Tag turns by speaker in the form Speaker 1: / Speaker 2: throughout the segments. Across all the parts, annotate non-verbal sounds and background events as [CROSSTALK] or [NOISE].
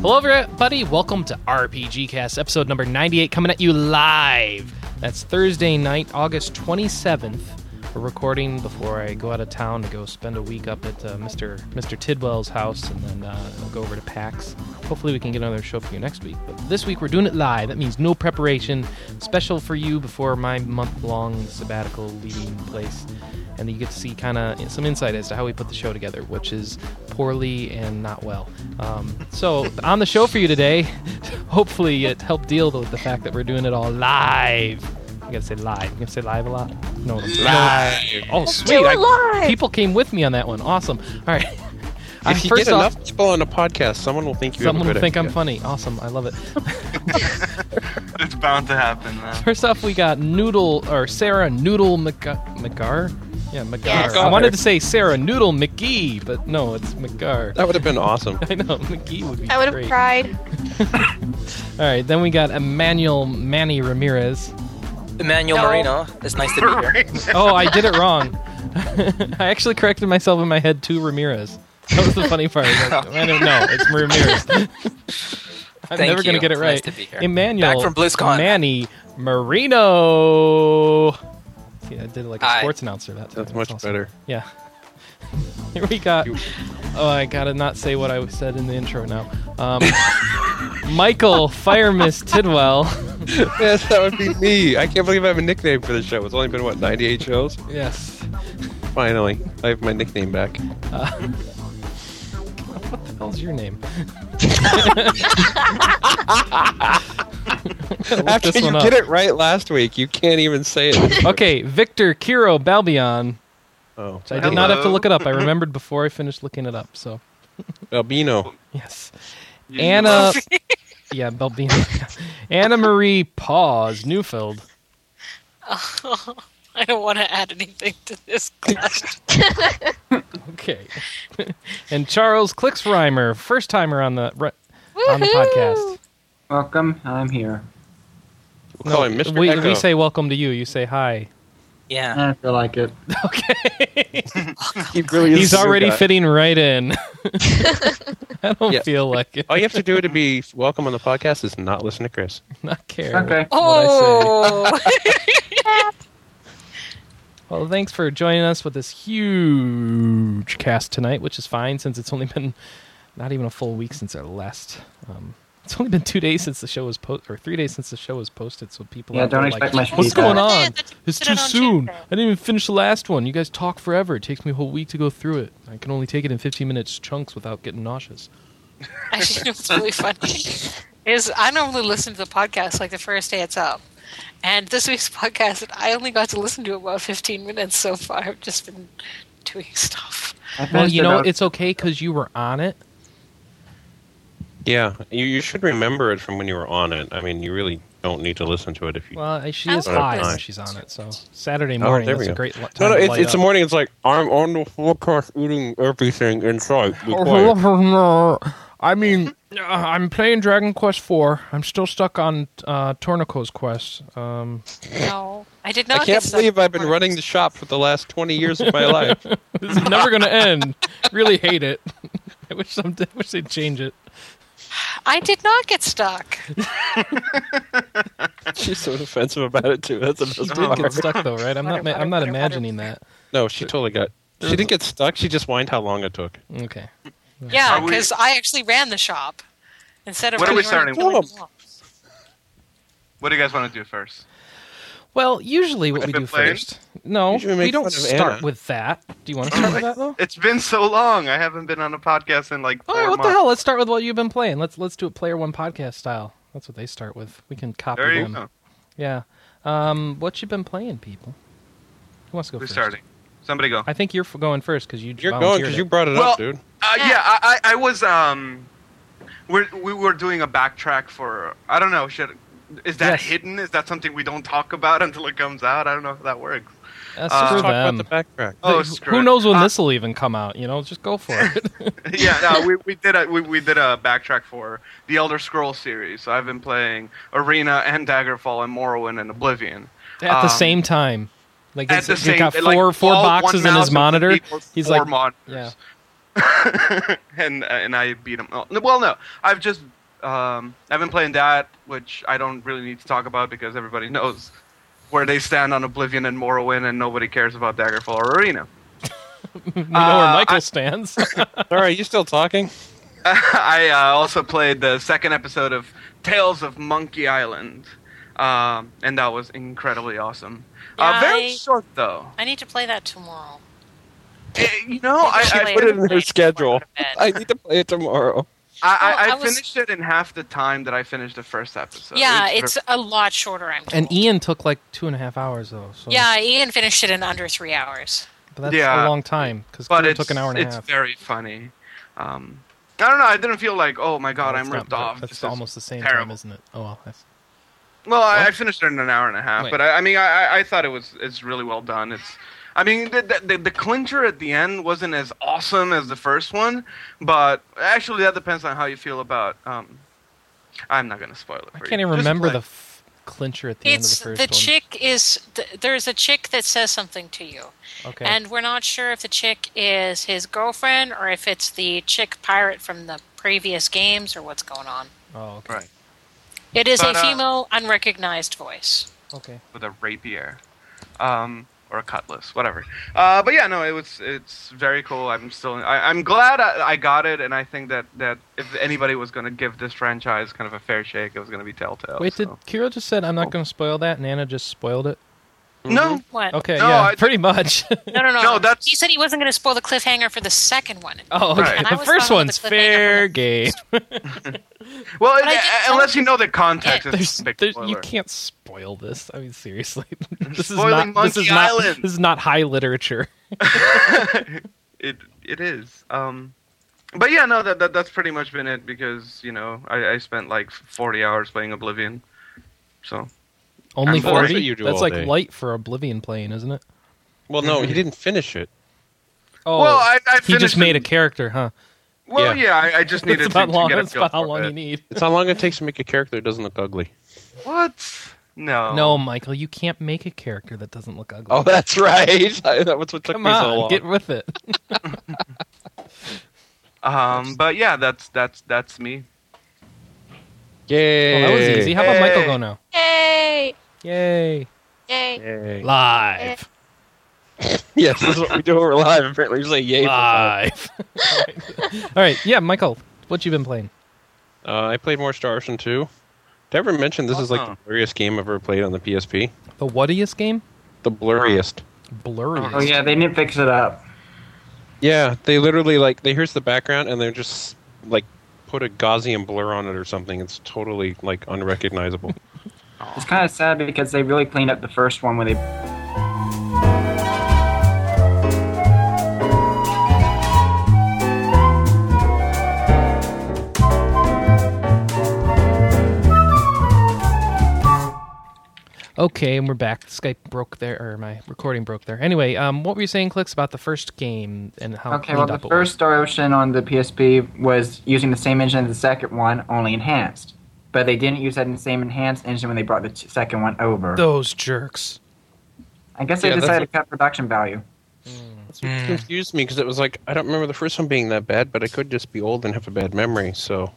Speaker 1: Hello, everybody. Welcome to RPG Cast, episode number 98, coming at you live. That's Thursday night, August 27th. We're recording before I go out of town to go spend a week up at uh, Mr. Mr. Tidwell's house, and then uh, I'll go over to PAX. Hopefully, we can get another show for you next week. But this week, we're doing it live. That means no preparation, special for you before my month-long sabbatical leaving place and you get to see kind of some insight as to how we put the show together, which is poorly and not well. Um, so on the show for you today, [LAUGHS] hopefully it helped deal with the fact that we're doing it all live. I'm gonna say live. I'm gonna say live a lot. No, live. Oh, sweet!
Speaker 2: do it
Speaker 1: I-
Speaker 2: live.
Speaker 1: people came with me on that one. Awesome. All right. [LAUGHS] Uh,
Speaker 3: If you
Speaker 1: first
Speaker 3: get
Speaker 1: off-
Speaker 3: enough people on a podcast, someone will think you
Speaker 1: Someone
Speaker 3: have
Speaker 1: will
Speaker 3: a good
Speaker 1: think I'm
Speaker 3: idea.
Speaker 1: funny. Awesome. I love it.
Speaker 4: It's bound to happen. Though.
Speaker 1: First off, we got Noodle or Sarah Noodle McGar. McGar? Yeah, McGar.
Speaker 2: Yes.
Speaker 1: I wanted to say Sarah Noodle McGee, but no, it's McGar.
Speaker 3: That would have been awesome.
Speaker 1: [LAUGHS]
Speaker 3: [LAUGHS]
Speaker 1: I know McGee would be
Speaker 2: I would have
Speaker 1: great.
Speaker 2: cried.
Speaker 1: All right, then we got Emmanuel Manny Ramirez.
Speaker 5: Emmanuel
Speaker 2: No.
Speaker 5: Marino. It's nice to be here.
Speaker 1: Oh, I did it wrong. [LAUGHS] I actually corrected myself in my head to Ramirez. That was the funny part. Like, I don't know. It's Ramirez. [LAUGHS] I'm
Speaker 5: Thank
Speaker 1: never gonna
Speaker 5: you.
Speaker 1: get it
Speaker 5: It's
Speaker 1: right.
Speaker 5: nice to be here.
Speaker 1: Emmanuel
Speaker 5: Back from BlizzCon.
Speaker 1: Manny Marino. See, I did it like a
Speaker 5: Aye.
Speaker 1: sports announcer. That time.
Speaker 3: That's much
Speaker 1: awesome.
Speaker 3: better.
Speaker 1: Yeah. [LAUGHS] Here we got. Oh, I gotta not say what I said in the intro now.
Speaker 5: [LAUGHS]
Speaker 1: Um, Michael Fire Miss Tidwell.
Speaker 3: yes, that would be me. I can't believe I have a nickname for the show. It's only been what 98 shows.
Speaker 1: Yes.
Speaker 3: Finally, I have my
Speaker 1: [LAUGHS]
Speaker 3: nickname back.
Speaker 1: What the hell's your name? Look
Speaker 3: After
Speaker 1: this
Speaker 3: you
Speaker 1: one up.
Speaker 3: get it right last week, you can't even say it.
Speaker 1: [LAUGHS] Okay, Victor Kiro Balbion.
Speaker 3: Oh,
Speaker 1: Which I did not have to
Speaker 4: Hello.
Speaker 1: look it up. I remembered before I finished looking it up. So
Speaker 3: albino.
Speaker 1: yes,
Speaker 4: [LAUGHS]
Speaker 3: [LAUGHS]
Speaker 1: Anna. yeah, Balbion. Anna Marie Paws Newfield.
Speaker 6: [LAUGHS] I don't want to add anything to this question.
Speaker 1: Okay. [LAUGHS] and Charles Klicksreimer, first timer on the re- on the podcast.
Speaker 7: Welcome, I'm here.
Speaker 3: We'll call him Mr.
Speaker 1: We,
Speaker 3: Echo.
Speaker 1: we say welcome to you. You say hi.
Speaker 5: Yeah.
Speaker 7: I feel like it.
Speaker 1: Okay.
Speaker 3: he really
Speaker 1: He's
Speaker 3: is your
Speaker 1: already
Speaker 3: guy.
Speaker 1: fitting right in. [LAUGHS] I don't
Speaker 3: Yeah.
Speaker 1: feel like it.
Speaker 3: All you have to do to be welcome on the podcast is not listen to Chris.
Speaker 1: Not care.
Speaker 7: Okay.
Speaker 6: Oh,
Speaker 2: [LAUGHS]
Speaker 1: [LAUGHS] Well, thanks for joining us with this huge cast tonight, which is fine since it's only [LAUGHS] been not even a full week since our last. Um, it's only been two days since the show was posted, or three days since the show was posted. So people,
Speaker 7: Yeah,
Speaker 1: out there
Speaker 7: don't
Speaker 1: are
Speaker 7: expect
Speaker 1: like,
Speaker 7: much
Speaker 1: What's
Speaker 7: feedback."
Speaker 1: going on?
Speaker 6: That's-
Speaker 1: It's
Speaker 6: put
Speaker 1: too
Speaker 6: it on
Speaker 1: soon.
Speaker 6: Tuesday.
Speaker 1: I didn't even finish the last one. You guys talk forever. It takes me a whole week to go through it. I can only take it in 15 minutes chunks without getting nauseous.
Speaker 6: actually, you know what's really funny is I normally listen to the podcast like the first day it's up, and this week's [LAUGHS] podcast I only got to listen to about fifteen minutes so far. I've just been doing stuff.
Speaker 7: I
Speaker 1: Well,
Speaker 7: finished
Speaker 1: you know,
Speaker 7: about-
Speaker 1: it's okay because you were on it.
Speaker 3: Yeah, you, you should remember it from when you were on it. I mean, you really don't need to listen to it if you.
Speaker 1: Well, I- she
Speaker 6: I
Speaker 1: is
Speaker 6: was
Speaker 1: five
Speaker 6: on
Speaker 1: now.
Speaker 6: it.
Speaker 1: She's on it. So Saturday
Speaker 3: Oh,
Speaker 1: morning,
Speaker 3: there we
Speaker 1: that's a
Speaker 3: go.
Speaker 1: great li- time
Speaker 3: No, no,
Speaker 1: to
Speaker 3: it's,
Speaker 1: light
Speaker 3: it's the
Speaker 1: up.
Speaker 3: morning. It's like I'm on the floor, cross eating everything in sight. Be quiet.
Speaker 1: I mean, uh, I'm playing Dragon Quest Four. I'm still stuck on uh, Tornico's quest. Um,
Speaker 6: No, I did
Speaker 3: I
Speaker 6: not.
Speaker 3: can't
Speaker 6: get
Speaker 3: believe I've been running the shop for the last 20 years of
Speaker 1: [LAUGHS]
Speaker 3: my life.
Speaker 1: [LAUGHS] this is never gonna end. Really hate it. [LAUGHS] I wish some. I wish they'd change it.
Speaker 6: I did not get stuck.
Speaker 3: She's so defensive about it too. That's the
Speaker 1: She
Speaker 3: best
Speaker 1: did
Speaker 3: part.
Speaker 1: get stuck though, right? I'm not.
Speaker 6: Butter,
Speaker 1: Ma-
Speaker 6: butter,
Speaker 1: I'm not
Speaker 6: butter, butter.
Speaker 1: imagining that.
Speaker 3: No, she totally got. She didn't get stuck. She just whined how long it took.
Speaker 1: Okay.
Speaker 6: Yeah,
Speaker 4: Are we-
Speaker 6: because I actually ran the shop instead of.
Speaker 4: What are we
Speaker 6: running
Speaker 4: starting
Speaker 6: around killing
Speaker 3: with?
Speaker 6: mobs.
Speaker 4: What do you guys want to do first?
Speaker 1: Well, usually what we
Speaker 4: Have
Speaker 1: do
Speaker 4: been playing?
Speaker 1: first. No,
Speaker 3: Usually we
Speaker 1: we
Speaker 3: make
Speaker 1: don't
Speaker 3: fun of
Speaker 1: start
Speaker 3: Anna.
Speaker 1: with that. Do you want to start with that
Speaker 4: [COUGHS]
Speaker 1: though?
Speaker 4: It's been so long. I haven't been on a podcast in like
Speaker 1: All
Speaker 4: four
Speaker 1: right, what the
Speaker 4: months.
Speaker 1: hell? Let's start with what you've been playing. Let's let's do it player one podcast style. That's what they start with. We can copy
Speaker 4: There you
Speaker 1: them.
Speaker 4: go.
Speaker 1: Yeah. Um, what you been playing, people? Who wants to go
Speaker 4: Who's
Speaker 1: first?
Speaker 4: starting? Somebody go.
Speaker 1: I think you're f- going first because you
Speaker 3: You're going
Speaker 1: volunteered
Speaker 3: because
Speaker 1: it.
Speaker 3: you brought it
Speaker 4: Well-
Speaker 3: up, dude.
Speaker 4: Uh,
Speaker 6: Yeah.
Speaker 4: yeah, I, I, I was. Um, we're, we were doing a backtrack for. I don't know. Should is that
Speaker 1: Yes.
Speaker 4: hidden? Is that something we don't talk about [LAUGHS] until it comes out? I don't know if that works.
Speaker 1: Uh,
Speaker 4: Uh,
Speaker 1: screw
Speaker 3: Let's talk
Speaker 1: them.
Speaker 3: about the backtrack.
Speaker 4: Oh,
Speaker 1: Who-
Speaker 4: screw
Speaker 1: who
Speaker 4: it.
Speaker 1: knows when
Speaker 4: Uh,
Speaker 1: this will even come out? You know, just go for it. [LAUGHS]
Speaker 4: [LAUGHS] yeah, no, we, we did a we, we did a backtrack for the Elder Scrolls series. So I've been playing Arena and Daggerfall and Morrowind and Oblivion.
Speaker 1: At the
Speaker 4: Um,
Speaker 1: same time, like
Speaker 4: At
Speaker 1: he's,
Speaker 4: the
Speaker 1: he's
Speaker 4: same,
Speaker 1: got
Speaker 4: like,
Speaker 1: four four
Speaker 4: all
Speaker 1: boxes in his
Speaker 4: 1,000
Speaker 1: monitor.
Speaker 4: people,
Speaker 1: He's
Speaker 4: four
Speaker 1: like,
Speaker 4: monitors.
Speaker 1: yeah.
Speaker 4: [LAUGHS] and uh, and I beat them. all. Well, no, I've just um, I've been playing that, which I don't really need to talk about because everybody knows where they stand on Oblivion and Morrowind, and nobody cares about Daggerfall or Arena.
Speaker 1: [LAUGHS]
Speaker 4: [LAUGHS]
Speaker 1: We know where
Speaker 4: Uh,
Speaker 1: Michael
Speaker 4: I- [LAUGHS]
Speaker 1: stands.
Speaker 3: All right, you still [LAUGHS] talking?
Speaker 4: I uh, also played the second episode of Tales of Monkey Island, um, and that was incredibly awesome. Uh,
Speaker 6: Yeah,
Speaker 4: very
Speaker 6: I-
Speaker 4: short though.
Speaker 6: I need to play that tomorrow.
Speaker 4: Eh, you know, I,
Speaker 6: Maybe
Speaker 4: I,
Speaker 6: later
Speaker 3: Put it in
Speaker 6: tonight before I
Speaker 3: her schedule.
Speaker 6: go to bed.
Speaker 3: I need to play it tomorrow.
Speaker 4: I, I,
Speaker 6: Well,
Speaker 4: I
Speaker 6: Oh, I was-
Speaker 4: finished it in half the time that I finished the first episode.
Speaker 6: yeah,
Speaker 4: It was
Speaker 6: it's a lot shorter. I'm
Speaker 1: and
Speaker 6: told.
Speaker 1: Ian took like two and a half hours though. So
Speaker 6: yeah, Ian finished it in under three hours.
Speaker 1: but that's
Speaker 4: Yeah.
Speaker 1: a long time because
Speaker 4: but
Speaker 1: it
Speaker 4: it's,
Speaker 1: took an hour and a
Speaker 4: it's
Speaker 1: half.
Speaker 4: very funny. Um, I don't know. I didn't feel like, oh my god,
Speaker 1: That's
Speaker 4: I'm
Speaker 1: not
Speaker 4: ripped
Speaker 1: bad.
Speaker 4: off. This
Speaker 1: That's
Speaker 4: is
Speaker 1: almost the same time,
Speaker 4: terrible.
Speaker 1: isn't it? Oh well. That's,
Speaker 4: Well, I, I
Speaker 1: What?
Speaker 4: finished it in an hour and a half,
Speaker 1: Wait.
Speaker 4: but I, I mean, I, I- I thought it was it's really well done. It's, I mean, the, the, the, the clincher at the end wasn't as awesome as the first one, but actually that depends on how you feel about. Um, I'm not gonna spoil it. For
Speaker 1: I
Speaker 4: you.
Speaker 1: can't even
Speaker 4: Just
Speaker 1: remember
Speaker 4: play.
Speaker 1: the f- clincher at the
Speaker 6: it's
Speaker 1: end of
Speaker 6: the
Speaker 1: the first
Speaker 6: chick is th- there's a chick that says something to you,
Speaker 1: one. Okay.
Speaker 6: and we're not sure if the chick is his girlfriend or if it's the chick pirate from the previous games or what's going on.
Speaker 1: oh, okay.
Speaker 4: right
Speaker 6: It is
Speaker 4: But,
Speaker 6: a
Speaker 4: uh,
Speaker 6: female unrecognized voice.
Speaker 1: Okay.
Speaker 4: with a rapier, um, or a cutlass, whatever. Uh, but yeah, no, it was it's very cool. I'm still I, I'm glad I, I got it, and I think that that if anybody was gonna give this franchise kind of a fair shake, it was gonna be Telltale.
Speaker 1: Wait,
Speaker 4: Oh, so.
Speaker 1: did Kira just said I'm not
Speaker 4: Oh.
Speaker 1: going to spoil that, and Anna just spoiled it? Mm-hmm.
Speaker 3: Mm-hmm.
Speaker 4: no.
Speaker 6: What?
Speaker 1: Okay,
Speaker 4: No,
Speaker 1: yeah,
Speaker 4: I-
Speaker 1: pretty
Speaker 4: [LAUGHS]
Speaker 1: much.
Speaker 6: No, no, no.
Speaker 4: No, that's-
Speaker 6: He said he wasn't going to spoil the cliffhanger for the second one.
Speaker 1: [LAUGHS] oh, okay.
Speaker 4: Right. And
Speaker 6: I
Speaker 1: The
Speaker 6: was
Speaker 1: first
Speaker 6: talking about
Speaker 1: one's
Speaker 6: the cliffhanger
Speaker 1: fair
Speaker 6: when-
Speaker 1: game.
Speaker 4: Well,
Speaker 6: But I did
Speaker 4: uh,
Speaker 6: tell
Speaker 4: unless
Speaker 6: you-
Speaker 4: you know the context,
Speaker 6: Yeah,
Speaker 4: it's
Speaker 1: There's,
Speaker 4: a big
Speaker 1: there's,
Speaker 4: spoiler.
Speaker 1: you can't spoil this. I mean, seriously, [LAUGHS] this is
Speaker 4: Spoiling
Speaker 1: not. This is
Speaker 4: Monkey
Speaker 1: not.
Speaker 4: Island.
Speaker 1: This is not high literature.
Speaker 4: [LAUGHS]
Speaker 1: [LAUGHS]
Speaker 4: it it is. Um, but yeah, no, that, that that's pretty much been it because you know I, I spent like 40 hours playing Oblivion, so
Speaker 1: Only forty.
Speaker 4: I'm bored. That's
Speaker 3: what you do
Speaker 1: That's
Speaker 3: all
Speaker 1: like
Speaker 3: day.
Speaker 1: light for Oblivion playing, isn't it?
Speaker 3: Well, no, he didn't finish it.
Speaker 1: Oh,
Speaker 4: well I, I
Speaker 1: he just
Speaker 4: finished
Speaker 1: made a
Speaker 4: it.
Speaker 1: character, huh?
Speaker 4: Well, yeah, I,
Speaker 1: [LAUGHS]
Speaker 4: I just [LAUGHS] needed
Speaker 1: That's about
Speaker 4: to,
Speaker 1: long.
Speaker 4: to get a
Speaker 1: That's
Speaker 4: feel
Speaker 1: about how
Speaker 4: for
Speaker 1: long
Speaker 4: it.
Speaker 1: you need.
Speaker 3: It's how long it takes to make a character that doesn't look ugly.
Speaker 4: What? No,
Speaker 1: No, Michael, you can't make a character that doesn't look ugly.
Speaker 3: Oh, that's right. I, [LAUGHS] that was what took
Speaker 1: Come
Speaker 3: me
Speaker 1: on,
Speaker 3: so long.
Speaker 1: get with it.
Speaker 4: Um, but yeah, that's that's that's me.
Speaker 1: Well, that was easy. How about Michael
Speaker 4: Hey.
Speaker 1: go now?
Speaker 6: Yay!
Speaker 1: Yay!
Speaker 6: Yay!
Speaker 3: [LAUGHS]
Speaker 1: Live,
Speaker 3: Yes, this is what we do. We're live. Apparently, we say yay. for fun.
Speaker 7: [LAUGHS]
Speaker 1: live. [LAUGHS] All right, yeah, Michael, what you been playing?
Speaker 3: Uh, I played more Star Ocean 2. Did I ever mention this is like the
Speaker 4: Uh-uh.
Speaker 3: blurriest game I've ever played on the PSP?
Speaker 1: The whattiest game?
Speaker 3: The blurriest.
Speaker 1: Blurry.
Speaker 7: Oh yeah, they didn't fix it up.
Speaker 3: Yeah, they literally like they here's the background and they're just like put a Gaussian blur on it or something. It's totally like unrecognizable.
Speaker 7: It's kind of sad because they really cleaned up the first one when they
Speaker 1: Okay, and we're back. Skype broke there, or my recording broke there. Anyway, um, what were you saying, Clicks, about the first game and how
Speaker 7: Okay,
Speaker 1: Oh, cleaned
Speaker 7: well, the
Speaker 1: up it
Speaker 7: first Star Ocean on the PSP was using the same engine as the second one, only enhanced. But they didn't use that same enhanced engine when they brought the t- second one over.
Speaker 1: was? Those jerks.
Speaker 7: I guess they
Speaker 3: Yeah, that's
Speaker 7: decided
Speaker 3: what-
Speaker 7: to cut production value.
Speaker 3: That's what confused me because it was like I don't remember the first one being that bad, but I could just be old and have a bad memory. So,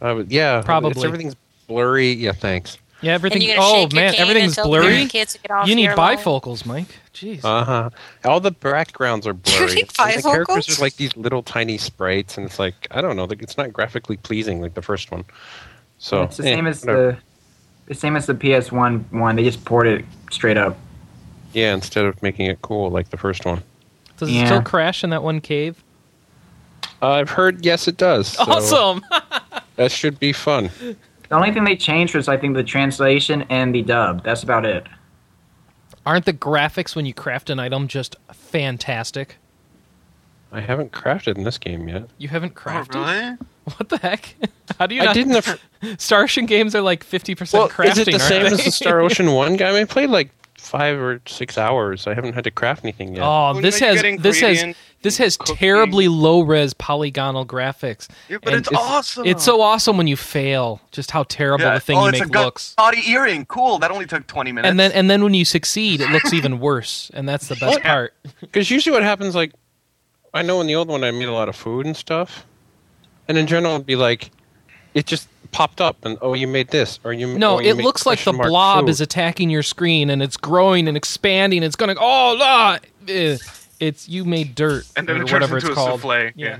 Speaker 3: I would yeah, it's-
Speaker 1: Probably.
Speaker 3: everything's blurry. Yeah, thanks.
Speaker 1: Yeah,
Speaker 6: And
Speaker 1: everything.
Speaker 6: you're gonna
Speaker 1: Oh
Speaker 6: shake your
Speaker 1: man,
Speaker 6: cane
Speaker 1: everything's
Speaker 6: until the
Speaker 1: blurry.
Speaker 6: Kids get off
Speaker 1: You need
Speaker 6: your lawn.
Speaker 1: bifocals, Mike. Jeez.
Speaker 3: Uh huh. All the backgrounds
Speaker 1: [LAUGHS]
Speaker 3: are blurry.
Speaker 6: need
Speaker 3: It's like the characters
Speaker 6: bifocals?
Speaker 3: are like these little tiny sprites, and it's like I don't know. Like, it's not graphically pleasing like the first one. So
Speaker 7: it's the
Speaker 3: eh,
Speaker 7: same as
Speaker 3: whatever.
Speaker 7: the, the same as the PS1 one. They just ported it straight up.
Speaker 3: yeah. Instead of making it cool like the first one,
Speaker 1: Does it
Speaker 7: yeah.
Speaker 1: still crash in that one cave?
Speaker 3: I've heard yes, it does. so
Speaker 1: Awesome.
Speaker 3: That should be fun.
Speaker 7: The only thing they changed was, I think, the translation and the dub. That's about it.
Speaker 1: [LAUGHS] Aren't the graphics when you craft an item just fantastic?
Speaker 3: I haven't crafted in this game yet.
Speaker 1: You haven't crafted.
Speaker 4: Oh, really?
Speaker 1: What the heck? [LAUGHS] How do you?
Speaker 3: I
Speaker 1: not...
Speaker 3: didn't. the fir-
Speaker 1: Star Ocean games are like fifty percent crafting.
Speaker 3: Is it the
Speaker 1: aren't
Speaker 3: same
Speaker 1: they?
Speaker 3: as
Speaker 1: [LAUGHS]
Speaker 3: the Star Ocean One game? I played like five or six hours. I haven't had to craft anything yet.
Speaker 1: [LAUGHS] Oh,
Speaker 4: Well,
Speaker 1: this
Speaker 4: you know, you
Speaker 1: has
Speaker 4: get
Speaker 1: this has
Speaker 4: ingredients
Speaker 1: this
Speaker 4: and
Speaker 1: has
Speaker 4: cooking.
Speaker 1: terribly low res polygonal graphics.
Speaker 4: Yeah, but
Speaker 1: And
Speaker 4: it's awesome.
Speaker 1: It's so awesome when you fail. Just how terrible the thing
Speaker 4: oh,
Speaker 1: you
Speaker 4: it's
Speaker 1: make
Speaker 4: a
Speaker 1: looks.
Speaker 4: Body earring, cool. That only took 20 minutes.
Speaker 1: And then and then when you succeed, it looks even worse, and that's the best part.
Speaker 3: Because usually what happens, like, I know in the old one I made a lot of food and stuff, and in general it'd be like, it just popped up and oh you made this or you
Speaker 1: No,
Speaker 3: oh, you
Speaker 1: it
Speaker 3: made
Speaker 1: looks like the
Speaker 3: question mark
Speaker 1: blob
Speaker 3: food.
Speaker 1: is attacking your screen and it's growing and expanding. It's going to oh la. eh, It's you made dirt
Speaker 4: And then
Speaker 1: or
Speaker 4: it turns
Speaker 1: whatever
Speaker 4: into
Speaker 1: it's
Speaker 4: a
Speaker 1: called.
Speaker 4: souffle. Yeah.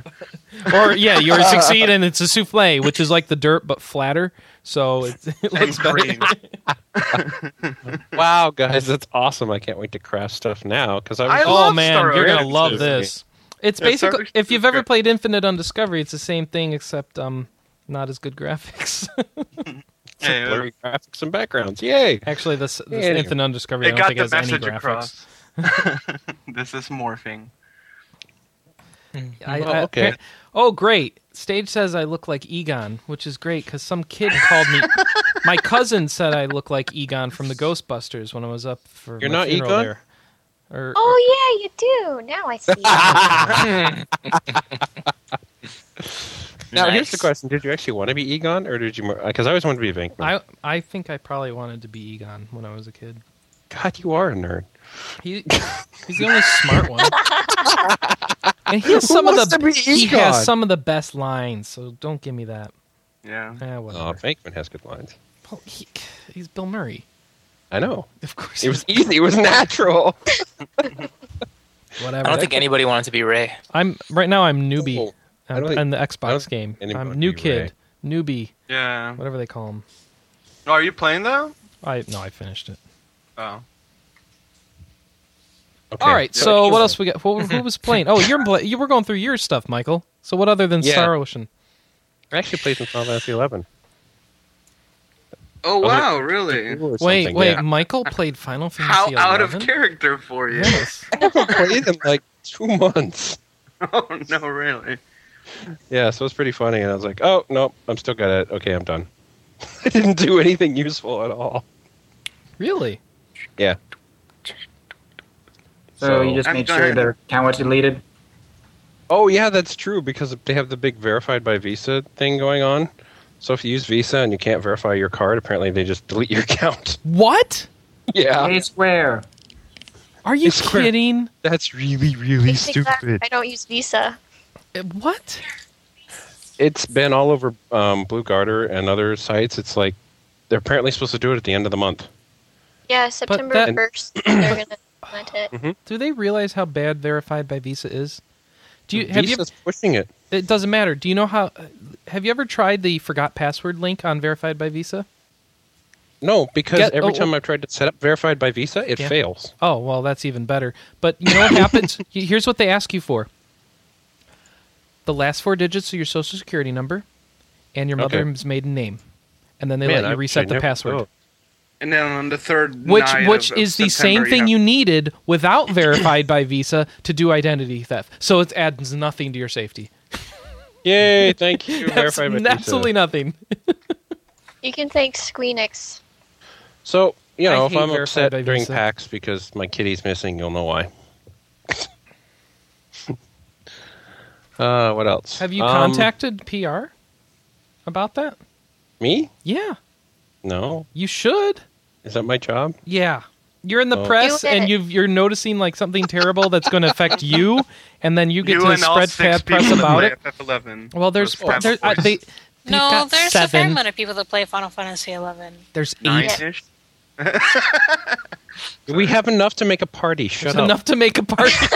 Speaker 1: or yeah, you
Speaker 3: [LAUGHS]
Speaker 1: succeed and it's a souffle, which is like the dirt but flatter. So it's, it [LAUGHS] [LAUGHS]
Speaker 4: And
Speaker 1: looks better.
Speaker 4: green.
Speaker 3: [LAUGHS]
Speaker 4: [LAUGHS]
Speaker 3: wow guys that's awesome I can't wait to craft stuff now because I was
Speaker 4: I
Speaker 3: just-
Speaker 1: oh
Speaker 4: love
Speaker 1: man,
Speaker 4: Star
Speaker 1: you're
Speaker 4: Ocean.
Speaker 1: gonna love this. It's
Speaker 4: Yeah, Star
Speaker 1: basically
Speaker 4: Ocean
Speaker 1: if
Speaker 4: is
Speaker 1: you've ever
Speaker 4: good.
Speaker 1: played Infinite on Discovery, it's the same thing except um not as good graphics. [LAUGHS]
Speaker 4: Yeah,
Speaker 3: blurry graphics and backgrounds yay
Speaker 1: Actually, this, this
Speaker 3: Yeah.
Speaker 1: Infinite on Discovery, I
Speaker 4: it
Speaker 1: don't
Speaker 4: got
Speaker 1: think
Speaker 4: the
Speaker 1: has any
Speaker 4: message
Speaker 1: graphics.
Speaker 4: across.
Speaker 1: [LAUGHS]
Speaker 4: [LAUGHS] this is morphing.
Speaker 1: I,
Speaker 3: Oh,
Speaker 1: I-
Speaker 3: okay.
Speaker 1: appar- oh, great. Stage says I look like Egon, which is great because some kid called
Speaker 3: [LAUGHS]
Speaker 1: me. My cousin said I look like Egon from the Ghostbusters when I was up for
Speaker 3: You're
Speaker 1: my
Speaker 3: not
Speaker 1: funeral
Speaker 3: Egon?
Speaker 1: there. Or, or-
Speaker 2: Oh yeah, you do. Now
Speaker 1: [LAUGHS]
Speaker 2: I see. it.
Speaker 3: now here's
Speaker 5: Nice.
Speaker 3: the question did you actually want to be Egon or did you because I always wanted to be Venkman
Speaker 1: I I think I probably wanted to be Egon when I was a kid.
Speaker 3: God you are a nerd
Speaker 1: He he's the only smart
Speaker 3: [LAUGHS]
Speaker 1: one. And he has some of
Speaker 3: wants
Speaker 1: the
Speaker 3: to be
Speaker 1: he
Speaker 3: Egon?
Speaker 1: has some of the best lines, so don't give me that.
Speaker 4: Yeah.
Speaker 1: Eh,
Speaker 3: oh
Speaker 1: whatever.
Speaker 3: Venkman has good lines
Speaker 1: Well, he, he's Bill Murray. [LAUGHS]
Speaker 3: I know
Speaker 1: Of course, [LAUGHS]
Speaker 3: it was easy it was natural
Speaker 1: whatever.
Speaker 5: I don't think anybody wanted to be Ray.
Speaker 1: I'm right now. I'm newbie.
Speaker 3: Oh, I
Speaker 1: I'm,
Speaker 3: don't think-
Speaker 1: in the
Speaker 3: I don't
Speaker 1: Xbox
Speaker 3: think
Speaker 1: game.
Speaker 3: anybody
Speaker 1: I'm new
Speaker 3: would be
Speaker 1: kid, newbie,
Speaker 4: Yeah.
Speaker 1: whatever they call him.
Speaker 4: Oh, are you playing though?
Speaker 1: I no, I finished it.
Speaker 4: Oh.
Speaker 3: Okay.
Speaker 1: All right.
Speaker 3: Yeah.
Speaker 1: So what else we got? Who, who was playing? Oh, you're bla- you were going through your stuff, Michael. So what other than
Speaker 3: Yeah.
Speaker 1: Star Ocean?
Speaker 3: I actually played some Final Fantasy Eleven.
Speaker 4: Oh
Speaker 3: was like,
Speaker 4: wow, really?
Speaker 3: Or
Speaker 1: Wait,
Speaker 3: something,
Speaker 1: wait.
Speaker 3: [LAUGHS] yeah.
Speaker 1: Michael played Final
Speaker 4: How
Speaker 1: Fantasy.
Speaker 4: out of
Speaker 1: 11?
Speaker 4: character for you?
Speaker 3: [LAUGHS]
Speaker 1: Yes.
Speaker 3: I haven't played in like two months.
Speaker 4: [LAUGHS] oh no, really?
Speaker 3: Yeah, so it was pretty funny, and I was like, "Oh no, I'm still good at it. Okay, I'm done." [LAUGHS] I didn't do anything useful at all.
Speaker 1: Really?
Speaker 3: Yeah.
Speaker 7: So, you just
Speaker 4: I'm
Speaker 7: made
Speaker 4: gonna-
Speaker 7: sure their account was deleted.
Speaker 3: Oh yeah, that's true because they have the big verified by Visa thing going on. So if you use Visa and you can't verify your card, apparently they just delete your [LAUGHS] account.
Speaker 1: What?
Speaker 4: Uh,
Speaker 3: yeah,
Speaker 7: Hey, Square.
Speaker 1: Are you
Speaker 3: It's clear.
Speaker 1: kidding?
Speaker 3: that's really really
Speaker 2: It's exactly-
Speaker 3: stupid.
Speaker 2: I don't use Visa.
Speaker 1: Uh, What?
Speaker 3: It's been all over um, Blue Garter and other sites. It's like they're apparently supposed to do it at the end of the month.
Speaker 2: Yeah, September
Speaker 1: that- [CLEARS THROAT]
Speaker 2: first. They're gonna implement it.
Speaker 1: Do they realize how bad verified by Visa is? Do you have you?
Speaker 3: Visa's pushing it.
Speaker 1: It doesn't matter. Do you know how? uh, Have you ever tried the forgot password link on verified by Visa?
Speaker 3: No, because
Speaker 1: Get-
Speaker 3: every
Speaker 1: oh,
Speaker 3: time
Speaker 1: oh.
Speaker 3: I've tried to set up verified by Visa, it
Speaker 1: Yeah.
Speaker 3: fails.
Speaker 1: Oh, well, that's even better. But you know what
Speaker 3: [LAUGHS]
Speaker 1: happens? He- Here's what they ask you for the last four digits of your social security number and your
Speaker 3: Okay.
Speaker 1: mother's maiden name. And then they
Speaker 3: Man,
Speaker 1: let
Speaker 3: I-
Speaker 1: you reset
Speaker 3: I
Speaker 1: the
Speaker 3: never-
Speaker 1: password,
Speaker 3: oh.
Speaker 4: And then on the third
Speaker 1: which
Speaker 4: night
Speaker 1: which
Speaker 4: of- of
Speaker 1: is the
Speaker 4: September,
Speaker 1: same thing
Speaker 4: have-
Speaker 1: you needed without verified by Visa to do identity theft. So it adds nothing to your [LAUGHS] safety.
Speaker 3: Yay!
Speaker 1: [LAUGHS]
Speaker 3: Thank you,
Speaker 1: Abs-
Speaker 3: verified by Visa.
Speaker 1: absolutely nothing.
Speaker 2: You can thank Squeenix.
Speaker 3: So you
Speaker 1: I
Speaker 3: know, if
Speaker 1: hate
Speaker 3: I'm
Speaker 1: verified
Speaker 3: upset
Speaker 1: by
Speaker 3: during
Speaker 1: Visa.
Speaker 3: PAX because my kitty's missing, you'll know why. [LAUGHS] uh, what else?
Speaker 1: Have you
Speaker 3: Um,
Speaker 1: contacted PR about that?
Speaker 3: me?
Speaker 1: Yeah,
Speaker 3: No,
Speaker 1: you should.
Speaker 3: is that my job?
Speaker 1: Yeah. You're in the
Speaker 3: Oh.
Speaker 1: press
Speaker 2: You did
Speaker 1: and
Speaker 2: it.
Speaker 1: you've, you're noticing like something terrible that's going to affect [LAUGHS] you, and then you get
Speaker 4: you
Speaker 1: to
Speaker 4: and all
Speaker 1: spread
Speaker 4: six
Speaker 1: bad
Speaker 4: people
Speaker 1: press
Speaker 4: that
Speaker 1: about
Speaker 4: play
Speaker 1: it.
Speaker 4: FF11.
Speaker 1: Well, there's
Speaker 4: Those press
Speaker 1: there, uh,
Speaker 4: boys.
Speaker 1: they, they've
Speaker 6: No,
Speaker 1: got
Speaker 6: there's a fair
Speaker 1: seven.
Speaker 6: amount of people that play Final Fantasy Eleven.
Speaker 1: There's eight.
Speaker 4: nine-ish.
Speaker 3: We have enough to make a party. Shut
Speaker 1: There's
Speaker 3: up.
Speaker 1: enough to make a [LAUGHS] party with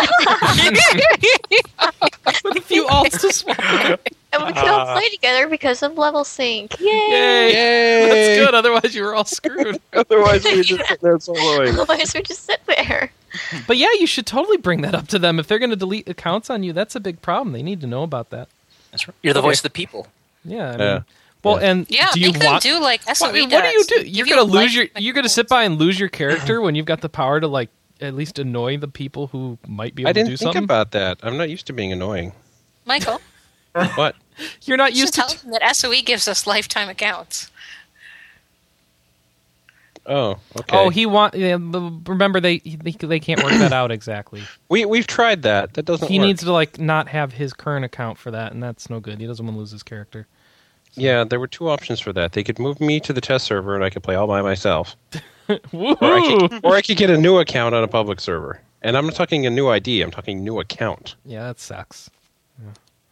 Speaker 1: a few alts to swap. [LAUGHS]
Speaker 2: And we can all play together because of level sync. Yay!
Speaker 1: Yay!
Speaker 3: Yay!
Speaker 1: [LAUGHS] That's good. Otherwise, you were all screwed.
Speaker 3: [LAUGHS] Otherwise, we're just sitting there soloing.
Speaker 2: Otherwise, we just sit there.
Speaker 1: [LAUGHS] but yeah, you should totally bring that up to them if they're going to delete accounts on you. That's a big problem. They need to know about that.
Speaker 5: That's right. You're the
Speaker 1: Okay.
Speaker 5: voice of the people.
Speaker 1: Yeah. I mean,
Speaker 3: Yeah.
Speaker 1: Well,
Speaker 3: Yeah.
Speaker 1: and
Speaker 6: Yeah,
Speaker 1: do you
Speaker 6: make them
Speaker 1: want?
Speaker 6: do like SOE
Speaker 1: What, I mean, what do you
Speaker 6: does.
Speaker 1: do?
Speaker 6: Give
Speaker 1: You're
Speaker 6: you
Speaker 1: gonna
Speaker 6: a
Speaker 1: lose
Speaker 6: life
Speaker 1: your. You're gonna sit
Speaker 6: control.
Speaker 1: by and lose your character when you've got the power to like at least annoy the people who might be able
Speaker 3: I didn't
Speaker 1: to do
Speaker 3: think
Speaker 1: something.
Speaker 3: about that. I'm not used to being
Speaker 1: [LAUGHS]
Speaker 3: annoying.
Speaker 6: Michael.
Speaker 3: What?
Speaker 1: you're not
Speaker 6: You
Speaker 1: used
Speaker 6: should
Speaker 1: to.
Speaker 6: tell them that SOE gives us lifetime accounts.
Speaker 3: Oh, okay.
Speaker 1: Oh, he want. Yeah, b- remember, they, they they can't work that out exactly.
Speaker 3: We we've tried that. That [LAUGHS] doesn't.
Speaker 1: He
Speaker 3: work.
Speaker 1: needs to like not have his current account for that, and that's no good. He doesn't want to lose his character.
Speaker 3: Yeah, there were two options for that. They could move me to the test server, and I could play all by myself, or I
Speaker 1: Woohoo!
Speaker 3: could, or I could get a new account on a public server. And I'm not talking a new ID. I'm talking new account.
Speaker 1: Yeah, that sucks.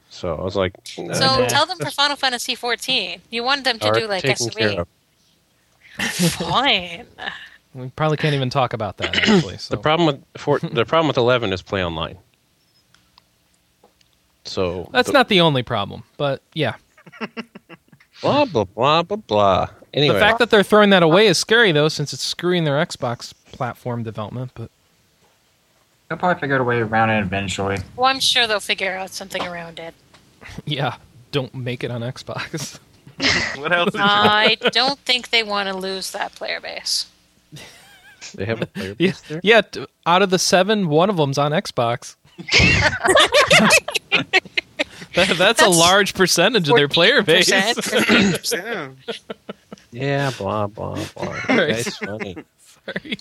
Speaker 3: So I was like,
Speaker 6: So
Speaker 3: nah,
Speaker 6: tell them for Final Fantasy 14. You want them to
Speaker 3: already
Speaker 6: do like
Speaker 3: taken care
Speaker 6: SOE.
Speaker 3: of. [LAUGHS]
Speaker 6: Fine.
Speaker 1: We probably can't even talk about
Speaker 3: [COUGHS]
Speaker 1: that actually. So
Speaker 3: The problem with
Speaker 1: [LAUGHS]
Speaker 3: four, the problem with eleven is play online. So
Speaker 1: that's
Speaker 3: the-
Speaker 1: not the only problem, but yeah,
Speaker 3: blah blah blah blah blah. Anyway,
Speaker 1: the fact that they're throwing that away is scary though, since it's screwing their Xbox platform development. But [LAUGHS]
Speaker 7: They'll probably figure out a way around it eventually.
Speaker 6: Well, I'm sure they'll figure out something
Speaker 1: [LAUGHS]
Speaker 6: around it.
Speaker 1: yeah, don't make it on Xbox. [LAUGHS]
Speaker 4: What else? Is
Speaker 1: Uh,
Speaker 6: I don't think they want to lose that player base.
Speaker 3: they have a player
Speaker 1: [LAUGHS] Yeah,
Speaker 3: base there.
Speaker 1: yeah. t- Out of the seven, one of them's on Xbox. [LAUGHS] That- that's, a
Speaker 6: That's
Speaker 1: large percentage of their player base.
Speaker 6: 14%.
Speaker 4: yeah.
Speaker 3: Yeah, blah blah blah.
Speaker 1: [LAUGHS] Right.
Speaker 3: That's funny.
Speaker 1: [LAUGHS] Sorry.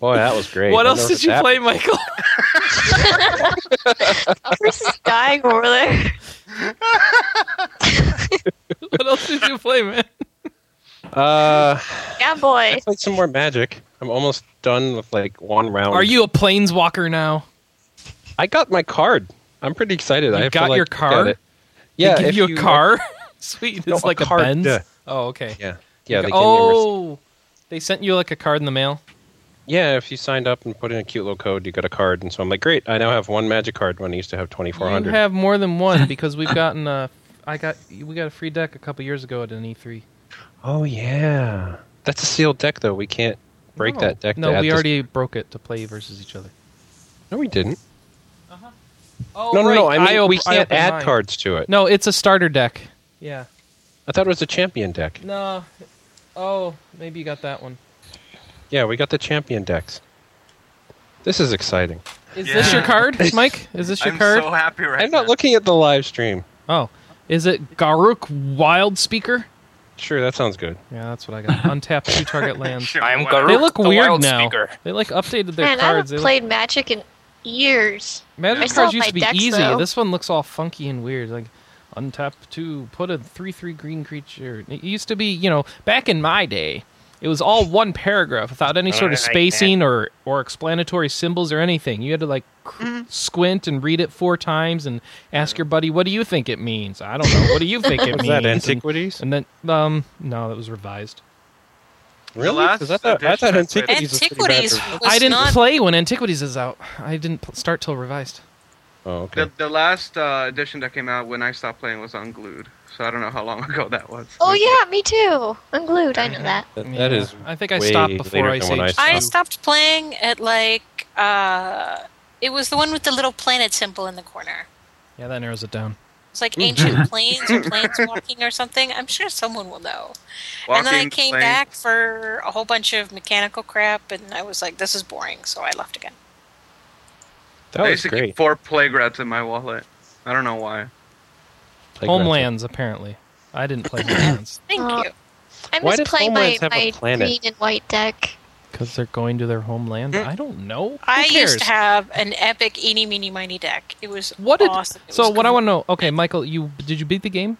Speaker 3: Boy, that was great.
Speaker 1: What
Speaker 3: I
Speaker 1: else
Speaker 3: never
Speaker 1: did you
Speaker 3: that-
Speaker 1: play, Michael? [LAUGHS]
Speaker 2: Alfred's is dying over there.
Speaker 1: what else did you play, man?
Speaker 3: Uh,
Speaker 2: Yeah, boy.
Speaker 3: I played some more Magic. I'm almost done with like one round.
Speaker 1: Are you a planeswalker now?
Speaker 3: I got my card. I'm pretty excited.
Speaker 1: You
Speaker 3: I
Speaker 1: got
Speaker 3: feel like
Speaker 1: your
Speaker 3: I got
Speaker 1: card?
Speaker 3: it.
Speaker 1: They
Speaker 3: Yeah,
Speaker 1: give
Speaker 3: if
Speaker 1: you a car. [LAUGHS] Sweet, it's
Speaker 3: No, a
Speaker 1: like a,
Speaker 3: card,
Speaker 1: Benz.
Speaker 3: yeah.
Speaker 1: Oh, okay.
Speaker 3: yeah, yeah. They oh,
Speaker 1: oh, they sent you like a card in the mail.
Speaker 3: yeah. If you signed up and put in a cute little code, you got a card. And so I'm like, great. I now have one Magic card when I used to have
Speaker 1: You
Speaker 3: 2,400.
Speaker 1: have more than
Speaker 3: [LAUGHS]
Speaker 1: one because we've gotten. Uh, I got we got a free deck a couple years ago at an E E3.
Speaker 3: oh yeah, that's a sealed deck though. We can't break
Speaker 1: No.
Speaker 3: that deck. to
Speaker 1: Oh. No,
Speaker 3: add
Speaker 1: we
Speaker 3: this-
Speaker 1: already broke it to play versus each other.
Speaker 3: No, we didn't.
Speaker 1: Oh,
Speaker 3: no, no, no. I mean,
Speaker 1: op-
Speaker 3: we can't
Speaker 1: opened
Speaker 3: add
Speaker 1: mine.
Speaker 3: cards to it.
Speaker 1: No, it's a starter deck. Yeah.
Speaker 3: I thought it was a champion deck.
Speaker 1: No. Oh, maybe you got that one.
Speaker 3: Yeah, we got the champion decks. This is exciting.
Speaker 1: Is this your
Speaker 4: Yeah.
Speaker 1: card,
Speaker 3: [LAUGHS]
Speaker 1: Mike? Is this your
Speaker 4: I'm
Speaker 1: card?
Speaker 4: so happy right
Speaker 3: I'm not
Speaker 4: now.
Speaker 3: looking at the live stream.
Speaker 1: oh, is it Garuk Wild Speaker?
Speaker 3: Sure, that sounds good.
Speaker 1: Yeah, that's what I got. Untap two
Speaker 3: [LAUGHS]
Speaker 1: target lands.
Speaker 4: Sure,
Speaker 5: I'm
Speaker 4: whatever.
Speaker 1: They
Speaker 5: Garuk
Speaker 1: look
Speaker 5: the
Speaker 1: weird
Speaker 5: Wild
Speaker 1: now.
Speaker 5: Speaker.
Speaker 1: They like updated their
Speaker 2: Man, I
Speaker 1: cards.
Speaker 2: haven't
Speaker 1: They
Speaker 2: played Magic in years.
Speaker 1: look, magic
Speaker 2: I still
Speaker 1: cards
Speaker 2: have
Speaker 1: used
Speaker 2: my
Speaker 1: to be
Speaker 2: decks,
Speaker 1: easy.
Speaker 2: though.
Speaker 1: This one looks all funky and weird. Like untap two, put a three-three green creature. It used to be, you know, back in my day, it was all one paragraph without any sort of
Speaker 5: Alright,
Speaker 1: spacing or or explanatory symbols or anything. You had to like cr-
Speaker 2: Mm-hmm.
Speaker 1: squint and read it four times and ask your buddy, "What do you think it means?" I don't know. What
Speaker 2: [LAUGHS]
Speaker 1: do you think it
Speaker 3: Is
Speaker 1: means?
Speaker 3: that
Speaker 1: And-
Speaker 3: antiquities?
Speaker 1: And then, um, no, that was revised.
Speaker 3: Really? 'Cause I
Speaker 4: last
Speaker 3: thought, I thought
Speaker 4: edition I played-
Speaker 3: antiquities was pretty bad.
Speaker 6: Antiquities
Speaker 3: for-
Speaker 6: was
Speaker 1: I didn't
Speaker 6: not
Speaker 1: play when Antiquities is out. I didn't pl- start till revised.
Speaker 3: Oh, okay.
Speaker 4: The, the last uh, edition that came out when I stopped playing was Unglued, so I don't know how long [LAUGHS] ago that was.
Speaker 2: Oh, yeah, me too.
Speaker 1: [LAUGHS]
Speaker 2: Unglued, I know that.
Speaker 3: That, that
Speaker 1: Yeah.
Speaker 3: is.
Speaker 1: I think I
Speaker 3: way
Speaker 1: stopped before
Speaker 3: later
Speaker 1: Ice
Speaker 3: than when I
Speaker 1: Age.
Speaker 3: stopped.
Speaker 6: I
Speaker 3: Um,
Speaker 6: stopped playing at like uh it was the one with the little planet symbol in the corner.
Speaker 1: Yeah, that narrows it down.
Speaker 6: It's like
Speaker 3: Hmm. [LAUGHS]
Speaker 6: ancient planes or planes walking or something. I'm sure someone will know. and then I
Speaker 4: Walking,
Speaker 6: came
Speaker 4: playing-
Speaker 6: back for a whole bunch of mechanical crap and I was like, this is boring, so I left again.
Speaker 3: That was
Speaker 4: basically
Speaker 3: great.
Speaker 4: four playgrouts in my wallet. I don't know why.
Speaker 3: Playgrounds.
Speaker 1: Homelands, apparently. I didn't
Speaker 3: [COUGHS]
Speaker 1: play Homelands
Speaker 6: Thank
Speaker 2: Oh.
Speaker 6: you.
Speaker 2: I'm
Speaker 3: Why
Speaker 2: just
Speaker 3: does
Speaker 2: playing my,
Speaker 3: Homelands have a
Speaker 2: my
Speaker 3: planet?
Speaker 2: green and white deck.
Speaker 1: because they're going to their homeland.
Speaker 3: Mm.
Speaker 1: I don't know. Who
Speaker 6: I
Speaker 1: cares?
Speaker 6: used to have an epic eeny meeny miny deck. It was
Speaker 1: what did
Speaker 6: awesome. It
Speaker 1: so?
Speaker 6: was
Speaker 1: What I
Speaker 6: cool.
Speaker 1: want to know? Okay, Michael, you did you beat the game?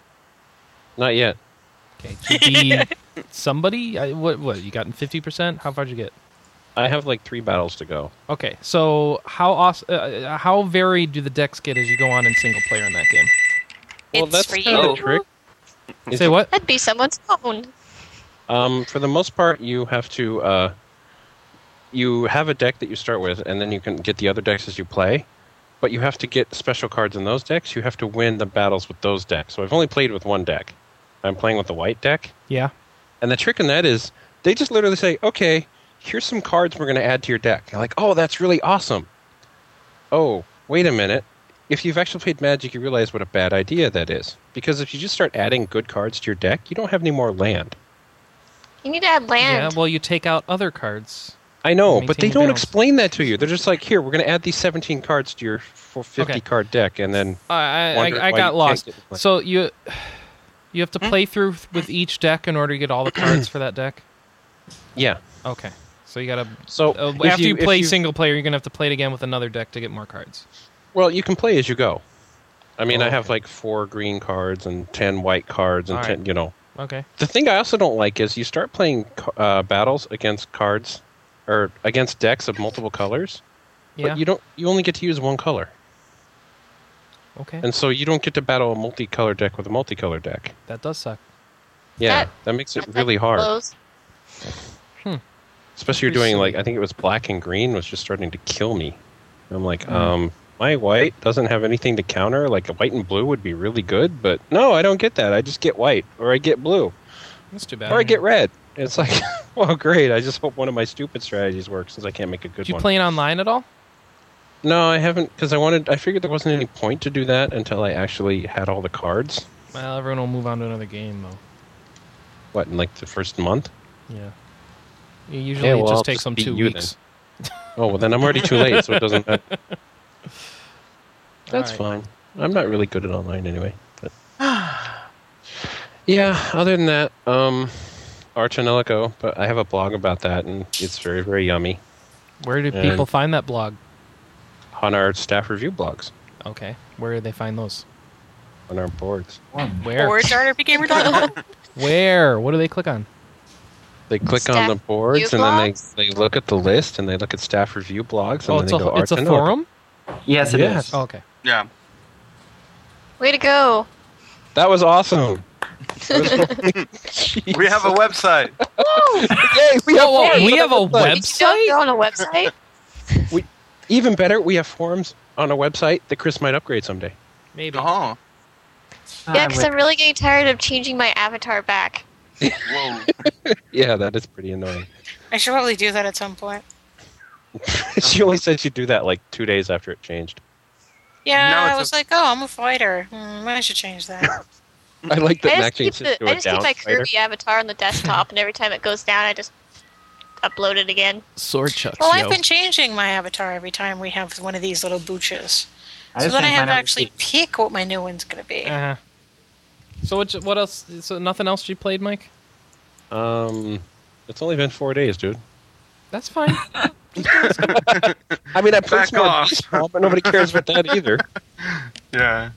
Speaker 3: Not yet.
Speaker 1: Okay, did you
Speaker 3: [LAUGHS]
Speaker 1: beat somebody? I, what what you got in fifty percent? How far did you get?
Speaker 3: I have like three battles to go.
Speaker 1: Okay, so how awes- uh, uh, how varied do the decks get as you go on in single player in that game?
Speaker 3: Well,
Speaker 6: It's
Speaker 3: that's
Speaker 6: for
Speaker 3: kinda
Speaker 4: Oh.
Speaker 6: you.
Speaker 3: the trick. Is
Speaker 1: Say what?
Speaker 2: That'd be someone's phone.
Speaker 3: Um, for the most part, you have to. Uh, you have a deck that you start with, and then you can get the other decks as you play. But you have to get special cards in those decks. You have to win the battles with those decks. So I've only played with one deck. I'm playing with the white deck.
Speaker 1: Yeah.
Speaker 3: And the trick in that is they just literally say, okay, here's some cards we're going to add to your deck. You're like, oh, that's really awesome. Oh, wait a minute. If you've actually played Magic, you realize what a bad idea that is. Because if you just start adding good cards to your deck, you don't have any more land.
Speaker 2: You need to add land.
Speaker 1: Yeah. Well, you take out other cards.
Speaker 3: I know,
Speaker 1: Maintain
Speaker 3: but they
Speaker 1: your
Speaker 3: don't
Speaker 1: balance.
Speaker 3: explain that to you. They're just like, here, we're going to add these 17 cards to your 50
Speaker 1: Okay.
Speaker 3: card deck, and then
Speaker 1: I I,
Speaker 3: wonder
Speaker 1: I, I
Speaker 3: why you
Speaker 1: got
Speaker 3: can't
Speaker 1: lost.
Speaker 3: get the play.
Speaker 1: So you you have to
Speaker 3: Hmm?
Speaker 1: play through th- with each deck in order to get all the cards for that deck.
Speaker 3: yeah.
Speaker 1: Okay. So you gotta.
Speaker 3: So
Speaker 1: Uh,
Speaker 3: Oh, if
Speaker 1: after you,
Speaker 3: if
Speaker 1: play single player, you're gonna have to play it again with another deck to get more cards.
Speaker 3: Well, you can play as you go. I mean,
Speaker 1: Oh,
Speaker 3: I have
Speaker 1: okay.
Speaker 3: like four green cards and 10 white cards and
Speaker 1: All
Speaker 3: 10,
Speaker 1: right.
Speaker 3: you know.
Speaker 1: Okay.
Speaker 3: The thing I also don't like is you start playing uh, battles against cards or against decks of multiple colors.
Speaker 1: Yeah.
Speaker 3: But you don't. You only get to use one color,
Speaker 1: okay.
Speaker 3: and so you don't get to battle a multicolor deck with a multicolor deck.
Speaker 1: That does suck.
Speaker 3: Yeah,
Speaker 2: That-
Speaker 3: that makes it really hard.
Speaker 2: Blows.
Speaker 3: Especially you're
Speaker 1: Pretty
Speaker 3: doing
Speaker 1: soon.
Speaker 3: like I think it was black and green was just starting to kill me. I'm like,
Speaker 1: Mm.
Speaker 3: um, my white doesn't have anything to counter. Like white and blue would be really good, but no, I don't get that. I just get white, or I get blue,
Speaker 1: That's too bad.
Speaker 3: or I get red. It's like, [LAUGHS] well, great. I just hope one of my stupid strategies works since I can't make a good
Speaker 1: Did you
Speaker 3: one.
Speaker 1: play it online at all?
Speaker 3: no, I haven't because I wanted. I figured there wasn't any point to do that until I actually had all the cards.
Speaker 1: Well, everyone will move on to another game though.
Speaker 3: What in like the first month?
Speaker 1: Yeah. You Usually
Speaker 3: Yeah,
Speaker 1: it
Speaker 3: well, I'll
Speaker 1: just takes
Speaker 3: just
Speaker 1: them
Speaker 3: beat
Speaker 1: two
Speaker 3: you
Speaker 1: weeks.
Speaker 3: Oh well, then I'm already too late, so it doesn't.
Speaker 1: [LAUGHS]
Speaker 3: matter. That's
Speaker 1: All
Speaker 3: fine. I'm not really good at online anyway. But [SIGHS] yeah, other than that, um, Archanelico, but I have a blog about that, and it's very very yummy
Speaker 1: Where do
Speaker 3: Yeah.
Speaker 1: people find that blog?
Speaker 3: on our staff review blogs
Speaker 1: Okay. Where do they find those?
Speaker 3: on our boards.
Speaker 1: Where?
Speaker 6: Or dartrpgamer.com.
Speaker 4: [LAUGHS]
Speaker 1: Where? What do they click on?
Speaker 3: They click on
Speaker 2: Staff
Speaker 3: the boards,
Speaker 2: review
Speaker 3: and then
Speaker 2: blogs?
Speaker 3: they, they look at the list, and they look at staff review blogs, and
Speaker 1: Oh,
Speaker 3: then
Speaker 1: it's
Speaker 3: they go
Speaker 1: a, it's a
Speaker 3: Artanelico.
Speaker 1: forum?
Speaker 7: Yes, it is.
Speaker 3: Yes.
Speaker 1: Oh, okay.
Speaker 4: [LAUGHS] Yeah.
Speaker 2: Way to go.
Speaker 3: That was awesome.
Speaker 4: [LAUGHS] We have a [LAUGHS]
Speaker 3: [LAUGHS]
Speaker 4: website.
Speaker 3: Yay, we have
Speaker 1: Whoa,
Speaker 2: Hey,
Speaker 1: we have a
Speaker 2: Did you don't
Speaker 1: website?
Speaker 2: go on a website?
Speaker 3: even better. We have forums on a website that Chris might upgrade someday.
Speaker 1: Maybe.
Speaker 4: Oh.
Speaker 2: yeah, because I'm really getting tired of changing my avatar back.
Speaker 4: Whoa.
Speaker 3: Yeah, that is pretty annoying.
Speaker 6: I should probably do that at some point.
Speaker 3: [LAUGHS] she only said she'd do that like two days after it changed.
Speaker 6: Yeah,
Speaker 4: Now
Speaker 6: I
Speaker 4: it's
Speaker 6: was
Speaker 4: a-
Speaker 6: like, oh, I'm a fighter. Hmm, I should
Speaker 4: [LAUGHS]
Speaker 6: change that.
Speaker 3: I like that
Speaker 2: I
Speaker 3: Mac
Speaker 2: just, keep,
Speaker 3: changed it to
Speaker 2: the, I
Speaker 3: a
Speaker 2: just keep
Speaker 3: down
Speaker 2: my
Speaker 3: fighter.
Speaker 2: Kirby avatar on the
Speaker 3: [LAUGHS]
Speaker 2: desktop, and every time it goes down, I just upload it again.
Speaker 1: Sword chucks.
Speaker 6: well,
Speaker 1: yo.
Speaker 6: I've been changing my avatar every time we have one of these little booches.
Speaker 7: I
Speaker 6: So
Speaker 7: just
Speaker 6: then I
Speaker 7: didn't
Speaker 6: have
Speaker 7: find
Speaker 6: to
Speaker 7: out-
Speaker 6: actually pick what my new one's going to be.
Speaker 1: Uh-huh. So what, what else? So nothing else you played, Mike?
Speaker 3: Um, it's only been four days, dude.
Speaker 1: That's fine.
Speaker 3: I mean, I played
Speaker 4: Back
Speaker 3: some more
Speaker 4: off.
Speaker 3: baseball, but nobody cares about that
Speaker 2: [LAUGHS]
Speaker 3: either.
Speaker 4: Yeah.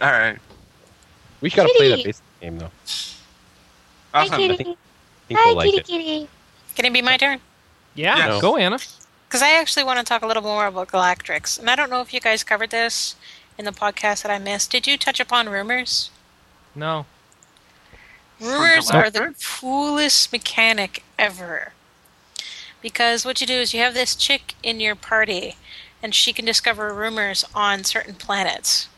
Speaker 4: All right.
Speaker 3: We gotta play that
Speaker 2: Kitty.
Speaker 3: baseball game though. I
Speaker 2: Hi,
Speaker 4: Awesome.
Speaker 3: I
Speaker 2: kitty.
Speaker 3: think- think
Speaker 2: Hi,
Speaker 3: we'll
Speaker 2: kitty,
Speaker 3: like it.
Speaker 2: kitty.
Speaker 6: Can it be my turn?
Speaker 1: [LAUGHS] yeah,
Speaker 4: Yes.
Speaker 1: go Anna.
Speaker 6: Because I actually want to talk a little more about Galactrix. And I don't know if you guys covered this in the podcast that I missed. Did you touch upon rumors?
Speaker 1: No.
Speaker 6: Rumors
Speaker 4: Galactrix?
Speaker 6: are the coolest mechanic ever. Because what you do is you have this chick in your party, and she can discover rumors on certain planets.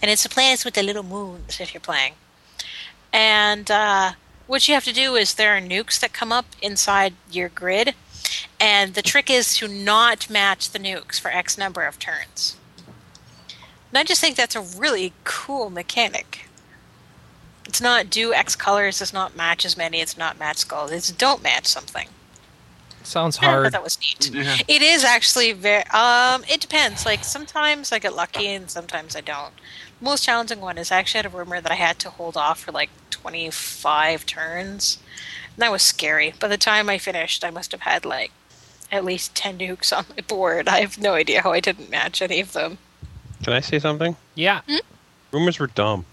Speaker 6: And it's the planets with the little moons, if you're playing. And uh, what you have to do is there are nukes that come up inside your grid, and the trick is to not match the nukes for X number of turns. And I just think that's a really cool mechanic. It's not do X colors. It's not match as many. It's not match skulls. It's don't match something.
Speaker 1: Sounds
Speaker 6: I thought
Speaker 1: hard.
Speaker 6: that was neat.
Speaker 4: Yeah.
Speaker 6: It is actually very. Um, it depends. Like sometimes I get lucky and sometimes I don't. Most challenging one is I actually had a rumor that I had to hold off for like 25 turns, and that was scary. By the time I finished, I must have had like at least 10 nukes on my board. I have no idea how I didn't match any of them.
Speaker 3: Can I say something?
Speaker 1: Yeah.
Speaker 3: Rumors were dumb.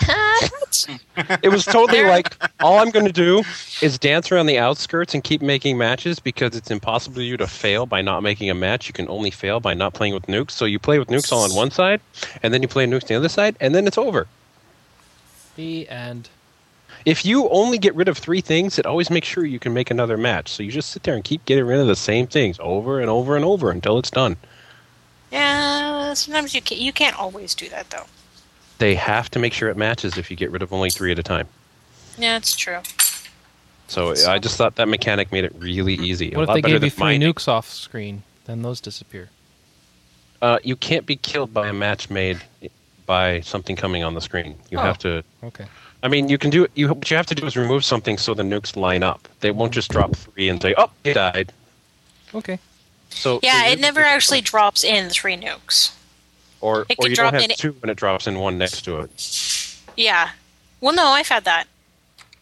Speaker 2: [LAUGHS]
Speaker 6: What?
Speaker 3: It was totally like all I'm going to do is dance around the outskirts and keep making matches because it's impossible for you to fail by not making a match. You can only fail by not playing with nukes. So you play with nukes all on one side, and then you play nukes on the other side, and then it's over.
Speaker 1: The end.
Speaker 3: If you only get rid of three things, it always makes sure you can make another match. So you just sit there and keep getting rid of the same things over and over and over until it's done.
Speaker 6: Yeah, sometimes you can't, you can't always do that though.
Speaker 3: They have to make sure it matches if you get rid of only three at a time.
Speaker 6: Yeah, it's true.
Speaker 3: So I just thought that mechanic made it really easy. a
Speaker 1: What
Speaker 3: lot
Speaker 1: if they
Speaker 3: better
Speaker 1: gave
Speaker 3: than
Speaker 1: you three
Speaker 3: mine.
Speaker 1: nukes off screen? Then those disappear.
Speaker 3: Uh, you can't be killed by a match made by something coming on the screen. You
Speaker 1: Oh.
Speaker 3: have to.
Speaker 1: Okay.
Speaker 3: I mean, you can do it. You what you have to do is remove something so the nukes line up. They won't just drop three and say, "Oh, it died."
Speaker 1: Okay.
Speaker 3: So
Speaker 6: Yeah,
Speaker 3: so
Speaker 6: it
Speaker 3: you-
Speaker 6: never actually drops in three nukes.
Speaker 3: Or,
Speaker 6: it
Speaker 3: or
Speaker 6: can
Speaker 3: you don't
Speaker 6: drop
Speaker 3: have
Speaker 6: in-
Speaker 3: two when it drops in one next to it.
Speaker 6: Yeah. Well, no, I've had that.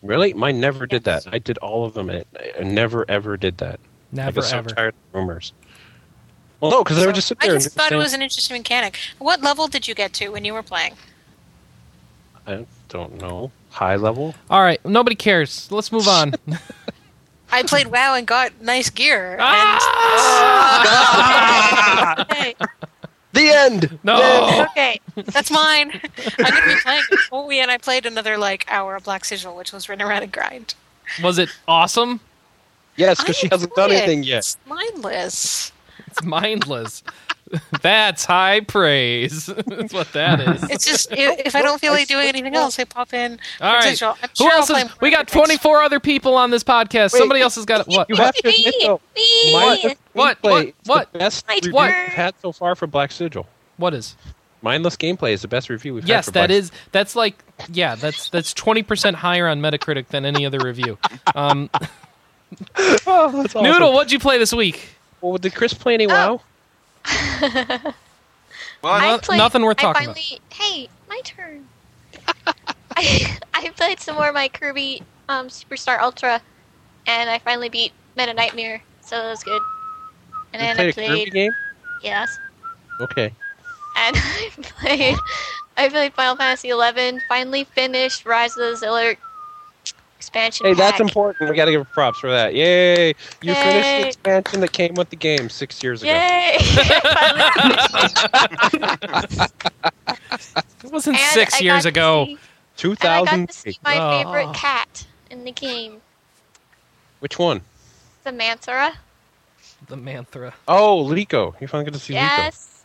Speaker 3: Really, mine never did
Speaker 6: Yes.
Speaker 3: that. I did all of them. and It, I never ever did that. I
Speaker 1: Never
Speaker 3: get so
Speaker 1: ever.
Speaker 3: tired of rumors. Well, no, because they would just sit
Speaker 6: I
Speaker 3: there.
Speaker 6: just
Speaker 3: and
Speaker 6: thought it
Speaker 3: saying-
Speaker 6: was an interesting mechanic. What level did you get to when you were playing?
Speaker 3: I don't know. High level.
Speaker 1: [LAUGHS] All right. Nobody cares. Let's move on.
Speaker 6: I played WoW and got nice gear. And
Speaker 1: Ah!
Speaker 6: Hey,
Speaker 3: The end.
Speaker 1: [LAUGHS] No.
Speaker 2: Okay.
Speaker 6: that's mine. I'm gonna be playing. it. Oh, yeah, and I played another like hour of Black Sigil, which was run around and grind.
Speaker 1: Was it awesome?
Speaker 3: Yes, because
Speaker 6: I
Speaker 3: she hasn't done
Speaker 6: enjoy it.
Speaker 3: anything yet.
Speaker 6: It's mindless.
Speaker 1: It's mindless. [LAUGHS] That's high praise. [LAUGHS] That's what that is.
Speaker 6: It's just if, if I don't feel like doing anything else, I pop in.
Speaker 1: All
Speaker 6: Black
Speaker 1: right.
Speaker 6: Sigil. I'm
Speaker 1: Who
Speaker 6: sure I'll
Speaker 1: else
Speaker 6: play
Speaker 1: is?
Speaker 6: more
Speaker 1: We got
Speaker 6: of it next
Speaker 1: 24 other people on this podcast.
Speaker 3: Wait.
Speaker 1: Somebody else has got it. What?
Speaker 3: You have to admit though,
Speaker 2: Me!
Speaker 3: my
Speaker 1: What?
Speaker 3: gameplay
Speaker 1: What?
Speaker 3: is
Speaker 1: What?
Speaker 3: The best
Speaker 2: My
Speaker 3: review
Speaker 2: turn.
Speaker 3: we've had so far for Black Sigil.
Speaker 1: What is?
Speaker 3: Mindless gameplay is the best review we've
Speaker 1: Yes,
Speaker 3: had. for
Speaker 1: that
Speaker 3: Black
Speaker 1: is. That's like. Yeah, that's that's 20% higher on Metacritic than any other review. Um, [LAUGHS]
Speaker 3: Oh, that's [LAUGHS] awesome.
Speaker 1: Noodle, what'd you play this week?
Speaker 3: Well, did Chris play any
Speaker 2: Oh,
Speaker 3: WoW?
Speaker 2: [LAUGHS]
Speaker 4: What?
Speaker 2: I
Speaker 1: No-
Speaker 2: played,
Speaker 1: nothing worth
Speaker 2: I
Speaker 1: talking about.
Speaker 2: finally, Hey, my turn. [LAUGHS] I, I played some more of my Kirby um, Superstar Ultra, and I finally beat Meta Nightmare, so it was good. And
Speaker 3: you
Speaker 2: then
Speaker 3: played
Speaker 2: I
Speaker 3: a Kirby
Speaker 2: played,
Speaker 3: game?
Speaker 2: yes,
Speaker 3: Okay.
Speaker 2: and [LAUGHS] I played, I played Final Fantasy Eleven. Finally finished Rise of the Zillar expansion.
Speaker 3: Hey, that's
Speaker 2: pack.
Speaker 3: important. We got to give props for that. Yay! You finished
Speaker 2: Yay.
Speaker 3: the expansion that came with the game six years ago.
Speaker 2: Yay!
Speaker 1: [LAUGHS]
Speaker 2: [LAUGHS] Finally
Speaker 1: It wasn't
Speaker 2: And
Speaker 1: six
Speaker 2: I
Speaker 1: years
Speaker 2: got to
Speaker 1: ago.
Speaker 2: see- and I got
Speaker 3: 2000.
Speaker 2: to see my
Speaker 1: Oh.
Speaker 2: favorite cat in the game,
Speaker 3: Which one?
Speaker 2: Samanthra.
Speaker 1: The Manthra.
Speaker 3: Oh, Liko. You finally get to see
Speaker 2: Yes,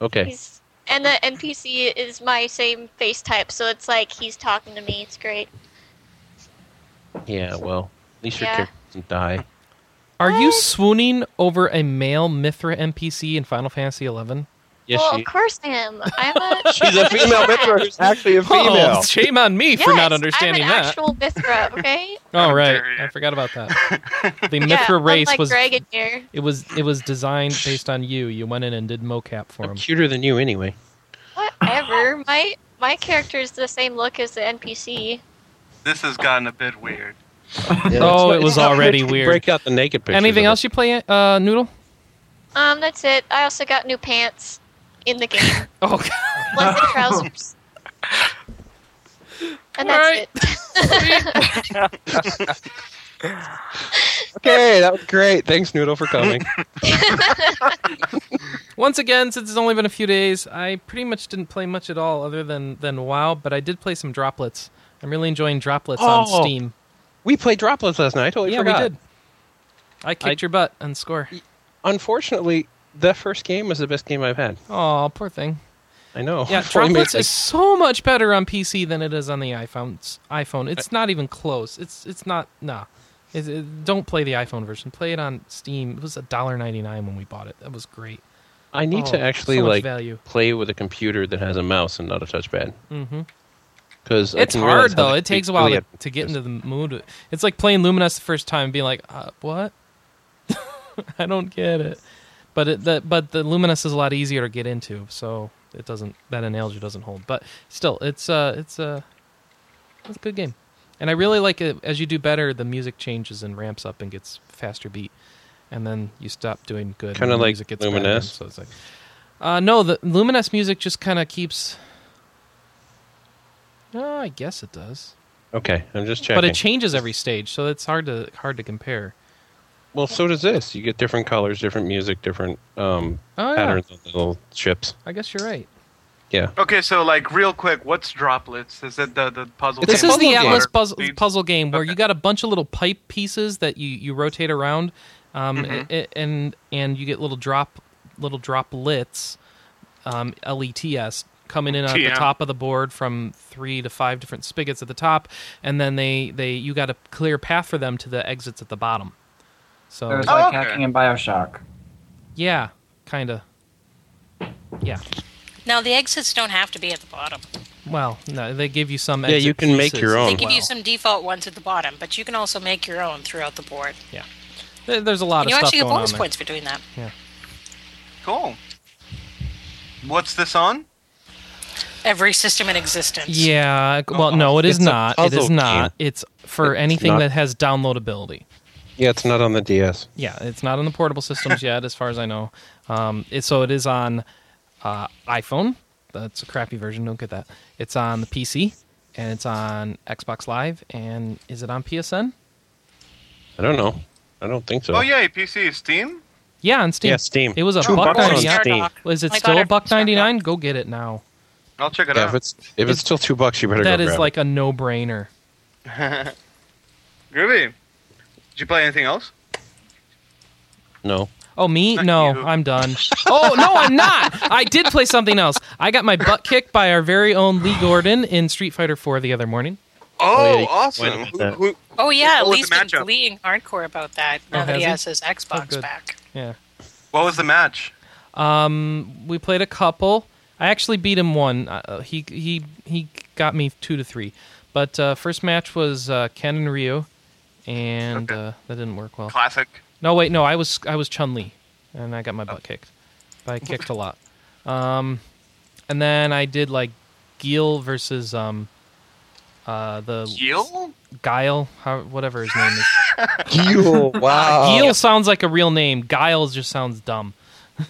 Speaker 3: Liko. Okay.
Speaker 2: he's and the NPC is my same face type, so it's like he's talking to me. It's great.
Speaker 3: Yeah, well, at least your
Speaker 2: Yeah.
Speaker 3: character doesn't die.
Speaker 1: Are you swooning over a male Mithra NPC in Final Fantasy XI?
Speaker 3: Yes,
Speaker 2: well, [LAUGHS]
Speaker 3: she.
Speaker 2: of course I am. I'm
Speaker 3: [LAUGHS]
Speaker 2: a.
Speaker 3: She's a
Speaker 2: [LAUGHS]
Speaker 3: female mentor who's actually a female.
Speaker 1: Oh, shame on me for
Speaker 2: yes,
Speaker 1: not understanding
Speaker 2: I'm an
Speaker 1: that.
Speaker 2: actual Mithra.
Speaker 1: [LAUGHS]
Speaker 2: Okay.
Speaker 1: oh, right.
Speaker 4: dare you.
Speaker 1: I forgot about
Speaker 3: [LAUGHS]
Speaker 1: that. The
Speaker 2: Yeah,
Speaker 1: Mithra race
Speaker 2: unlike
Speaker 1: was
Speaker 2: Greg in here.
Speaker 1: it was it was designed based on you. You went in and did mocap for
Speaker 3: I'm
Speaker 1: him.
Speaker 3: cuter than you, anyway.
Speaker 2: Whatever. My my character is the same look as the NPC.
Speaker 4: This has gotten a bit weird.
Speaker 1: Oh,
Speaker 3: It's
Speaker 1: it
Speaker 3: not-
Speaker 1: was
Speaker 3: it's not
Speaker 1: already
Speaker 3: good to
Speaker 1: weird.
Speaker 3: Break out the naked picture.
Speaker 1: Anything else you play, uh, Noodle?
Speaker 2: Um, that's it. I also got new pants in the game,
Speaker 1: Oh,
Speaker 3: [LAUGHS]
Speaker 2: plus the trousers. And that's
Speaker 1: Alright.
Speaker 2: it. [LAUGHS]
Speaker 3: Okay, that was great. Thanks, Noodle, for [LAUGHS] coming.
Speaker 1: [LAUGHS] Once again, since it's only been a few days, I pretty much didn't play much at all other than than WoW. But I did play some droplets. I'm really enjoying droplets
Speaker 3: Oh,
Speaker 1: on Steam.
Speaker 3: we played droplets last night. I totally
Speaker 1: Oh, yeah,
Speaker 3: forgot.
Speaker 1: we did. I kicked your butt on score.
Speaker 3: Unfortunately, the first game was the best game I've had.
Speaker 1: Oh, poor thing.
Speaker 3: I know. [LAUGHS]
Speaker 1: Yeah,
Speaker 3: Before we made,
Speaker 1: droplets
Speaker 3: like,
Speaker 1: is so much better on PC than it is on the iPhone. s- iPhone, it's not even close. It's it's not nah. It, it- don't play the iPhone version. Play it on Steam. It was a dollar ninety nine when we bought it. That was great.
Speaker 3: I need to
Speaker 1: Oh,
Speaker 3: actually
Speaker 1: so much
Speaker 3: like
Speaker 1: value.
Speaker 3: play with a computer that has a mouse and not a touchpad.
Speaker 1: Mhm.
Speaker 3: Because
Speaker 1: It's hard though. It takes a while to, to get into the mood. It's like playing Luminous the first time and being like, uh, "What? [LAUGHS] I don't get it." But it, the but the Luminous is a lot easier to get into, so it doesn't that analogy doesn't hold. But still, it's uh it's uh, it's a good game, and I really like it. As you do better, the music changes and ramps up and gets faster beat, and then you stop doing good. and
Speaker 3: Kinda
Speaker 1: the
Speaker 3: like
Speaker 1: music gets better,
Speaker 3: Luminous?
Speaker 1: So it's like, uh, no, the Luminous music just kind of keeps. No, I guess it does.
Speaker 3: Okay, I'm just checking.
Speaker 1: But it changes every stage, so it's hard to hard to compare.
Speaker 3: well, so does this. You get different colors, different music, different um,
Speaker 1: Oh yeah,
Speaker 3: patterns on the little chips.
Speaker 1: I guess you're right.
Speaker 3: Yeah.
Speaker 4: Okay, so like real quick, what's droplets? Is it the the puzzle?
Speaker 3: It's
Speaker 1: This
Speaker 3: a
Speaker 1: is
Speaker 3: puzzle
Speaker 1: the
Speaker 3: game.
Speaker 1: Atlas puzzle,
Speaker 4: Beats-
Speaker 1: puzzle game where you
Speaker 4: Okay.
Speaker 1: got a bunch of little pipe pieces that you, you rotate around, um,
Speaker 4: Mhm.
Speaker 1: a- and and you get little drop little droplets, um, L E T S coming in on the
Speaker 4: TM.
Speaker 1: top of the board from three to five different spigots at the top, and then they, they you got a clear path for them to the exits at the bottom. So
Speaker 7: So it's
Speaker 4: Oh,
Speaker 7: like
Speaker 4: okay.
Speaker 7: hacking in Bioshock.
Speaker 1: yeah, kind of. Yeah.
Speaker 6: week. Now the exits don't have to be at the bottom.
Speaker 1: Well, no, they give you some.
Speaker 3: Yeah,
Speaker 1: exit
Speaker 3: you can make
Speaker 1: pieces.
Speaker 3: your own.
Speaker 6: They
Speaker 3: Oh,
Speaker 6: give you
Speaker 1: wow.
Speaker 6: some default ones at the bottom, but you can also make your own throughout the board.
Speaker 1: There- There's a lot
Speaker 6: And
Speaker 1: of
Speaker 6: you
Speaker 1: stuff
Speaker 6: actually get
Speaker 1: going on
Speaker 6: bonus
Speaker 1: there.
Speaker 6: points for doing that.
Speaker 4: Cool. What's this on?
Speaker 6: Every system in existence.
Speaker 1: Yeah. c- Well, no, it is
Speaker 3: It's a
Speaker 1: not. It is
Speaker 3: puzzle
Speaker 1: not. It's for
Speaker 3: It's
Speaker 1: anything
Speaker 3: not-
Speaker 1: that has downloadability.
Speaker 3: Yeah, it's not on the DS.
Speaker 1: Yeah, it's not on the portable systems yet, as far as I know. Um, it, so it is on uh, iPhone. That's a crappy version. Don't get that. It's on the PC and it's on Xbox Live. And is it on PSN?
Speaker 3: I don't know. I don't think so.
Speaker 4: Oh yeah, PC is Steam.
Speaker 1: Yeah, on Steam.
Speaker 3: Yeah, Steam.
Speaker 1: It was a
Speaker 3: Two
Speaker 1: buck
Speaker 3: bucks on
Speaker 1: ninety nine.
Speaker 3: Steam.
Speaker 1: Was it
Speaker 6: Oh I got
Speaker 1: still
Speaker 6: it
Speaker 1: a buck
Speaker 6: from Star
Speaker 1: ninety nine? Go get it now.
Speaker 4: I'll check it
Speaker 3: Yeah, if
Speaker 4: out.
Speaker 3: it's if it's still two bucks, you better
Speaker 1: That
Speaker 3: go
Speaker 1: is
Speaker 3: grab
Speaker 1: like a no brainer.
Speaker 4: Groovy. Did you play anything else?
Speaker 3: it.
Speaker 1: [LAUGHS]
Speaker 3: No.
Speaker 1: Oh me?
Speaker 4: Not
Speaker 1: No,
Speaker 4: you.
Speaker 1: I'm
Speaker 4: [LAUGHS]
Speaker 1: done. Oh no, I'm not. I did play something else. I got my butt kicked by our very own Lee Gordon in Street Fighter Four the other morning.
Speaker 4: Oh,
Speaker 3: yeah, why
Speaker 4: awesome.
Speaker 3: not
Speaker 4: Who,
Speaker 3: that?
Speaker 4: who,
Speaker 6: Oh yeah,
Speaker 4: What was
Speaker 6: Lee's
Speaker 4: the
Speaker 6: been
Speaker 4: matchup?
Speaker 6: bleeding hardcore about that now
Speaker 1: Oh,
Speaker 6: that he
Speaker 1: has
Speaker 6: has his Xbox
Speaker 1: good.
Speaker 6: back.
Speaker 1: Yeah.
Speaker 4: what was the match?
Speaker 1: Um, we played a couple. I actually beat him one. Uh, he he he got me two to three. But uh, first match was uh, Ken and Ryu, and
Speaker 4: Okay.
Speaker 1: uh, that didn't work well.
Speaker 4: Classic.
Speaker 1: No, wait, no, I was I was Chun Li, and I got
Speaker 4: Oh.
Speaker 1: my butt kicked. But I kicked a lot. Um, and then I did like Gil versus um, uh, the
Speaker 4: Yeel?
Speaker 1: Guile, how, whatever his name is.
Speaker 3: Gil,
Speaker 1: [LAUGHS]
Speaker 3: [LAUGHS] wow.
Speaker 1: Gil sounds like a real name. Guile just sounds dumb. [LAUGHS]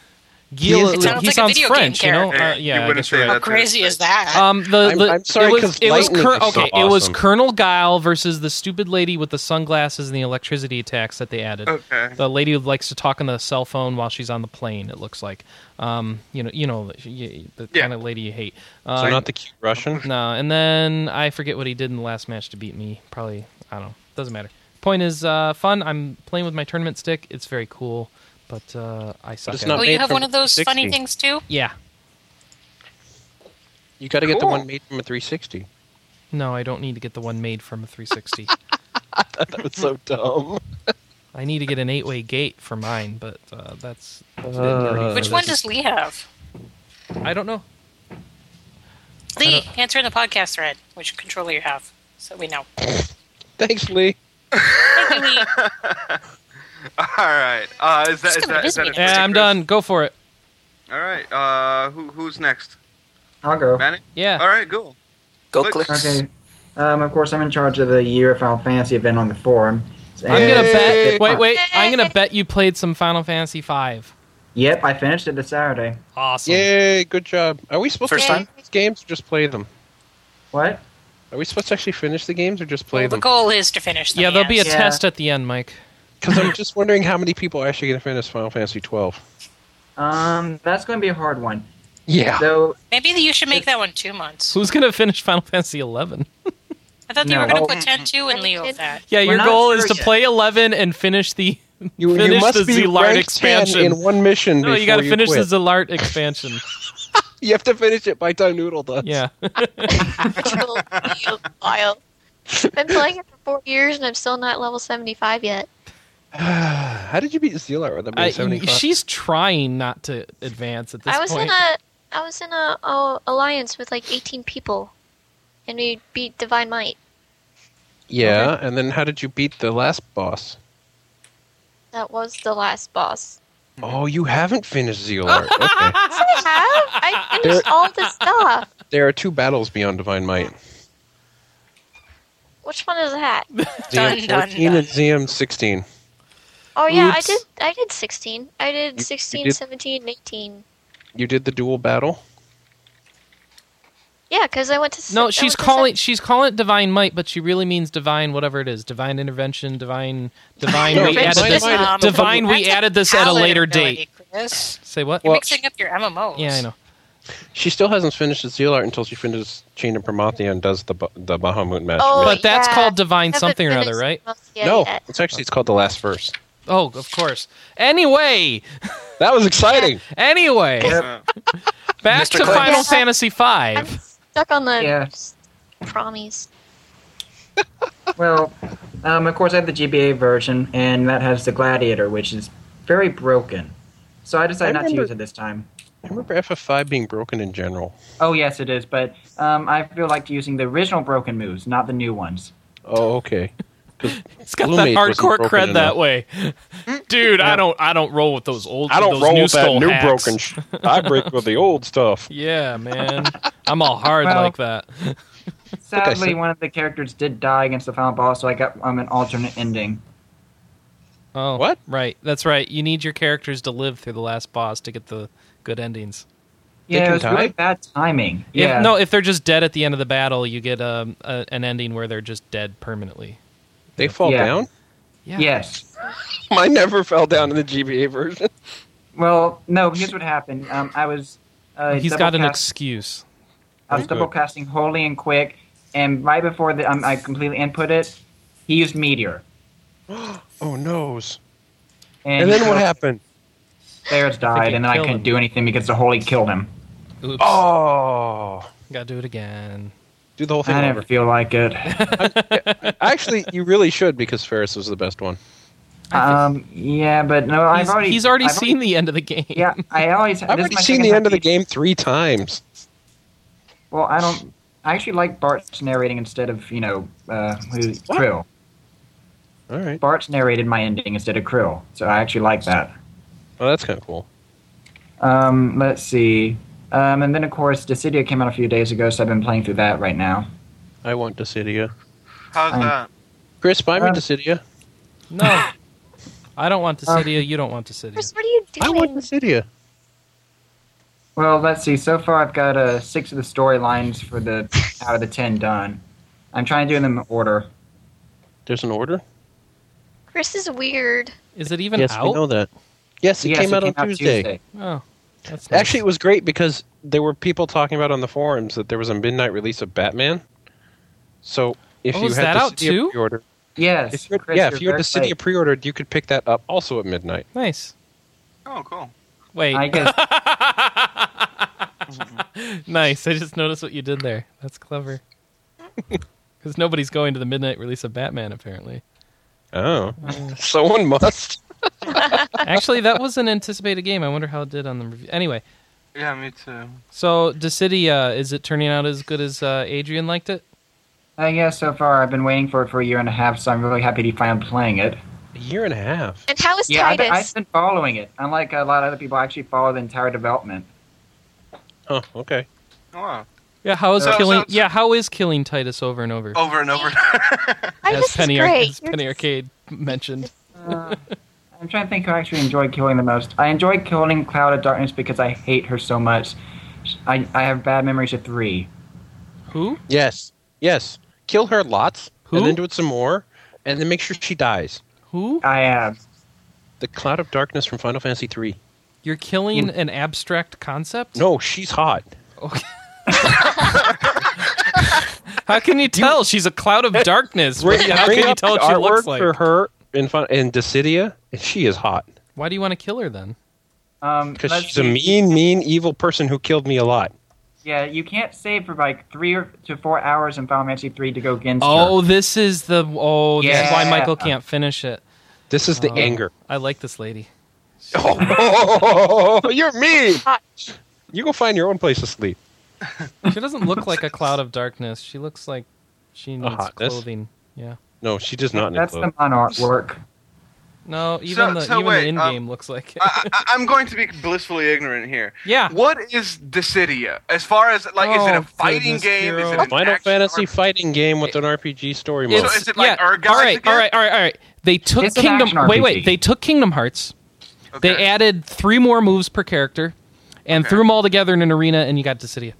Speaker 1: Gil,
Speaker 3: It
Speaker 1: he
Speaker 6: sounds like a
Speaker 1: sounds
Speaker 6: video game
Speaker 1: French, you know.
Speaker 4: character.
Speaker 1: Uh, yeah,
Speaker 4: You
Speaker 1: I
Speaker 4: wouldn't
Speaker 1: guess
Speaker 4: say
Speaker 1: you're
Speaker 6: How
Speaker 1: right.
Speaker 4: That's
Speaker 6: crazy
Speaker 4: it.
Speaker 6: is that?
Speaker 1: Um, the,
Speaker 3: I'm-
Speaker 1: the
Speaker 3: I'm sorry,
Speaker 1: it was
Speaker 3: 'cause
Speaker 1: it was
Speaker 3: lightning
Speaker 1: Cur-
Speaker 3: is so
Speaker 1: okay. It was
Speaker 3: awesome.
Speaker 1: Colonel Guile versus the stupid lady with the sunglasses and the electricity attacks that they added.
Speaker 4: Oh, Okay. [LAUGHS]
Speaker 1: The lady who likes to talk on the cell phone while she's on the plane. It looks like, um, you know, you know, the, you- the
Speaker 4: Yeah.
Speaker 1: kind of lady you hate.
Speaker 3: So
Speaker 1: Uh,
Speaker 3: not the cute Russian.
Speaker 1: no, and then I forget what he did in the last match to beat me. Probably I don't know. Doesn't matter. Point is uh, fun. I'm playing with my tournament stick. It's very cool, but uh, I suck.
Speaker 3: it's
Speaker 1: at
Speaker 3: not
Speaker 6: oh,
Speaker 1: it.
Speaker 3: made
Speaker 6: you have
Speaker 3: from
Speaker 6: one of those
Speaker 3: 60.
Speaker 6: funny things too.
Speaker 1: Yeah.
Speaker 3: You got to get the
Speaker 4: Cool.
Speaker 3: one made from a 360.
Speaker 1: No, I don't need to get the one made from a 360.
Speaker 3: [LAUGHS] That was so dumb.
Speaker 1: I need to get an eight-way gate for mine, but uh, that's Oh,
Speaker 3: Uh,
Speaker 6: Which
Speaker 3: that's
Speaker 6: one does Lee have?
Speaker 1: I don't know.
Speaker 6: Lee, answer in the podcast thread which controller you have, so we
Speaker 1: [LAUGHS]
Speaker 6: know.
Speaker 3: [LAUGHS] Thanks, Lee.
Speaker 6: Thank you, Lee.
Speaker 4: All right. Uh, is that is that, is that it for
Speaker 6: Yeah,
Speaker 1: Yeah,
Speaker 4: you,
Speaker 1: I'm
Speaker 4: Chris?
Speaker 1: done. Go for it.
Speaker 4: All right. Uh, who who's next?
Speaker 7: I'll go.
Speaker 4: Manny. All
Speaker 1: Yeah.
Speaker 4: right. Cool.
Speaker 5: Go
Speaker 4: Click.
Speaker 5: click.
Speaker 7: Okay. Um, of course, I'm in charge of the year of Final Fantasy event on the forum.
Speaker 1: I'm gonna
Speaker 3: Yay.
Speaker 1: bet. Wait, wait. I'm
Speaker 6: [LAUGHS]
Speaker 1: gonna bet you played some Final Fantasy V.
Speaker 7: Yep, I finished it this Saturday.
Speaker 1: Awesome.
Speaker 3: Yay, good job. Are we supposed
Speaker 5: First
Speaker 3: to
Speaker 5: time?
Speaker 3: finish these games or just play them?
Speaker 7: What?
Speaker 3: Are we supposed to actually finish the games or just play
Speaker 6: Well, the
Speaker 3: them?
Speaker 6: goal is to finish. Them,
Speaker 1: Yeah, there'll be a
Speaker 6: yes.
Speaker 7: Yeah.
Speaker 1: test at the end, Mike. [LAUGHS]
Speaker 3: Because I'm just wondering how many people are actually going to finish Final Fantasy 12.
Speaker 7: Um, that's going to be a hard one.
Speaker 3: Yeah.
Speaker 7: So
Speaker 6: Maybe that you should make that one two months.
Speaker 1: Who's gonna finish Final Fantasy 11?
Speaker 6: I thought you
Speaker 7: No.
Speaker 6: were going to
Speaker 3: Oh.
Speaker 6: put ten two in Leo of that.
Speaker 1: Yeah,
Speaker 7: We're
Speaker 1: your
Speaker 7: not
Speaker 1: goal is
Speaker 7: sure
Speaker 1: to
Speaker 7: yet.
Speaker 1: play 11 and finish
Speaker 3: [LAUGHS]
Speaker 1: the.
Speaker 3: You, you
Speaker 1: Finish the
Speaker 3: must be
Speaker 1: Zelard
Speaker 3: ranked
Speaker 1: expansion.
Speaker 3: 10 in one mission.
Speaker 1: No, you
Speaker 3: got
Speaker 1: gotta
Speaker 3: to
Speaker 1: finish
Speaker 3: quit.
Speaker 1: the Zalart
Speaker 3: [LAUGHS]
Speaker 1: expansion.
Speaker 3: You have to finish it by time Noodle does.
Speaker 1: yeah.
Speaker 2: You Lyle. I've been playing it for four years and I'm still not level 75 yet.
Speaker 3: [SIGHS] How did you beat Zealot with that
Speaker 1: I,
Speaker 3: being 75?
Speaker 1: she's trying not to advance at this
Speaker 2: I was
Speaker 1: point.
Speaker 2: in a I was in a uh, alliance with like 18 people, and we beat Divine Might.
Speaker 3: yeah, and then how did you beat the last boss?
Speaker 2: That was the last boss.
Speaker 3: Oh, you haven't finished Zealot. Okay.
Speaker 2: Yes, I have. I finished all the stuff.
Speaker 3: there are two battles beyond Divine Might.
Speaker 2: Which one is that?
Speaker 6: Dun,
Speaker 3: ZM14
Speaker 6: dun,
Speaker 3: and ZM16.
Speaker 2: Oh yeah,
Speaker 1: Oops.
Speaker 2: I did. I did 16. I did
Speaker 3: you
Speaker 2: 16,
Speaker 3: did-
Speaker 2: 17, and 18.
Speaker 3: You did the dual battle?
Speaker 2: Yeah, because I went to. s- I
Speaker 1: No,
Speaker 2: went
Speaker 1: she's
Speaker 2: to
Speaker 1: calling she's calling it divine might, but she really means divine whatever it is. Divine intervention, divine divine
Speaker 3: No,
Speaker 1: we
Speaker 3: divine
Speaker 1: added this
Speaker 3: might-
Speaker 6: Um,
Speaker 1: divine we
Speaker 6: that's
Speaker 1: added this at a
Speaker 6: valid
Speaker 1: later
Speaker 6: ability,
Speaker 1: date.
Speaker 6: Chris.
Speaker 1: Say what?
Speaker 6: You're
Speaker 3: Well-
Speaker 6: mixing up your MMOs.
Speaker 1: yeah, I know.
Speaker 3: She still hasn't finished Zealot until she finishes Chain of Promathia and does the, Ba- the Bahamut match.
Speaker 2: Oh,
Speaker 1: But that's
Speaker 2: yeah.
Speaker 1: called
Speaker 2: I
Speaker 1: divine
Speaker 2: haven't
Speaker 1: something or other,
Speaker 2: finished
Speaker 1: right?
Speaker 2: Mafia
Speaker 3: no,
Speaker 2: yet.
Speaker 3: it's actually it's called the last verse.
Speaker 1: Oh, of course. Anyway,
Speaker 3: That was exciting.
Speaker 1: anyway,
Speaker 7: Yep.
Speaker 4: Uh,
Speaker 1: back
Speaker 5: Mr.
Speaker 1: to
Speaker 5: Clay.
Speaker 1: Final
Speaker 2: Yeah.
Speaker 1: Fantasy
Speaker 2: I'm
Speaker 1: V.
Speaker 2: stuck on the
Speaker 7: Yeah.
Speaker 2: s- promies.
Speaker 7: well, um, of course, I have the GBA version, and that has the Gladiator, which is very broken. So I decided
Speaker 3: I
Speaker 7: not to
Speaker 3: remember-
Speaker 7: use it this time.
Speaker 3: I remember FF5 being broken in general.
Speaker 7: Oh yes, it is, but um, I feel like using the original broken moves, not the new
Speaker 1: [LAUGHS]
Speaker 7: ones.
Speaker 3: Oh, okay.
Speaker 1: It's got
Speaker 3: Blue
Speaker 1: that
Speaker 3: Mage wasn't
Speaker 1: hardcore
Speaker 3: broken
Speaker 1: cred that
Speaker 3: enough.
Speaker 1: way, dude. I don't, I don't roll with those old. those new skull hacks.
Speaker 3: Sh- I break with the old stuff.
Speaker 1: Yeah, man. I'm all hard
Speaker 7: Well-
Speaker 1: like that. [LAUGHS]
Speaker 3: I
Speaker 7: Sadly,
Speaker 3: said-
Speaker 7: one of the characters did die against the final boss, so I got um, an alternate ending.
Speaker 1: Oh,
Speaker 3: What?
Speaker 1: Right. That's right. You need your characters to live through the last boss to get the good endings.
Speaker 3: They
Speaker 7: Yeah,
Speaker 3: can
Speaker 7: it was really
Speaker 3: die?
Speaker 7: bad timing. Yeah,
Speaker 1: If, no, if they're just dead at the end of the battle, you get um, a, an ending where they're just dead permanently. [LAUGHS]
Speaker 3: They fall
Speaker 7: Yeah.
Speaker 3: down?
Speaker 1: Yeah.
Speaker 7: Yes.
Speaker 3: Mine never fell down in the GBA version.
Speaker 7: Well, no. Here's what happened. Um, I was. Uh,
Speaker 1: He's
Speaker 7: double
Speaker 1: got an
Speaker 7: cast-
Speaker 1: excuse.
Speaker 7: I was
Speaker 3: Very good.
Speaker 7: double casting holy and quick, and right before the, um, I completely input it, he used meteor.
Speaker 3: Oh noes!
Speaker 7: And,
Speaker 3: And then what
Speaker 7: so
Speaker 3: happened?
Speaker 7: Theros
Speaker 1: I think
Speaker 7: died,
Speaker 1: it
Speaker 7: and then I
Speaker 1: killed
Speaker 7: couldn't
Speaker 1: him.
Speaker 7: do anything because the holy killed him.
Speaker 1: Oops.
Speaker 3: Oh,
Speaker 1: Gotta do it again.
Speaker 3: do the whole thing.
Speaker 7: I never feel like
Speaker 1: [LAUGHS]
Speaker 7: it.
Speaker 3: over. Actually, you really should because Ferris was the best one.
Speaker 1: [LAUGHS]
Speaker 7: um, yeah, but no, I've
Speaker 1: he's
Speaker 7: already.
Speaker 1: he's already
Speaker 7: I've
Speaker 1: seen the end of the game.
Speaker 7: yeah, I always.
Speaker 3: I've
Speaker 7: this is
Speaker 3: already
Speaker 7: my
Speaker 3: seen
Speaker 7: second
Speaker 3: the
Speaker 7: time
Speaker 3: end of the
Speaker 7: beating-
Speaker 3: game three times.
Speaker 7: Well, I don't. I actually like Bart's narrating instead of you know uh, who,
Speaker 3: What?
Speaker 7: Krill.
Speaker 3: All right.
Speaker 7: Bart's narrated my ending instead of Krill, so I actually like that.
Speaker 3: Well, that's kind of cool.
Speaker 7: Um, let's see. Um, and then of course, Dissidia came out a few days ago, so I've been playing through that right now.
Speaker 3: I want Dissidia.
Speaker 4: How's
Speaker 7: I'm-
Speaker 4: that?
Speaker 3: Chris, buy me
Speaker 7: Uh,
Speaker 3: Dissidia.
Speaker 1: No. I don't want Dissidia. you don't want Dissidia.
Speaker 2: Chris, what are you
Speaker 3: I
Speaker 2: doing?
Speaker 3: want Dissidia.
Speaker 7: Well, let's see. So far, I've got uh, six of the storylines for the out of the ten done. I'm trying to do them in order.
Speaker 3: There's an order.
Speaker 2: Chris is weird.
Speaker 1: Is it even
Speaker 3: yes, we
Speaker 1: out?
Speaker 3: know that. Yes, it
Speaker 7: Yes,
Speaker 3: came out on Tuesday.
Speaker 1: Oh, that's nice.
Speaker 3: Actually, it was great because there were people talking about on the forums that there was a midnight release of Batman. So if
Speaker 1: Oh,
Speaker 3: you
Speaker 1: is
Speaker 3: had
Speaker 1: that
Speaker 3: the
Speaker 1: out
Speaker 3: City
Speaker 1: too?
Speaker 3: pre-order,
Speaker 7: Yes.
Speaker 3: if you had,
Speaker 7: Chris,
Speaker 3: yeah, if you had
Speaker 7: very
Speaker 3: the city
Speaker 7: late.
Speaker 3: pre-ordered, you could pick that up also at midnight.
Speaker 1: nice.
Speaker 4: Oh, cool.
Speaker 1: Wait. [LAUGHS]
Speaker 7: I guess
Speaker 1: nice. I just noticed what you did there. That's clever. [LAUGHS] Because nobody's going to the midnight release of Batman, apparently.
Speaker 3: Oh,
Speaker 1: Mm.
Speaker 3: [LAUGHS] someone must.
Speaker 1: Actually, that was an anticipated game. I wonder how it did on the review. Anyway,
Speaker 4: Yeah, me too.
Speaker 1: so Dissidia, is it turning out as good as uh, Adrian liked it?
Speaker 7: Uh, yeah, so far I've been waiting for it for a year and a half, so I'm really happy to finally playing it.
Speaker 3: A year and a half.
Speaker 2: And how is
Speaker 7: Yeah, I've,
Speaker 2: Titus?
Speaker 7: I've been following it. Unlike a lot of other people, I actually follow the entire development.
Speaker 3: Oh, okay.
Speaker 4: Oh, wow.
Speaker 1: Yeah, how is Oh.
Speaker 4: So-
Speaker 1: killing?
Speaker 4: so-
Speaker 1: yeah, how is killing Titus over and over?
Speaker 4: Over and over. [LAUGHS]
Speaker 2: Titus
Speaker 1: as Penny,
Speaker 2: is
Speaker 1: Ar-
Speaker 2: great.
Speaker 1: as
Speaker 2: You're
Speaker 1: Penny
Speaker 2: just-
Speaker 1: Arcade mentioned.
Speaker 7: Uh, I'm trying to think who I actually enjoyed killing the most. I enjoyed killing Cloud of Darkness because I hate her so much. I, I have bad memories of three.
Speaker 1: Who?
Speaker 3: Yes, yes. Kill her lots,
Speaker 1: Who?
Speaker 3: and then do it some more, and then make sure she dies.
Speaker 1: Who?
Speaker 7: I uh, have.
Speaker 3: The cloud of darkness from Final Fantasy III.
Speaker 1: You're killing an abstract concept?
Speaker 3: No, she's hot.
Speaker 1: Okay. how can you tell? She's a cloud of darkness. What do you- how
Speaker 3: Bring
Speaker 1: can you
Speaker 3: up
Speaker 1: tell
Speaker 3: the
Speaker 1: what she
Speaker 3: artwork
Speaker 1: looks like?
Speaker 3: for her in Fin- in Dissidia? And she is hot.
Speaker 1: Why do you want to kill her then?
Speaker 7: Um,
Speaker 3: Because
Speaker 7: let's
Speaker 3: she's a
Speaker 7: see.
Speaker 3: mean, mean, evil person who killed me a lot.
Speaker 7: Yeah, you can't save for like three or to four hours in Final Fantasy three to go against
Speaker 1: Oh,
Speaker 7: her.
Speaker 1: this is the oh. This is why
Speaker 7: Yeah.
Speaker 1: Michael can't finish it.
Speaker 3: This is the
Speaker 1: Oh. [LAUGHS]
Speaker 3: anger.
Speaker 1: I like this lady.
Speaker 3: Oh, [LAUGHS] you're mean. You go find your own place to sleep.
Speaker 1: She doesn't look like a cloud of darkness. She looks like she needs
Speaker 3: hotness?
Speaker 1: clothing. Yeah.
Speaker 3: No, she does not.
Speaker 7: That's
Speaker 3: include.
Speaker 7: the monarch work.
Speaker 1: No, even the
Speaker 4: so
Speaker 1: even
Speaker 4: wait,
Speaker 1: the end
Speaker 4: um,
Speaker 1: game looks like. It.
Speaker 4: I, I, I'm going to be blissfully ignorant here.
Speaker 1: [LAUGHS] yeah.
Speaker 4: What is Dissidia? As far as like, is it
Speaker 1: Oh,
Speaker 4: a fighting
Speaker 1: goodness,
Speaker 4: game? Is it
Speaker 1: hero.
Speaker 4: an
Speaker 3: Final
Speaker 4: action
Speaker 3: Fantasy
Speaker 4: RPG?
Speaker 3: fighting game with an RPG story mode.
Speaker 4: So is it like Argives
Speaker 1: all right,
Speaker 4: again?
Speaker 1: all right, all right, all right. They took
Speaker 7: It's an
Speaker 1: Kingdom.
Speaker 7: action
Speaker 1: Wait,
Speaker 7: RPG.
Speaker 1: wait. They took Kingdom Hearts. They
Speaker 4: Okay.
Speaker 1: added three more moves per character, and
Speaker 4: Okay.
Speaker 1: threw them all together in an arena, and you got Dissidia.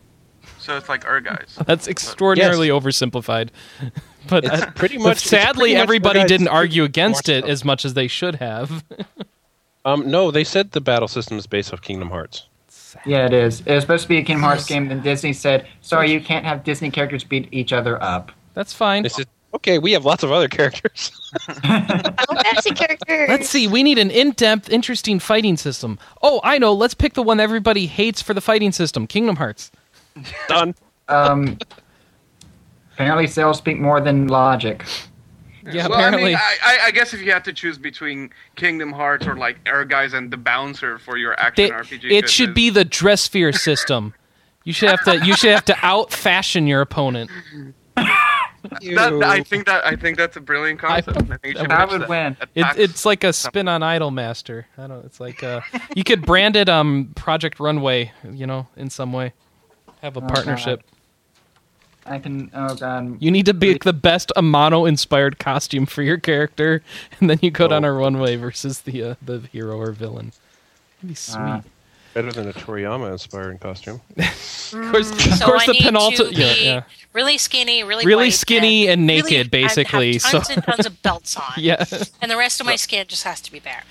Speaker 4: So it's like Argives.
Speaker 1: That's extraordinarily oversimplified. [LAUGHS] But
Speaker 3: It's
Speaker 1: uh,
Speaker 3: pretty
Speaker 1: but
Speaker 3: much- it's
Speaker 1: sadly,
Speaker 3: pretty much
Speaker 1: everybody
Speaker 3: what I-
Speaker 1: didn't argue against
Speaker 3: more
Speaker 1: it
Speaker 3: stuff.
Speaker 1: as much as they should have. [LAUGHS]
Speaker 3: um, no, they said the battle system is based off Kingdom Hearts.
Speaker 7: Yeah, it is. It was supposed to be a Kingdom Hearts game, then Disney said, "Sorry, you can't have Disney characters beat each other up."
Speaker 1: That's fine.
Speaker 3: They said, okay, we have lots of other [LAUGHS] characters.
Speaker 2: Final
Speaker 1: [LAUGHS]
Speaker 2: Fantasy characters.
Speaker 1: Let's see. We need an in-depth, interesting fighting system. Oh, I know. Let's pick the one everybody hates for the fighting system: Kingdom Hearts.
Speaker 3: Done.
Speaker 7: Um, apparently, sales speak more than logic.
Speaker 1: [LAUGHS] Yeah,
Speaker 4: well,
Speaker 1: apparently.
Speaker 4: I mean, I, I, I guess if you had to choose between Kingdom Hearts or like Argives and the Bouncer for your action
Speaker 1: They-
Speaker 4: RPG,
Speaker 1: it should
Speaker 4: goodness.
Speaker 1: be the dress sphere system. You should have to. You should
Speaker 4: [LAUGHS]
Speaker 1: have to out fashion your opponent.
Speaker 4: That, that- I think that I think that's a brilliant concept. I, think you should
Speaker 7: I
Speaker 4: pitch
Speaker 7: would
Speaker 4: that.
Speaker 7: win.
Speaker 1: It,
Speaker 4: That's-
Speaker 1: it's like a spin on Idolmaster. I don't. It's like uh, you could brand it um Project Runway. You know, in some way, have a
Speaker 7: Oh,
Speaker 1: partnership.
Speaker 7: I can. Oh god.
Speaker 1: You need to pick the best Amano inspired costume for your character, [LAUGHS]
Speaker 6: Hmm.
Speaker 1: and then you go down a runway versus the uh, the hero or villain. That'd be sweet.
Speaker 7: Ah.
Speaker 3: Better than a Toriyama inspired costume.
Speaker 1: Of course, of
Speaker 6: so
Speaker 1: course
Speaker 6: I
Speaker 1: the
Speaker 6: need to
Speaker 1: penultimate.
Speaker 6: be really skinny, really
Speaker 1: Really
Speaker 6: white,
Speaker 1: skinny and naked,
Speaker 6: really-
Speaker 1: basically,
Speaker 6: And have tons
Speaker 1: so-
Speaker 6: and tons of belts on.
Speaker 1: [LAUGHS] Yeah, [LAUGHS] yeah,
Speaker 6: and the rest of my skin just has to be bare.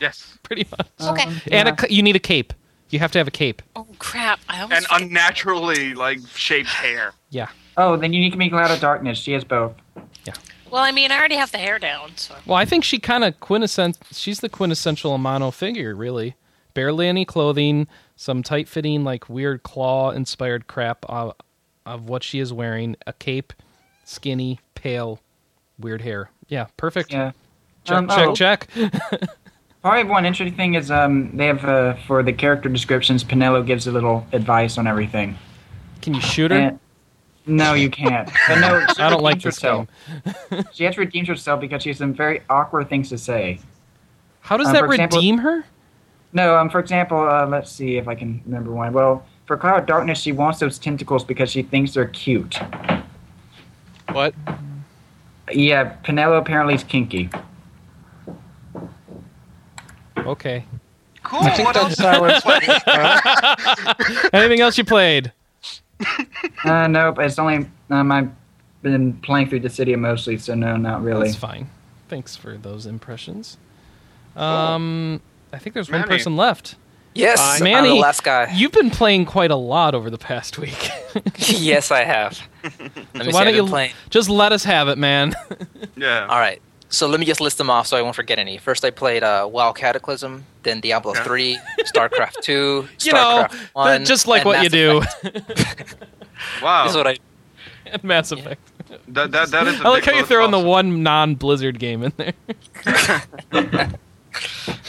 Speaker 4: Yes.
Speaker 1: pretty much.
Speaker 6: Okay.
Speaker 1: And a, ca- you need a cape. You have to have a cape.
Speaker 6: Oh crap! I almost
Speaker 4: And unnaturally like shaped hair.
Speaker 1: Yeah.
Speaker 7: Oh, then you need to make Cloud of Darkness. She has both.
Speaker 6: well, I mean, I already have the hair down,
Speaker 1: [LAUGHS]
Speaker 6: so
Speaker 1: Well, I think she kind of quintessent. She's the quintessential Amano figure, really. Barely any clothing, some tight-fitting, like weird claw-inspired crap of, of what she is wearing. A cape, skinny, pale, weird hair. Yeah, perfect.
Speaker 7: Yeah.
Speaker 1: Check,
Speaker 7: Um,
Speaker 1: check,
Speaker 7: oh,
Speaker 1: check.
Speaker 7: Probably one interesting thing is um, they have uh, for the character descriptions, Pinello gives a little advice on everything.
Speaker 1: Can you shoot her?
Speaker 7: And- no, you can't. But no,
Speaker 1: [LAUGHS]
Speaker 7: she
Speaker 1: I don't like
Speaker 7: redeems
Speaker 1: this
Speaker 7: herself.
Speaker 1: game.
Speaker 7: She has redeemed herself because she has some very awkward things to say.
Speaker 1: How does
Speaker 7: Um,
Speaker 1: that
Speaker 7: for example-
Speaker 1: redeem her?
Speaker 7: No, um, for example, uh, let's see if I can remember one. Well, for Cloud of Darkness, she wants those tentacles because she thinks they're cute.
Speaker 3: What?
Speaker 7: Yeah, Pinello apparently is kinky.
Speaker 1: Okay.
Speaker 4: Cool. What else? [LAUGHS]
Speaker 1: [LAUGHS] Anything else you played?
Speaker 7: Uh, nope, it's only um, I've been playing through the city mostly, so no, not really.
Speaker 1: That's fine. Thanks for those impressions. Um, I think there's one
Speaker 4: Manny.
Speaker 1: person left.
Speaker 5: Yes,
Speaker 1: Uh,
Speaker 5: I'm
Speaker 1: Manny,
Speaker 5: the last guy.
Speaker 1: You've been playing quite a lot over the past week.
Speaker 5: [LAUGHS]
Speaker 1: [LAUGHS]
Speaker 5: yes, I have. Let me
Speaker 1: why
Speaker 5: see,
Speaker 1: don't
Speaker 5: I've
Speaker 1: you
Speaker 5: been playing.
Speaker 1: just let us have it, man? [LAUGHS]
Speaker 4: Yeah.
Speaker 5: All right. So let me just list them off so I won't forget any. First, I played uh, WoW Cataclysm, then Diablo
Speaker 4: Okay.
Speaker 5: 3, StarCraft 2, StarCraft
Speaker 1: you know,
Speaker 5: 1.
Speaker 1: just like
Speaker 5: and
Speaker 1: what
Speaker 5: Mass
Speaker 1: you do.
Speaker 5: Effect. This is
Speaker 4: Wow.
Speaker 5: what I
Speaker 1: [LAUGHS] And Mass Effect.
Speaker 4: That, that, that is a
Speaker 1: I like how
Speaker 4: big
Speaker 1: you
Speaker 4: load
Speaker 1: throw in the
Speaker 4: faucet.
Speaker 1: one non-Blizzard game in there.
Speaker 5: All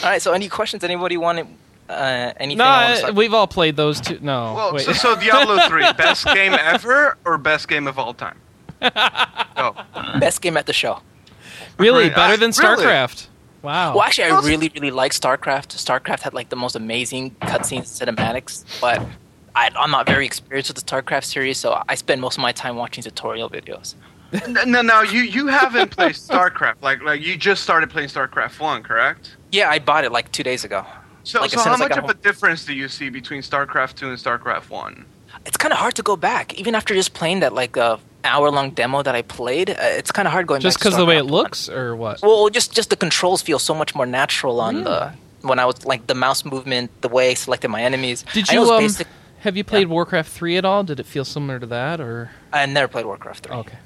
Speaker 5: right. So, any questions? Anybody want uh, [LAUGHS] anything?
Speaker 1: no,
Speaker 5: I wanna
Speaker 1: I-
Speaker 5: start-
Speaker 1: we've all played those two. No,
Speaker 4: Well,
Speaker 1: wait.
Speaker 4: so, so
Speaker 1: [LAUGHS]
Speaker 4: Diablo 3, best game ever or best game of all time? Oh,
Speaker 5: best game at the show.
Speaker 1: really
Speaker 4: Right,
Speaker 1: better
Speaker 4: uh,
Speaker 1: than
Speaker 4: really?
Speaker 1: StarCraft. Wow.
Speaker 5: Well, actually, I really, really like StarCraft. StarCraft had like the most amazing cutscenes, cinematics, but I, I'm not very experienced with the StarCraft series, so I spend most of my time watching tutorial videos.
Speaker 4: no, no, no, you you haven't played StarCraft. Like, like you just started playing StarCraft One, correct?
Speaker 5: Yeah, I bought it like two days ago.
Speaker 4: So,
Speaker 5: Like, as
Speaker 4: so
Speaker 5: soon
Speaker 4: how
Speaker 5: as I
Speaker 4: much
Speaker 5: got
Speaker 4: of a
Speaker 5: home.
Speaker 4: difference do you see between StarCraft Two and StarCraft One?
Speaker 5: It's kind of hard to go back, even after just playing that like uh, hour long demo that I played. Uh, it's kind of hard going
Speaker 1: just
Speaker 5: because
Speaker 1: because the way it looks, or what?
Speaker 5: Well, just just the controls feel so much more natural on
Speaker 1: Really?
Speaker 5: the when I was like the mouse movement, the way I selected my enemies.
Speaker 1: Did
Speaker 5: I know
Speaker 1: you
Speaker 5: it's
Speaker 1: um,
Speaker 5: basic-
Speaker 1: have you played Warcraft three at all? Did it feel similar to that, or
Speaker 5: I never played Warcraft three.
Speaker 1: okay?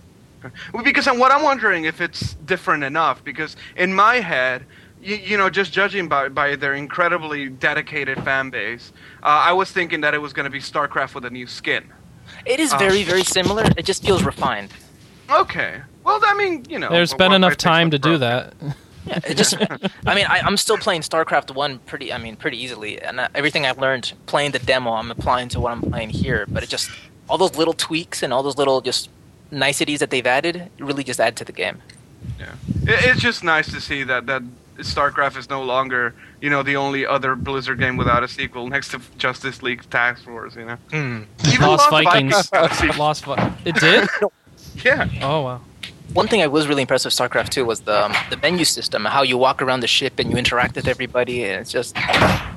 Speaker 4: Well, Because I'm, what I'm wondering if it's different enough. Because in my head, you, you know, just judging by by their incredibly dedicated fan base, uh, I was thinking that it was going to be StarCraft with a new skin.
Speaker 5: It is
Speaker 1: Ah.
Speaker 4: Oh.
Speaker 5: very very similar. It just feels refined.
Speaker 4: Okay. Well, I mean, you know,
Speaker 1: There's
Speaker 4: what-
Speaker 1: been
Speaker 4: what
Speaker 1: enough
Speaker 4: takes
Speaker 1: time to
Speaker 4: what
Speaker 1: do
Speaker 4: broke.
Speaker 1: that.
Speaker 5: Yeah, it
Speaker 1: [LAUGHS]
Speaker 5: just. I mean, I, I'm still playing StarCraft one pretty. I mean, pretty easily, and uh, everything I learned playing the demo, I'm applying to what I'm playing here. But it just all those little tweaks and all those little just niceties that they've added really just add to the game.
Speaker 4: It, it's just nice to see that that StarCraft is no longer, you know, the only other Blizzard game without a sequel next to Justice League Task Force. You know,
Speaker 3: Hmm.
Speaker 4: even
Speaker 1: Lost
Speaker 4: [LAUGHS] Lost
Speaker 1: Vikings.
Speaker 4: had a sequel.
Speaker 1: Lost. Vi- [LAUGHS] it
Speaker 5: [LAUGHS]
Speaker 1: did.
Speaker 4: yeah,
Speaker 1: Oh wow.
Speaker 5: One thing I was really impressed with StarCraft 2 was the, um, the menu system, how you walk around the ship and you interact with everybody. and It's just
Speaker 1: I,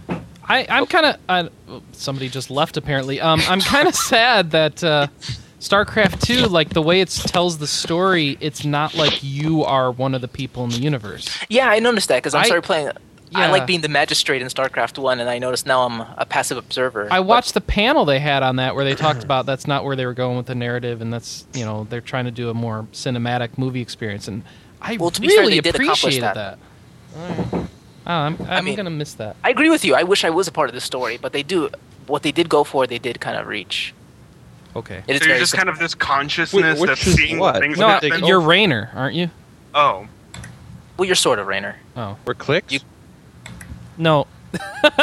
Speaker 1: I'm kind of. Uh, somebody just left apparently. Um, I'm
Speaker 5: [LAUGHS]
Speaker 1: kind of sad that uh, StarCraft Two, like the way it tells the story, it's not like you are one of the people in the universe.
Speaker 5: yeah, I noticed that because I
Speaker 1: I-
Speaker 5: started playing.
Speaker 1: yeah.
Speaker 5: I like being the magistrate in StarCraft 1, and I noticed now I'm a passive observer.
Speaker 1: I
Speaker 5: But
Speaker 1: watched the panel they had on that where they talked about that's not where they were going with the narrative, and that's you know they're trying to do a more cinematic movie experience, and I
Speaker 5: Well, to be fair,
Speaker 1: really
Speaker 5: they did accomplish
Speaker 1: appreciated that.
Speaker 5: that.
Speaker 1: Oh, I'm, I'm
Speaker 5: mean-
Speaker 1: gonna miss that.
Speaker 5: I agree with you. I wish I was a part of the story, but they do what they did go for. They did kind of reach.
Speaker 1: Okay.
Speaker 5: It is
Speaker 4: so you're
Speaker 5: very
Speaker 4: just
Speaker 5: sim-
Speaker 4: kind of this consciousness
Speaker 3: which
Speaker 4: of
Speaker 3: is
Speaker 4: seeing
Speaker 3: what?
Speaker 4: things.
Speaker 1: No,
Speaker 4: that
Speaker 1: I-
Speaker 4: happen.
Speaker 1: you're Rainer, aren't you?
Speaker 4: oh,
Speaker 5: well, you're sort of Rainer.
Speaker 1: Oh
Speaker 3: Or clicks?
Speaker 5: You-
Speaker 1: no. [LAUGHS]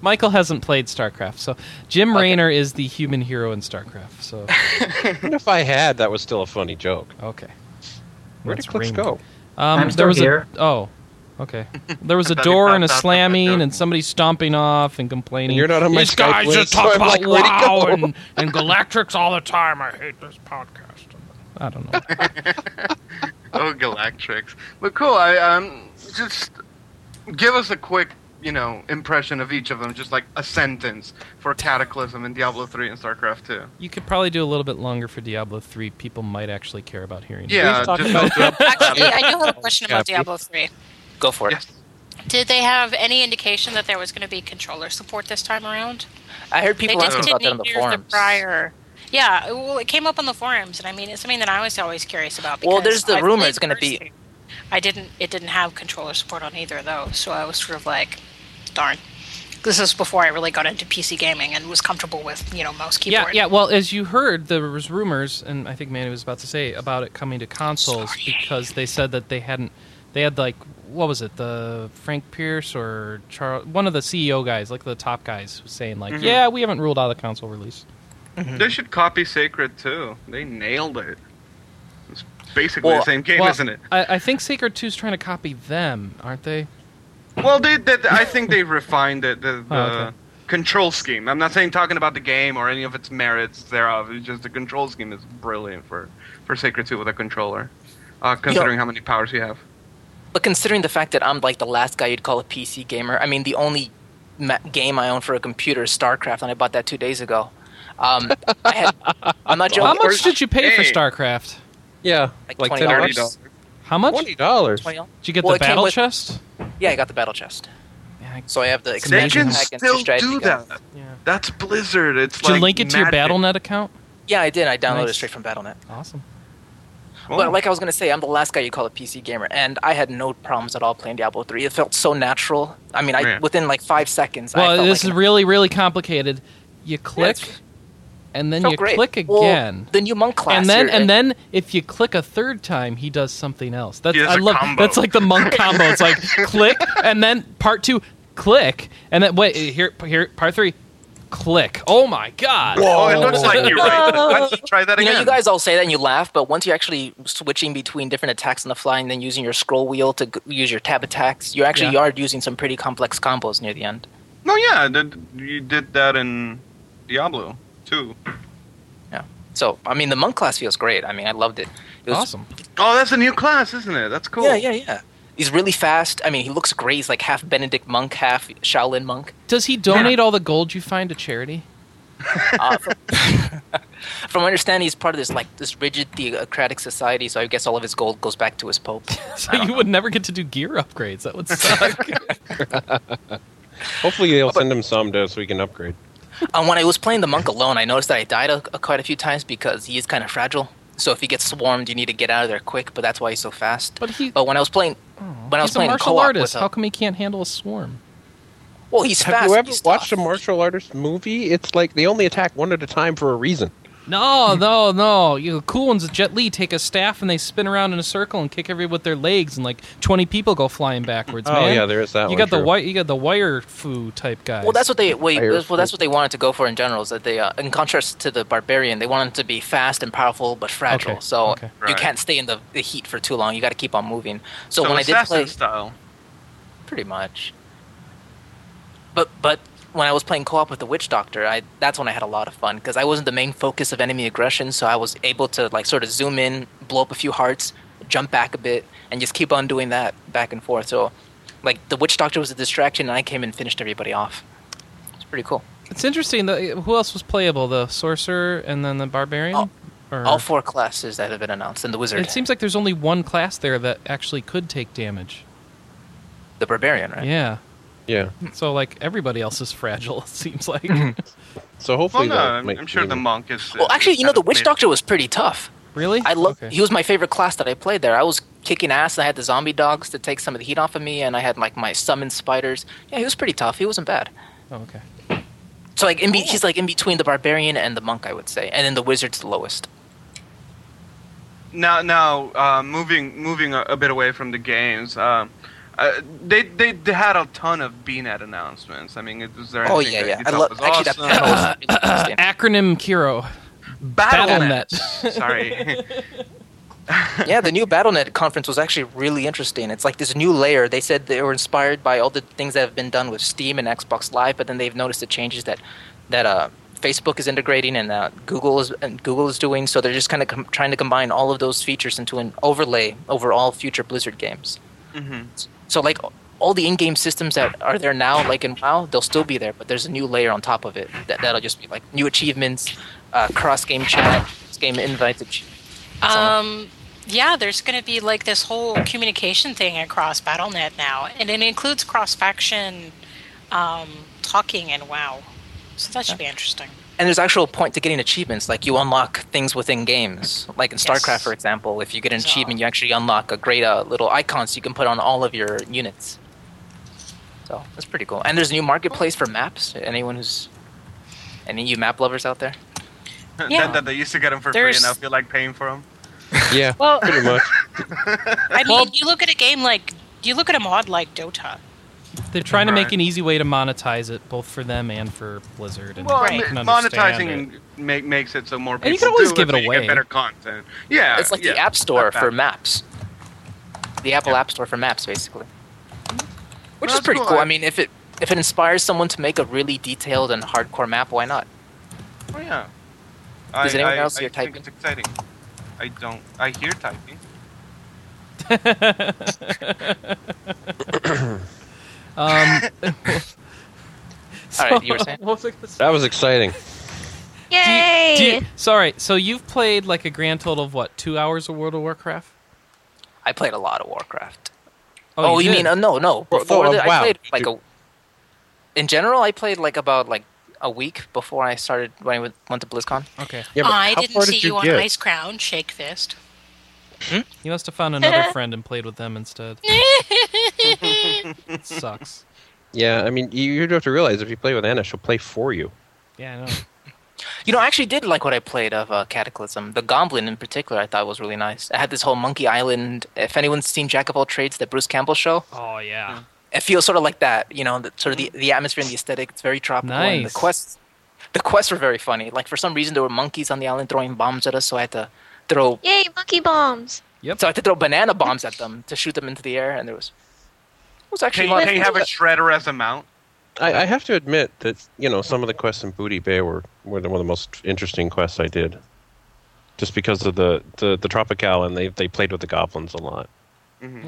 Speaker 1: Michael hasn't played StarCraft, so Jim
Speaker 5: Okay.
Speaker 1: Raynor is the human hero in StarCraft. So
Speaker 3: Even if I had, that was still a funny joke.
Speaker 1: okay.
Speaker 3: Where
Speaker 1: That's
Speaker 3: did clicks
Speaker 1: Raynor.
Speaker 3: go?
Speaker 1: Um,
Speaker 7: I'm still
Speaker 1: there was
Speaker 7: here.
Speaker 1: A, oh, okay. There was a
Speaker 4: I thought
Speaker 1: door
Speaker 4: you
Speaker 1: and a
Speaker 4: thought- thought that
Speaker 1: slamming
Speaker 4: joke.
Speaker 1: and somebody stomping off and complaining.
Speaker 3: And you're not on my
Speaker 1: These
Speaker 3: Skype
Speaker 1: guys
Speaker 3: list,
Speaker 1: just
Speaker 3: so
Speaker 1: talk
Speaker 3: I'm
Speaker 1: about
Speaker 3: like, where'd it
Speaker 1: WoW
Speaker 3: go?
Speaker 1: and, and Galactrics all the time. I hate this podcast. I don't know.
Speaker 4: oh, Galactrix. But cool. I um, just give us a quick, you know impression of each of them, just like a sentence for Cataclysm and Diablo three and StarCraft two.
Speaker 1: You could probably do a little bit longer for Diablo 3. People might actually care about hearing it.
Speaker 4: Yeah,
Speaker 5: talked
Speaker 4: just
Speaker 5: about
Speaker 6: Actually, I do have a question about
Speaker 3: Yeah, we-
Speaker 6: Diablo 3.
Speaker 5: Go for it.
Speaker 4: yes.
Speaker 6: Did they have any indication that there was going to be controller support this time around?
Speaker 5: I heard people
Speaker 6: they
Speaker 5: asking about that on the
Speaker 6: discontinued
Speaker 5: forums.
Speaker 6: prior. Yeah, well, it came up on the forums, and I mean, it's something that I was always curious about.
Speaker 5: Well, there's
Speaker 6: because
Speaker 5: the
Speaker 6: I
Speaker 5: rumor
Speaker 6: played
Speaker 5: it's gonna be-
Speaker 6: Hearthstone. I didn't. It didn't have controller support on either of those, so I was sort of like, darn. This is before I really got into PC gaming and was comfortable with you know mouse
Speaker 1: Yeah,
Speaker 6: keyboard.
Speaker 1: yeah. Well, as you heard, there was rumors, and I think Manny was about to say about it coming to consoles because they said that they hadn't. They had like what was it? The Frank Pierce or Charles, one of the CEO guys, like the top guys, was saying like,
Speaker 4: Mhm.
Speaker 1: "Yeah, we haven't ruled out a console release." Hmm.
Speaker 4: They should copy Sacred too. They nailed it. It's basically
Speaker 5: Well,
Speaker 4: the same game,
Speaker 1: Well,
Speaker 4: isn't it?
Speaker 1: I, I think Sacred 2's trying to copy them, aren't they?
Speaker 4: Well, they, they, I think they refined it, the, the
Speaker 1: Oh, okay.
Speaker 4: control scheme. I'm not saying talking about the game or any of its merits thereof. It's just the control scheme is brilliant for, for Sacred 2 with a controller, uh, considering how many powers you have.
Speaker 5: But considering the fact that I'm like the last guy you'd call a PC gamer, I mean, the only ma- game I own for a computer is StarCraft, and I bought that two days ago. Um, I had,
Speaker 1: [LAUGHS]
Speaker 5: I'm not joking.
Speaker 1: How much did you pay for
Speaker 4: Hey.
Speaker 1: StarCraft?
Speaker 3: Yeah,
Speaker 5: Like
Speaker 3: like ten
Speaker 5: $20.
Speaker 3: dollars.
Speaker 4: $30.
Speaker 1: How much
Speaker 3: Twenty dollars.
Speaker 5: $20?
Speaker 1: did you get?
Speaker 5: Well,
Speaker 1: the
Speaker 5: it came
Speaker 1: battle
Speaker 5: with-
Speaker 1: chest?
Speaker 5: Yeah, I got the battle chest.
Speaker 1: Yeah, I-
Speaker 5: So I have the
Speaker 1: It's
Speaker 4: They
Speaker 5: expansion
Speaker 4: can
Speaker 1: amazing.
Speaker 5: pack and
Speaker 4: still
Speaker 5: the strategy
Speaker 4: do
Speaker 5: guide.
Speaker 4: that.
Speaker 1: yeah.
Speaker 4: That's Blizzard. It's
Speaker 1: Did you
Speaker 4: like
Speaker 1: link it to your
Speaker 4: magic.
Speaker 1: BattleNet account?
Speaker 5: Yeah, I did. I downloaded
Speaker 1: Nice.
Speaker 5: it straight from BattleNet.
Speaker 1: Awesome.
Speaker 4: Cool.
Speaker 5: But like I was gonna say, I'm the last guy you call a PC gamer, and I had no problems at all playing Diablo 3. It felt so natural. I mean, I
Speaker 4: Yeah.
Speaker 5: within like five seconds. I
Speaker 1: Well,
Speaker 5: felt
Speaker 1: this
Speaker 5: like
Speaker 1: is really, really complicated. You click,
Speaker 5: it's-
Speaker 1: and then
Speaker 5: felt
Speaker 1: you
Speaker 5: great.
Speaker 1: click
Speaker 5: Well,
Speaker 1: again,
Speaker 5: the new monk class.
Speaker 1: and then
Speaker 5: you're-
Speaker 1: and then if you click a third time, he does something else. That's
Speaker 4: He does
Speaker 1: I
Speaker 4: a
Speaker 1: love.
Speaker 4: combo.
Speaker 1: That's like the
Speaker 5: [LAUGHS]
Speaker 1: monk combo. It's like click, and then part two, click, and then wait here, here, part three, click. Oh my god!
Speaker 4: oh, it looks
Speaker 1: [LAUGHS]
Speaker 4: like you're right. Let's try that
Speaker 5: You
Speaker 4: again.
Speaker 5: know, you guys all say that and you laugh, but once you're actually switching between different attacks on the fly and then using your scroll wheel to g- use your tab attacks, you actually
Speaker 1: Yeah.
Speaker 5: are using some pretty complex combos near the end.
Speaker 4: no, Oh, yeah, did, you did that in Diablo too.
Speaker 5: So, I mean, the monk class feels great. I mean, I loved it. it was,
Speaker 1: Awesome.
Speaker 4: Oh, that's a new class, isn't it? That's cool.
Speaker 5: Yeah, yeah, yeah. He's really fast. I mean, he looks great. He's like half Benedict monk, half Shaolin monk.
Speaker 1: Does he donate all the gold you find to charity? [LAUGHS]
Speaker 5: Uh, from, [LAUGHS] from my understanding, he's part of this like this rigid theocratic society. So I guess all of his gold goes back to his pope. [LAUGHS]
Speaker 1: So
Speaker 5: I don't
Speaker 1: you
Speaker 5: know.
Speaker 1: would never get to do gear upgrades. That would
Speaker 5: [LAUGHS]
Speaker 1: suck.
Speaker 3: Hopefully they'll send him some to so we can upgrade.
Speaker 5: Um, when I was playing the monk alone, I noticed that I died a, a- quite a few times because he is kind of fragile. So if he gets swarmed, you need to get out of there quick. But that's why he's so fast.
Speaker 1: But he-
Speaker 5: Oh,
Speaker 1: Oh.
Speaker 5: when I was playing, when I was
Speaker 1: He's a
Speaker 5: playing
Speaker 1: martial
Speaker 5: co-op
Speaker 1: artist.
Speaker 5: with a-
Speaker 1: How come he can't handle a swarm?
Speaker 5: well, he's
Speaker 3: Have
Speaker 5: fast.
Speaker 3: you
Speaker 5: but
Speaker 3: ever
Speaker 5: he's
Speaker 3: watched
Speaker 5: tough.
Speaker 3: a martial artist movie? It's like they only attack one at a time for a reason.
Speaker 1: Oh, No, no, no. You know, cool ones at Jet Li take a staff and they spin around in a circle and kick everyone with their legs, and like twenty people go flying backwards.
Speaker 3: Oh,
Speaker 1: man.
Speaker 3: yeah, there is that
Speaker 1: You
Speaker 3: one,
Speaker 1: got the
Speaker 3: true.
Speaker 1: wire. You got the wire foo type guys.
Speaker 5: Well, that's what they wait.
Speaker 3: Fire-
Speaker 5: Well, that's what they wanted to go for in general. Is that they, uh, in contrast to the barbarian, they wanted to be fast and powerful but fragile.
Speaker 1: Okay,
Speaker 5: So
Speaker 1: okay.
Speaker 5: you
Speaker 4: Right.
Speaker 5: can't stay in the, the heat for too long. You got to keep on moving.
Speaker 4: So
Speaker 5: So, when I did
Speaker 4: assassin
Speaker 5: play,
Speaker 4: style.
Speaker 5: pretty much. But but when I was playing co-op with the witch doctor, I that's when I had a lot of fun because I wasn't the main focus of enemy aggression, so I was able to like sort of zoom in, blow up a few hearts, jump back a bit, and just keep on doing that back and forth. So like the witch doctor was a distraction, and I came and finished everybody off. It's pretty cool.
Speaker 1: it's interesting. Though, who else was playable? The sorcerer and then the barbarian.
Speaker 5: All-
Speaker 1: Or-
Speaker 5: All four classes that have been announced, and the wizard,
Speaker 1: It seems like there's only one class there that actually could take damage.
Speaker 5: the barbarian, right?
Speaker 1: Yeah.
Speaker 3: Yeah.
Speaker 1: So like everybody else is fragile. [LAUGHS] It seems like.
Speaker 3: Mm-hmm. So
Speaker 4: Well,
Speaker 3: hopefully
Speaker 4: no,
Speaker 3: they'll
Speaker 4: I'm,
Speaker 3: make-
Speaker 4: I'm sure the monk is. uh,
Speaker 5: Well,
Speaker 4: is
Speaker 5: actually, you know,
Speaker 4: kind
Speaker 5: the
Speaker 4: of
Speaker 5: witch
Speaker 4: mid-
Speaker 5: doctor was pretty tough.
Speaker 1: really?
Speaker 5: I love.
Speaker 1: Okay.
Speaker 5: He was my favorite class that I played there. I was kicking ass, and I had the zombie dogs to take some of the heat off of me, and I had like my summon spiders. Yeah, he was pretty tough. He wasn't bad.
Speaker 1: Oh, okay.
Speaker 5: So like, in be- he's like in between the barbarian and the monk, I would say, and then the wizard's the lowest.
Speaker 4: now now uh, moving moving a, a bit away from the games um, uh, they, they they had a ton of bnet announcements i mean it was there
Speaker 5: Oh
Speaker 4: anything
Speaker 5: yeah,
Speaker 4: that
Speaker 5: yeah.
Speaker 4: you
Speaker 5: I
Speaker 4: thought
Speaker 5: love
Speaker 4: was
Speaker 5: actually
Speaker 4: awesome?
Speaker 1: [COUGHS]
Speaker 4: [LAUGHS]
Speaker 5: that panel was really interesting.
Speaker 1: Acronym Kiro.
Speaker 4: battlenet
Speaker 1: Battlenet.
Speaker 4: [LAUGHS]
Speaker 5: [LAUGHS]
Speaker 4: sorry
Speaker 5: yeah, the new BattleNet conference was actually really interesting. It's like this new layer. They said they were inspired by all the things that have been done with Steam and Xbox Live, but then they've noticed the changes that that uh, Facebook is integrating and uh, Google is and Google is doing. So they're just kind of com- trying to combine all of those features into an overlay over all future Blizzard games.
Speaker 4: Mhm.
Speaker 5: So like. all the in-game systems that are there now, like in WoW, they'll still be there, but there's a new layer on top of it that that'll just be like new achievements, uh, cross-game chat, game invites. ach- so on.
Speaker 6: Um, yeah, there's going to be like this whole communication thing across BattleNet now, and it includes cross-faction um, talking and WoW. So that should be interesting.
Speaker 5: and there's actual point to getting achievements. Like you unlock things within games. Like in StarCraft,
Speaker 6: Yes.
Speaker 5: for example, if you get an
Speaker 6: So-
Speaker 5: achievement, you actually unlock a great uh, little icons you can put on all of your units. So that's pretty cool. And there's a new marketplace for maps. Anyone who's any you map lovers out there?
Speaker 6: Yeah.
Speaker 4: that, that they used to get them for
Speaker 6: There's-
Speaker 4: free and now feel like paying for them.
Speaker 3: Yeah,
Speaker 6: Well,
Speaker 3: pretty much.
Speaker 6: I mean,
Speaker 1: Well-
Speaker 6: you look at a game like you look at a mod like Dota.
Speaker 1: They're trying to make
Speaker 4: Right.
Speaker 1: an easy way to monetize it, both for them and for Blizzard. And
Speaker 4: Well,
Speaker 1: I
Speaker 6: Right.
Speaker 1: can understand
Speaker 4: monetizing
Speaker 1: it.
Speaker 4: make, makes it so more people
Speaker 1: And you can always
Speaker 4: do
Speaker 1: give it
Speaker 4: so you
Speaker 1: away.
Speaker 4: get better content. Yeah,
Speaker 5: it's like
Speaker 4: Uh, yeah,
Speaker 5: the App Store
Speaker 4: that's
Speaker 5: for
Speaker 4: bad.
Speaker 5: maps. The Apple
Speaker 4: Yeah.
Speaker 5: App Store for maps, basically. Which
Speaker 4: Mm-hmm. Well,
Speaker 5: is
Speaker 4: that's
Speaker 5: pretty
Speaker 4: cool.
Speaker 5: cool. I mean, if it if it inspires someone to make a really detailed and hardcore map, why not?
Speaker 4: Oh, yeah.
Speaker 5: Does
Speaker 4: I,
Speaker 5: anyone
Speaker 4: I,
Speaker 5: else
Speaker 4: I
Speaker 5: hear
Speaker 4: think
Speaker 5: typing?
Speaker 4: It's exciting. I don't. I hear typing. [LAUGHS]
Speaker 1: [COUGHS]
Speaker 4: [COUGHS]
Speaker 1: um,
Speaker 5: All right, you were saying?
Speaker 1: [LAUGHS] What was I gonna say?
Speaker 3: That was exciting.
Speaker 1: Do you-
Speaker 2: Yay!
Speaker 1: do you- sorry, so you've played like a grand total of what, two hours of World of Warcraft?
Speaker 5: I played a lot of Warcraft.
Speaker 1: Oh,
Speaker 5: Oh, you,
Speaker 1: did?
Speaker 5: mean uh, no, no.
Speaker 3: Well,
Speaker 5: Before
Speaker 3: no,
Speaker 5: the,
Speaker 3: uh, wow.
Speaker 5: I played like a. In general, I played like about like a week before I started when I went- went to BlizzCon.
Speaker 1: okay.
Speaker 3: Yeah, but
Speaker 6: I
Speaker 3: how
Speaker 6: didn't
Speaker 3: far
Speaker 6: see
Speaker 3: did
Speaker 6: you,
Speaker 3: you,
Speaker 6: on
Speaker 3: get?
Speaker 6: Ice Crown. Shake fist.
Speaker 1: You must have found another friend and played with them instead. Sucks.
Speaker 3: Yeah, I mean, you, you have to realize if you play with Anna, she'll play for you.
Speaker 1: Yeah,
Speaker 5: [LAUGHS]
Speaker 1: I know.
Speaker 5: You know, I actually did like what I played of uh, Cataclysm. The Goblin in particular, I thought was really nice. I had this whole Monkey Island. If anyone's seen Jack of All Trades, that Bruce Campbell show,
Speaker 1: Oh yeah.
Speaker 5: it feels sort of like that. You know, the, sort of the, the atmosphere and the aesthetic. It's very tropical. And the
Speaker 1: Nice.
Speaker 5: quests, the quests were very funny. Like for some reason, there were monkeys on the island throwing bombs at us, so I had to throw
Speaker 2: Yay, monkey bombs!
Speaker 1: Yep.
Speaker 5: So I had to throw banana bombs at them to shoot them into the air, and there was it was actually
Speaker 4: Can,
Speaker 5: a lot
Speaker 4: you-
Speaker 5: of
Speaker 4: can you have a shredder as a mount?
Speaker 3: I, I have to admit that you know some of the quests in Booty Bay were, were the- one of the most interesting quests I did, just because of the the, the Tropical and they they played with the goblins a lot.
Speaker 4: Mm-hmm.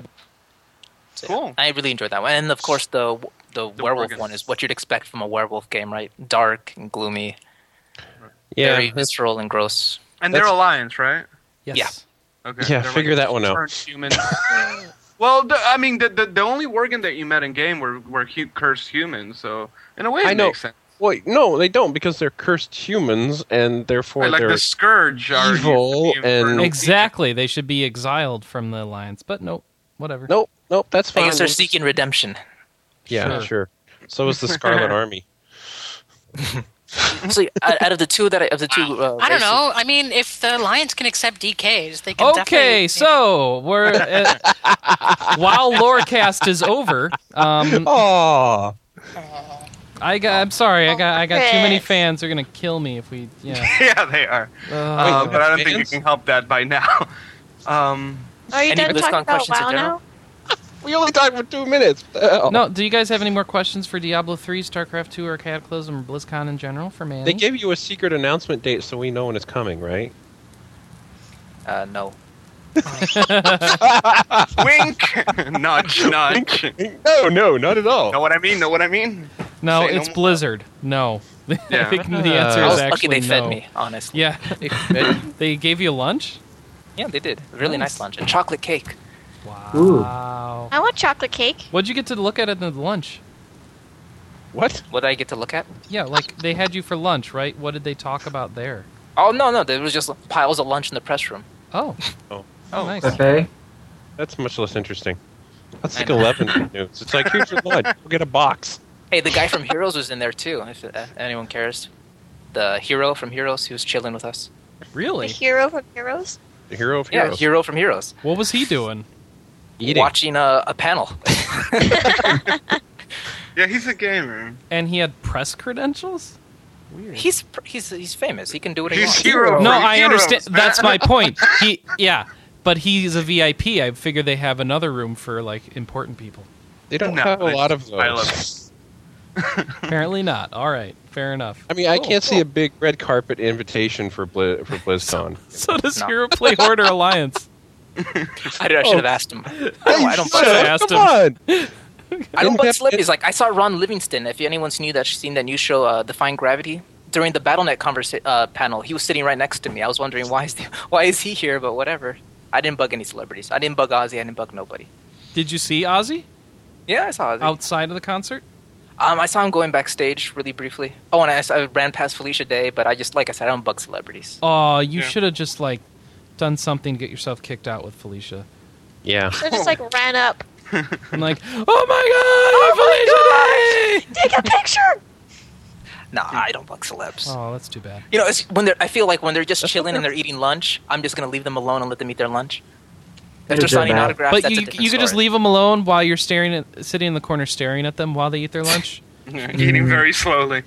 Speaker 5: So,
Speaker 4: Cool.
Speaker 5: I really enjoyed that one, and of course the the, werewolf
Speaker 4: organs.
Speaker 5: one is what you'd expect from a werewolf game, right? Dark and gloomy,
Speaker 3: Yeah,
Speaker 5: very visceral and gross.
Speaker 4: And they're
Speaker 3: That's-
Speaker 4: alliance, right?
Speaker 1: Yes.
Speaker 5: Yeah.
Speaker 4: Okay.
Speaker 3: Yeah,
Speaker 4: they're
Speaker 3: figure that one out.
Speaker 4: turned Human. [LAUGHS] well, the, I mean, the, the the only Worgen that you met in game were were hu- cursed humans, so in a way, it
Speaker 3: I know.
Speaker 4: makes sense.
Speaker 3: Wait, no, they don't because they're cursed humans and therefore
Speaker 4: Right, like
Speaker 3: they're
Speaker 4: the scourge are
Speaker 3: evil
Speaker 4: the infernal
Speaker 3: and-
Speaker 4: people.
Speaker 1: Exactly. They should be exiled from the alliance, but nope. Whatever.
Speaker 3: nope, nope. That's
Speaker 5: I
Speaker 3: fine.
Speaker 5: guess they're seeking redemption.
Speaker 3: yeah,
Speaker 1: Sure.
Speaker 3: sure. So is the
Speaker 6: [LAUGHS]
Speaker 3: Scarlet Army.
Speaker 5: So out out of the two that I, of the two,
Speaker 3: Oh,
Speaker 5: uh,
Speaker 6: I don't
Speaker 5: races-
Speaker 6: know. I mean, if the Lions can accept DKs, they can.
Speaker 1: Okay,
Speaker 6: definitely-
Speaker 1: so we're uh, [LAUGHS] while Lorecast is over. Um,
Speaker 3: Oh,
Speaker 1: I got. I'm sorry. I got. I got too many
Speaker 2: Chris.
Speaker 1: fans. They're gonna kill me if we.
Speaker 6: [LAUGHS]
Speaker 1: Yeah.
Speaker 4: [LAUGHS] yeah, they are.
Speaker 1: Oh,
Speaker 4: Uh, but I don't think you
Speaker 3: fans?
Speaker 4: can help that by now. [LAUGHS]
Speaker 3: [LAUGHS]
Speaker 4: Um,
Speaker 2: Are you
Speaker 5: Any
Speaker 2: done
Speaker 5: BlizzCon
Speaker 2: talking about
Speaker 5: questions in
Speaker 2: WoW
Speaker 5: general?
Speaker 2: now?
Speaker 3: we only talked for two minutes. What the hell?
Speaker 1: No, do you guys have any more questions for Diablo 3, StarCraft 2, or Cataclysm, or BlizzCon in general for Manny? [LAUGHS]
Speaker 3: They gave you a secret announcement date so we know when it's coming,
Speaker 5: [LAUGHS]
Speaker 3: right?
Speaker 5: Uh, no.
Speaker 4: wink, [LAUGHS] nudge, nudge.
Speaker 3: No, no, not at all.
Speaker 4: Know what I mean? Know what I mean?
Speaker 1: no,
Speaker 4: say no
Speaker 1: it's
Speaker 4: more.
Speaker 1: Blizzard. No. [LAUGHS] I
Speaker 4: Yeah.
Speaker 1: think the answer
Speaker 5: I
Speaker 1: is
Speaker 5: was lucky
Speaker 1: actually
Speaker 5: they fed
Speaker 1: no.
Speaker 5: me. Honestly,
Speaker 1: Yeah, [LAUGHS] they gave you lunch.
Speaker 5: yeah, they did. Really nice lunch and chocolate cake.
Speaker 1: Wow.
Speaker 2: I want chocolate cake.
Speaker 1: What'd you get to look at at the lunch?
Speaker 3: what?
Speaker 5: What did I get to look at?
Speaker 1: Yeah, like they had you for lunch, right? What did they talk about there?
Speaker 5: Oh no, no, there was just piles of lunch in the press room.
Speaker 1: Oh.
Speaker 3: Oh.
Speaker 1: Oh, nice.
Speaker 7: Buffet?
Speaker 3: That's much less interesting. That's
Speaker 5: I
Speaker 3: like
Speaker 5: know. [LAUGHS]
Speaker 3: 11 news. It's like, here's your lunch. We'll get a box.
Speaker 5: Hey, the guy from Heroes was in there too. If uh, anyone cares, the hero from Heroes, he was chilling with us.
Speaker 2: The
Speaker 1: Really?
Speaker 2: hero from Heroes.
Speaker 3: The hero of
Speaker 5: Yeah,
Speaker 3: heroes.
Speaker 5: hero from Heroes,
Speaker 1: What was he doing?
Speaker 3: Eating.
Speaker 5: watching a, a panel.
Speaker 4: Yeah, he's a gamer.
Speaker 1: And he had press credentials? Weird.
Speaker 5: [LAUGHS] he's pr- he's he's famous. He can do what he
Speaker 4: He's
Speaker 5: wants.
Speaker 4: hero.
Speaker 1: No,
Speaker 4: from
Speaker 1: I
Speaker 4: Heroes,
Speaker 1: understand.
Speaker 4: man.
Speaker 1: That's my point. He, yeah, but he's a VIP. I figure they have another room for like important people.
Speaker 3: They don't
Speaker 4: No,
Speaker 3: have a
Speaker 4: I-
Speaker 3: lot of
Speaker 4: I love
Speaker 3: those.
Speaker 1: Apparently not. All right, fair enough.
Speaker 3: I, mean, I
Speaker 1: Cool,
Speaker 3: can't see
Speaker 1: cool.
Speaker 3: a big red carpet invitation for Bli- for BlizzCon.
Speaker 1: [LAUGHS] So does
Speaker 5: [LAUGHS] No.
Speaker 1: Hero Play Order Alliance?
Speaker 3: Oh. [LAUGHS]
Speaker 5: I, did- I should have asked him. No, I don't.
Speaker 1: should.
Speaker 5: Buy
Speaker 1: asked
Speaker 3: Come on.
Speaker 5: [LAUGHS] I don't
Speaker 3: Didn't
Speaker 5: butt
Speaker 3: that- [LAUGHS]
Speaker 5: slippies. Like I saw Ron Livingston. If anyone's new that seen that new show, uh, Define Gravity, during the BattleNet conversa- uh, panel, he was sitting right next to me. I was wondering why is why is he here? But whatever. I didn't bug any celebrities. I didn't bug Ozzy. I didn't bug nobody.
Speaker 1: Did you see Ozzy
Speaker 5: Yeah, I saw Ozzy.
Speaker 1: outside of the concert?
Speaker 5: Um, I saw him going backstage really briefly. Oh, and I, I ran past Felicia Day, but I just like I said, I don't bug celebrities.
Speaker 1: Oh, you
Speaker 4: Yeah.
Speaker 1: should have just like done something to get yourself kicked out with Felicia.
Speaker 3: Yeah.
Speaker 2: So just like ran up.
Speaker 1: I'm like, oh my god, oh Felicia! Day!"
Speaker 2: Take
Speaker 3: [LAUGHS]
Speaker 2: a picture.
Speaker 5: Nah, I don't bug celebs.
Speaker 1: Oh, that's too bad.
Speaker 5: You know, it's when they're. I feel like when they're just chilling and they're eating lunch, I'm just gonna leave them alone and let them eat their lunch. If
Speaker 7: It
Speaker 5: they're
Speaker 7: doesn't
Speaker 5: signing
Speaker 7: matter.
Speaker 5: autographs,
Speaker 1: but
Speaker 5: that's
Speaker 1: you
Speaker 5: a
Speaker 1: you
Speaker 5: different
Speaker 1: could just
Speaker 5: story.
Speaker 1: leave them alone while you're staring at sitting in the corner staring at them while they eat their lunch.
Speaker 4: Eating very slowly.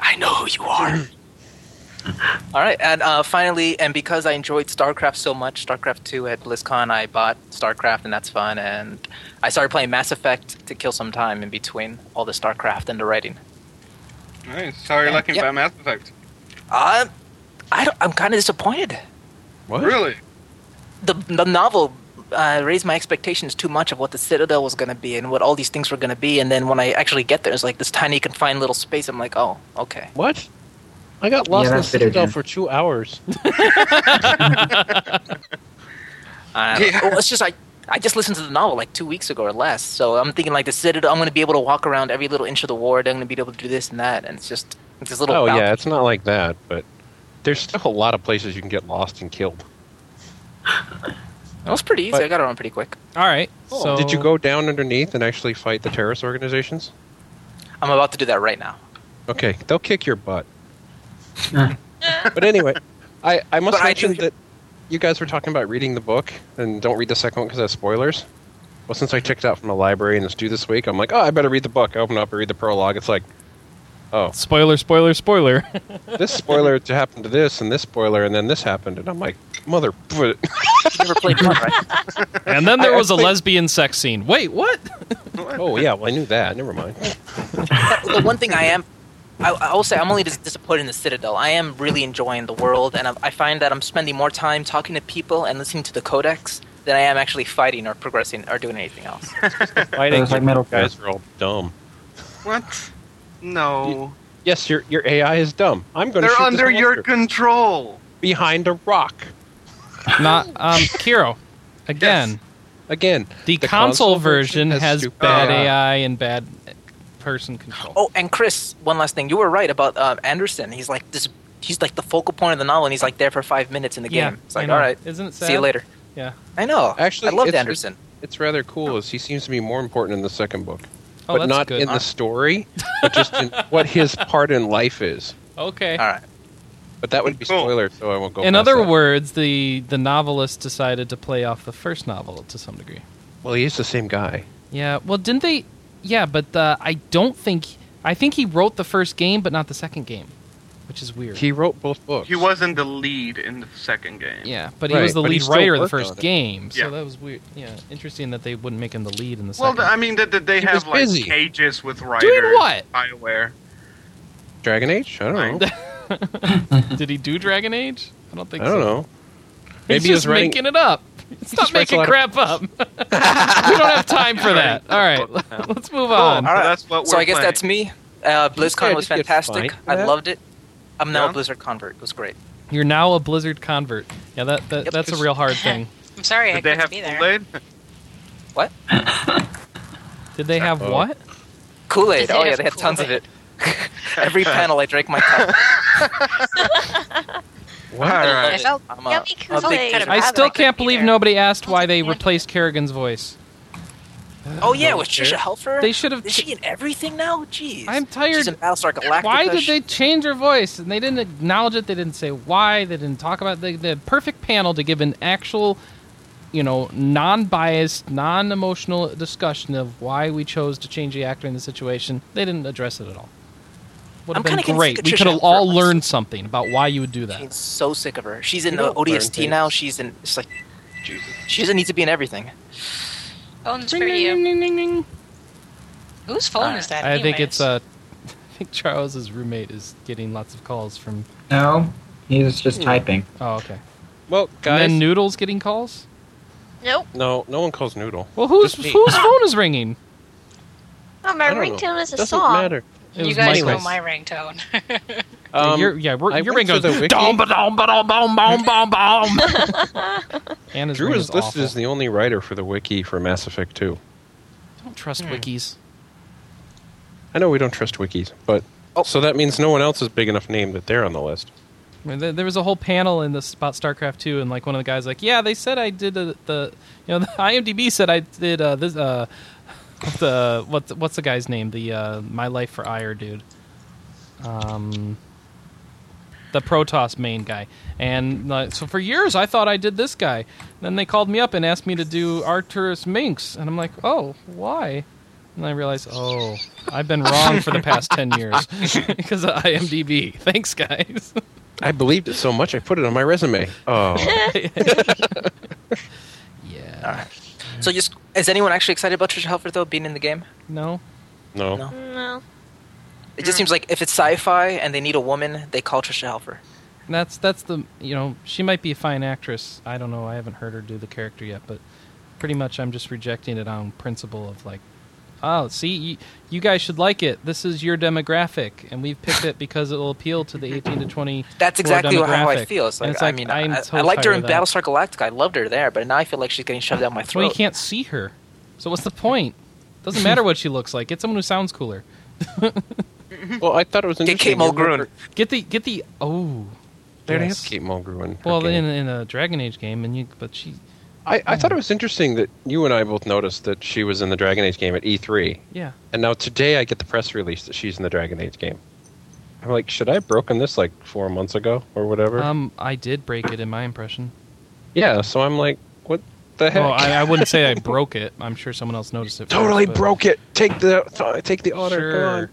Speaker 5: I know who you are. [LAUGHS] All right, and uh, finally, and because I enjoyed StarCraft so much, StarCraft 2 at BlizzCon, I bought StarCraft, and that's fun. And I started playing Mass Effect to kill some time in between all the StarCraft and the writing.
Speaker 4: Nice. How are you
Speaker 5: Yeah.
Speaker 4: liking
Speaker 5: Yep.
Speaker 4: about Mass Effect?
Speaker 5: Uh, I don't, I'm kind of disappointed.
Speaker 3: What?
Speaker 4: Really?
Speaker 5: The, the novel uh, raised my expectations too much of what the Citadel was going to be and what all these things were going to be. And then when I actually get there, it's like this tiny, confined little space. I'm like, oh, okay.
Speaker 3: What? I got lost
Speaker 7: Yeah,
Speaker 3: in the
Speaker 7: that's bitter,
Speaker 3: Citadel
Speaker 7: Jim.
Speaker 3: for two hours.
Speaker 5: I don't
Speaker 4: Yeah.
Speaker 5: know. Well, it's just I, I just listened to the novel like two weeks ago or less. So I'm thinking like the Citadel. I'm going to be able to walk around every little inch of the ward. I'm going to be able to do this and that. And it's just it's this little.
Speaker 3: Oh
Speaker 5: balcony.
Speaker 3: yeah, it's not like that, but there's still a lot of places you can get lost and killed.
Speaker 5: It was pretty easy.
Speaker 3: But-
Speaker 5: I got around pretty quick.
Speaker 1: All right. So
Speaker 3: Did you go down underneath and actually fight the terrorist organizations?
Speaker 5: I'm about to do that right now.
Speaker 3: Okay, they'll kick your butt. [LAUGHS] but anyway, I, I must
Speaker 5: But I
Speaker 3: mention
Speaker 5: do-
Speaker 3: that you guys were talking about reading the book and don't read the second one because has spoilers. Well, since I checked out from the library and it's due this week, I'm like, oh, I better read the book. I open up, I read the prologue. It's like, oh,
Speaker 1: Spoiler, spoiler, spoiler.
Speaker 3: this [LAUGHS] spoiler to happen to this and this spoiler and then this happened, and I'm like, mother. [LAUGHS]
Speaker 5: You never played one, right?
Speaker 1: and then there
Speaker 3: I- I
Speaker 1: was a
Speaker 3: think-
Speaker 1: lesbian sex scene. Wait, what?
Speaker 3: oh yeah, well I knew that. Never
Speaker 7: [LAUGHS]
Speaker 3: mind.
Speaker 5: the one thing I am, I, I will say, I'm only dis- disappointed in the Citadel. I am really enjoying the world, and I, I find that I'm spending more time talking to people and listening to the Codex than I am actually fighting or progressing or doing
Speaker 4: [LAUGHS]
Speaker 5: anything else.
Speaker 3: Fighting
Speaker 7: like Metal Gear.
Speaker 3: guys are all dumb.
Speaker 4: What? No.
Speaker 3: Yes, your your AI is dumb. I'm going to.
Speaker 4: They're
Speaker 3: shoot
Speaker 4: under
Speaker 3: this
Speaker 4: your
Speaker 3: monster
Speaker 4: control.
Speaker 3: behind a rock
Speaker 1: Not um Kiro. Again,
Speaker 3: again.
Speaker 1: the, console, version has,
Speaker 3: stupid
Speaker 1: bad
Speaker 4: AI.
Speaker 1: AI and bad person control.
Speaker 5: Oh, and Chris, one last thing. You were right about uh, Anderson. He's like this. He's like the focal point of the novel, and he's like there for five minutes in the
Speaker 1: yeah.
Speaker 5: game. It's like,
Speaker 1: I know.
Speaker 5: all right,
Speaker 1: Isn't it sad?
Speaker 5: see you later.
Speaker 1: Yeah.
Speaker 5: I know.
Speaker 3: Actually,
Speaker 5: I loved
Speaker 3: it's-
Speaker 5: Anderson.
Speaker 3: It's rather cool. Is he seems to be more important in the second book,
Speaker 1: Oh,
Speaker 3: but
Speaker 1: that's
Speaker 3: not
Speaker 1: good.
Speaker 3: in the story, but just [LAUGHS] in what his part in life is.
Speaker 1: Okay.
Speaker 5: all right.
Speaker 3: But that would be
Speaker 4: Cool.
Speaker 3: spoiler, so I won't go.
Speaker 1: In
Speaker 3: past
Speaker 1: other
Speaker 3: that.
Speaker 1: words, the the novelist decided to play off the first novel to some degree.
Speaker 3: well, he is the same guy.
Speaker 1: Yeah. Well, didn't they? Yeah, but uh, I don't think. I think he wrote the first game, but not the second game, which is weird.
Speaker 3: He wrote both books.
Speaker 4: He wasn't the lead in the second game.
Speaker 1: yeah, but he
Speaker 3: Right,
Speaker 1: was the
Speaker 3: but he
Speaker 1: lead
Speaker 3: still
Speaker 1: writer of the
Speaker 3: worked on
Speaker 1: first
Speaker 3: it.
Speaker 1: game, so
Speaker 4: Yeah.
Speaker 1: that was weird. Yeah, interesting that they wouldn't make him the lead in the
Speaker 4: Well,
Speaker 1: second.
Speaker 4: th- I mean, did, did they
Speaker 3: He was
Speaker 4: have like
Speaker 3: busy.
Speaker 4: pages with writers?
Speaker 1: Doing what?
Speaker 4: Bioware.
Speaker 3: Dragon Age. I don't know.
Speaker 1: [LAUGHS] Did he do Dragon Age? I don't
Speaker 3: I
Speaker 1: think. so.
Speaker 3: don't know.
Speaker 1: He's
Speaker 3: Maybe he
Speaker 1: just
Speaker 3: was writing.
Speaker 1: making it
Speaker 3: [LAUGHS]
Speaker 1: up. Stop
Speaker 3: just writes a
Speaker 1: making
Speaker 3: lot of-
Speaker 1: crap
Speaker 3: [LAUGHS]
Speaker 1: up. [LAUGHS] we don't have time for that. All right, [LAUGHS] let's move on.
Speaker 3: Um,
Speaker 4: Cool.
Speaker 5: All right.
Speaker 4: That's what
Speaker 5: So
Speaker 4: we're
Speaker 5: I guess
Speaker 4: playing.
Speaker 5: that's me. Uh,
Speaker 3: Yeah,
Speaker 5: BlizzCon
Speaker 3: just
Speaker 5: was
Speaker 3: get
Speaker 5: fantastic.
Speaker 3: fined for
Speaker 5: I
Speaker 3: that.
Speaker 5: loved it. I'm now
Speaker 4: Yeah.
Speaker 5: a Blizzard convert. It was great.
Speaker 1: You're now a Blizzard convert. Yeah, that, that
Speaker 5: Yep.
Speaker 1: that's a real
Speaker 5: [LAUGHS]
Speaker 1: hard thing.
Speaker 6: I'm sorry, I
Speaker 4: Did they
Speaker 6: couldn't
Speaker 4: have
Speaker 6: be there.
Speaker 4: Kool-Aid?
Speaker 1: Did they have
Speaker 3: Oh.
Speaker 1: what?
Speaker 5: Kool
Speaker 2: Did
Speaker 5: Aid.
Speaker 2: they
Speaker 5: Oh yeah,
Speaker 2: have
Speaker 5: they had tons of
Speaker 2: Kool-Aid?
Speaker 5: it. [LAUGHS]
Speaker 1: [LAUGHS]
Speaker 5: Every panel, I drank my cup.
Speaker 4: All
Speaker 6: I
Speaker 4: right.
Speaker 6: felt
Speaker 5: I'm a,
Speaker 2: Yummy
Speaker 5: I'm a big
Speaker 2: Kool-Aid.
Speaker 5: fan.
Speaker 1: I
Speaker 6: Rather,
Speaker 1: still
Speaker 6: I
Speaker 1: can't
Speaker 6: couldn't be
Speaker 1: believe
Speaker 6: there.
Speaker 1: nobody asked why they
Speaker 6: Yeah.
Speaker 1: replaced Kerrigan's voice.
Speaker 5: Oh yeah, with Trisha Helfer.
Speaker 1: They should have.
Speaker 5: Is she in everything now? Jeez.
Speaker 1: I'm tired.
Speaker 5: She's in Battlestar Galactica.
Speaker 1: why did
Speaker 5: She-
Speaker 1: they change her voice? And they didn't acknowledge it. They didn't say why. They didn't talk about. They, the perfect panel to give an actual, you know, non-biased, non-emotional discussion of why we chose to change the actor in the situation. They didn't address it at all. Would
Speaker 5: I'm
Speaker 1: have been
Speaker 5: kinda getting
Speaker 1: great.
Speaker 5: sick of
Speaker 1: We
Speaker 5: Trisha
Speaker 1: could have
Speaker 5: Helfer
Speaker 1: all
Speaker 5: myself.
Speaker 1: learned something about why you would do that.
Speaker 5: She's so sick of her. She's
Speaker 3: You
Speaker 5: in the
Speaker 3: don't learn
Speaker 5: ODST now.
Speaker 3: things.
Speaker 5: She's in. It's like, she doesn't need to be in everything.
Speaker 6: phones for
Speaker 1: Ding, ding,
Speaker 6: you.
Speaker 1: ding, ding, ding.
Speaker 6: Whose phone is that?
Speaker 1: I think
Speaker 6: anyways?
Speaker 1: it's uh, [LAUGHS] I think Charles's roommate is getting lots of calls from.
Speaker 7: No, he's just typing.
Speaker 1: Oh, okay.
Speaker 3: Well,
Speaker 1: And
Speaker 3: guys,
Speaker 1: then Noodles getting calls?
Speaker 2: Nope.
Speaker 3: No, no one calls Noodle.
Speaker 1: Well, whose
Speaker 3: Just me.
Speaker 1: whose phone is ringing?
Speaker 2: Oh, my
Speaker 3: I don't know.
Speaker 2: ringtone is a
Speaker 3: Doesn't
Speaker 2: song.
Speaker 3: matter.
Speaker 1: It
Speaker 6: you
Speaker 1: was
Speaker 6: guys
Speaker 1: Michael's.
Speaker 6: know my ringtone.
Speaker 1: Yeah,
Speaker 3: Um,
Speaker 1: your- yeah, we're-
Speaker 3: I
Speaker 1: your
Speaker 3: went
Speaker 1: ring
Speaker 3: to
Speaker 1: [LAUGHS] goes
Speaker 3: the wiki.
Speaker 1: dom ba dom ba dom bom bom bom bom. And his
Speaker 3: Drew
Speaker 1: ring
Speaker 3: is listed
Speaker 1: awful.
Speaker 3: as the only writer for the wiki for Mass Effect 2.
Speaker 1: Don't trust wikis.
Speaker 3: I know we don't trust wikis, but
Speaker 1: Oh.
Speaker 3: so that means no one else is big enough name that they're on the list.
Speaker 1: I mean, there there was a whole panel in this about StarCraft 2 and like one of the guys like, "Yeah, they said I did uh, the you know, [LAUGHS] the IMDb said I did uh, this uh [LAUGHS] the what's what's the guy's name? The uh My Life for Ire dude. Um the Protoss main guy. And uh, so for years I thought I did this guy. Then they called me up and asked me to do Arturus Minx and I'm like, "Oh, why?" And I realized, "Oh, I've been wrong for the past 10 years [LAUGHS] because of IMDb. [LAUGHS] Thanks, guys."
Speaker 3: I believed it so much I put it on my resume.
Speaker 1: [LAUGHS]
Speaker 3: Oh,
Speaker 1: Yeah.
Speaker 5: So, just is anyone actually excited about Trisha Helfer though being in the game?
Speaker 1: No.
Speaker 3: no.
Speaker 5: No.
Speaker 2: No.
Speaker 5: It
Speaker 1: Mm.
Speaker 5: just seems like if it's sci-fi and they need a woman, they call Trisha Helfer.
Speaker 1: That's that's the you know she might be a fine actress. I don't know. I haven't heard her do the character yet, but pretty much I'm just rejecting it on principle of like, oh, see, you, you guys should like it. This is your demographic, and we've picked it because it will appeal to the 18 to 20.
Speaker 5: [LAUGHS] That's exactly how I
Speaker 1: demographic.
Speaker 5: feel. It's
Speaker 1: And
Speaker 5: like,
Speaker 1: it's like,
Speaker 5: I mean,
Speaker 1: I'm
Speaker 5: I,
Speaker 1: so
Speaker 5: I liked her
Speaker 1: tired
Speaker 5: in
Speaker 1: of that.
Speaker 5: Battlestar Galactica. I loved her there, but now I feel like she's getting shoved down my
Speaker 1: Well, you
Speaker 5: throat.
Speaker 1: can't see her, so what's the point? Doesn't matter what she looks like. Get someone who sounds cooler.
Speaker 3: Well, I thought it was
Speaker 5: Get
Speaker 3: interesting.
Speaker 5: Kate Mulgrew.
Speaker 1: Get the get the oh.
Speaker 3: They already
Speaker 1: yes.
Speaker 3: have Kate Mulgrew.
Speaker 1: Well, in
Speaker 3: in, her
Speaker 1: in
Speaker 3: game.
Speaker 1: a Dragon Age game, and you but she
Speaker 3: I, I thought it was interesting that you and I both noticed that she was in the Dragon Age game at E3,
Speaker 1: yeah.
Speaker 3: and now today I get the press release that she's in the Dragon Age game. I'm like, should I have broken this like four months ago or whatever?
Speaker 1: Um, I did break it in my impression.
Speaker 3: yeah, so I'm like, what the heck?
Speaker 1: Well, I, I wouldn't say I broke it. I'm sure someone else noticed it.
Speaker 3: [LAUGHS] totally
Speaker 1: first, but
Speaker 3: broke it. Take the th- take the honor.
Speaker 1: Sure.
Speaker 3: Go on.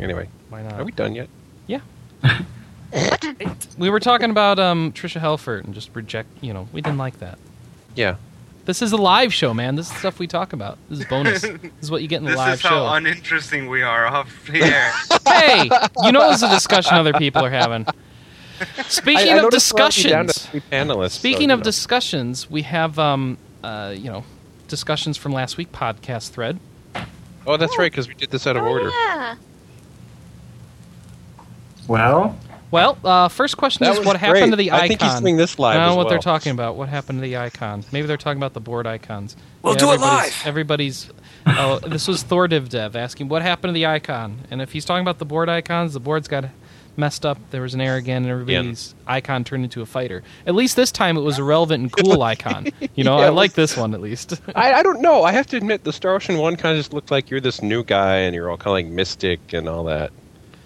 Speaker 3: Anyway,
Speaker 1: Why not?
Speaker 3: are we done yet? [LAUGHS]
Speaker 1: We were talking about um, Trisha Helfert and just reject. You know, we didn't like that.
Speaker 3: Yeah.
Speaker 1: This is a live show, man. This is stuff we talk about. This is
Speaker 3: [LAUGHS]
Speaker 1: bonus. this is what you get in the
Speaker 4: This
Speaker 1: live
Speaker 4: is
Speaker 1: show.
Speaker 4: how uninteresting we
Speaker 3: [LAUGHS]
Speaker 4: are off the air.
Speaker 1: hey, you know, it's a discussion other people are
Speaker 3: [LAUGHS]
Speaker 1: having. Speaking
Speaker 3: I- I
Speaker 1: of
Speaker 3: noticed we're already down to
Speaker 1: discussions,
Speaker 3: three panelists. so,
Speaker 1: Speaking
Speaker 3: you
Speaker 1: of
Speaker 3: know.
Speaker 1: discussions, we have um, uh, you know, discussions from last week podcast thread.
Speaker 3: oh, that's right, because we did this out of
Speaker 2: Oh,
Speaker 3: order.
Speaker 2: yeah.
Speaker 7: Well,
Speaker 1: Well, uh, first question
Speaker 3: That
Speaker 1: is
Speaker 3: was
Speaker 1: what
Speaker 3: great.
Speaker 1: happened to the icon?
Speaker 3: I think he's doing this live
Speaker 1: I don't know
Speaker 3: as
Speaker 1: what they're
Speaker 3: well.
Speaker 1: talking about. What happened to the icon? Maybe they're talking about the board icons.
Speaker 5: We'll do it
Speaker 1: everybody's-
Speaker 5: live.
Speaker 1: Everybody's. Oh, this was Thor Div Dev asking what happened to the icon, and if he's talking about the board icons, the boards got messed up. There was an error again, and everybody's icon turned into a fighter. At least this time, it was a relevant and
Speaker 3: [LAUGHS]
Speaker 1: cool icon. You know,
Speaker 3: Yeah,
Speaker 1: I
Speaker 3: it was-
Speaker 1: like this one at least. [LAUGHS]
Speaker 3: I, I don't know. I have to admit, the Star Ocean one kind of just looked like you're this new guy and you're all kind of like mystic and all that.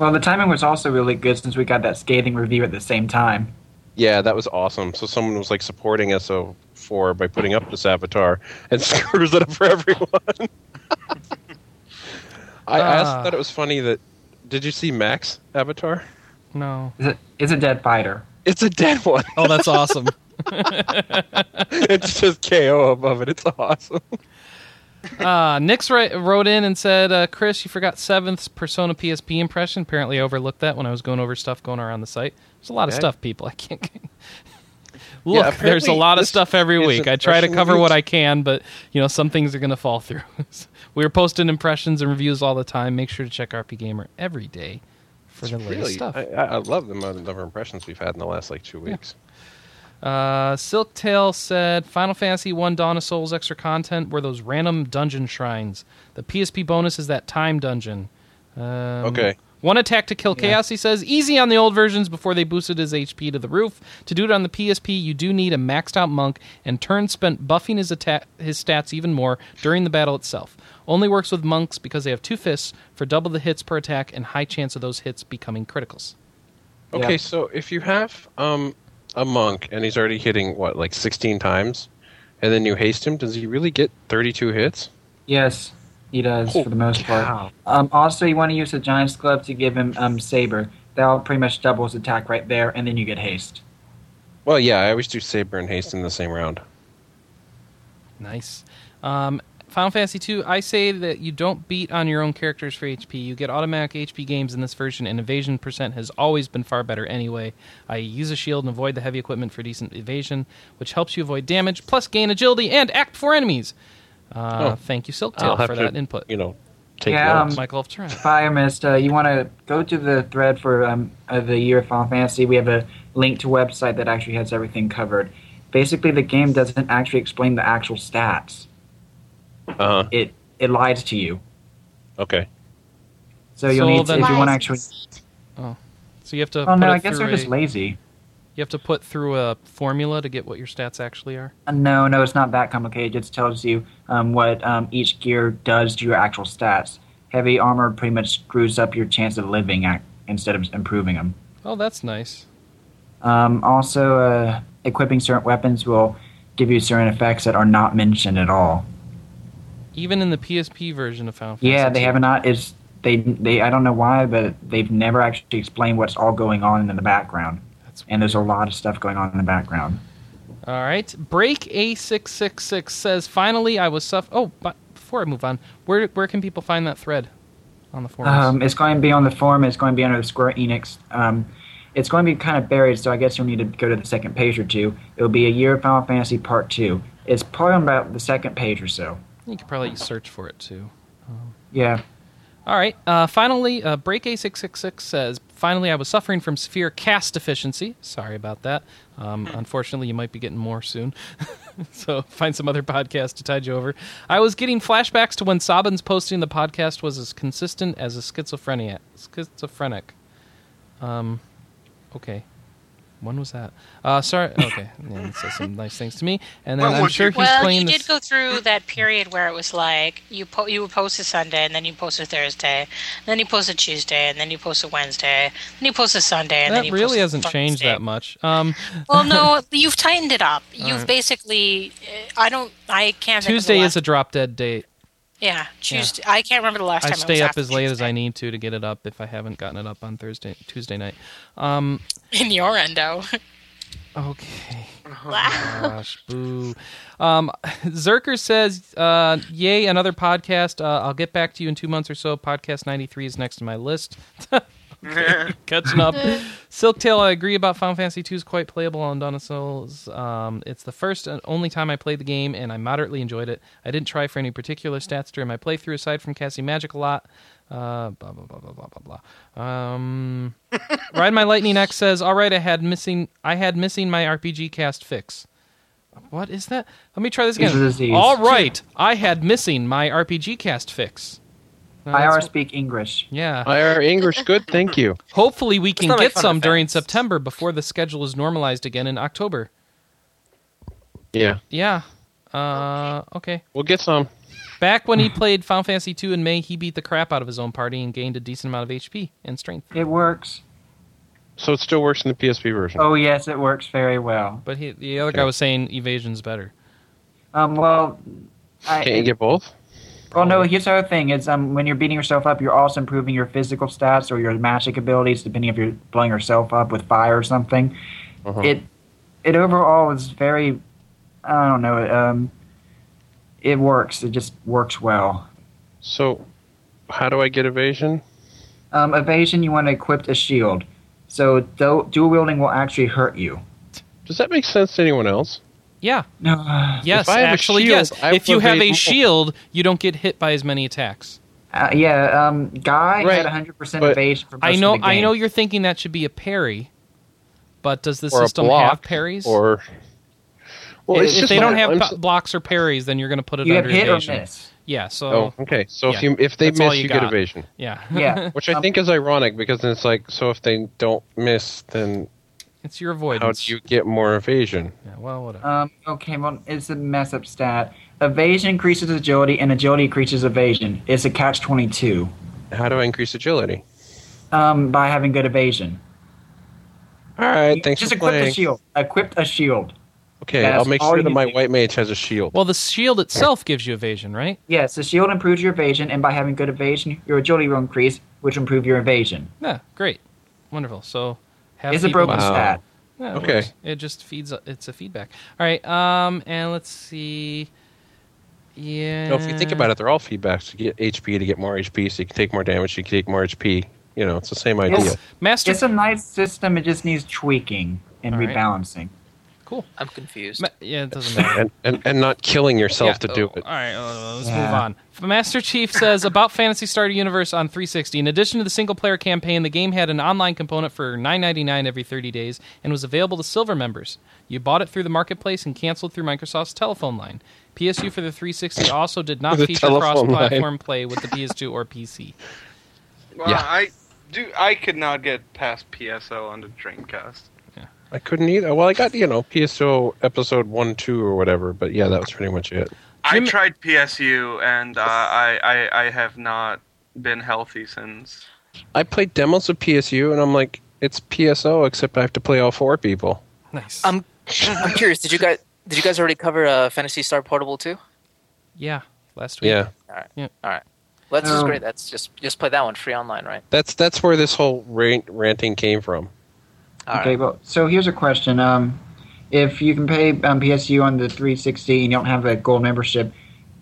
Speaker 7: well, the timing was also really good since we got that scathing review at the same time.
Speaker 3: Yeah, that was awesome. So someone was like supporting SO4 by putting up this avatar and [LAUGHS] screws it up for everyone. I, I also
Speaker 1: Ah.
Speaker 3: thought it was funny that. Did you see Max avatar?
Speaker 1: no.
Speaker 7: Is it? Is a dead fighter.
Speaker 3: It's a dead one. [LAUGHS]
Speaker 1: Oh, that's [LAUGHS] awesome.
Speaker 3: it's just KO above it. It's awesome.
Speaker 1: Uh, Nick's ri- wrote in and said, uh, Chris, you forgot seventh Persona PSP impression. Apparently, I overlooked that when I was going over stuff going around the site. There's a lot of
Speaker 3: Okay.
Speaker 1: stuff, people. I can't.
Speaker 3: [LAUGHS]
Speaker 1: Look, there's a
Speaker 3: apparently
Speaker 1: lot of
Speaker 3: this
Speaker 1: stuff every
Speaker 3: is
Speaker 1: week. I try to
Speaker 3: impression
Speaker 1: cover
Speaker 3: reviews.
Speaker 1: what I can, but you know some things are going to fall through. [LAUGHS] we are posting impressions and reviews all the time. Make sure to check RP Gamer every day for the latest
Speaker 3: Really,
Speaker 1: stuff.
Speaker 3: I, I I love the amount of impressions we've had in the last like two weeks.
Speaker 1: Uh, Silktail said Final Fantasy 1 Dawn of Souls extra content were those random dungeon shrines. The PSP bonus is that time dungeon. Um,
Speaker 3: Okay.
Speaker 1: One attack to kill chaos, he says. Easy on the old versions before they boosted his HP to the roof. To do it on the PSP, you do need a maxed out monk and turn spent buffing his, atta- his stats even more during the battle itself. Only works with monks because they have two fists for double the hits per attack and high chance of those hits becoming criticals.
Speaker 3: Okay,
Speaker 7: Yeah.
Speaker 3: so if you have um, a monk and he's already hitting what like sixteen times, and then you haste him, does he really get thirty-two hits?
Speaker 7: Yes, he does for the most
Speaker 3: cow.
Speaker 7: part. Um, also, you want to use the giant's glove to give him um, saber. That'll pretty much double his attack right there, and then you get haste.
Speaker 3: Well, yeah, I always do saber and haste in the same round.
Speaker 1: Nice. Um, Final Fantasy 2, I say that you don't beat on your own characters for HP. You get automatic HP games in this version, and evasion percent has always been far better anyway. I use a shield and avoid the heavy equipment for decent evasion, which helps you avoid damage, plus gain agility and act before enemies. Uh,
Speaker 3: Oh.
Speaker 1: Thank you,
Speaker 3: I'll
Speaker 1: Silktail,
Speaker 3: have
Speaker 1: for
Speaker 3: to,
Speaker 1: that input.
Speaker 3: you know, take
Speaker 7: Yeah,
Speaker 3: notes.
Speaker 7: um,
Speaker 1: Michael of Turin.
Speaker 7: Hi, Mist. Uh, you want to go to the thread for um, uh, the year of Final Fantasy? We have a link to website that actually has everything covered. Basically, the game doesn't actually explain the actual stats.
Speaker 3: uh-huh.
Speaker 7: It it lies to you.
Speaker 3: Okay.
Speaker 7: So you'll
Speaker 1: So
Speaker 7: need to,
Speaker 1: then-
Speaker 7: if you
Speaker 2: Lies
Speaker 7: want to
Speaker 2: in
Speaker 7: actually.
Speaker 2: deceit.
Speaker 1: So you have to
Speaker 7: Oh
Speaker 1: put
Speaker 7: no,
Speaker 1: it
Speaker 7: I guess
Speaker 1: through
Speaker 7: they're just
Speaker 1: a-
Speaker 7: lazy.
Speaker 1: you have to put through a formula to get what your stats actually are.
Speaker 7: Uh, No, no, it's not that complicated. It just tells you um, what um, each gear does to your actual stats. Heavy armor pretty much screws up your chance of living ac- instead of improving them.
Speaker 1: Oh, that's nice.
Speaker 7: Um, also, uh, equipping certain weapons will give you certain effects that are not mentioned at all.
Speaker 1: Even in the PSP version of Final Fantasy.
Speaker 7: Yeah, they
Speaker 1: 2.
Speaker 7: have not. It's they they. I don't know why, but they've never actually explained what's all going on in the background.
Speaker 1: That's
Speaker 7: And there's a lot of stuff going on in the background.
Speaker 1: All right. Break A666 says, finally, I was suff. Oh, but before I move on, where where can people find that thread on the forums?
Speaker 7: Um, it's going to be on the forum. It's going to be under the Square Enix. Um, it's going to be kind of buried, so I guess you'll need to go to the second page or two. It'll be a year of Final Fantasy Part Two. It's probably on about the second page or so.
Speaker 1: you could probably search for it too.
Speaker 7: Yeah.
Speaker 1: All right. Uh, finally, uh, Break A666 says, finally, I was suffering from severe cast deficiency. Sorry about that. Um,
Speaker 6: Hmm.
Speaker 1: unfortunately, you might be getting more soon. [LAUGHS] so find some other podcast to tide you over. I was getting flashbacks to when Sabin's posting the podcast was as consistent as a schizophrenia. Schizophrenic. Um, okay. When was that? Uh, sorry. Okay. Yeah, he says some nice things to me. And then
Speaker 4: When
Speaker 1: I'm
Speaker 4: was
Speaker 1: sure [LAUGHS]
Speaker 4: your-
Speaker 1: he's
Speaker 6: [LAUGHS] well,
Speaker 1: playing
Speaker 6: you
Speaker 1: this.
Speaker 6: did go through that period where it was like you po- you would post a Sunday and then you post a Thursday, and then you post a Tuesday and then you post a Wednesday, then you post a Sunday and then
Speaker 1: that
Speaker 6: you
Speaker 1: really
Speaker 6: post a
Speaker 1: hasn't changed
Speaker 6: Thursday.
Speaker 1: that much.
Speaker 6: [LAUGHS]
Speaker 1: Um,
Speaker 6: Well, no, you've tightened it up. You've
Speaker 1: right.
Speaker 6: basically uh, I don't I can't
Speaker 1: Tuesday
Speaker 6: remember the
Speaker 1: is a drop dead date.
Speaker 6: last- yeah Tuesday. I can't remember the last
Speaker 1: I
Speaker 6: time it
Speaker 1: stay
Speaker 6: was
Speaker 1: up
Speaker 6: after
Speaker 1: as late as
Speaker 6: Tuesday.
Speaker 1: I need to to get it up if I haven't gotten it up on Thursday, Tuesday night. Um,
Speaker 6: [LAUGHS] in your endo.
Speaker 1: okay.
Speaker 2: Wow.
Speaker 1: Oh, Gosh, boo. Um, Zerker says, uh, "Yay, another podcast. Uh, I'll get back to you in two months or so. Podcast ninety three is next to my list. Catching up. Silktail, I agree about Final Fantasy two is quite playable on Donatello's. Um, it's the first and only time I played the game, and I moderately enjoyed it. I didn't try for any particular stats during my playthrough aside from casting magic a lot. Uh, blah blah blah blah blah blah blah. Um, Ride my lightning X says, "All right, I had missing. I had missing my RPG cast fix. What is that? Let me try this
Speaker 7: These are the
Speaker 1: again.
Speaker 7: Z's.
Speaker 1: All right, I had missing my RPG cast fix. No,
Speaker 7: I
Speaker 1: Oh, that's-
Speaker 7: IR speak English.
Speaker 1: Yeah.
Speaker 3: IR English, good, thank you.
Speaker 1: Hopefully, we can
Speaker 5: not
Speaker 1: get
Speaker 5: make fun of
Speaker 1: some during
Speaker 5: facts.
Speaker 1: September before the schedule is normalized again in October.
Speaker 3: Yeah,
Speaker 1: Yeah. Uh, okay.
Speaker 3: we'll get some.
Speaker 1: Back
Speaker 3: [LAUGHS]
Speaker 1: when he played Final Fantasy II in May, he beat the crap out of his own party and gained a decent amount of HP and strength.
Speaker 7: It works.
Speaker 3: So it still works in the PSP version.
Speaker 7: Oh yes, it works very well.
Speaker 1: But he, the other guy was saying evasion's better.
Speaker 7: Um, well, I,
Speaker 3: Can't you get both?
Speaker 7: well, no. Here's the other thing: is um, when you're beating yourself up, you're also improving your physical stats or your magic abilities, depending if you're blowing yourself up with fire or something.
Speaker 3: Uh-huh.
Speaker 7: It, it overall is very, I don't know. Um, it works. It just works well.
Speaker 3: So, how do I get evasion?
Speaker 7: Um, evasion, you want to equip a shield, so du- dual wielding will actually hurt you. [SIGHS]
Speaker 3: Does that make sense to anyone else?
Speaker 1: Yeah.
Speaker 7: No,
Speaker 1: Yes,
Speaker 3: If I have a
Speaker 1: actually,
Speaker 3: shield,
Speaker 1: yes.
Speaker 3: I
Speaker 1: if you have
Speaker 3: evade
Speaker 1: a
Speaker 3: more.
Speaker 1: shield, you don't get hit by as many attacks.
Speaker 7: uh, yeah. Um, guy
Speaker 3: Right,
Speaker 7: had 100%
Speaker 3: but-
Speaker 7: evasion. For most
Speaker 1: I know.
Speaker 7: Of the game.
Speaker 1: I know you're thinking that should be a parry, but does the
Speaker 3: or
Speaker 1: system
Speaker 3: a block?
Speaker 1: have parries?
Speaker 3: Or well,
Speaker 1: if
Speaker 3: it's just
Speaker 1: they don't
Speaker 3: like-
Speaker 1: have
Speaker 3: I'm
Speaker 1: po-
Speaker 3: s-
Speaker 1: blocks or parries, then you're going to put it
Speaker 7: You have
Speaker 1: under
Speaker 7: hit or
Speaker 1: evasion.
Speaker 7: miss.
Speaker 1: Yeah. So.
Speaker 3: oh, okay. So if
Speaker 1: Yeah,
Speaker 3: you if they
Speaker 1: that's all
Speaker 3: miss,
Speaker 1: you
Speaker 3: you, get
Speaker 1: got.
Speaker 3: evasion,
Speaker 1: Yeah. [LAUGHS]
Speaker 7: Yeah.
Speaker 3: which I
Speaker 7: Um,
Speaker 3: think is ironic because then it's like, so if they don't miss, then
Speaker 1: it's your
Speaker 3: how
Speaker 1: avoidance.
Speaker 3: do you get more evasion?
Speaker 1: Yeah, well, whatever.
Speaker 7: Um, okay, well, it's a mess up stat. Evasion increases agility, and agility increases evasion. It's a catch 22
Speaker 3: How do I increase agility?
Speaker 7: um, by having good evasion.
Speaker 3: All right, thanks
Speaker 7: Just
Speaker 3: for
Speaker 7: equip
Speaker 3: playing.
Speaker 7: a shield. Equip a shield.
Speaker 3: Okay,
Speaker 7: That's
Speaker 3: I'll make
Speaker 7: all
Speaker 3: sure
Speaker 7: you
Speaker 3: that my
Speaker 7: need.
Speaker 3: white mage has a shield.
Speaker 1: well, the shield itself gives you evasion, right?
Speaker 7: Yes, the shield improves your evasion, and by having good evasion, your agility will increase, which will improve your evasion.
Speaker 1: Yeah. Great. Wonderful. So. Have
Speaker 7: It's a
Speaker 1: people-
Speaker 7: broken
Speaker 3: Wow.
Speaker 7: stat.
Speaker 1: Yeah, it uh,
Speaker 3: Okay.
Speaker 1: works. It just feeds. It's a feedback. All right. Um, and let's see. Yeah.
Speaker 3: You know, if you think about it, they're all feedbacks. You get HP to get more HP, so you can take more damage. You can take more HP. You know, it's the same idea.
Speaker 7: Yes.
Speaker 1: Master,
Speaker 7: It's a nice system. It just needs tweaking and
Speaker 1: All right.
Speaker 7: rebalancing.
Speaker 1: cool.
Speaker 5: I'm confused.
Speaker 1: Ma- yeah, it doesn't matter.
Speaker 3: And, and and not killing yourself
Speaker 1: Yeah,
Speaker 3: to do
Speaker 1: oh,
Speaker 3: it.
Speaker 1: All right, uh, let's
Speaker 7: Yeah.
Speaker 1: move on. Master Chief says about Fantasy Star Universe on 360. In addition to the single-player campaign, the game had an online component for 9.99 every 30 days and was available to silver members. You bought it through the marketplace and canceled through Microsoft's telephone line. PSU for the 360 also did not
Speaker 3: [LAUGHS] The
Speaker 1: feature
Speaker 3: telephone
Speaker 1: cross-platform play with the PS2 or
Speaker 7: [LAUGHS]
Speaker 1: PC.
Speaker 4: Well,
Speaker 3: Yeah.
Speaker 4: I do. I could not get past PSO on the Dreamcast.
Speaker 3: I couldn't either. Well, I got you know PSO episode one, two, or whatever. But yeah, that was pretty much it.
Speaker 4: I
Speaker 1: Jim-
Speaker 4: tried PSU and uh, I, I I have not been healthy since.
Speaker 3: I played demos of PSU, and I'm like, it's PSO, except I have to play all four people.
Speaker 1: Nice.
Speaker 5: I'm I'm curious. Did you guys did you guys already cover uh, Fantasy Star Portable too?
Speaker 1: yeah, last week.
Speaker 3: Yeah,
Speaker 5: Well, that's just
Speaker 7: No.
Speaker 5: great. That's just just play that one free online, right?
Speaker 3: that's that's where this whole rant, ranting came from.
Speaker 5: All
Speaker 7: okay,
Speaker 5: right.
Speaker 7: well, so here's a question. Um, if you can pay um, PSU on the 360 and you don't have a gold membership,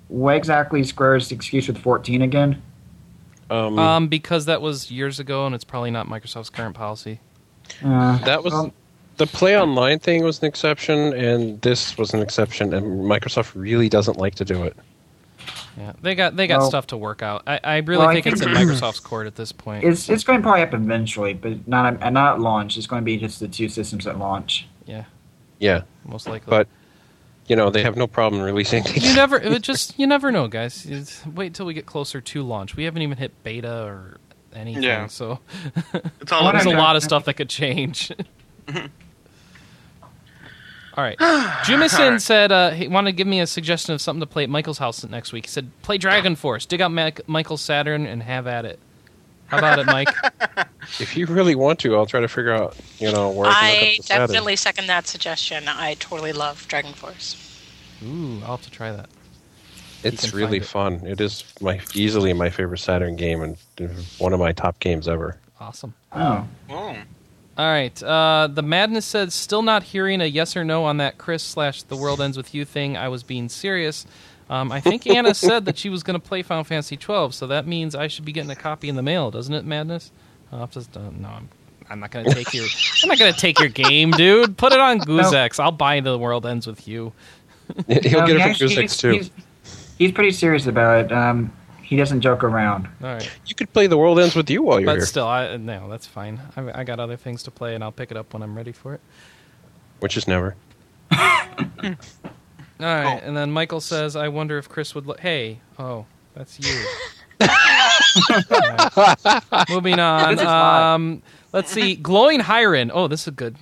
Speaker 7: what exactly squares the excuse with 14 again?
Speaker 3: Um,
Speaker 1: Um, because that was years ago, and it's probably not Microsoft's current policy.
Speaker 7: Uh,
Speaker 3: that was
Speaker 7: well,
Speaker 3: the play online thing was an exception, and this was an exception, and Microsoft really doesn't like to do it.
Speaker 1: Yeah, they got they got
Speaker 7: Well-
Speaker 1: stuff to work out. I, I really
Speaker 7: Well, I
Speaker 1: think, it's in
Speaker 7: think-
Speaker 1: Microsoft's court at this point.
Speaker 7: it's it's going to probably up eventually, but not at, not at launch. It's going to be just the two systems at launch.
Speaker 1: yeah,
Speaker 3: Yeah,
Speaker 1: most likely.
Speaker 3: but you know they have no problem releasing [LAUGHS] things.
Speaker 1: you never it just you never know, guys. It's- wait till we get closer to launch. We haven't even hit beta or anything,
Speaker 4: Yeah.
Speaker 1: so
Speaker 4: It's all
Speaker 1: [LAUGHS]
Speaker 7: What
Speaker 1: there's a
Speaker 7: I-
Speaker 1: lot of stuff that could change. [LAUGHS] Mm-hmm. [SIGHS] All right, Jimison said uh, he wanted to give me a suggestion of something to play at Michael's house next week. He said, "Play Dragon Force, dig out Mac- Michael's Saturn, and have at it." How about it, [LAUGHS] Mike?
Speaker 3: If you really want to, I'll try to figure out you know where I, can
Speaker 6: [LAUGHS] I
Speaker 3: look up the status.
Speaker 6: definitely second that suggestion. I totally love Dragon Force.
Speaker 1: Ooh, I'll have to try that. you
Speaker 3: It's
Speaker 1: can
Speaker 3: really
Speaker 1: find it.
Speaker 3: fun. It is my easily my favorite Saturn game and uh, one of my top games ever. [LAUGHS]
Speaker 1: Awesome.
Speaker 7: Oh,
Speaker 4: Oh.
Speaker 1: All right. Uh, the madness said, still not hearing a yes or no on that Chris slash the world ends with you thing. I was being serious. Um, I think Anna said that she was going to play Final Fantasy twelve, so that means I should be getting a copy in the mail, doesn't it, Madness? I'll have to, uh, no, I'm, I'm not going to take your I'm not going to take your game, dude. Put it on Guzex. I'll buy the world ends with you.
Speaker 3: He'll
Speaker 7: No,
Speaker 3: get
Speaker 7: he
Speaker 3: it from
Speaker 7: actually-
Speaker 3: Guzex too.
Speaker 7: He's, he's pretty serious about it. Um, he doesn't joke around.
Speaker 1: All right,
Speaker 3: You could play The World Ends with You while you're
Speaker 1: but
Speaker 3: here,
Speaker 1: still, I no, that's fine. I, I got other things to play, and I'll pick it up when I'm ready for it.
Speaker 3: which is never.
Speaker 1: All right,
Speaker 3: Oh.
Speaker 1: and then Michael says, "I wonder if Chris would." Lo- hey, oh, that's you. All right. Moving on. Um, let's see, glowing Hiren. Oh, this is good.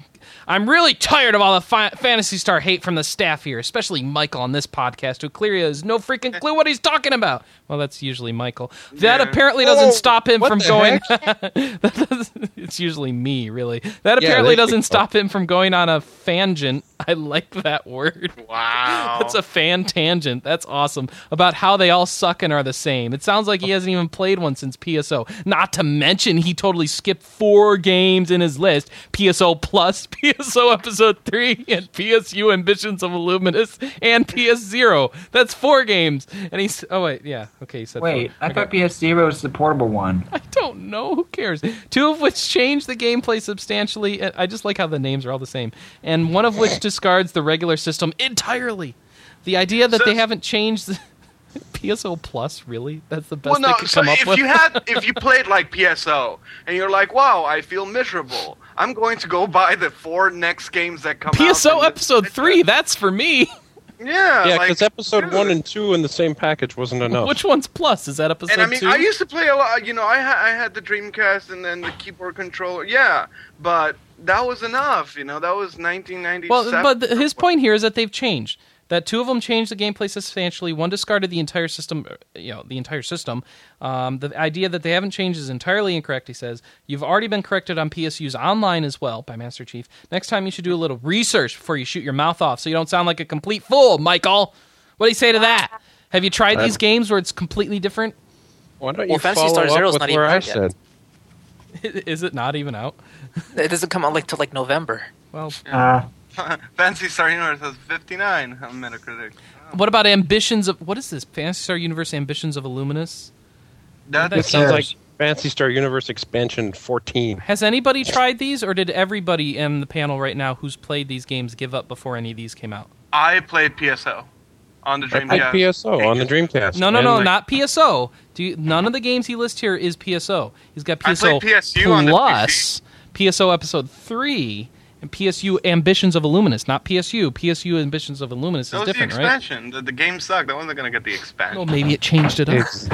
Speaker 1: I'm really tired of all the fi- Fantasy Star hate from the staff here, especially Michael on this podcast, who clearly has no freaking clue what he's talking about. Well, that's usually Michael. That
Speaker 4: Yeah.
Speaker 1: apparently doesn't
Speaker 3: Oh,
Speaker 1: stop him
Speaker 3: what
Speaker 1: from
Speaker 3: the
Speaker 1: going. [LAUGHS] That doesn't- it's usually me, really. That
Speaker 3: Yeah,
Speaker 1: apparently
Speaker 3: that's
Speaker 1: doesn't
Speaker 3: Michael.
Speaker 1: stop him from going on a fangent. I like that word.
Speaker 4: Wow.
Speaker 1: That's a fan tangent. That's awesome. About how they all suck and are the same. It sounds like he hasn't even played one since PSO. Not to mention, he totally skipped four games in his list PSO Plus, [LAUGHS] PSO Episode 3, and PSU Ambitions of Illuminous, and PS0. That's four games. And he's. Oh, wait. Yeah. Okay. He said four.
Speaker 7: Wait, I thought PS0 was the portable one.
Speaker 1: I don't know. Who cares? Two of which change the gameplay substantially. and I just like how the names are all the same. And one of which discards the regular system entirely. The idea that
Speaker 4: So-
Speaker 1: they haven't changed the [LAUGHS] PSO Plus, really? That's the [GASPS] best
Speaker 4: well, no.
Speaker 1: they could
Speaker 4: So
Speaker 1: come up
Speaker 4: if
Speaker 1: with?
Speaker 4: you had,
Speaker 1: [LAUGHS]
Speaker 4: if you played like PSO, and you're like, "Wow, I feel miserable. I'm going to go buy the four next games that come out." from
Speaker 1: PSO
Speaker 4: this-
Speaker 1: Episode 3, that's for me.
Speaker 4: Yeah,
Speaker 3: Yeah,
Speaker 4: like,
Speaker 3: because episode
Speaker 4: dude.
Speaker 3: one and two in the same package wasn't enough.
Speaker 1: Which one's Plus? Is that Episode
Speaker 4: Oh. And I mean,
Speaker 1: 2?
Speaker 4: I used to play a lot. You know, I ha- I had the Dreamcast and then the keyboard controller. Yeah, but that was enough. You know, that was 1997.
Speaker 1: Well, but th- his
Speaker 4: or what-
Speaker 1: point here is that they've changed. That two of them changed the gameplay substantially. One discarded the entire system. uh, You know, the entire system. Um, the idea that they haven't changed is entirely incorrect. He says you've already been corrected on PSU's online as well by Master Chief. Next time you should do a little research before you shoot your mouth off, so you don't sound like a complete fool, Michael. What do you say to that? Have you tried these games where it's completely different? [LAUGHS]
Speaker 3: Why don't you
Speaker 5: Well, Fantasy
Speaker 3: follow
Speaker 5: Star
Speaker 3: up
Speaker 5: Zero's
Speaker 3: with
Speaker 5: not even
Speaker 3: where I
Speaker 5: out yet.
Speaker 3: said?
Speaker 1: is it not even out?
Speaker 5: It doesn't come out like till like November.
Speaker 1: Well,
Speaker 7: Uh,
Speaker 4: Fancy Star Universe has 59 on Metacritic.
Speaker 1: What about ambitions of what is this? Fantasy Star Universe ambitions of Illuminus?
Speaker 4: That,
Speaker 3: That
Speaker 1: That's-
Speaker 3: sounds like
Speaker 7: cares?
Speaker 3: Fantasy Star Universe Expansion 14.
Speaker 1: Has anybody tried these, or did everybody in the panel right now who's played these games give up before any of these came out?
Speaker 4: I played PSO on the
Speaker 3: I played
Speaker 4: Dreamcast.
Speaker 3: PSO on the Dreamcast.
Speaker 1: No, no,
Speaker 3: and
Speaker 1: no,
Speaker 3: the-
Speaker 1: not PSO. Do you, none of the games he lists here is PSO. He's got
Speaker 4: I
Speaker 1: PSO
Speaker 4: played PSU on the
Speaker 1: plus PSO episode three and PSU Ambitions of Illuminus, not PSU. PSU Ambitions of Illuminus
Speaker 4: That
Speaker 1: is
Speaker 4: was the
Speaker 1: different, right?
Speaker 4: expansion. The, the game sucked. That wasn't gonna get the expansion.
Speaker 1: Well, maybe it changed it up.
Speaker 3: It's-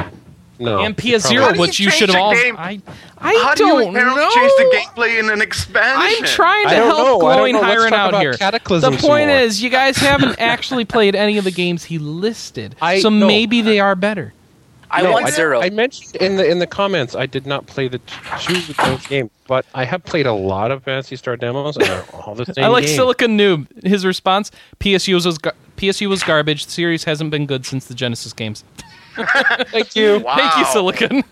Speaker 3: No.
Speaker 1: and
Speaker 3: it
Speaker 1: PS Zero,
Speaker 4: probably-
Speaker 1: which you
Speaker 4: How do you
Speaker 1: should have
Speaker 4: change
Speaker 1: all.
Speaker 4: a game?
Speaker 1: I, I
Speaker 4: How do you
Speaker 1: don't
Speaker 4: apparently
Speaker 1: know.
Speaker 4: change the gameplay in an expansion?
Speaker 1: I'm trying to
Speaker 3: I don't
Speaker 1: help
Speaker 3: know. I don't
Speaker 1: Glowing
Speaker 3: know. Let's
Speaker 1: Hiron
Speaker 3: talk
Speaker 1: out
Speaker 3: about
Speaker 1: here.
Speaker 3: Cataclysm
Speaker 1: the
Speaker 3: some
Speaker 1: point
Speaker 3: more.
Speaker 1: is, you guys haven't actually played any of the games he listed,
Speaker 3: I-
Speaker 1: so
Speaker 3: no.
Speaker 1: maybe they are better.
Speaker 5: I
Speaker 3: No,
Speaker 5: want zero.
Speaker 3: I mentioned in the in the comments I did not play the two of those games, but I have played a lot of Fantasy Star demos and they're all the
Speaker 1: [LAUGHS]
Speaker 3: same.
Speaker 1: I like
Speaker 3: game.
Speaker 1: Silicon Noob. His response: PSU was gar- PSU was garbage. The series hasn't been good since the Genesis games. [LAUGHS]
Speaker 3: Thank you.
Speaker 4: Wow.
Speaker 1: Thank you, Silicon. [LAUGHS]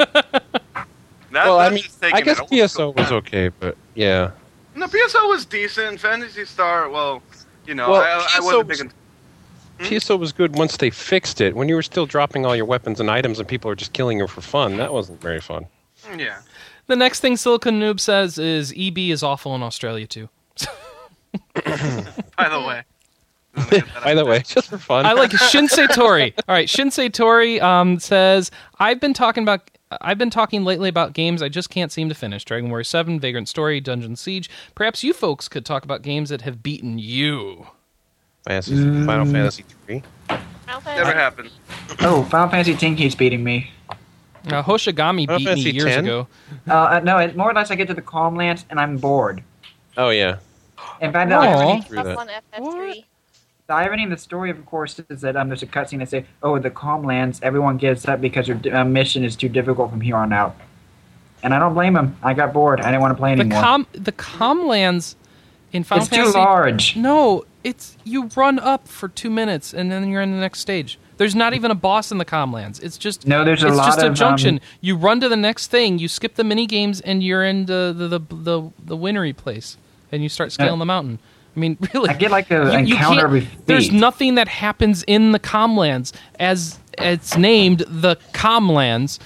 Speaker 4: That,
Speaker 3: Well, I
Speaker 4: that's
Speaker 3: mean,
Speaker 4: just taking
Speaker 3: I
Speaker 4: it
Speaker 3: guess
Speaker 4: old school.
Speaker 3: PSO was okay, but yeah.
Speaker 4: No, PSO was decent. Fantasy Star, well, you know,
Speaker 3: Well,
Speaker 4: I, I
Speaker 3: PSO
Speaker 4: wasn't
Speaker 3: was-
Speaker 4: big. in- Hmm?
Speaker 3: PSO was good once they fixed it. When you were still dropping all your weapons and items and people are just killing you for fun, that wasn't very
Speaker 4: [LAUGHS]
Speaker 3: fun.
Speaker 4: Yeah.
Speaker 1: the next thing Silicon Noob says is EB is awful in Australia too.
Speaker 4: By the way.
Speaker 3: [LAUGHS] By the way, [LAUGHS] just for fun.
Speaker 1: I like Shinsei Tori. All right, Shinsei Tori um, says I've been talking about. I've been talking lately about games I just can't seem to finish. Dragon Warrior 7, Vagrant Story, Dungeon Siege. Perhaps you folks could talk about games that have beaten you.
Speaker 3: Fantasy, Final Fantasy three.
Speaker 4: Never
Speaker 2: Okay.
Speaker 4: happened.
Speaker 7: Oh, Final Fantasy 10 keeps beating me.
Speaker 1: Uh, Hoshigami
Speaker 3: Final
Speaker 1: beat me
Speaker 3: Fantasy
Speaker 1: years
Speaker 3: 10?
Speaker 1: ago.
Speaker 7: Uh, Uh, no, it, more or less I get to the Calm Lands and I'm bored.
Speaker 3: Oh yeah.
Speaker 7: In fact, I
Speaker 1: Aw.
Speaker 7: haven't
Speaker 3: Through that.
Speaker 2: F1, FF3.
Speaker 7: The irony of the story, of course, is that um, there's a cutscene that say, "Oh, the calm lands. Everyone gives up because your uh, mission is too difficult from here on out." And I don't blame them. I got bored. I didn't want to play
Speaker 1: The
Speaker 7: anymore.
Speaker 1: com the comlands in Final
Speaker 7: it's too
Speaker 1: Fantasy.
Speaker 7: large.
Speaker 1: No, it's you run up for two minutes and then you're in the next stage. There's not even a boss in the comlands. It's just
Speaker 7: No, there's a
Speaker 1: it's
Speaker 7: lot
Speaker 1: just a
Speaker 7: of, um,
Speaker 1: junction. you run to the next thing. You skip the mini games and you're in the the the, the, the winery place and you start scaling the mountain. I mean, [LAUGHS] really,
Speaker 7: I get like the
Speaker 1: you- you
Speaker 7: encounter
Speaker 1: can't-
Speaker 7: with
Speaker 1: There's
Speaker 7: feet.
Speaker 1: nothing that happens in the comlands as it's named the comlands.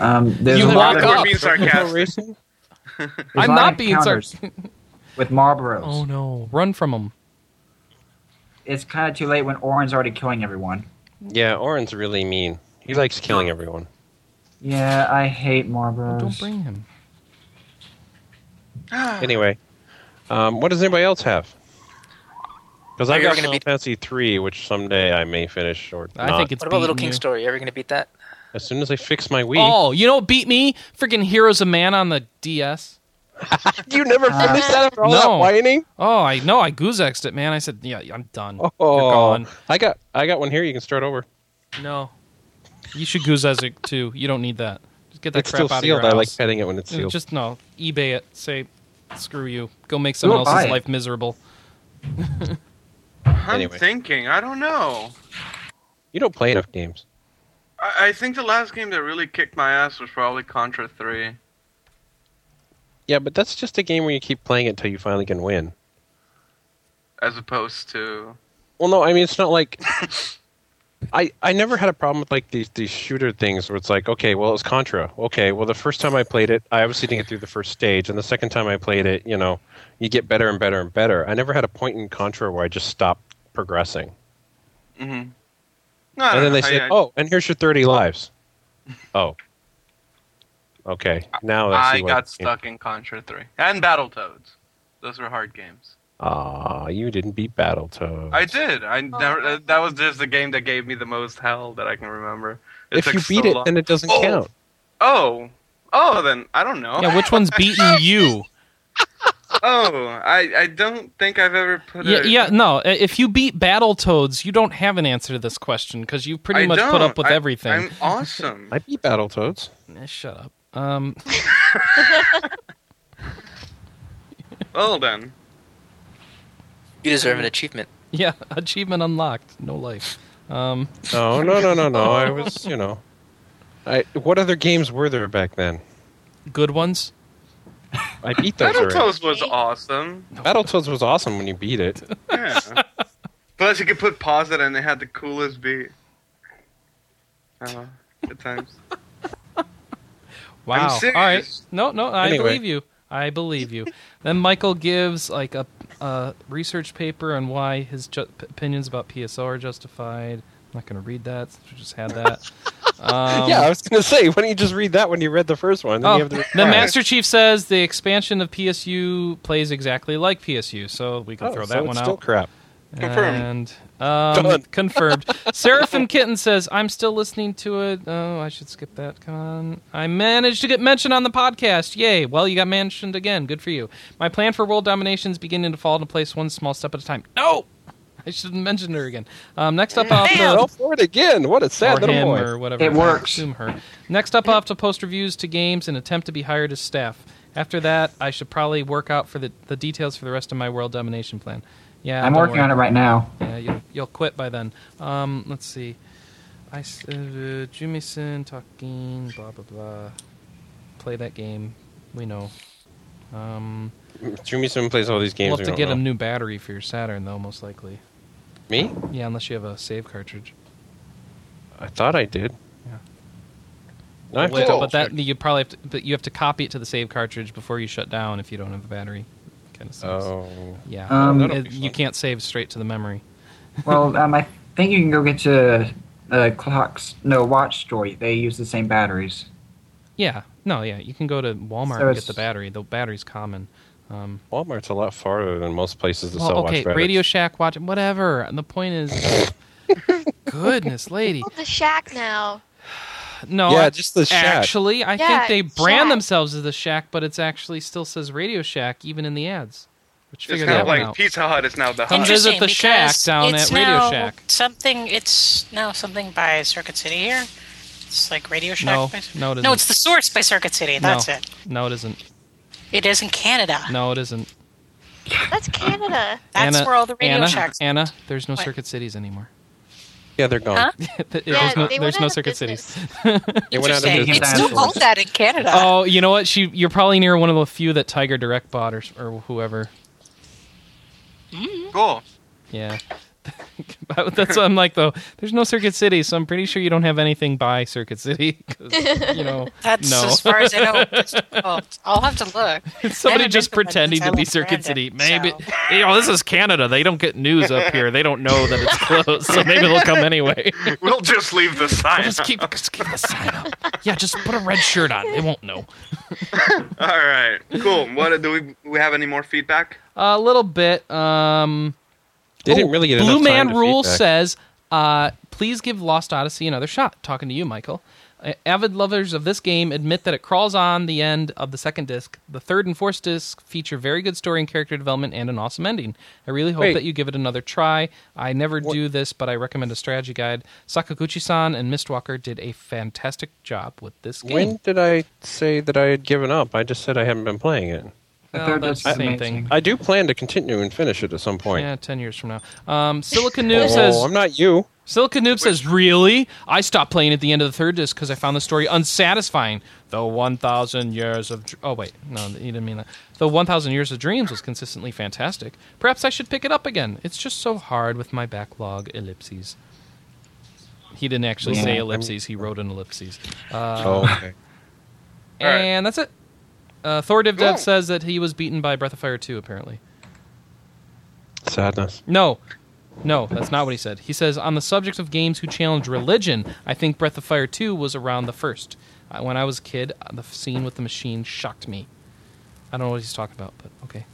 Speaker 7: Um, there's
Speaker 1: You
Speaker 7: a lot
Speaker 1: walk
Speaker 7: of,
Speaker 1: up.
Speaker 4: We're
Speaker 3: [LAUGHS]
Speaker 4: being sarcastic.
Speaker 3: Racing?
Speaker 7: there's a
Speaker 1: I'm
Speaker 7: lot
Speaker 1: not
Speaker 7: of
Speaker 1: being sar-
Speaker 7: encounters with Marlboros.
Speaker 1: Oh no, run from them.
Speaker 7: It's kind of too late when Orin's already killing everyone.
Speaker 3: Yeah, Oren's really mean. He likes killing everyone.
Speaker 7: Yeah, I hate Marlboros.
Speaker 1: Don't bring him.
Speaker 3: Anyway, um, what does anybody else have? Because
Speaker 5: Are
Speaker 3: I've
Speaker 5: you
Speaker 3: got
Speaker 5: gonna
Speaker 3: Final
Speaker 5: be-
Speaker 3: Fantasy three, which someday I may finish or
Speaker 1: I
Speaker 3: not.
Speaker 1: think it's
Speaker 5: what about Little
Speaker 1: beaten
Speaker 5: King
Speaker 1: you.
Speaker 5: Story? Ever gonna beat that?
Speaker 3: as soon as I fix my Wii.
Speaker 1: Oh, you know what beat me? Freaking Heroes of Man on the DS.
Speaker 3: [LAUGHS] you never
Speaker 2: finished that
Speaker 3: after
Speaker 1: all that No.
Speaker 3: whining?
Speaker 1: Oh, I know. I goozexed it, man. I said, yeah, I'm done.
Speaker 3: Oh,
Speaker 1: You're gone.
Speaker 3: I got I got one here. You can start over.
Speaker 1: No. You should goozex it too. You don't need that. Just get that
Speaker 3: it's
Speaker 1: crap
Speaker 3: still
Speaker 1: out
Speaker 3: sealed.
Speaker 1: of your
Speaker 3: I like
Speaker 1: house.
Speaker 3: petting it when it's
Speaker 1: Uh,
Speaker 3: sealed.
Speaker 1: Just no. eBay it. Say, screw you. Go make someone
Speaker 7: You'll buy
Speaker 1: else's
Speaker 7: it.
Speaker 1: life miserable.
Speaker 4: I'm
Speaker 3: Anyway.
Speaker 4: thinking. I don't know.
Speaker 3: You don't play enough games.
Speaker 4: I, I think the last game that really kicked my ass was probably Contra 3.
Speaker 3: Yeah, but that's just a game where you keep playing it until you finally can win.
Speaker 4: As opposed to.
Speaker 3: Well, no, I mean it's not like I I never had a problem with like these these shooter things where it's like okay, well it was Contra. Okay, well the first time I played it, I obviously didn't get through the first stage, and the second time I played it, you know, you get better and better and better. I never had a point in Contra where I just stopped progressing.
Speaker 4: Mm-hmm. No, I
Speaker 3: And then
Speaker 4: don't
Speaker 3: they
Speaker 4: know.
Speaker 3: said,
Speaker 4: I-
Speaker 3: "Oh, and here's your 30
Speaker 4: [LAUGHS]
Speaker 3: lives." Oh. Okay. Now I,
Speaker 4: I
Speaker 3: see why
Speaker 4: got
Speaker 3: it came-
Speaker 4: stuck in Contra 3. And Battletoads. Those were hard games.
Speaker 3: Aw, you didn't beat Battletoads.
Speaker 4: I did.
Speaker 1: Oh,
Speaker 4: I never, uh, that was just the game that gave me the most hell that I can remember. It
Speaker 3: If
Speaker 4: took
Speaker 3: you
Speaker 4: so
Speaker 3: beat it,
Speaker 4: long.
Speaker 3: then it doesn't
Speaker 4: Oh.
Speaker 3: count.
Speaker 4: oh, oh, then I don't know.
Speaker 1: Yeah, which
Speaker 4: [LAUGHS]
Speaker 1: one's beaten you?
Speaker 4: Oh, I, I don't think I've ever put
Speaker 1: Yeah,
Speaker 4: a-
Speaker 1: yeah, no. i- If you beat Battletoads, you don't have an answer to this question because you pretty
Speaker 4: I
Speaker 1: much put
Speaker 4: don't.
Speaker 1: up with
Speaker 4: I-
Speaker 1: everything.
Speaker 4: I'm awesome.
Speaker 3: [LAUGHS] I beat Battletoads.
Speaker 1: Eh, Shut up. Um, [LAUGHS]
Speaker 4: well then,
Speaker 5: You deserve an
Speaker 4: Mm.
Speaker 5: achievement.
Speaker 1: yeah, achievement unlocked. No life. Um,
Speaker 3: No, no, no, no, no. I was, you know. I what other games were there back then?
Speaker 1: good ones.
Speaker 3: I beat those already.
Speaker 4: Battletoads was awesome.
Speaker 3: [LAUGHS] Battletoads was awesome when you beat it.
Speaker 4: Yeah. Plus, you could put pause it, and they had the coolest beat. Uh, good times.
Speaker 1: Wow.
Speaker 4: serious.
Speaker 1: All right. No, no, I
Speaker 3: Anyway.
Speaker 1: believe you. I believe you. then Michael gives like a, a research paper on why his ju- p- opinions about PSO are justified. I'm not going to read that. Since we just had
Speaker 3: [LAUGHS]
Speaker 1: that. Um,
Speaker 3: yeah, I was going to say, why don't you just read that when you read the first one? Then
Speaker 1: Oh,
Speaker 3: you have to
Speaker 1: the
Speaker 3: reply.
Speaker 1: Master Chief says the expansion of PSU plays exactly like PSU, so we can
Speaker 3: Oh,
Speaker 1: throw
Speaker 3: so
Speaker 1: that
Speaker 3: it's
Speaker 1: one
Speaker 3: Still
Speaker 1: out.
Speaker 3: crap.
Speaker 1: Confirmed.
Speaker 4: Confirmed.
Speaker 1: And
Speaker 3: [LAUGHS]
Speaker 1: um,
Speaker 3: Done. [LAUGHS]
Speaker 1: confirmed. Seraphim Kitten says, "I'm still listening to it. Oh, I should skip that. Come on. I managed to get mentioned on the podcast. Yay! Well, you got mentioned again. Good for you. My plan for world domination is beginning to fall into place, one small step at a time. No, I shouldn't mention her again. Um, next up off the
Speaker 3: Fell for it again. What a sad
Speaker 1: or
Speaker 3: little
Speaker 1: him
Speaker 3: boy.
Speaker 1: or whatever.
Speaker 7: It
Speaker 1: I
Speaker 7: works.
Speaker 1: Assume her. Next up, I'll have to post reviews to games and attempt to be hired as staff. After that, I should probably work out for the, the details for the rest of my world domination plan. Yeah,
Speaker 7: I'm working on it right now.
Speaker 1: Yeah, Uh, you'll, you'll quit by then. Um, let's see. I s- uh, Jumison talking blah blah blah. Play that game. We know. Um,
Speaker 3: Jimmy Sim plays all these games.
Speaker 1: we'll have to
Speaker 3: we don't
Speaker 1: get
Speaker 3: know.
Speaker 1: a new battery for your Saturn though, most likely.
Speaker 3: Me?
Speaker 1: Yeah, unless you have a save cartridge.
Speaker 3: I thought I did.
Speaker 1: Yeah.
Speaker 3: No, I have to
Speaker 1: Wait,
Speaker 3: double
Speaker 1: but that
Speaker 3: check.
Speaker 1: you probably have to, but you have to copy it to the save cartridge before you shut down if you don't have a battery. Kind of sucks.
Speaker 3: Oh.
Speaker 1: Yeah,
Speaker 7: Um,
Speaker 3: That'll
Speaker 1: It-
Speaker 3: be
Speaker 1: you
Speaker 3: fun.
Speaker 1: can't save straight to the memory.
Speaker 7: Well, um, I think you can go get to uh, clocks. No, watch story. They use the same batteries.
Speaker 1: Yeah, no, yeah, you can go to Walmart
Speaker 7: So
Speaker 1: and get
Speaker 7: it's-
Speaker 1: the battery. The battery's common. Um,
Speaker 3: Walmart's a lot farther than most places that
Speaker 1: well,
Speaker 3: sell
Speaker 1: okay,
Speaker 3: watch batteries.
Speaker 1: Radio Shack, watch whatever. And the point
Speaker 2: [LAUGHS]
Speaker 1: is, goodness, lady,
Speaker 2: Called the shack now.
Speaker 1: no,
Speaker 3: yeah,
Speaker 1: I-
Speaker 3: just the shack.
Speaker 1: actually, I
Speaker 2: Yeah,
Speaker 1: think they brand
Speaker 2: Shack.
Speaker 1: themselves as the Shack, but it's actually still says Radio Shack even in the ads. Which [LAUGHS]
Speaker 4: It's
Speaker 1: figure
Speaker 4: kind
Speaker 1: that
Speaker 4: of
Speaker 1: one
Speaker 4: like
Speaker 1: out.
Speaker 4: Pizza Hut is now the
Speaker 1: Come
Speaker 4: Hut.
Speaker 1: visit
Speaker 6: Interesting,
Speaker 1: the shack
Speaker 6: because
Speaker 1: down
Speaker 6: it's
Speaker 1: at Radio
Speaker 6: now
Speaker 1: Shack.
Speaker 6: Something it's now something by Circuit City here. It's like Radio Shack.
Speaker 1: No,
Speaker 6: by,
Speaker 1: no, it
Speaker 6: no,
Speaker 1: isn't.
Speaker 6: it's the Source by Circuit City.
Speaker 1: No.
Speaker 6: That's it.
Speaker 1: No, it isn't.
Speaker 6: It is in Canada.
Speaker 1: No, it isn't. [LAUGHS]
Speaker 2: That's Canada.
Speaker 6: That's
Speaker 1: Anna,
Speaker 6: where all the Radio
Speaker 1: Anna,
Speaker 6: Shacks.
Speaker 1: Anna, there's no
Speaker 6: What?
Speaker 1: Circuit Cities anymore. [LAUGHS]
Speaker 3: Yeah, they're gone.
Speaker 6: Huh?
Speaker 1: There's
Speaker 2: Yeah,
Speaker 1: no,
Speaker 2: they went
Speaker 1: there's no
Speaker 2: out of
Speaker 1: Circuit
Speaker 2: business.
Speaker 1: Cities. [LAUGHS]
Speaker 3: They went out of
Speaker 6: Interesting.
Speaker 3: business.
Speaker 6: It's still called that in Canada.
Speaker 1: oh, you know what? She, you're probably near one of the few that Tiger Direct bought or, or whoever.
Speaker 4: Cool.
Speaker 1: Yeah. [LAUGHS] But That's what I'm like though. There's no Circuit City, so I'm pretty sure you don't have anything by Circuit City.
Speaker 6: [LAUGHS]
Speaker 1: 'cause, you know,
Speaker 6: That's
Speaker 1: no.
Speaker 6: as far as I
Speaker 1: [LAUGHS]
Speaker 6: know. it's called. I'll have to look.
Speaker 1: Somebody
Speaker 6: haven't
Speaker 1: just
Speaker 6: been to one
Speaker 1: pretending
Speaker 6: since I
Speaker 1: to be
Speaker 6: left
Speaker 1: Circuit
Speaker 6: Brandon,
Speaker 1: City. Maybe
Speaker 6: so.
Speaker 1: [LAUGHS] you know, this is Canada. They don't get news up here. They don't know that it's closed, so maybe they'll come anyway. [LAUGHS]
Speaker 4: We'll just leave the
Speaker 1: We'll
Speaker 4: sign.
Speaker 1: just keep just keep the sign up. Yeah, just put a red shirt on. They won't know.
Speaker 4: [LAUGHS] All right. Cool. What do we we have any more feedback?
Speaker 1: A little bit. Um,
Speaker 3: They
Speaker 1: oh,
Speaker 3: didn't really get
Speaker 1: Blue
Speaker 3: enough time
Speaker 1: Man
Speaker 3: to
Speaker 1: Rule
Speaker 3: feedback.
Speaker 1: says, uh, please give Lost Odyssey another shot. Talking to you, Michael. Uh, Avid lovers of this game admit that it crawls on the end of the second disc. The third and fourth disc feature very good story and character development and an awesome ending. I really hope
Speaker 3: Wait.
Speaker 1: that you give it another try. I never do this, but I recommend a strategy guide. Sakaguchi san and Mistwalker did a fantastic job with this game.
Speaker 3: When did I say that I had given up? I just said I haven't been playing it.
Speaker 7: The
Speaker 1: Well,
Speaker 7: third
Speaker 1: Oh, that's
Speaker 7: disc
Speaker 1: the
Speaker 7: is
Speaker 1: same
Speaker 7: amazing.
Speaker 1: thing.
Speaker 3: I do plan to continue and finish it at some point.
Speaker 1: Yeah, 10 years from now. Um, Silicon
Speaker 3: [LAUGHS]
Speaker 1: Noob
Speaker 3: oh,
Speaker 1: says.
Speaker 3: I'm not you.
Speaker 1: Silicon Noob says, "Really? I stopped playing at the end of the third disc because I found the story unsatisfying. The 1,000 years of Dr- oh wait, no, you didn't mean that. The 1,000 years of dreams was consistently fantastic. Perhaps I should pick it up again. It's just so hard with my backlog ellipses." He didn't actually
Speaker 7: Yeah,
Speaker 1: say
Speaker 7: I'm-
Speaker 1: ellipses. He wrote an ellipses. Uh,
Speaker 3: oh, okay.
Speaker 4: All right.
Speaker 1: And that's it. Uh, Thor Div Dev
Speaker 4: Cool.
Speaker 1: says that he was beaten by Breath of Fire 2, apparently.
Speaker 3: Sadness.
Speaker 1: No. No, that's not what he said. He says, on the subject of games who challenge religion, I think Breath of Fire 2 was around the first. I, when I was a kid, uh, the scene with the machine shocked me. I don't know what he's talking about, but okay.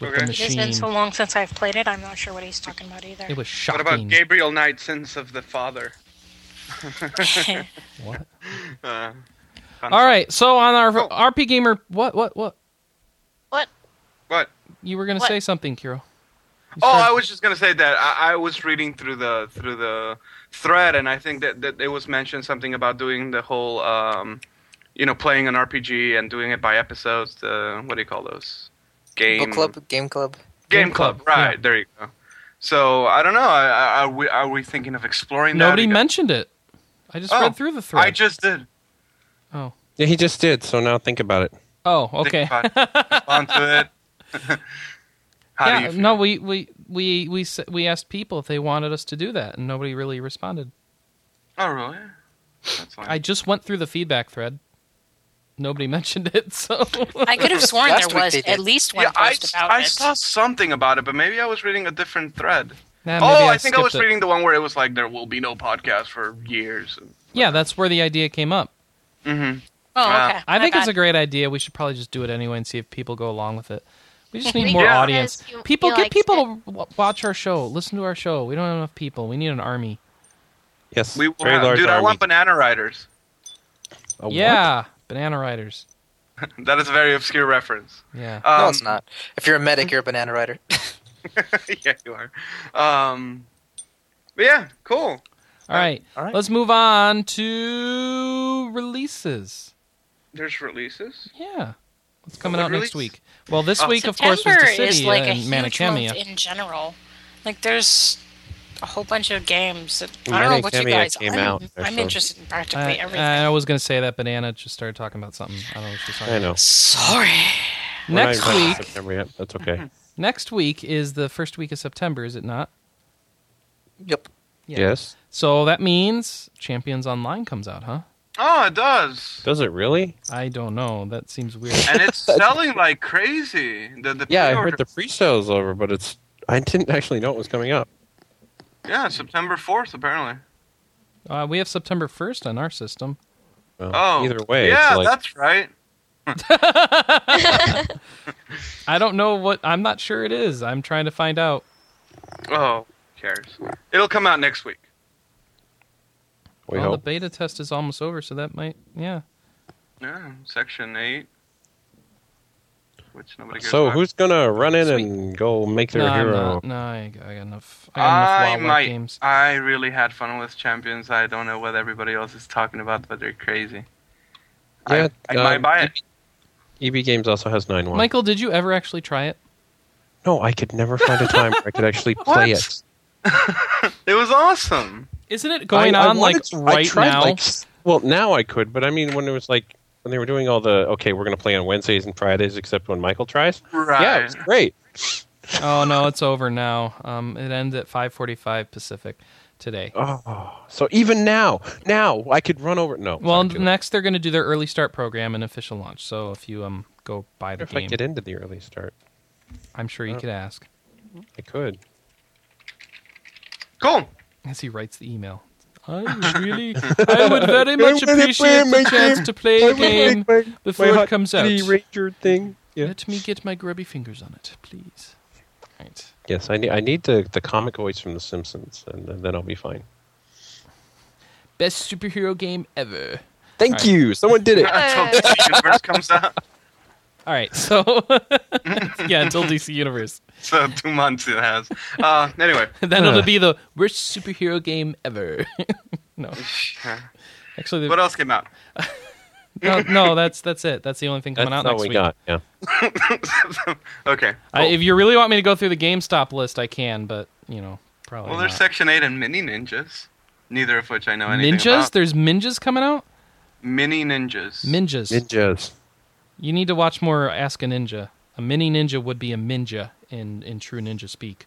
Speaker 1: With
Speaker 4: Okay.
Speaker 1: the
Speaker 6: It has
Speaker 1: machine.
Speaker 6: been so long since I've played it. I'm not sure what he's talking about either.
Speaker 1: It was
Speaker 4: What
Speaker 1: shocking.
Speaker 4: about Gabriel Knight, Sins of the Father?
Speaker 1: What?
Speaker 4: Uh,
Speaker 1: All right, so on our
Speaker 4: Oh.
Speaker 1: RP Gamer, what, what, what?
Speaker 2: What?
Speaker 4: What?
Speaker 1: You were going to
Speaker 2: What?
Speaker 1: say something, Kiro. You
Speaker 4: Oh,
Speaker 1: started-
Speaker 4: I was just gonna say that I, I was reading through the through the thread, and I think that, that it was mentioned something about doing the whole, um, you know, playing an RPG and doing it by episodes. The what do you call those? Game
Speaker 5: Book club, game club.
Speaker 4: Game,
Speaker 1: Game
Speaker 4: club.
Speaker 1: club,
Speaker 4: Right
Speaker 1: yeah.
Speaker 4: there you go. So I don't know. I, I, are, we, are we thinking of exploring that?
Speaker 1: Nobody
Speaker 4: again?
Speaker 1: mentioned it. I just
Speaker 4: Oh,
Speaker 1: read through the thread.
Speaker 4: I just did.
Speaker 1: oh.
Speaker 3: Yeah, he just did. So now think about it.
Speaker 1: [LAUGHS] Oh, okay.
Speaker 4: [LAUGHS] Think about it. Onto it. How do
Speaker 1: yeah,
Speaker 4: you feel?
Speaker 1: no, we we we we s- we asked people if they wanted us to do that, and nobody really responded.
Speaker 4: Oh, really? That's fine.
Speaker 1: I just went through the feedback thread. Nobody [LAUGHS] mentioned it, so
Speaker 6: I could have sworn
Speaker 5: Last
Speaker 6: there
Speaker 5: week
Speaker 6: was
Speaker 5: they did.
Speaker 6: at least one
Speaker 4: yeah, I,
Speaker 6: post about
Speaker 4: I
Speaker 6: it.
Speaker 4: saw something about it, but maybe I was reading a different thread.
Speaker 1: Nah, maybe
Speaker 4: oh, I, think I
Speaker 1: skipped
Speaker 4: was
Speaker 1: it.
Speaker 4: reading the one where it was like there will be no podcast for years.
Speaker 1: Yeah, that's where the idea came up.
Speaker 4: Mm-hmm.
Speaker 6: oh,
Speaker 4: Ah.
Speaker 6: okay.
Speaker 1: I
Speaker 6: My
Speaker 1: think it's
Speaker 6: bad.
Speaker 1: a great idea. We should probably just do it anyway and see if people go along with it. We just need
Speaker 2: Because
Speaker 1: more audience.
Speaker 2: you-
Speaker 1: People
Speaker 2: you
Speaker 1: get
Speaker 2: liked
Speaker 1: people to w- watch our show, listen to our show. We don't have enough people. We need an army.
Speaker 3: Yes.
Speaker 4: We will
Speaker 3: very
Speaker 4: have,
Speaker 3: large
Speaker 4: dude, I
Speaker 3: army.
Speaker 4: want banana riders.
Speaker 3: A what?
Speaker 1: yeah, banana riders.
Speaker 4: That is a very obscure reference.
Speaker 1: Yeah.
Speaker 4: Um,
Speaker 5: no, it's not. If you're a medic, you're a banana [LAUGHS] rider.
Speaker 4: [LAUGHS] yeah, you are. Um, but yeah, cool.
Speaker 1: All right.
Speaker 5: All right.
Speaker 1: Let's move on to releases.
Speaker 4: There's releases.
Speaker 1: Yeah. What's coming
Speaker 4: What
Speaker 1: out next
Speaker 4: release?
Speaker 1: week? Well, this
Speaker 4: Oh.
Speaker 1: week, of course, was
Speaker 6: September
Speaker 1: Dissidia
Speaker 6: is like a
Speaker 1: and
Speaker 6: huge
Speaker 1: Manichemia.
Speaker 6: month in general. Like there's a whole bunch of games. That, I don't know what you
Speaker 3: Manichemia
Speaker 6: guys.
Speaker 3: came
Speaker 6: I'm,
Speaker 3: out,
Speaker 6: I'm
Speaker 3: actually.
Speaker 6: interested in practically
Speaker 1: I,
Speaker 6: everything.
Speaker 1: I was going to say that banana just started talking about something. I don't know what she's talking
Speaker 3: I know.
Speaker 6: Sorry.
Speaker 3: We're not
Speaker 1: Next
Speaker 3: even talking about
Speaker 1: week-
Speaker 3: September yet. That's
Speaker 4: [LAUGHS]
Speaker 3: okay.
Speaker 1: about. Next week is the first week of September, is it not?
Speaker 5: yep.
Speaker 1: Yeah.
Speaker 3: Yes.
Speaker 1: So that means Champions Online comes out, huh?
Speaker 4: Oh, it does.
Speaker 3: Does it really?
Speaker 1: I don't know. That seems weird.
Speaker 3: [LAUGHS]
Speaker 4: And it's selling like crazy. The, the
Speaker 3: Yeah, I
Speaker 4: pre-order-
Speaker 3: heard the pre-sale's over, but it's I didn't actually know it was coming up.
Speaker 4: Yeah, September 4th, apparently.
Speaker 1: Uh, we have September 1st on our system. [LAUGHS]
Speaker 3: Well,
Speaker 4: Oh.
Speaker 3: either way,
Speaker 4: Yeah,
Speaker 3: it's like,
Speaker 4: that's right.
Speaker 1: I don't know what. I'm not sure it is. I'm trying to find out.
Speaker 4: Oh, who cares? It'll come out next week.
Speaker 3: we
Speaker 1: well, the
Speaker 3: hope.
Speaker 1: beta test is almost over, so that might. Yeah.
Speaker 4: Yeah, Section 8. Which nobody cares
Speaker 3: So
Speaker 4: about.
Speaker 3: who's gonna run in
Speaker 1: Sweet.
Speaker 3: and go make their
Speaker 1: no, I'm
Speaker 3: hero?
Speaker 1: not. No, I got, I got enough. I got
Speaker 4: I
Speaker 1: enough WoW
Speaker 4: might.
Speaker 1: games.
Speaker 4: I really had fun with Champions. I don't know what everybody else is talking about, but they're crazy.
Speaker 3: Yeah,
Speaker 4: I, I
Speaker 3: um,
Speaker 4: might buy it.
Speaker 3: EB E Games also has nine one.
Speaker 1: Michael, did you ever actually try it?
Speaker 3: No, I could never find a time where I could [LAUGHS] actually play it.
Speaker 4: It was awesome.
Speaker 1: Isn't it going
Speaker 3: I, I
Speaker 1: on like
Speaker 3: wanted to- I
Speaker 1: right
Speaker 3: tried,
Speaker 1: now?
Speaker 3: like, [LAUGHS] s- well, now I could, but I mean, when it was like when they were doing all the okay, we're gonna play on Wednesdays and Fridays, except when Michael tries.
Speaker 4: Right.
Speaker 3: Yeah, it was great.
Speaker 1: oh no, it's over now. Um, it ends at 5:45 Pacific today.
Speaker 3: Oh, so even now, now I could run over. No,
Speaker 1: Well,
Speaker 3: sorry,
Speaker 1: next they're going to do their early start program and official launch. So if you um go buy
Speaker 3: I wonder
Speaker 1: the
Speaker 3: if I
Speaker 1: game,
Speaker 3: get into the early start,
Speaker 1: I'm sure you
Speaker 3: Oh.
Speaker 1: could ask
Speaker 3: I could.
Speaker 4: Cool.
Speaker 1: as he writes the email. [LAUGHS] I really, I would very much
Speaker 3: wanna play
Speaker 1: appreciate
Speaker 3: my
Speaker 1: the chance
Speaker 3: game.
Speaker 1: to play the game before it comes out.
Speaker 3: Ranger thing. Yeah.
Speaker 1: Let me get my grubby fingers on it, please. Right.
Speaker 3: Yes, I need I need the, the comic voice from The Simpsons, and uh, then, then I'll be fine.
Speaker 1: Best superhero game ever.
Speaker 3: Thank
Speaker 1: All right.
Speaker 3: you. Someone did
Speaker 4: [LAUGHS]
Speaker 3: it.
Speaker 4: Until DC Universe comes out. [LAUGHS]
Speaker 1: All right, so [LAUGHS] yeah, until DC Universe,
Speaker 4: So two months it has. Uh, anyway.
Speaker 1: then it'll be the worst superhero game ever. [LAUGHS] no, actually,
Speaker 4: What else came out?
Speaker 1: no, no, that's that's it. That's the only thing coming out
Speaker 3: That's all
Speaker 1: next
Speaker 3: we
Speaker 1: week.
Speaker 3: got. Yeah.
Speaker 4: okay.
Speaker 1: I, if you really want me to go through the GameStop list, I can, but you know, probably.
Speaker 4: Well, there's
Speaker 1: not.
Speaker 4: Section 8 and Mini Ninjas. Neither of which I know anything
Speaker 1: ninjas.
Speaker 4: about.
Speaker 1: There's ninjas coming out.
Speaker 4: Mini Ninjas.
Speaker 1: Ninjas.
Speaker 3: Ninjas.
Speaker 1: you need to watch more Ask a Ninja. A mini ninja would be a ninja in in true ninja speak.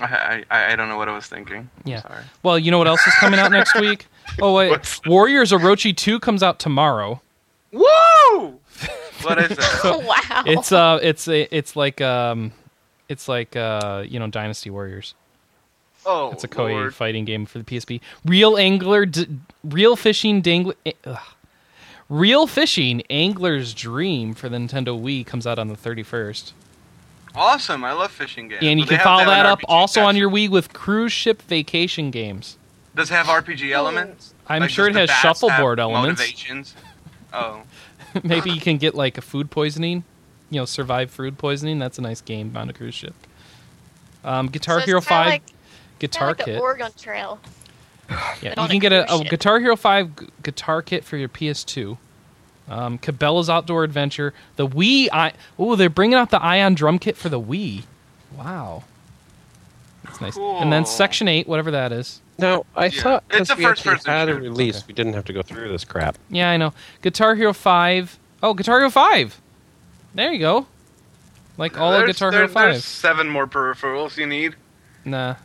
Speaker 4: I, I, I don't know what I was thinking.
Speaker 1: Yeah.
Speaker 4: Sorry.
Speaker 1: Well, you know what else is coming out next
Speaker 4: [LAUGHS]
Speaker 1: week? Oh wait,
Speaker 4: What's-
Speaker 1: Warriors Orochi two comes out tomorrow. [LAUGHS]
Speaker 4: Whoa! what is that?
Speaker 2: Oh, [LAUGHS] wow.
Speaker 1: It's uh, it's a, it's like um, it's like uh, you know, Dynasty Warriors.
Speaker 4: Oh,
Speaker 1: It's a Koei
Speaker 4: Lord.
Speaker 1: fighting game for the PSP. Real angler, d- real fishing dangler. eh, Real fishing angler's dream for the Nintendo Wii comes out on the 31st.
Speaker 4: Awesome! I love fishing games.
Speaker 1: And you
Speaker 4: But they
Speaker 1: can
Speaker 4: have
Speaker 1: follow
Speaker 4: to have
Speaker 1: that
Speaker 4: an
Speaker 1: up
Speaker 4: RPG
Speaker 1: also on
Speaker 4: attached.
Speaker 1: your Wii with cruise ship vacation games.
Speaker 4: Does it have RPG elements?
Speaker 1: I'm
Speaker 4: Like,
Speaker 1: sure it
Speaker 4: does the
Speaker 1: has
Speaker 4: bats
Speaker 1: shuffleboard
Speaker 4: have
Speaker 1: elements.
Speaker 4: Motivations. Oh,
Speaker 1: [LAUGHS] Maybe you can get like a food poisoning, you know, survive food poisoning. That's a nice game on a cruise ship. Um, Guitar
Speaker 2: So it's
Speaker 1: Hero
Speaker 2: kinda
Speaker 1: 5
Speaker 2: like-
Speaker 1: Guitar
Speaker 2: Kinda like
Speaker 1: Kit.
Speaker 2: the Oregon Trail.
Speaker 1: Yeah,
Speaker 2: But on
Speaker 1: you
Speaker 2: a
Speaker 1: can get a,
Speaker 2: cruise
Speaker 1: a
Speaker 2: ship.
Speaker 1: Guitar Hero 5 gu- guitar kit for your PS2. Um, Cabela's Outdoor Adventure. The Wii. I- oh, they're bringing out the Ion drum kit for the Wii. Wow. That's nice. And then
Speaker 4: Cool.
Speaker 1: Section 8, whatever that is.
Speaker 3: Now I
Speaker 4: Yeah.
Speaker 3: thought
Speaker 4: It's
Speaker 3: because
Speaker 4: a
Speaker 3: we actually
Speaker 4: first-person
Speaker 3: had a
Speaker 4: shooter.
Speaker 3: release, we didn't have to go through this crap.
Speaker 1: Yeah, I know. Guitar Hero 5. Oh, Guitar Hero 5. There you go. Like all of
Speaker 4: There's-
Speaker 1: Guitar
Speaker 4: there-
Speaker 1: Hero
Speaker 4: there's
Speaker 1: 5.
Speaker 4: seven more peripherals you need. [LAUGHS]
Speaker 1: Nah.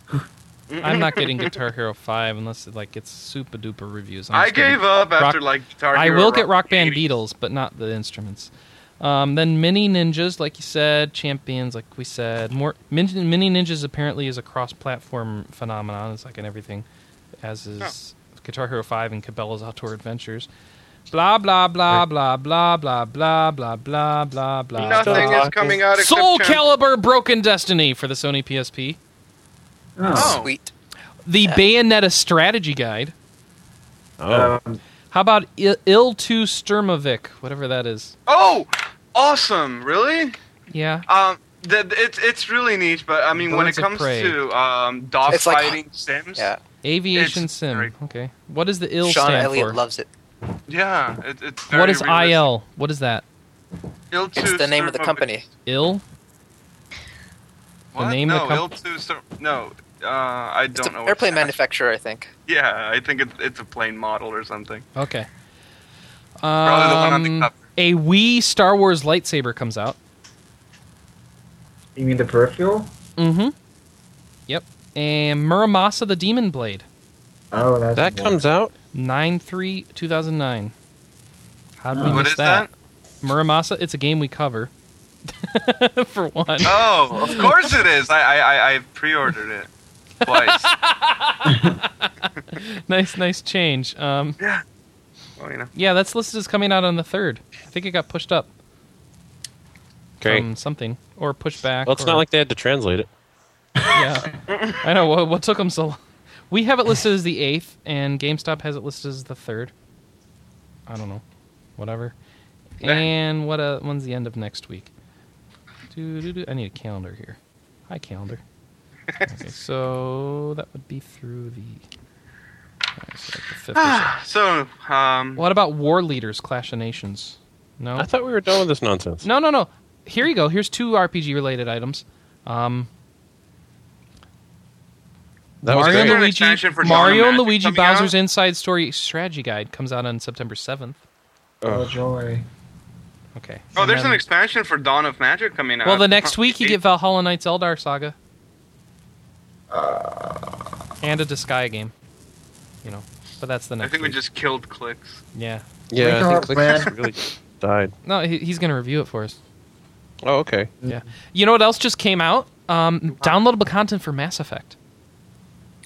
Speaker 1: I'm not getting Guitar Hero 5 unless it like gets super duper reviews. I'm
Speaker 4: I
Speaker 1: just gonna-
Speaker 4: gave up
Speaker 1: Rock-
Speaker 4: after like Guitar
Speaker 1: I
Speaker 4: Hero
Speaker 1: will get Rock Band
Speaker 4: 80.
Speaker 1: Beatles, but not the instruments. Um, then Mini Ninjas, like you said, Champions, like we said. More Mini, Mini Ninjas apparently is a cross-platform phenomenon. It's like in everything, as is Guitar Hero 5 and Cabela's Outdoor Adventures. Blah blah blah blah blah blah blah blah blah blah blah.
Speaker 4: Nothing
Speaker 1: blah.
Speaker 4: is coming out except
Speaker 1: Soul
Speaker 4: Champ-
Speaker 1: Calibur Broken Destiny for the Sony PSP.
Speaker 7: Oh.
Speaker 5: Sweet.
Speaker 1: The Bayonetta strategy guide.
Speaker 3: Oh,
Speaker 7: Um,
Speaker 1: How about Il- Il2 Sturmovik, whatever that is?
Speaker 4: Oh, awesome! Really?
Speaker 1: Yeah.
Speaker 4: Um, the, the- it's it's really niche, but I mean, when it
Speaker 1: Birds of
Speaker 4: comes
Speaker 1: Prey.
Speaker 4: to um, dog
Speaker 5: It's like-
Speaker 4: fighting sims,
Speaker 5: Yeah.
Speaker 1: Aviation
Speaker 4: It's
Speaker 1: sim.
Speaker 4: very-
Speaker 1: Okay. What does the ill
Speaker 5: Sean
Speaker 1: stand
Speaker 5: Elliott
Speaker 1: for?
Speaker 5: loves it.
Speaker 4: yeah, it, it's very
Speaker 1: what is
Speaker 4: realistic.
Speaker 1: IL? What is that?
Speaker 4: Il
Speaker 5: It's
Speaker 4: two
Speaker 5: the name of the
Speaker 4: Sturmovik.
Speaker 5: company.
Speaker 1: Ill?
Speaker 4: What?
Speaker 1: name
Speaker 4: no,
Speaker 1: of the
Speaker 4: Il two Stur- No, uh, I
Speaker 5: It's
Speaker 4: don't
Speaker 5: an
Speaker 4: know. what
Speaker 5: airplane
Speaker 4: it's at.
Speaker 5: manufacturer, I think.
Speaker 4: Yeah, I think it, it's a plane model or something.
Speaker 1: Okay.
Speaker 4: the one on the
Speaker 1: Um,
Speaker 4: cover.
Speaker 1: a Wii Star Wars lightsaber comes out.
Speaker 7: you mean the peripheral?
Speaker 1: Mm-hmm. Yep. And Muramasa the Demon Blade.
Speaker 7: Oh, that's
Speaker 3: that comes out.
Speaker 1: 9-3-2009. How'd we
Speaker 7: Oh.
Speaker 4: What
Speaker 1: miss
Speaker 4: is that?
Speaker 1: Muramasa, it's a game we cover. [LAUGHS] For one.
Speaker 4: Oh, of course it is. I I I, I
Speaker 1: [LAUGHS]
Speaker 4: pre-ordered it twice.
Speaker 1: nice, nice change. Um,
Speaker 4: well, you know.
Speaker 1: yeah, that's listed as coming out on the 3rd. I think it got pushed up
Speaker 3: Okay.
Speaker 1: from something. Or pushed back.
Speaker 3: Well, it's
Speaker 1: or-
Speaker 3: not like they had to translate it.
Speaker 1: yeah. [LAUGHS] I know. What, what took them so long? We have it listed as the 8th, and GameStop has it listed as the 3rd. I don't know. Whatever. And what uh, when's the end of next week? Doo-doo-doo. I need a calendar here. Hi, calendar.
Speaker 3: [LAUGHS]
Speaker 1: Okay, so that would be through the. Alright, so like the fifth or
Speaker 3: [SIGHS]
Speaker 1: something.
Speaker 4: So, um,
Speaker 1: what about War Leaders Clash of Nations? No?
Speaker 3: I thought we were done with this nonsense.
Speaker 1: No, no, no. Here you go. Here's two RPG related items. Um,
Speaker 3: That was
Speaker 1: Mario and
Speaker 3: great.
Speaker 4: Is there an
Speaker 1: Luigi,
Speaker 4: expansion for
Speaker 1: Mario
Speaker 4: Mario
Speaker 1: and
Speaker 4: Magic
Speaker 1: Luigi
Speaker 4: coming out?
Speaker 1: Bowser's Inside Story Strategy Guide comes out on September 7th.
Speaker 7: Oh,
Speaker 3: Ugh.
Speaker 7: joy.
Speaker 1: Okay.
Speaker 4: oh,
Speaker 1: And
Speaker 4: there's
Speaker 1: then-
Speaker 4: an uh, expansion for Dawn of Magic coming out.
Speaker 1: Well, the next week you
Speaker 4: Huh.
Speaker 1: get Valhalla Knights Eldar Saga. Uh, and a Disgaea game. You know, but that's the
Speaker 4: I
Speaker 1: next
Speaker 4: think we
Speaker 1: week.
Speaker 4: just killed clicks.
Speaker 1: Yeah.
Speaker 3: Yeah, I
Speaker 7: Wake
Speaker 3: think
Speaker 7: up,
Speaker 3: Click
Speaker 7: Red.
Speaker 3: really died.
Speaker 1: No, he, he's going to review it for us.
Speaker 3: Oh, okay.
Speaker 1: You know what else just came out? Um, downloadable content for Mass Effect.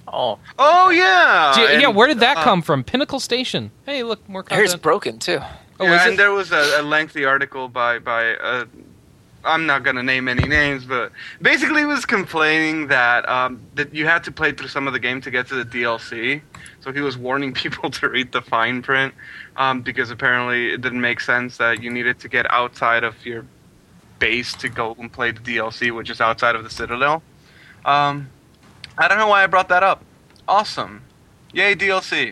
Speaker 5: Oh,
Speaker 4: Oh yeah,
Speaker 1: Do you- yeah,
Speaker 4: and-
Speaker 1: where did that
Speaker 4: uh,
Speaker 1: come from? Pinnacle Station. Hey, look, more
Speaker 5: here's
Speaker 1: content.
Speaker 5: broken too.
Speaker 1: Oh,
Speaker 4: yeah,
Speaker 1: is
Speaker 4: and
Speaker 1: it?
Speaker 4: there was a, a lengthy article by by. Uh, I'm not gonna name any names, but basically he was complaining that um, that you had to play through some of the game to get to the DLC. So he was warning [LAUGHS] people to read the fine print um, because apparently it didn't make sense that you needed to get outside of your base to go and play the DLC, which is outside of the Citadel. Um, I don't know why I brought that up. Awesome, yay DLC!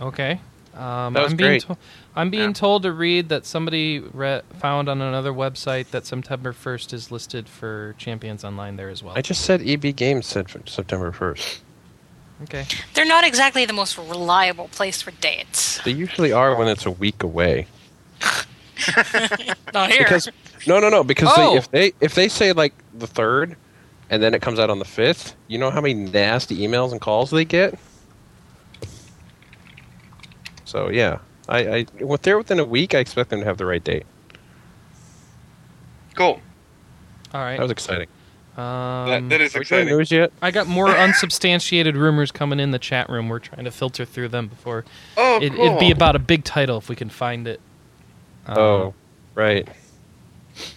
Speaker 1: Okay. Um,
Speaker 3: That was
Speaker 1: I'm being
Speaker 3: great.
Speaker 1: To- I'm being
Speaker 4: Yeah.
Speaker 1: told to read that somebody re- found on another website that September 1st is listed for Champions Online there as well.
Speaker 3: I just said EB Games said f- September 1st.
Speaker 1: Okay.
Speaker 6: They're not exactly the most reliable place for dates.
Speaker 3: They usually are when it's a week away.
Speaker 1: [LAUGHS]
Speaker 6: Not here.
Speaker 3: Because no, no, no. Because
Speaker 1: Oh.
Speaker 3: they, if they if they say like the third, and then it comes out on the fifth, you know how many nasty emails and calls they get. So yeah, I, I if they're within a week, I expect them to have the right date.
Speaker 4: Cool.
Speaker 1: All right.
Speaker 3: That was exciting.
Speaker 1: um,
Speaker 4: that is
Speaker 3: Are we doing
Speaker 4: exciting.
Speaker 3: news yet?
Speaker 1: I got more unsubstantiated rumors coming in the chat room. We're trying to filter through them before
Speaker 4: Oh,
Speaker 1: it,
Speaker 4: cool.
Speaker 1: it'd be about a big title if we can find it. Uh,
Speaker 3: oh, right.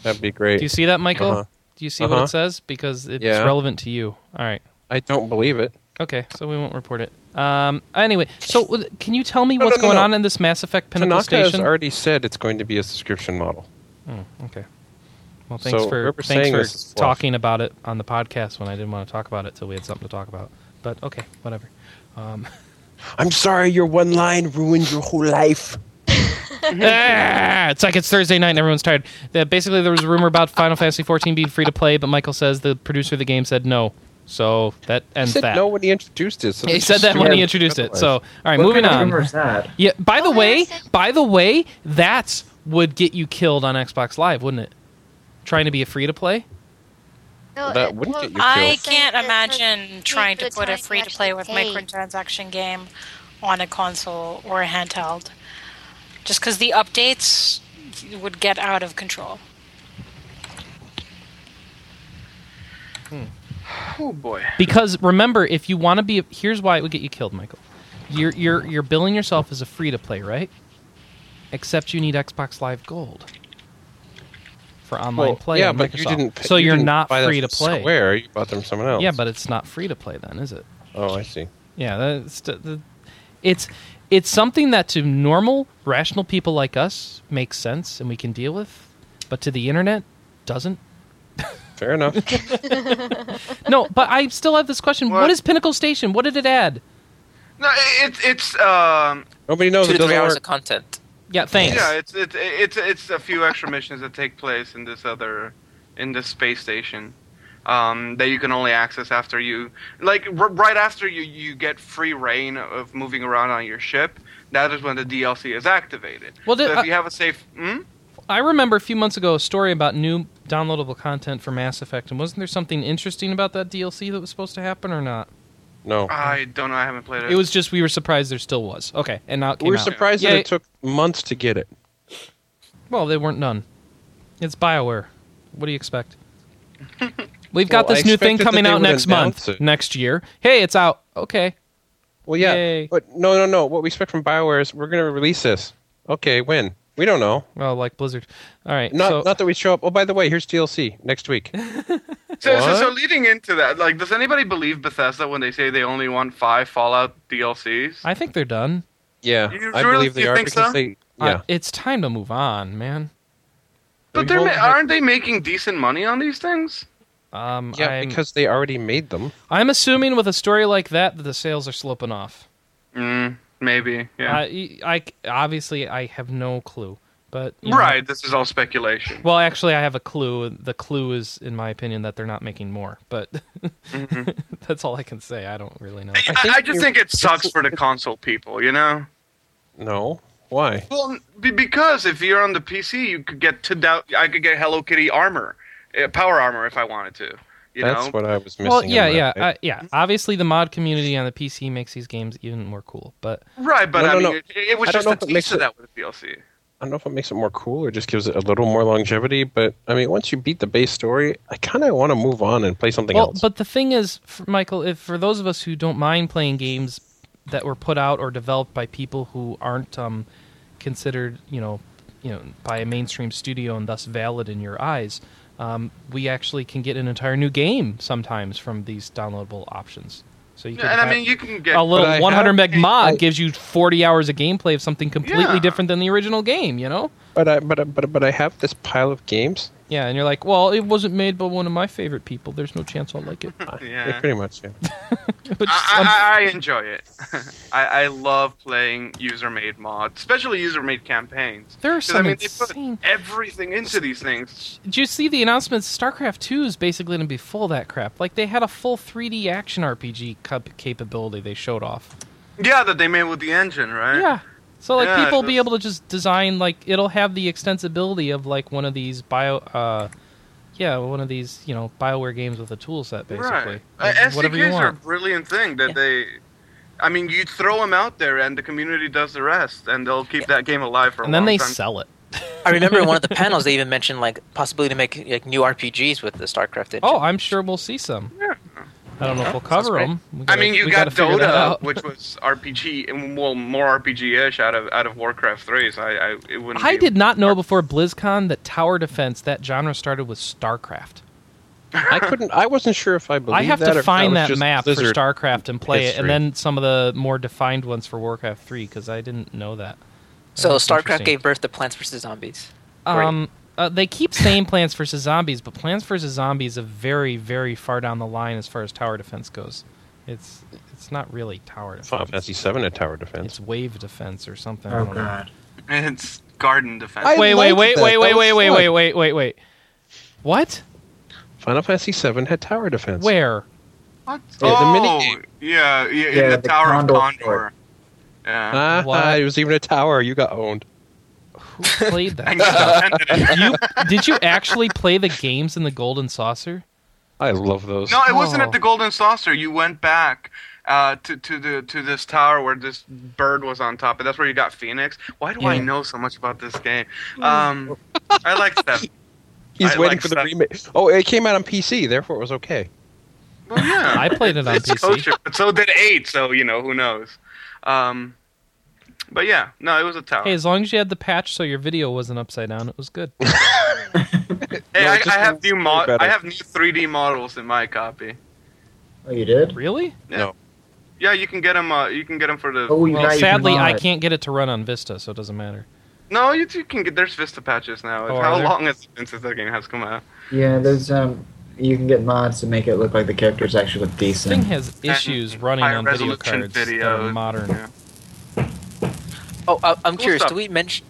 Speaker 3: That'd be great.
Speaker 1: Do you see that, Michael?
Speaker 3: Uh-huh.
Speaker 1: Do you see what
Speaker 3: Uh-huh.
Speaker 1: it says? Because it's
Speaker 3: Yeah.
Speaker 1: relevant to you. All right.
Speaker 3: I don't believe it.
Speaker 1: Okay, so we won't report it. Um. Anyway, so w- can you tell me
Speaker 3: No,
Speaker 1: what's
Speaker 3: no, no,
Speaker 1: going
Speaker 3: no.
Speaker 1: on in this Mass Effect Pinnacle
Speaker 3: Tanaka has
Speaker 1: Station?
Speaker 3: already said it's going to be a subscription model.
Speaker 1: Oh, okay. Well, thanks
Speaker 3: So
Speaker 1: for
Speaker 3: whoever's
Speaker 1: thanks
Speaker 3: saying
Speaker 1: for
Speaker 3: this is fluff.
Speaker 1: talking about it on the podcast when I didn't want to talk about it till we had something to talk about. But okay, whatever. Um,
Speaker 3: I'm sorry, your one line ruined your whole life.
Speaker 1: ah, it's like it's Thursday night and everyone's tired. That basically there was a rumor about Final Fantasy 14 being free to play, but Michael says the producer of the game said no, so that
Speaker 3: He
Speaker 1: ends
Speaker 3: said
Speaker 1: that.
Speaker 3: no when he introduced it. so
Speaker 1: he
Speaker 3: that's
Speaker 1: said
Speaker 3: just
Speaker 1: that when
Speaker 3: weird.
Speaker 1: he introduced it. So all right,
Speaker 7: What
Speaker 1: moving
Speaker 7: kind of
Speaker 1: on.
Speaker 7: rumor is that?
Speaker 1: Yeah. By the
Speaker 2: Oh,
Speaker 1: way,
Speaker 2: there's
Speaker 1: by the way, that's would get you killed on Xbox Live, wouldn't it? trying to be a free to play?
Speaker 2: No,
Speaker 3: That
Speaker 2: it-
Speaker 3: wouldn't
Speaker 2: well,
Speaker 3: get you
Speaker 2: I
Speaker 3: killed.
Speaker 6: I
Speaker 2: think
Speaker 6: can't
Speaker 2: that
Speaker 6: imagine
Speaker 2: that's
Speaker 6: trying to
Speaker 2: good
Speaker 6: put a
Speaker 2: time to
Speaker 6: free to
Speaker 2: actually
Speaker 6: play with
Speaker 2: pay.
Speaker 6: microtransaction game on a console or a handheld, just because the updates would get out of control.
Speaker 4: Oh boy.
Speaker 1: Because remember, if you want to be, here's why it would get you killed, Michael. You're you're you're billing yourself as a free to play, right? Except you need Xbox Live Gold for online
Speaker 3: Well,
Speaker 1: play.
Speaker 3: yeah,
Speaker 1: on
Speaker 3: but you
Speaker 1: Microsoft.
Speaker 3: didn't. pay-
Speaker 1: So
Speaker 3: you
Speaker 1: you're
Speaker 3: didn't
Speaker 1: not
Speaker 3: buy that
Speaker 1: free to
Speaker 3: from
Speaker 1: play.
Speaker 3: Square, you bought them from someone else.
Speaker 1: Yeah, but it's not free to play then, is it?
Speaker 3: oh, I see.
Speaker 1: Yeah, that's th- th- it's it's something that to normal, rational people like us makes sense and we can deal with, but to the internet doesn't.
Speaker 3: Fair enough.
Speaker 1: No, [LAUGHS] but I still have this question.
Speaker 4: What?
Speaker 1: what is Pinnacle Station? What did it add?
Speaker 4: No, it, it's um,
Speaker 3: Nobody knows.
Speaker 5: Two
Speaker 3: It
Speaker 5: to three
Speaker 3: doesn't
Speaker 5: hours
Speaker 3: work.
Speaker 5: of content.
Speaker 1: Yeah, thanks.
Speaker 4: yeah, it's it's it's it's a few extra missions that take place in this other in this space station um, that you can only access after you like r- right after you you get free reign of moving around on your ship. That is when the DLC is activated.
Speaker 1: Well, did-
Speaker 4: so if
Speaker 1: uh,
Speaker 4: you have a safe, hmm?
Speaker 1: I remember a few months ago a story about new downloadable content for Mass Effect, and wasn't there something interesting about that DLC that was supposed to happen or not?
Speaker 3: No.
Speaker 4: I don't know. I haven't played it.
Speaker 1: It was just we were surprised there still was. Okay, and now it came
Speaker 3: We're
Speaker 1: out.
Speaker 3: surprised that
Speaker 1: Yeah,
Speaker 3: it took months to get it.
Speaker 1: Well, they weren't done. It's Bioware. What do you
Speaker 3: [LAUGHS]
Speaker 1: expect? We've got
Speaker 3: Well, I
Speaker 1: this new thing
Speaker 3: expected that
Speaker 1: coming
Speaker 3: they
Speaker 1: out
Speaker 3: would
Speaker 1: next month,
Speaker 3: announce it.
Speaker 1: next year. Hey, it's out. Okay.
Speaker 3: Well, yeah,
Speaker 1: Yay.
Speaker 3: but no, no, no. What we expect from Bioware is we're going to release this. Okay, when? We don't know.
Speaker 1: Well, like Blizzard. All right.
Speaker 3: Not,
Speaker 1: so,
Speaker 3: not that we show up. Oh, by the way, here's DLC next week.
Speaker 4: So, so, so
Speaker 3: What?
Speaker 4: leading into that, like, does anybody believe Bethesda when they say they only want five Fallout DLCs?
Speaker 1: I think they're done.
Speaker 3: Yeah,
Speaker 4: You
Speaker 3: I
Speaker 4: really-
Speaker 3: believe they
Speaker 4: you
Speaker 3: are
Speaker 4: think
Speaker 3: because
Speaker 4: so?
Speaker 3: they.
Speaker 1: I-
Speaker 3: Yeah,
Speaker 1: it's time to move on, man.
Speaker 4: but they're ma- aren't they making decent money on these things?
Speaker 1: Um,
Speaker 3: yeah,
Speaker 1: I'm,
Speaker 3: because they already made them.
Speaker 1: I'm assuming with a story like that that the sales are sloping off.
Speaker 4: Mm, maybe. Yeah.
Speaker 1: I, I obviously I have no clue, but you know-
Speaker 4: right. This is all speculation.
Speaker 1: well, actually, I have a clue. The clue is, in my opinion, that they're not making more. But
Speaker 4: Mm-hmm.
Speaker 1: [LAUGHS] that's all I can say. I don't really know.
Speaker 4: I,
Speaker 3: think
Speaker 4: I just
Speaker 3: you-
Speaker 4: think it sucks for the console people, you know.
Speaker 3: No, why?
Speaker 4: Well, be- because if you're on the PC, you could get to doubt. I could get Hello Kitty armor, uh, power armor, if I wanted to. You
Speaker 3: That's
Speaker 4: know.
Speaker 3: what I was missing.
Speaker 1: Well, yeah,
Speaker 3: in
Speaker 1: yeah,
Speaker 3: that.
Speaker 1: uh,
Speaker 4: Mm-hmm.
Speaker 1: yeah. Obviously, the mod community on the PC makes these games even more cool. But
Speaker 4: right, but
Speaker 3: No,
Speaker 4: I
Speaker 3: no,
Speaker 4: mean,
Speaker 3: no.
Speaker 4: It, it was
Speaker 3: I don't
Speaker 4: just
Speaker 3: know
Speaker 4: a
Speaker 3: if it makes
Speaker 4: teaser
Speaker 3: it-
Speaker 4: that was DLC.
Speaker 3: I don't know if it makes it more cool or just gives it a little more longevity. But I mean, once you beat the base story, I kind of want to move on and play something
Speaker 1: well,
Speaker 3: else.
Speaker 1: but the thing is, for Michael, if for those of us who don't mind playing games that were put out or developed by people who aren't um, considered, you know, you know, by a mainstream studio and thus valid in your eyes, um, we actually can get an entire new game sometimes from these downloadable options. So you can
Speaker 4: And I
Speaker 1: have
Speaker 4: mean, you can get
Speaker 1: a little
Speaker 3: But I
Speaker 1: 100 meg
Speaker 3: have-
Speaker 1: mod
Speaker 3: I-
Speaker 1: gives you 40 hours of gameplay of something completely
Speaker 4: Yeah.
Speaker 1: different than the original game. You know.
Speaker 3: but I, but I, but I- but I have this pile of games.
Speaker 1: Yeah, and you're like, well, it wasn't made by one of my favorite people. There's no chance I'll like
Speaker 4: [LAUGHS]
Speaker 1: it.
Speaker 4: Yeah.
Speaker 3: pretty much.
Speaker 4: [LAUGHS]
Speaker 3: Yeah.
Speaker 1: But just- um,
Speaker 4: I, I, I enjoy it. [LAUGHS] I, I love playing user-made mods, especially user-made campaigns.
Speaker 1: There are
Speaker 4: 'Cause,
Speaker 1: some
Speaker 4: I mean,
Speaker 1: insane-
Speaker 4: they put everything into these things.
Speaker 1: did you see the announcements? StarCraft 2 is basically going to be full of that crap. Like, they had a full 3D action RPG cap- capability they showed off.
Speaker 4: Yeah, that they made with the engine, right?
Speaker 1: Yeah. So, like,
Speaker 4: Yeah,
Speaker 1: people will be
Speaker 4: that's-
Speaker 1: able to just design, like, it'll have the extensibility of, like, one of these bio, uh, yeah, one of these, you know, Bioware games with a tool set, basically.
Speaker 4: Right. Uh,
Speaker 1: Like, whatever you
Speaker 4: SDKs are a
Speaker 1: want.
Speaker 4: brilliant thing that
Speaker 1: Yeah.
Speaker 4: they. I mean, you throw them out there, and the community does the rest, and they'll keep that game alive for a
Speaker 1: And then
Speaker 4: long
Speaker 1: they
Speaker 4: time.
Speaker 1: sell it.
Speaker 5: I remember in one of the panels they even mentioned like possibility to make like new RPGs with the StarCraft engine.
Speaker 1: Oh, I'm sure we'll see some.
Speaker 4: Yeah.
Speaker 1: I don't know if we'll
Speaker 5: sounds
Speaker 1: cover
Speaker 5: great.
Speaker 1: them.
Speaker 4: I mean, you got Dota,
Speaker 1: which.
Speaker 4: which was RPG, and well, more RPG-ish out of out of Warcraft Three. So I, I it wouldn't.
Speaker 1: I
Speaker 4: be-
Speaker 1: did not know before BlizzCon that tower defense that genre started with StarCraft.
Speaker 3: I couldn't. I wasn't sure if I believed
Speaker 1: I have
Speaker 3: that or
Speaker 1: to
Speaker 3: if that
Speaker 1: find
Speaker 3: was
Speaker 1: that
Speaker 3: just
Speaker 1: map
Speaker 3: Blizzard.
Speaker 1: for StarCraft and play it, and
Speaker 3: history.
Speaker 1: then some of the more defined ones for Warcraft Three because I didn't know that.
Speaker 5: so
Speaker 1: That's
Speaker 5: StarCraft
Speaker 1: interesting.
Speaker 5: gave birth to Plants vs Zombies.
Speaker 1: Um, uh, they keep saying Plants vs Zombies, but Plants vs Zombies is very, very far down the line as far as tower defense goes. It's it's not really tower
Speaker 3: Final
Speaker 1: defense.
Speaker 3: Fantasy VII at tower defense.
Speaker 1: It's wave defense or something. I
Speaker 7: Oh
Speaker 1: don't know.
Speaker 7: god.
Speaker 4: It's Garden Defense.
Speaker 3: I-
Speaker 1: Wait, wait,
Speaker 3: liked
Speaker 1: wait,
Speaker 3: that.
Speaker 1: wait,
Speaker 3: That
Speaker 1: wait,
Speaker 3: was
Speaker 1: wait, wait,
Speaker 3: fun.
Speaker 1: wait, wait, wait, wait. What?
Speaker 3: Final Fantasy VII had tower defense.
Speaker 1: Where?
Speaker 4: What?
Speaker 3: Yeah, the
Speaker 4: oh,
Speaker 3: minigame.
Speaker 4: yeah, yeah, in
Speaker 7: Yeah,
Speaker 4: the,
Speaker 7: the
Speaker 4: Tower
Speaker 7: Condor
Speaker 4: of Condor.
Speaker 7: Sword.
Speaker 4: Yeah.
Speaker 3: Ah,
Speaker 1: What?
Speaker 3: it was even a tower. You got owned.
Speaker 1: Who played
Speaker 4: [LAUGHS]
Speaker 1: [LAUGHS]
Speaker 4: I
Speaker 1: that?
Speaker 4: just ended it.
Speaker 1: you did you actually play the games in the Golden Saucer?
Speaker 3: I love those.
Speaker 4: No, it wasn't
Speaker 1: Oh.
Speaker 4: at the Golden Saucer. You went back uh, to to the to this tower where this bird was on top, and that's where you got Phoenix. Why do I
Speaker 1: Yeah.
Speaker 4: know so much about this game? Um, I like that.
Speaker 3: He's
Speaker 4: I
Speaker 3: waiting
Speaker 4: like
Speaker 3: for the
Speaker 4: that.
Speaker 3: remake. Oh, it came out on PC, therefore it was okay.
Speaker 4: Well, yeah,
Speaker 1: [LAUGHS] I played it on
Speaker 4: it's
Speaker 1: PC.
Speaker 4: kosher, but so did eight. So you know who knows. Um, but yeah, no, it was a tower.
Speaker 1: Hey, as long as you had the patch so your video wasn't upside down, it was good.
Speaker 4: Hey,
Speaker 3: No,
Speaker 4: I,
Speaker 3: it just
Speaker 4: I have
Speaker 3: looks
Speaker 4: new mod.
Speaker 3: better.
Speaker 4: I have new 3D models in my copy.
Speaker 7: Oh, you did?
Speaker 1: Really?
Speaker 4: Yeah, you can get them. Uh, you can get them for the.
Speaker 7: Oh, you
Speaker 1: Well,
Speaker 7: got
Speaker 1: sadly,
Speaker 7: your
Speaker 1: I
Speaker 7: mod.
Speaker 1: can't get it to run on Vista, so it doesn't matter.
Speaker 4: No, you, you can get. There's Vista patches now.
Speaker 1: Oh, are
Speaker 4: How
Speaker 1: there?
Speaker 4: long has it been since that game has come out?
Speaker 7: Yeah, there's um, you can get mods to make it look like the characters actually look
Speaker 1: This thing
Speaker 7: decent.
Speaker 1: has issues running
Speaker 4: high
Speaker 1: on video
Speaker 4: resolution
Speaker 1: cards that are
Speaker 4: video.
Speaker 1: modern.
Speaker 4: Yeah.
Speaker 5: Oh, I, I'm curious.
Speaker 4: stuff.
Speaker 5: Do we mention?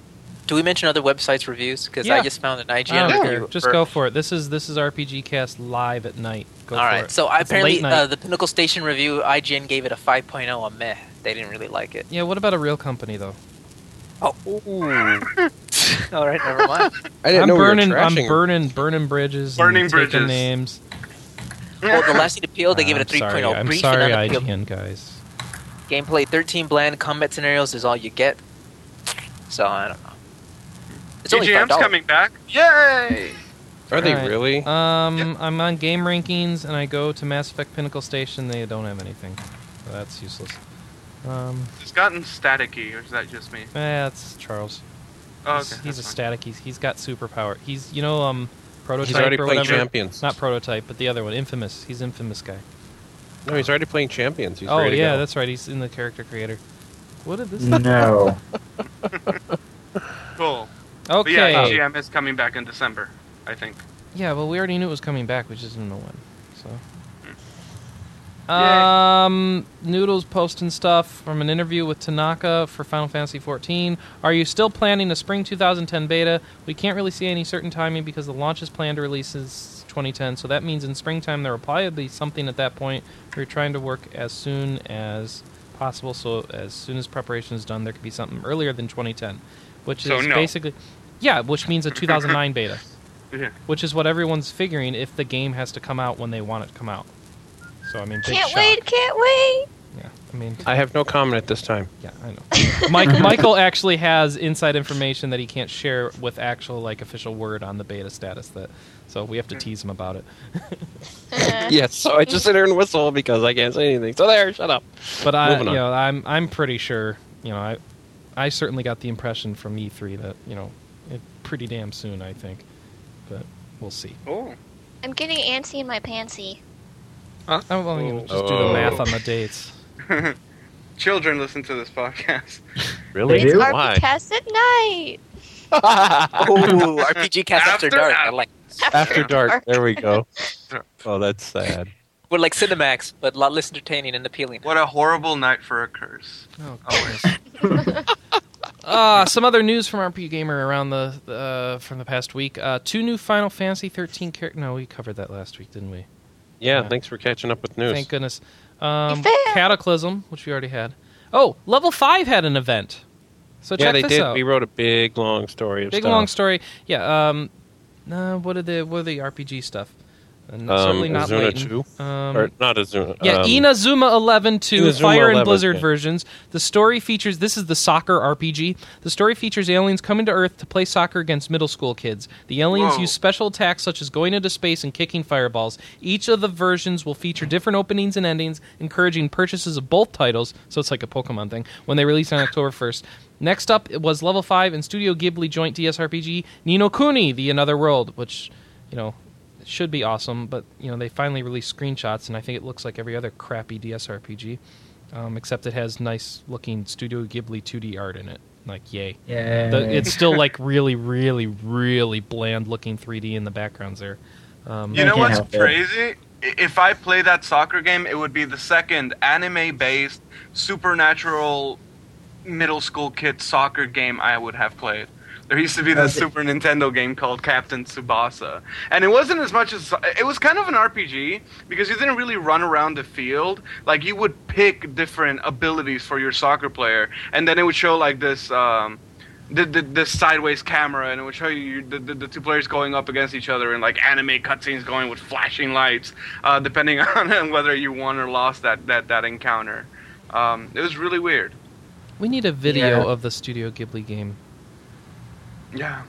Speaker 5: Do we mention other websites' reviews? Because
Speaker 1: Yeah.
Speaker 5: I just found an IGN
Speaker 1: I
Speaker 3: Oh.
Speaker 1: don't
Speaker 5: review.
Speaker 1: care. Just
Speaker 5: for-
Speaker 1: go for it. This is this is RPG Cast live at night. Go
Speaker 5: All
Speaker 1: for
Speaker 5: right.
Speaker 1: it.
Speaker 5: So I
Speaker 1: It's
Speaker 5: apparently,
Speaker 1: late night.
Speaker 5: uh, the Pinnacle Station review, IGN gave it a 5.0. A meh. They didn't really
Speaker 1: [LAUGHS]
Speaker 5: like it.
Speaker 1: yeah, what about a real company though?
Speaker 5: Oh. All right. Never mind.
Speaker 3: I didn't
Speaker 1: I'm
Speaker 3: know
Speaker 1: burning.
Speaker 3: we were
Speaker 1: I'm
Speaker 3: trashing
Speaker 1: burning. Burning bridges.
Speaker 4: Burning
Speaker 1: and taking
Speaker 4: bridges.
Speaker 1: Names.
Speaker 5: [LAUGHS]
Speaker 1: Uh,
Speaker 5: well, the last need appeal, they gave it a
Speaker 1: I'm
Speaker 5: 3.0.
Speaker 1: sorry. I'm
Speaker 5: Brief
Speaker 1: sorry,
Speaker 5: and unappeal-
Speaker 1: IGN guys.
Speaker 5: Gameplay 13 bland combat scenarios is all you get. So I don't know. It's only
Speaker 4: EGM's
Speaker 5: $5.
Speaker 4: coming back. Yay!
Speaker 3: Are they
Speaker 1: Alright.
Speaker 3: really?
Speaker 1: Um,
Speaker 4: Yeah.
Speaker 1: I'm on game rankings, and I go to Mass Effect Pinnacle Station. They don't have anything. So that's useless. Um,
Speaker 4: It's gotten staticky, or is that just me?
Speaker 1: eh, that's Charles.
Speaker 4: Oh,
Speaker 1: he's
Speaker 4: okay.
Speaker 1: he's a
Speaker 4: that's
Speaker 1: static. He's, he's got superpower. He's you know um prototype
Speaker 3: He's already
Speaker 1: or
Speaker 3: playing
Speaker 1: whatever.
Speaker 3: Champions.
Speaker 1: Not prototype, but the other one, infamous. He's infamous guy.
Speaker 3: No, he's already playing Champions. He's
Speaker 1: oh
Speaker 3: ready to
Speaker 1: yeah,
Speaker 3: go. Mm.
Speaker 1: that's right. He's in the character creator. What did this? [LAUGHS]
Speaker 7: No.
Speaker 4: fine. cool. But
Speaker 1: Okay.
Speaker 4: yeah,
Speaker 1: yeah,
Speaker 4: EGM is coming back in December, I think.
Speaker 1: well, we already knew it was coming back. We just didn't know when. So.
Speaker 4: Yay.
Speaker 1: Um, Noodles posting stuff from an interview with Tanaka for Final Fantasy XIV. Are you still planning a spring 2010 beta? We can't really see any certain timing because the launch is planned to release is 2010, so that means in springtime there will probably be something at that point. We're trying to work as soon as possible, so as soon as preparation is done, there could be something earlier than 2010, which
Speaker 4: So
Speaker 1: is
Speaker 4: no.
Speaker 1: basically, yeah, which means a 2009
Speaker 4: [LAUGHS]
Speaker 1: beta
Speaker 4: Yeah.
Speaker 1: which is what everyone's figuring if the game has to come out when they want it to come out. So I mean, big
Speaker 2: Can't
Speaker 1: shock.
Speaker 2: wait, can't
Speaker 1: [LAUGHS]
Speaker 2: wait.
Speaker 1: Yeah, I mean,
Speaker 3: I have no comment at this time.
Speaker 1: yeah, I know. [LAUGHS] Mike, Michael actually has inside information that he can't share with actual like official word on the beta status. That so we have to tease him about it.
Speaker 2: Uh,
Speaker 3: Yes, so I just sit here and whistle because I can't say anything. So there, shut up.
Speaker 1: But I, you
Speaker 3: Moving on.
Speaker 1: know, I'm I'm pretty sure. You know, I I certainly got the impression from E3 that you know, it, pretty damn soon. I think, but we'll see.
Speaker 4: Oh.
Speaker 2: I'm getting antsy in my pantsy.
Speaker 1: I, Uh, Oh, well, you know, just do the
Speaker 3: Oh.
Speaker 1: math on the dates.
Speaker 4: [LAUGHS] Children listen to this podcast.
Speaker 3: Really?
Speaker 7: They do?
Speaker 2: Our
Speaker 3: Why? [LAUGHS]
Speaker 2: cast at night.
Speaker 4: [LAUGHS]
Speaker 5: Ooh, RPG cast after,
Speaker 4: After-
Speaker 5: dark. I like.
Speaker 3: After dark. There we go. Oh, that's sad.
Speaker 5: We're like Cinemax, but a lot less entertaining and appealing.
Speaker 4: What a horrible night for a curse.
Speaker 3: [LAUGHS]
Speaker 1: Oh,
Speaker 4: Always.
Speaker 1: [LAUGHS] Uh, some other news from RP Gamer around the uh, from the past week. Uh, two new Final Fantasy 13 characters. No, we covered that last week, didn't we?
Speaker 3: Yeah,
Speaker 1: Yeah.
Speaker 3: thanks for catching up with news.
Speaker 1: Thank goodness. Um,
Speaker 2: You failed.
Speaker 1: Cataclysm, which we already had. Oh, level five had an event. So
Speaker 3: yeah,
Speaker 1: check
Speaker 3: they
Speaker 1: this
Speaker 3: did.
Speaker 1: out.
Speaker 3: We wrote a big long story of
Speaker 1: Big
Speaker 3: stuff.
Speaker 1: long story. Yeah. Um, uh, what are the what are the RPG stuff? Uh, n-
Speaker 3: Um,
Speaker 1: certainly not
Speaker 3: Azuna
Speaker 1: Layton.
Speaker 3: 2?
Speaker 1: Um,
Speaker 3: or not a Zoom.
Speaker 1: Yeah,
Speaker 3: um,
Speaker 1: Inazuma 11 to
Speaker 3: Inazuma
Speaker 1: Fire
Speaker 3: 11,
Speaker 1: and Blizzard
Speaker 3: yeah.
Speaker 1: versions. The story features this is the soccer RPG. The story features aliens coming to Earth to play soccer against middle school kids. The aliens
Speaker 4: Whoa.
Speaker 1: use special attacks such as going into space and kicking fireballs. Each of the versions will feature different openings and endings, encouraging purchases of both titles. So it's like a Pokemon thing when they release on October 1st. Next up was Level 5 and Studio Ghibli joint DSRPG Nino Kuni: The Another World, which, you know, it should be awesome, but you know they finally released screenshots, and I think it looks like every other crappy DSRPG, um, except it has nice looking Studio Ghibli 2D art in it. Like yay!
Speaker 7: yeah.
Speaker 1: The, it's still like really, really, really bland looking 3D in the backgrounds there. Um,
Speaker 4: You
Speaker 7: I
Speaker 4: know
Speaker 7: can't
Speaker 4: what's
Speaker 7: help it.
Speaker 4: crazy? I- If I play that soccer game, it would be the second anime based supernatural middle school kid soccer game I would have played. There used to be this
Speaker 7: Okay.
Speaker 4: Super Nintendo game called Captain Tsubasa. And it wasn't as much as. It was kind of an RPG because you didn't really run around the field. Like, you would pick different abilities for your soccer player, and then it would show, like, this. Um, the, the, the sideways camera, and it would show you the, the, the two players going up against each other, and like anime cutscenes going with flashing lights, uh, depending [LAUGHS] on whether you won or lost that that that encounter. Um, it was really weird.
Speaker 1: We need a video
Speaker 5: Yeah.
Speaker 1: of the Studio Ghibli game.
Speaker 4: Yeah.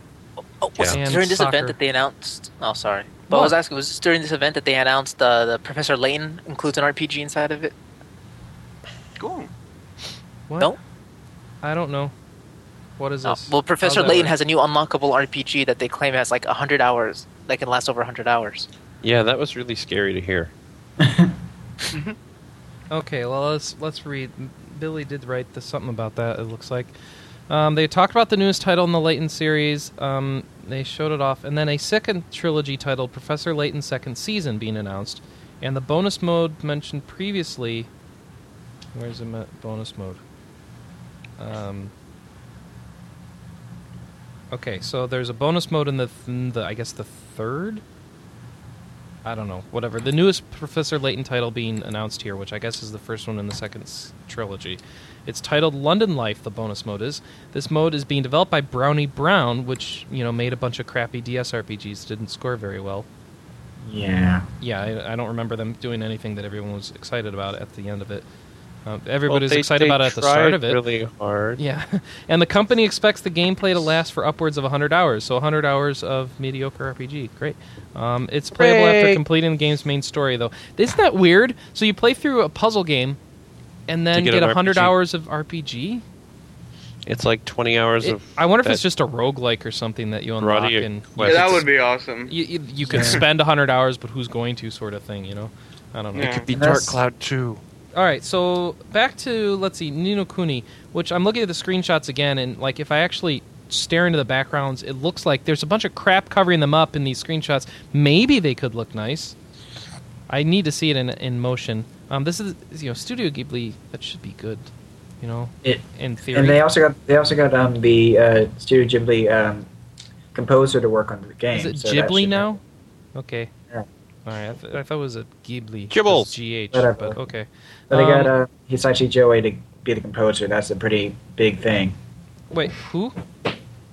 Speaker 5: Oh, was
Speaker 1: Yeah.
Speaker 5: it
Speaker 1: And
Speaker 5: during this
Speaker 1: soccer.
Speaker 5: event that they announced? Oh, sorry. But I was
Speaker 1: What?
Speaker 5: asking, was this during this event that they announced uh, the Professor Layton includes an RPG inside of it?
Speaker 4: Cool.
Speaker 1: What?
Speaker 5: No.
Speaker 1: I don't know. What is
Speaker 5: No.
Speaker 1: this?
Speaker 5: Uh, Oh, Well,
Speaker 1: How's
Speaker 5: Professor
Speaker 1: that
Speaker 5: Layton
Speaker 1: work?
Speaker 5: has a new unlockable RPG that they claim has like 100 hours, that can last over 100 hours.
Speaker 3: Yeah, that was really scary to hear.
Speaker 1: Okay, well let's let's read. Billy did write the, something about that. It looks like um, they talked about the newest title in the Layton series. Um, they showed it off, and then a second trilogy titled Professor Layton's Second Season being announced, and the bonus mode mentioned previously. Where's the mo- bonus mode? Um, okay, so there's a bonus mode in the, in the I guess the third I don't know, whatever. The newest Professor Layton title being announced here, which I guess is the first one in the second s- trilogy. It's titled London Life, the bonus mode is. This mode is being developed by Brownie Brown, which, you know, made a bunch of crappy DS RPGs, didn't score very well.
Speaker 7: Yeah.
Speaker 1: Yeah, I, I don't remember them doing anything that everyone was excited about at the end of it. Um, everybody's excited about it at the start of it.
Speaker 3: Really hard.
Speaker 1: Yeah, [LAUGHS] and the company expects the gameplay to last for upwards of 100 hours. So 100 hours of mediocre RPG. Great. Um, it's playable after
Speaker 3: Great.
Speaker 1: completing the game's main story, though. Isn't that weird? So you play through a puzzle game, and then
Speaker 3: get
Speaker 1: get,
Speaker 3: an
Speaker 1: 100
Speaker 3: RPG.
Speaker 1: hours of RPG.
Speaker 3: It's like 20 hours
Speaker 1: It-
Speaker 3: of.
Speaker 1: I wonder if
Speaker 3: that
Speaker 1: it's just a roguelike or something that you unlock
Speaker 3: Roddy
Speaker 1: and
Speaker 3: quest.
Speaker 4: that would be awesome.
Speaker 1: you, you, you can spend 100 hours, but who's going to sort of thing, you know? I don't know.
Speaker 4: Yeah.
Speaker 3: be
Speaker 7: And that's-
Speaker 3: Dark Cloud 2.
Speaker 1: All right, so back to let's see, Nino Kuni, which I'm looking at the screenshots again, and like if I actually stare into the backgrounds, it looks like there's a bunch of crap covering them up in these screenshots. Maybe they could look nice. I need to see it in in motion. Um, this is you know Studio Ghibli. That should be good, you know,
Speaker 7: It,
Speaker 1: in theory.
Speaker 7: and they also got they also got um, the uh, Studio Ghibli um, composer to work on the game.
Speaker 1: is it
Speaker 7: so that
Speaker 1: Ghibli
Speaker 7: should-
Speaker 1: now? Okay.
Speaker 7: Yeah.
Speaker 1: All right, I, th- I thought it was a Ghibli.
Speaker 3: Ghibbles.
Speaker 1: It's GH,
Speaker 7: Whatever.
Speaker 1: but okay.
Speaker 7: But they got
Speaker 1: Um,
Speaker 7: uh, Hisashi Joe to be the composer. That's a pretty big thing.
Speaker 1: Wait, who?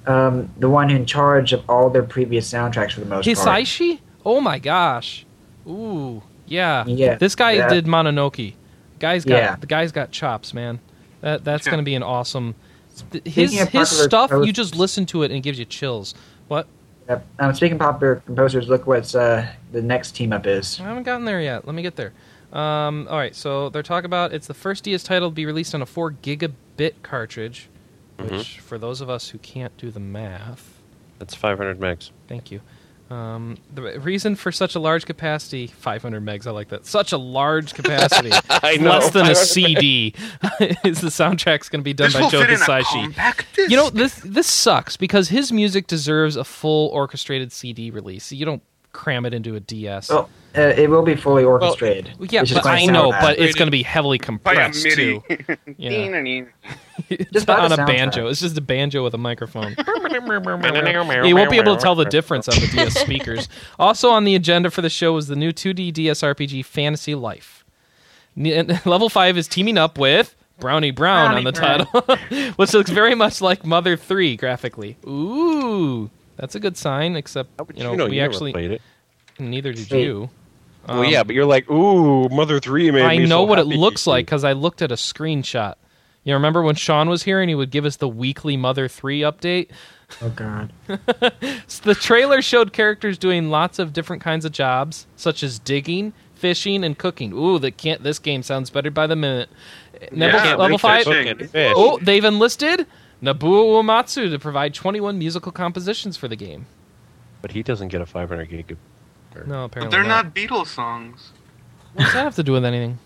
Speaker 7: Um, the one in charge of all their previous soundtracks for the most part.
Speaker 1: Hisaishi? Oh my gosh. Ooh, yeah.
Speaker 7: Yeah,
Speaker 1: This guy
Speaker 7: yeah.
Speaker 1: did Mononoke. Guy's got
Speaker 7: Yeah.
Speaker 1: the guy's got chops, man. That that's
Speaker 4: Yeah.
Speaker 1: gonna be an awesome. th- His
Speaker 7: of
Speaker 1: his
Speaker 7: popular
Speaker 1: stuff,
Speaker 7: shows-
Speaker 1: you just listen to it and it gives you chills. What?
Speaker 7: Yep. Um, speaking of popular composers, look what's uh, the next team up is.
Speaker 1: I haven't gotten there yet. Let me get there. Um, all right, so they're talking about it's the first DS title to be released on a four gigabit cartridge,
Speaker 7: Mm-hmm.
Speaker 1: which for those of us who can't do the math,
Speaker 3: That's 500 megs.
Speaker 1: Thank you. Um, the reason for such a large capacity, 500 megs, I like that. Such a
Speaker 7: [LAUGHS]
Speaker 1: large capacity,
Speaker 3: I
Speaker 1: less than a CD, [LAUGHS] is the soundtrack's going to be done
Speaker 4: This
Speaker 1: by
Speaker 4: will
Speaker 1: Joe
Speaker 4: fit in a
Speaker 1: Hisaishi.
Speaker 4: compact
Speaker 1: You know
Speaker 4: disc.
Speaker 1: this this sucks because his music deserves a full orchestrated CD release. You don't cram it into a DS.
Speaker 7: Well, uh, it will be fully orchestrated.
Speaker 1: Well, yeah,
Speaker 7: It's just
Speaker 1: but
Speaker 7: gonna
Speaker 1: I
Speaker 7: sound
Speaker 1: know,
Speaker 7: bad.
Speaker 1: but it's going to be heavily compressed too.
Speaker 4: [LAUGHS]
Speaker 1: Yeah. It's
Speaker 7: Just buy
Speaker 1: [LAUGHS] on
Speaker 7: the
Speaker 1: a banjo.
Speaker 7: soundtrack.
Speaker 1: It's just a banjo with a microphone. [LAUGHS] you won't be able to tell the difference on the DS [LAUGHS] speakers. Also on the agenda for the show was the new 2D DS RPG Fantasy Life. N- [LAUGHS] Level 5 is teaming up with Brownie Brown on the title, [LAUGHS] which looks very much like Mother 3 graphically. Ooh, that's a good sign, except, you know, we
Speaker 3: never
Speaker 1: actually,
Speaker 3: played it.
Speaker 1: neither did
Speaker 7: Hey.
Speaker 1: you. Um,
Speaker 3: well, yeah, but you're like, ooh, Mother 3 made
Speaker 1: I
Speaker 3: me
Speaker 1: know
Speaker 3: so
Speaker 1: what it
Speaker 3: happy."
Speaker 1: looks like because I looked at a screenshot. You remember when Sean was here and he would give us the weekly Mother 3 update?
Speaker 7: Oh god.
Speaker 1: So the trailer showed characters doing lots of different kinds of jobs, such as digging, fishing, and cooking. Ooh, the can't, this game sounds better by the minute. Level,
Speaker 4: Yeah,
Speaker 1: level
Speaker 4: big
Speaker 1: five.
Speaker 4: fishing.
Speaker 3: Cooking fish.
Speaker 1: Oh, they've enlisted Nobuo Uematsu to provide 21 musical compositions for the game.
Speaker 3: But he doesn't get a 500 gig. of-
Speaker 1: No,
Speaker 4: But
Speaker 1: apparently
Speaker 4: they're not Beatles songs.
Speaker 1: What does that have to do with anything?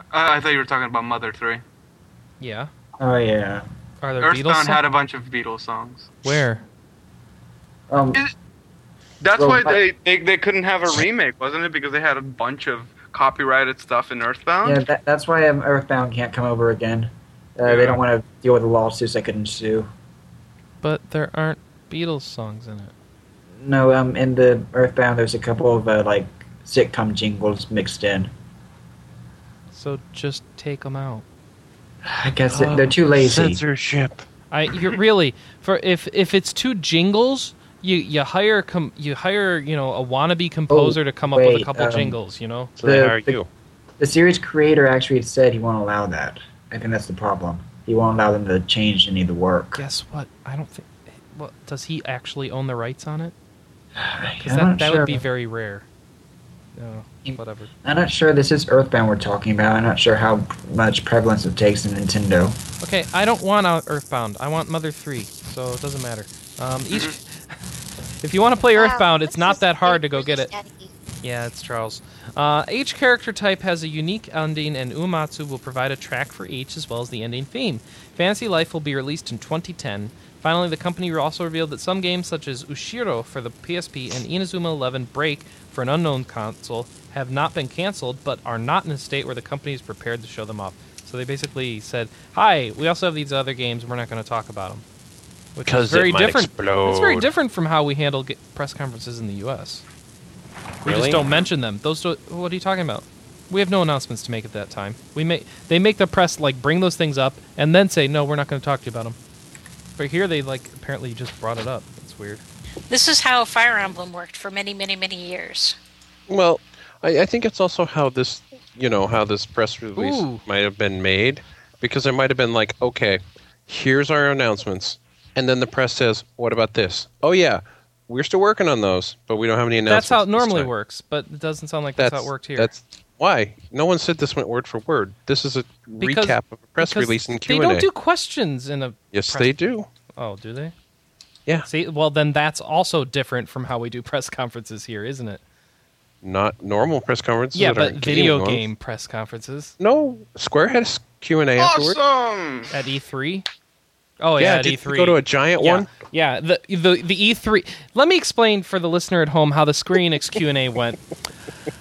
Speaker 4: Uh, I thought you were talking about Mother 3.
Speaker 1: Yeah.
Speaker 7: Oh yeah.
Speaker 1: Are there Beatles?
Speaker 4: Earthbound
Speaker 1: songs?
Speaker 4: had a bunch of Beatles songs.
Speaker 1: Where?
Speaker 7: Um,
Speaker 4: That's
Speaker 7: Well,
Speaker 4: why
Speaker 7: but-
Speaker 4: they, they they couldn't have a remake, wasn't it? Because they had a bunch of copyrighted stuff in Earthbound.
Speaker 7: yeah, that, that's why um, Earthbound can't come over again. Uh,
Speaker 4: Yeah.
Speaker 7: They don't want to deal with the lawsuits that could ensue.
Speaker 1: But there aren't Beatles songs in it.
Speaker 7: No, um, in the Earthbound, there's a couple of uh, like sitcom jingles mixed in.
Speaker 1: So just take them out. Oh,
Speaker 7: I guess they- they're too lazy.
Speaker 3: Censorship.
Speaker 1: I
Speaker 2: [LAUGHS]
Speaker 1: you really for if if it's two jingles, you you hire com, you hire you know a wannabe
Speaker 2: Oh,
Speaker 1: composer to come up with a
Speaker 7: wait,
Speaker 1: couple
Speaker 7: um,
Speaker 1: jingles. You know,
Speaker 3: So they
Speaker 7: The-
Speaker 3: hire
Speaker 7: the-
Speaker 3: you.
Speaker 7: The series creator actually said he won't allow that. I think that's the problem. He won't allow them to change any of the work.
Speaker 1: guess what? I don't think. Well, does he actually own the rights on it? Because
Speaker 7: I'm
Speaker 1: that
Speaker 7: not
Speaker 1: that
Speaker 7: sure.
Speaker 1: would be very rare. No, whatever.
Speaker 7: I'm not sure this is Earthbound we're talking about. I'm not sure how much prevalence it takes in Nintendo.
Speaker 1: Okay, I don't want out Earthbound. I want Mother Three, so it doesn't matter. Um, each, [LAUGHS] if you want to play
Speaker 2: Mm-hmm. Wow,
Speaker 1: Earthbound, it's
Speaker 2: this
Speaker 1: not
Speaker 2: is
Speaker 1: that hard to
Speaker 2: very
Speaker 1: go get it.
Speaker 2: pretty.
Speaker 1: Yeah, it's Charles. Uh, each character type has a unique ending, and Uematsu will provide a track for each as well as the ending theme. Fantasy Life will be released in 2010. Finally, the company also revealed that some games such as Ushiro for the PSP and Inazuma 11 Break for an unknown console have not been canceled, but are not in a state where the company is prepared to show them off. So they basically said, "Hi, we also have these other games. We're not going to talk about them." Which is
Speaker 3: 'Cause it
Speaker 1: very
Speaker 3: might
Speaker 1: different. It's very
Speaker 3: explode.
Speaker 1: different from how we handle ge- press conferences in the U.S. We
Speaker 3: Really?
Speaker 1: just don't mention them. Those. do what are you talking about? We have no announcements to make at that time. We make they make the press like bring those things up and then say no, we're not going to talk to you about them. But here they like apparently just brought it up. It's weird.
Speaker 6: This is how Fire Emblem worked for many, many, many years.
Speaker 3: Well, I, I think it's also how this, you know, how this press release
Speaker 1: Ooh.
Speaker 3: might have been made, because it might have been like, okay, here's our announcements, and then the press says, what about this? Oh yeah, we're still working on those, but we don't have any announcements.
Speaker 1: That's how it
Speaker 3: this
Speaker 1: normally
Speaker 3: time."
Speaker 1: works, but it doesn't sound like that's,
Speaker 3: That's,
Speaker 1: how it worked here.
Speaker 3: That's why no one said this went word for word. This is a
Speaker 1: Because-
Speaker 3: recap of a press
Speaker 1: Because
Speaker 3: release and Q
Speaker 1: They
Speaker 3: and
Speaker 1: don't
Speaker 3: A.
Speaker 1: do questions in a.
Speaker 3: Yes,
Speaker 1: press-
Speaker 3: they do.
Speaker 1: Oh, do they?
Speaker 3: Yeah,
Speaker 1: See, well then that's also different from how we do [LAUGHS] press conferences here, isn't it?
Speaker 3: not normal press conferences.
Speaker 1: yeah,
Speaker 3: that
Speaker 1: but
Speaker 3: aren't
Speaker 1: video
Speaker 3: ones.
Speaker 1: game press conferences
Speaker 3: No, Square had a Q and A
Speaker 4: Oh,
Speaker 3: afterward.
Speaker 4: Awesome.
Speaker 1: at E3. Oh yeah,
Speaker 3: Yeah,
Speaker 1: at
Speaker 3: did
Speaker 1: E3.
Speaker 3: you go to a giant
Speaker 1: yeah,
Speaker 3: one?
Speaker 1: Yeah, the the the E3. Let me explain for the listener at home how the Square Enix Q and
Speaker 3: [LAUGHS]
Speaker 1: A went.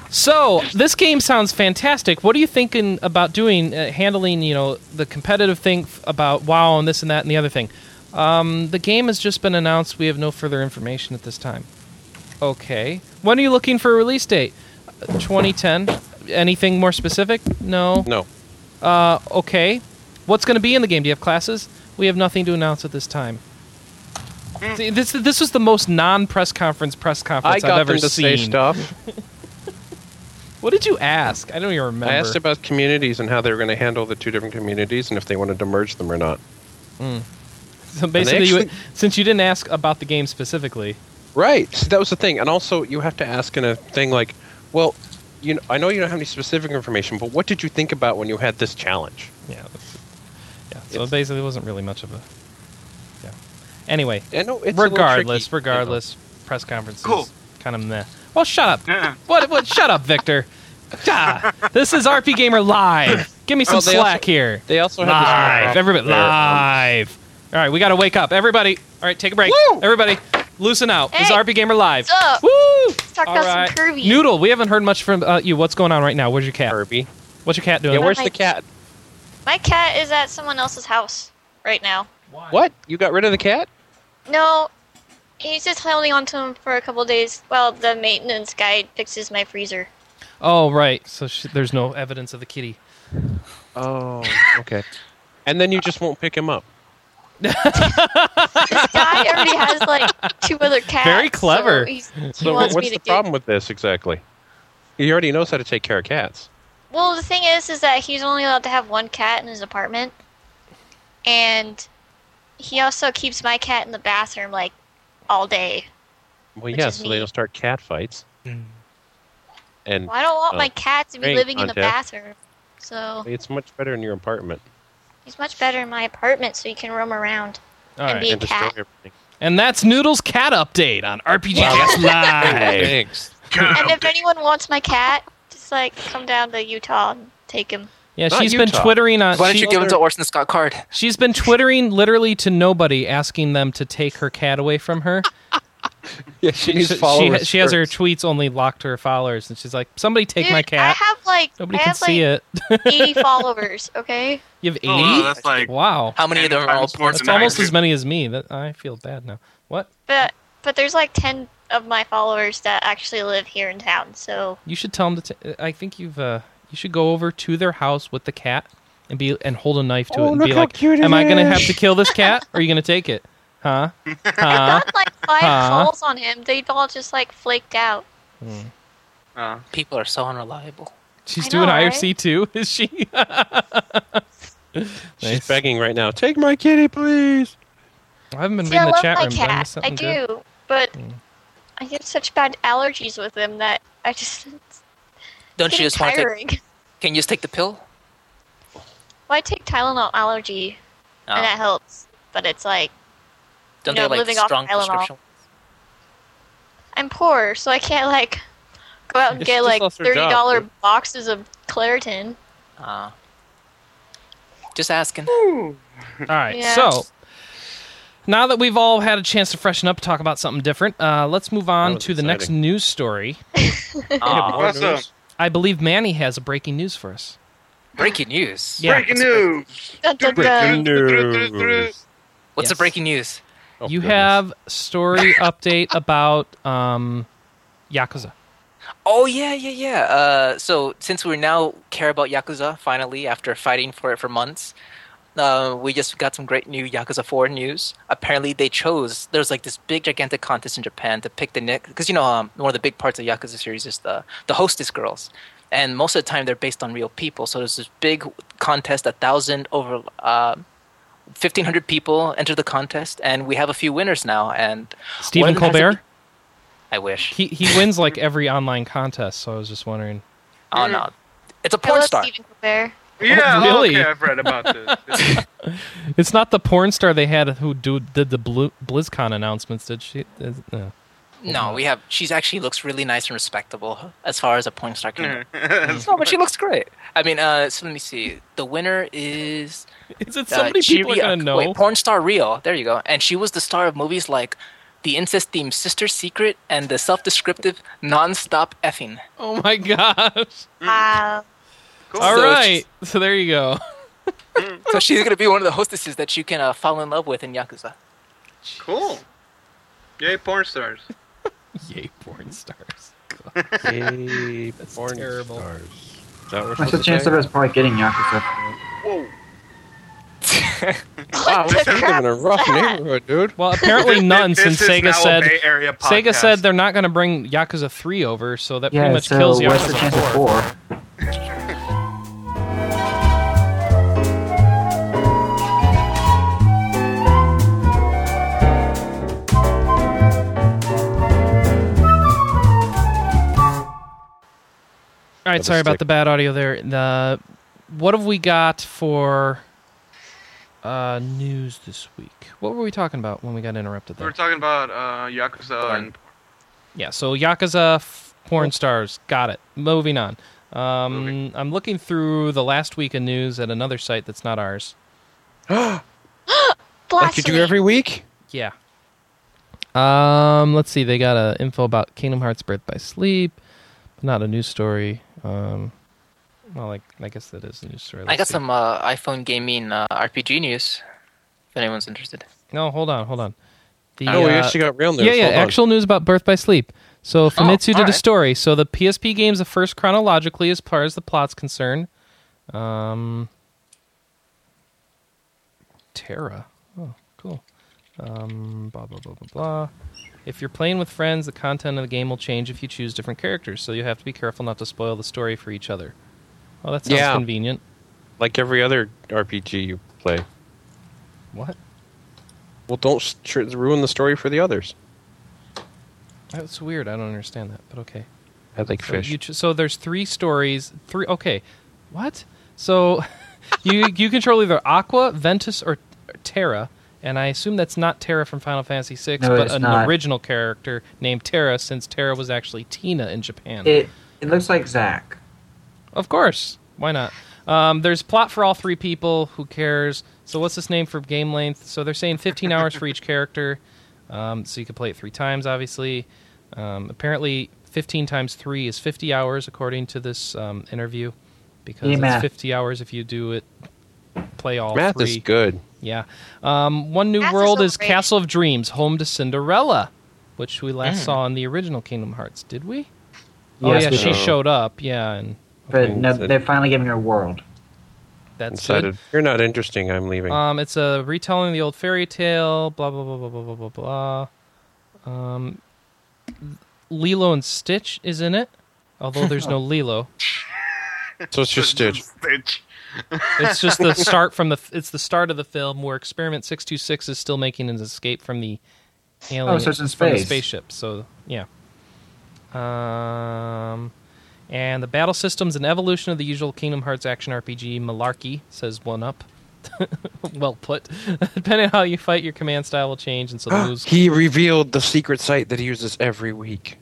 Speaker 1: So this game sounds fantastic. What are you thinking about doing, uh, handling you know the competitive thing f- about WoW and this and that and the other thing? Um, the game has just been announced. We have no further information at this time. Okay. When are you looking for a release date? Uh, 2010. Anything more specific? No.
Speaker 3: No.
Speaker 1: Uh, okay. What's going to be in the game? Do you have classes? We have nothing to announce at this time. See, This this was the most non-press conference press
Speaker 3: Hmm.
Speaker 1: conference
Speaker 3: I got
Speaker 1: have ever
Speaker 3: them to
Speaker 1: seen.
Speaker 3: say stuff.
Speaker 1: What did you ask? I don't even remember.
Speaker 3: I asked about communities and how they were going to handle the two different communities and if they wanted to merge them or not.
Speaker 1: [LAUGHS] So basically, you,
Speaker 3: actually-
Speaker 1: [LAUGHS] since you didn't ask about the game specifically,
Speaker 3: Right. So that was the thing. And also, you have to ask in a thing like, well, you know, I know you don't have any specific information, but what did you think about when you had this challenge?
Speaker 1: yeah, that's- yeah. So basically, it wasn't really much of a. Yeah. Anyway,
Speaker 3: I know it's a little
Speaker 1: regardless,
Speaker 3: tricky, you know.
Speaker 1: regardless, press conferences.
Speaker 4: Cool.
Speaker 1: Kind of meh. Well, shut up.
Speaker 4: Yeah.
Speaker 1: What? What? Shut up, Victor. Ah, this is RP Gamer live. Give me some
Speaker 3: Well, they also-
Speaker 1: slack here.
Speaker 3: They also have this
Speaker 1: Live,
Speaker 3: one-
Speaker 1: everybody, live. All right, we got to wake up, everybody. All right, take a break,
Speaker 4: Woo!
Speaker 1: everybody. Loosen out. This is
Speaker 2: Hey,
Speaker 1: RP Gamer live.
Speaker 2: what's up?
Speaker 1: Woo! Let's
Speaker 2: talk about some Kirby.
Speaker 1: Noodle, we haven't heard much from uh, you. What's going on right now? Where's your cat?
Speaker 3: Kirby.
Speaker 1: What's your cat
Speaker 3: Yeah,
Speaker 1: doing?
Speaker 3: where's
Speaker 2: my-
Speaker 3: the cat?
Speaker 2: My cat is at someone else's house right now.
Speaker 3: What? You got rid of the cat?
Speaker 2: No, he's just holding on to him for a couple days while the maintenance guy fixes my
Speaker 1: [LAUGHS]
Speaker 2: freezer.
Speaker 1: oh, right. So sh- there's no evidence of the kitty.
Speaker 3: Oh, okay. And then you just won't pick him up.
Speaker 2: This guy already has like two other cats.
Speaker 1: Very clever.
Speaker 2: So he's,
Speaker 1: [LAUGHS]
Speaker 2: he
Speaker 3: So
Speaker 2: wants
Speaker 3: what's
Speaker 2: me to
Speaker 3: the
Speaker 2: do-
Speaker 3: problem with this exactly? He already knows how to take care of cats.
Speaker 2: Well, the thing is, is that he's only allowed to have one cat in his apartment, and he also keeps my cat in the bathroom like all day.
Speaker 3: Well,
Speaker 2: Which
Speaker 3: yeah,
Speaker 2: is
Speaker 3: so they
Speaker 2: neat. Mm.
Speaker 3: don't start cat fights. And
Speaker 2: Well, I don't want
Speaker 3: Oh.
Speaker 2: my cat to be
Speaker 3: Great
Speaker 2: living in the
Speaker 3: contact.
Speaker 2: bathroom, so
Speaker 3: it's much better in your apartment.
Speaker 2: he's much better in my apartment, so he can roam around.
Speaker 1: All
Speaker 2: And
Speaker 1: right.
Speaker 2: be-
Speaker 3: and destroy
Speaker 2: cat.
Speaker 3: everything.
Speaker 1: and that's Noodle's cat update on RPG Cast Live.
Speaker 3: Thanks.
Speaker 2: And
Speaker 3: [COUGHS]
Speaker 2: if anyone wants my cat, just like come down to Utah and take him.
Speaker 1: Yeah,
Speaker 3: Not
Speaker 1: she's been
Speaker 3: Utah.
Speaker 1: twittering on.
Speaker 5: Why don't
Speaker 1: Uh, she-
Speaker 5: you give them to Orson Scott Card?
Speaker 1: She's been twittering literally to nobody, asking them to take her cat away from
Speaker 5: [LAUGHS]
Speaker 1: her.
Speaker 3: Yeah, she
Speaker 1: she,
Speaker 3: needs
Speaker 1: she,
Speaker 3: followers.
Speaker 1: she has her
Speaker 3: first.
Speaker 1: tweets only locked to her followers, and she's like, "Somebody take
Speaker 2: Dude,
Speaker 1: my cat."
Speaker 2: I have like
Speaker 1: Nobody
Speaker 2: I
Speaker 1: can
Speaker 2: have like
Speaker 1: see it. [LAUGHS]
Speaker 2: 80 followers. Okay.
Speaker 1: You have eighty.
Speaker 4: Oh, wow, that's like
Speaker 1: wow,
Speaker 5: How many of them are all
Speaker 4: Times more
Speaker 5: porn?
Speaker 1: that's
Speaker 4: than I
Speaker 1: almost
Speaker 4: do.
Speaker 1: as many as me. That I feel bad now. What?
Speaker 2: But but there's like 10 of my followers that actually live here in town. So
Speaker 1: You should tell them to. T- I think you've. Uh, you should go over to their house with the cat and be and hold a knife to
Speaker 3: Oh,
Speaker 1: it and
Speaker 3: look
Speaker 1: be
Speaker 3: how
Speaker 1: like,
Speaker 3: cute it
Speaker 1: "Am I gonna
Speaker 3: is."
Speaker 1: have to kill this cat? or are you gonna take it? Huh? Huh?
Speaker 2: Got like five
Speaker 1: Huh?
Speaker 2: calls on him. They all just like flaked out.
Speaker 4: Uh,
Speaker 5: People are so unreliable.
Speaker 1: She's
Speaker 2: I
Speaker 1: doing
Speaker 2: know, right?
Speaker 1: IRC too, [LAUGHS] is she?
Speaker 3: She's
Speaker 1: Nice.
Speaker 3: begging right now. Take my kitty, please.
Speaker 1: I haven't been
Speaker 2: See, I
Speaker 1: reading the
Speaker 2: love
Speaker 1: chat
Speaker 2: my
Speaker 1: room. but I missed
Speaker 2: cat. I
Speaker 1: something
Speaker 2: do,
Speaker 1: good.
Speaker 2: but
Speaker 1: Mm.
Speaker 2: I get such bad allergies with him that I just [LAUGHS] it's
Speaker 5: Don't you
Speaker 2: getting
Speaker 5: just want to? Take,
Speaker 2: tiring. [LAUGHS]
Speaker 5: can you just take the pill?
Speaker 2: Well, I take Tylenol allergy,
Speaker 5: No.
Speaker 2: and uh, that helps. But it's like
Speaker 5: Don't
Speaker 2: No,
Speaker 5: they Oh, like
Speaker 2: living off
Speaker 5: strong
Speaker 2: Tylenol.
Speaker 5: prescription?
Speaker 2: I'm poor, so I can't like go out and
Speaker 3: It's
Speaker 2: get
Speaker 3: just
Speaker 2: like
Speaker 3: lost her
Speaker 2: thirty
Speaker 3: job,
Speaker 2: dollar
Speaker 3: dude.
Speaker 2: boxes of Claritin.
Speaker 5: Ah.
Speaker 4: [LAUGHS]
Speaker 5: just asking.
Speaker 1: All right.
Speaker 2: Yeah.
Speaker 1: So now that we've all had a chance to freshen up, talk about something different, uh, let's move on
Speaker 3: That was
Speaker 1: to the next
Speaker 3: exciting.
Speaker 1: news story.
Speaker 2: Oh,
Speaker 5: Ah,
Speaker 3: More
Speaker 4: Awesome.
Speaker 3: news?
Speaker 1: I believe Manny has a breaking news for us.
Speaker 5: breaking news.
Speaker 1: Yeah,
Speaker 4: breaking news.
Speaker 2: Dun, dun, [LAUGHS] dun.
Speaker 3: news.
Speaker 5: What's the
Speaker 1: Yes.
Speaker 5: breaking news?
Speaker 3: Oh,
Speaker 1: you
Speaker 3: goodness.
Speaker 1: have
Speaker 3: [LAUGHS]
Speaker 1: story update about um, Yakuza.
Speaker 5: Oh yeah, yeah, yeah. Uh, so since we now care about Yakuza finally after fighting for it for months, uh, we just got some great new Yakuza Four news. Apparently, they chose there's like this big gigantic contest in Japan to pick the next because you know um, one of the big parts of Yakuza series is the the hostess girls, and most of the time they're based on real people. So there's this big contest, a thousand over. Uh, 1500 people enter the contest and we have a few winners now and
Speaker 1: Stephen
Speaker 5: one of them has a-
Speaker 1: Colbert.
Speaker 5: i wish
Speaker 1: He he wins like every online contest. So I was just wondering.
Speaker 5: oh no it's a
Speaker 2: I
Speaker 5: porn
Speaker 2: love
Speaker 5: star
Speaker 2: Stephen Colbert.
Speaker 4: [LAUGHS] Yeah,
Speaker 1: Oh, [LAUGHS] really?
Speaker 4: okay, I've read about this.
Speaker 1: [LAUGHS]
Speaker 4: [LAUGHS]
Speaker 1: It's not the porn star they had who do, did the Blu- BlizzCon announcements, did she? Is- no.
Speaker 5: No, we have. She's actually looks really nice and respectable as far as a porn star can.
Speaker 1: Mm-hmm.
Speaker 4: It's-
Speaker 5: [LAUGHS] no, but she looks great. I mean, uh, so let me see. The winner is
Speaker 1: Is it
Speaker 5: uh,
Speaker 1: somebody people are
Speaker 5: Chiria-
Speaker 1: going to know?
Speaker 5: Wait, porn star Rio. There you go. And she was the star of movies like the incest themed Sister Secret and the self-descriptive non-stop effing.
Speaker 1: oh my gosh.
Speaker 2: [LAUGHS] Wow.
Speaker 4: Cool.
Speaker 1: All
Speaker 5: So it's
Speaker 1: right. So there you go.
Speaker 5: So [LAUGHS] she's gonna be one of the hostesses that you can uh, fall in love with in Yakuza.
Speaker 4: Cool. Yay, porn stars.
Speaker 1: Yay, porn stars.
Speaker 3: Yay, porn
Speaker 1: terrible.
Speaker 3: Stars. Is that what we're
Speaker 7: What's the
Speaker 3: supposed to
Speaker 7: chance
Speaker 3: say?
Speaker 7: of us probably getting Yakuza?
Speaker 4: Whoa.
Speaker 3: Wow, we live in a rough neighborhood, dude.
Speaker 1: Well,
Speaker 4: [LAUGHS]
Speaker 1: apparently none,
Speaker 4: This
Speaker 1: since
Speaker 4: is now
Speaker 1: Sega
Speaker 4: a
Speaker 1: said
Speaker 4: Bay Area
Speaker 1: Sega
Speaker 4: podcast.
Speaker 1: said they're not going to bring Yakuza three over, so that
Speaker 7: Yeah,
Speaker 1: pretty much
Speaker 7: so
Speaker 1: kills
Speaker 7: what's the
Speaker 1: Yakuza
Speaker 7: chance of
Speaker 1: four.
Speaker 7: four?
Speaker 1: All right,
Speaker 3: Double
Speaker 1: sorry about
Speaker 3: stick.
Speaker 1: the bad audio there. The what have we got for uh, news this week? What were we talking about when we got interrupted
Speaker 4: We [LAUGHS] were
Speaker 1: there?
Speaker 4: talking about uh, Yakuza and
Speaker 1: Yeah, so Yakuza f- porn stars. Got it. Moving on. Um,
Speaker 4: Moving.
Speaker 1: I'm looking through the last week of news at another site that's not ours.
Speaker 3: Like you do
Speaker 2: Blasphemy.
Speaker 3: every week?
Speaker 1: Yeah. Um, let's see. They got uh, info about Kingdom Hearts Birth by Sleep, but not a news story. Um, well, like I guess that is a news story.
Speaker 5: I
Speaker 1: Let's
Speaker 5: got
Speaker 1: see.
Speaker 5: some uh, iPhone gaming uh, RPG news. If anyone's interested.
Speaker 1: No, hold on, hold on. The,
Speaker 3: No, Oh, we
Speaker 1: uh,
Speaker 3: actually got [LAUGHS] real news.
Speaker 1: yeah, yeah,
Speaker 3: Hold on. Oh,
Speaker 1: actual news about Birth by Sleep. So Famitsu did a
Speaker 5: alright.
Speaker 1: story. So the PSP games are first chronologically as far as the plot's concerned. Um, Terra. Oh, cool. Um, blah blah blah blah blah. If you're playing with friends, the content of the game will change if you choose different characters. So you have to be careful not to spoil the story for each other. Oh, that sounds
Speaker 3: Yeah.
Speaker 1: convenient.
Speaker 3: Like every other RPG you play.
Speaker 1: What?
Speaker 3: Well, don't s- tr- ruin the story for the others.
Speaker 1: That's weird. I don't understand that, but okay.
Speaker 3: I like
Speaker 1: So
Speaker 3: fish.
Speaker 1: you ch- so there's three stories. Three. Okay, what? So [LAUGHS] you you control either Aqua, Ventus, or Terra, and I assume that's not Terra from Final Fantasy VI,
Speaker 7: No,
Speaker 1: but
Speaker 7: it's
Speaker 1: an
Speaker 7: not.
Speaker 1: original character named Terra, since Terra was actually Tina in Japan.
Speaker 7: It it looks like Zach.
Speaker 1: of course, why not? Um, there's plot for all three people. Who cares? So what's this name for game length? So they're saying 15 hours for each character. Um, so you can play it three times, obviously. Um, apparently, 15 times 3 is 50 hours, according to this um, interview, because
Speaker 7: Yeah,
Speaker 1: it's
Speaker 7: math.
Speaker 1: 50 hours if you do it, play all
Speaker 3: Math
Speaker 1: three.
Speaker 3: is good.
Speaker 1: Yeah. Um, One New
Speaker 2: Math is
Speaker 1: World is
Speaker 2: overrated.
Speaker 1: Castle of Dreams, home to Cinderella, which we
Speaker 2: Mm.
Speaker 1: last saw in the original Kingdom Hearts, did we? oh,
Speaker 7: Yes,
Speaker 1: yeah,
Speaker 7: we
Speaker 1: she
Speaker 3: did.
Speaker 1: showed up, yeah. and
Speaker 7: But no,
Speaker 3: so-
Speaker 7: they're finally giving her a world.
Speaker 1: That's
Speaker 3: Decided, you're not interesting. I'm leaving.
Speaker 1: good. Um, it's a retelling of the old fairy tale. Blah blah blah blah blah blah blah blah. Um, Lilo and Stitch is in it, although there's no Lilo.
Speaker 3: so it's just Stitch.
Speaker 4: Stitch.
Speaker 1: It's just the start from the. It's the start of the film where Experiment Six Two Six is still making his escape from the alien
Speaker 7: Oh, so it's in
Speaker 1: from the
Speaker 7: space.
Speaker 1: spaceship. So yeah. Um, and the battle system's an evolution of the usual Kingdom Hearts action RPG malarkey. Says one up. [LAUGHS] well put. [LAUGHS] Depending on how you fight, your command style will change, and so
Speaker 7: [GASPS]
Speaker 1: the moves.
Speaker 3: he revealed the secret site that he uses every week.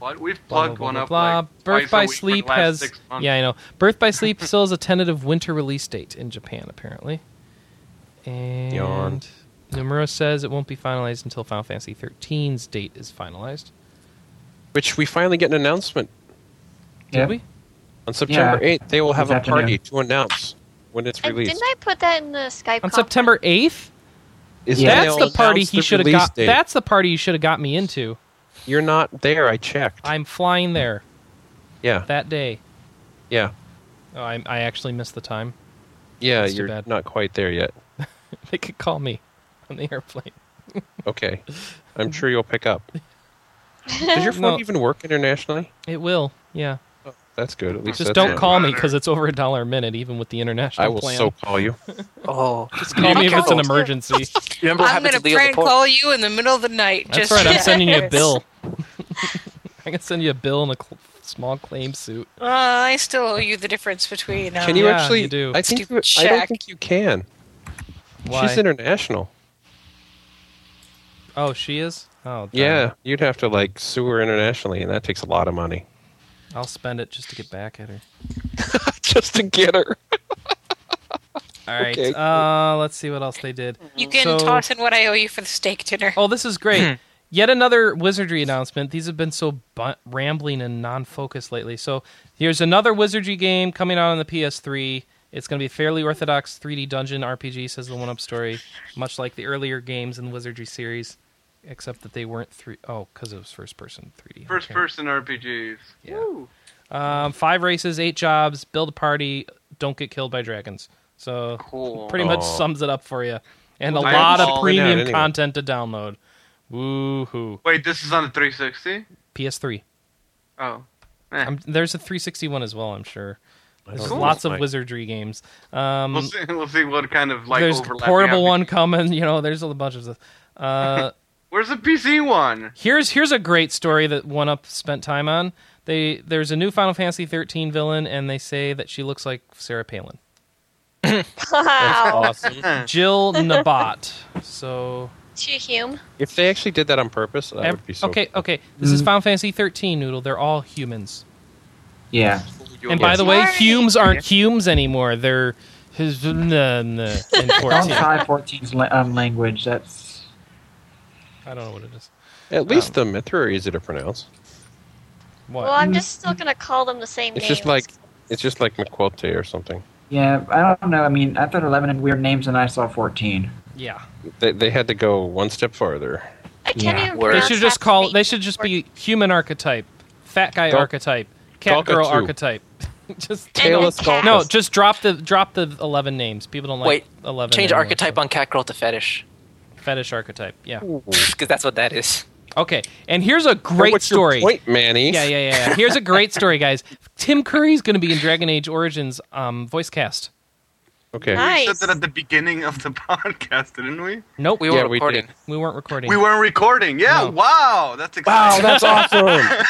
Speaker 4: But we've
Speaker 1: blah,
Speaker 4: plugged
Speaker 1: blah,
Speaker 4: one
Speaker 1: blah,
Speaker 4: up.
Speaker 1: blah.
Speaker 4: like,
Speaker 1: Birth
Speaker 4: twice a
Speaker 1: by
Speaker 4: week
Speaker 1: Sleep
Speaker 4: for the last
Speaker 1: has
Speaker 4: six months.
Speaker 1: yeah, I know. Birth by Sleep [LAUGHS] still has a tentative winter release date in Japan apparently. And
Speaker 3: Yawn.
Speaker 1: Nomura says it won't be finalized until Final Fantasy 13's date is finalized.
Speaker 3: Which we finally get an announcement
Speaker 1: Did
Speaker 7: Yeah.
Speaker 1: we?
Speaker 3: on September
Speaker 7: Yeah.
Speaker 3: 8th. They will have
Speaker 7: This
Speaker 3: a party
Speaker 7: afternoon.
Speaker 3: to announce when it's
Speaker 2: And
Speaker 3: released.
Speaker 2: didn't I put that in the Skype?
Speaker 1: On
Speaker 2: conference?
Speaker 1: September 8th?
Speaker 3: Is
Speaker 7: Yeah.
Speaker 3: when
Speaker 1: That's
Speaker 3: they'll
Speaker 1: the party
Speaker 3: announce
Speaker 1: he
Speaker 3: the
Speaker 1: should have
Speaker 3: release
Speaker 1: got.
Speaker 3: date.
Speaker 1: That's the party you should have got me into.
Speaker 3: You're not there. I checked.
Speaker 1: I'm flying there
Speaker 3: yeah,
Speaker 1: that day.
Speaker 3: yeah,
Speaker 1: Oh, I, I actually missed the time. [LAUGHS]
Speaker 3: yeah.
Speaker 1: That's too
Speaker 3: You're
Speaker 1: bad.
Speaker 3: not quite there yet.
Speaker 1: They could call me on the airplane.
Speaker 3: Okay, I'm sure you'll pick up. Does your phone
Speaker 1: No.
Speaker 3: even work internationally?
Speaker 1: It will. Yeah.
Speaker 3: That's good. At least
Speaker 1: Just
Speaker 3: that's
Speaker 1: don't
Speaker 3: it.
Speaker 1: call me because it's over a dollar a minute, even with the international
Speaker 3: I will
Speaker 1: plan.
Speaker 3: so call you.
Speaker 1: Call
Speaker 5: Oh,
Speaker 1: me if it's an [LAUGHS]
Speaker 5: Carol.
Speaker 1: emergency.
Speaker 5: remember what
Speaker 6: I'm
Speaker 5: happened
Speaker 6: going
Speaker 5: to
Speaker 6: to
Speaker 5: Leo
Speaker 6: prank
Speaker 5: Laporte?
Speaker 6: call you in the middle of the night.
Speaker 1: That's
Speaker 6: just
Speaker 1: right. I'm
Speaker 6: yet. [LAUGHS]
Speaker 1: sending you a bill. [LAUGHS] I can send you a bill and a cl- small claim suit.
Speaker 6: Uh, I still owe you the difference between. Um,
Speaker 3: Can you
Speaker 1: Oh, Yeah,
Speaker 3: actually?
Speaker 1: you do.
Speaker 3: I think you,
Speaker 6: Stupid
Speaker 3: I don't
Speaker 6: check.
Speaker 3: think you can.
Speaker 1: Why?
Speaker 3: She's international.
Speaker 1: oh, she is. Oh, darn.
Speaker 3: Yeah, you'd have to like sue her internationally, and that takes a lot of money [LAUGHS]
Speaker 1: I'll spend it just to get back at her.
Speaker 3: just to get her.
Speaker 1: All right.
Speaker 3: Okay.
Speaker 1: Uh, let's see what else they did.
Speaker 6: You can
Speaker 1: So-
Speaker 6: toss in what I owe you for the steak dinner.
Speaker 1: Oh, this is
Speaker 3: Hmm.
Speaker 1: great. Yet another wizardry announcement. These have been so bu- rambling and non-focused lately. So here's another wizardry game coming out on the PS3. It's going to be a fairly orthodox 3D dungeon RPG, says the one-up story, much like the earlier games in the wizardry series, except that they weren't three oh, because it was first-person 3D.
Speaker 4: First
Speaker 1: okay.
Speaker 4: person RPGs.
Speaker 1: Yeah.
Speaker 4: Woo.
Speaker 1: Um, five races, eight jobs, build a party, don't get killed by dragons. So
Speaker 5: Cool.
Speaker 1: pretty much
Speaker 3: Aw.
Speaker 1: sends it up for you, and a
Speaker 4: Well, I
Speaker 1: lot of
Speaker 4: haven't checked it
Speaker 3: out
Speaker 1: premium
Speaker 3: anyway.
Speaker 1: content to download. Woohoo!
Speaker 4: Wait, this is on the 360?
Speaker 1: PS3.
Speaker 4: Oh.
Speaker 1: I'm, there's a 361 as well, I'm sure. There's
Speaker 4: Cool.
Speaker 1: lots of wizardry games. Um,
Speaker 4: We'll see, [LAUGHS] we'll see what kind of like
Speaker 1: there's
Speaker 4: overlapping
Speaker 1: portable
Speaker 4: RPGs.
Speaker 1: one coming. [LAUGHS] You know, there's a bunch of stuff. Uh,
Speaker 4: Where's the PC one?
Speaker 1: here's here's a great story that one up spent time on. They there's a new Final Fantasy 13 villain, and they say that she looks like Sarah Palin,
Speaker 2: [LAUGHS] Wow.
Speaker 3: Awesome.
Speaker 1: Jill Nabat. So
Speaker 2: Too Hume.
Speaker 3: if they actually did that on purpose, that
Speaker 1: ev-
Speaker 3: would be so.
Speaker 1: okay, okay. This is Final Fantasy 13 Noodle. They're all humans.
Speaker 7: Yeah.
Speaker 1: And by the way,
Speaker 2: Sorry.
Speaker 1: Humes aren't Humes anymore. They're his in 14.
Speaker 7: Don't try 14's la- um, language. That's
Speaker 1: I don't know what it is.
Speaker 3: At least the Mithra are easy to pronounce.
Speaker 1: What?
Speaker 2: Well, I'm just still gonna call them the same
Speaker 3: It's
Speaker 2: name.
Speaker 3: just like it's just like McQuilte or something.
Speaker 7: yeah. I don't know. I mean, I thought 11 had weird names, and I saw 14.
Speaker 1: yeah.
Speaker 3: They they had to go one step farther.
Speaker 2: I can't even.
Speaker 5: They
Speaker 7: yeah.
Speaker 1: They
Speaker 2: pronounce
Speaker 1: should just
Speaker 2: half the
Speaker 1: call.
Speaker 2: names
Speaker 1: They should just be human archetype, fat guy
Speaker 3: Gal-
Speaker 1: archetype, cat
Speaker 3: Gal
Speaker 1: girl
Speaker 3: Gadot.
Speaker 1: archetype. [LAUGHS] just
Speaker 2: And
Speaker 3: Tailless
Speaker 2: it's
Speaker 3: Galkus.
Speaker 2: cat.
Speaker 1: no, just drop the drop the eleven names. People don't like
Speaker 5: Wait,
Speaker 1: eleven.
Speaker 5: Change
Speaker 1: anymore,
Speaker 5: archetype on Catgirl to fetish,
Speaker 1: so- fetish archetype. Yeah.
Speaker 5: [LAUGHS] because that's what that is.
Speaker 1: Okay, and here's a
Speaker 3: But
Speaker 1: great
Speaker 3: what's
Speaker 1: story.
Speaker 3: Your point, Manny.
Speaker 1: Yeah, yeah, yeah, yeah. Here's a great story, guys. Tim Curry's going to be in Dragon Age Origins um, voice cast.
Speaker 3: Okay.
Speaker 2: Nice.
Speaker 4: We said that at the beginning of the [LAUGHS] podcast, didn't we?
Speaker 1: Nope,
Speaker 5: We
Speaker 1: we,
Speaker 5: were
Speaker 3: Yeah, we
Speaker 5: recording.
Speaker 3: did.
Speaker 1: we weren't recording.
Speaker 4: We weren't recording. Yeah.
Speaker 1: No.
Speaker 4: Wow. That's
Speaker 3: Wow,
Speaker 1: [LAUGHS]
Speaker 4: exciting.
Speaker 3: that's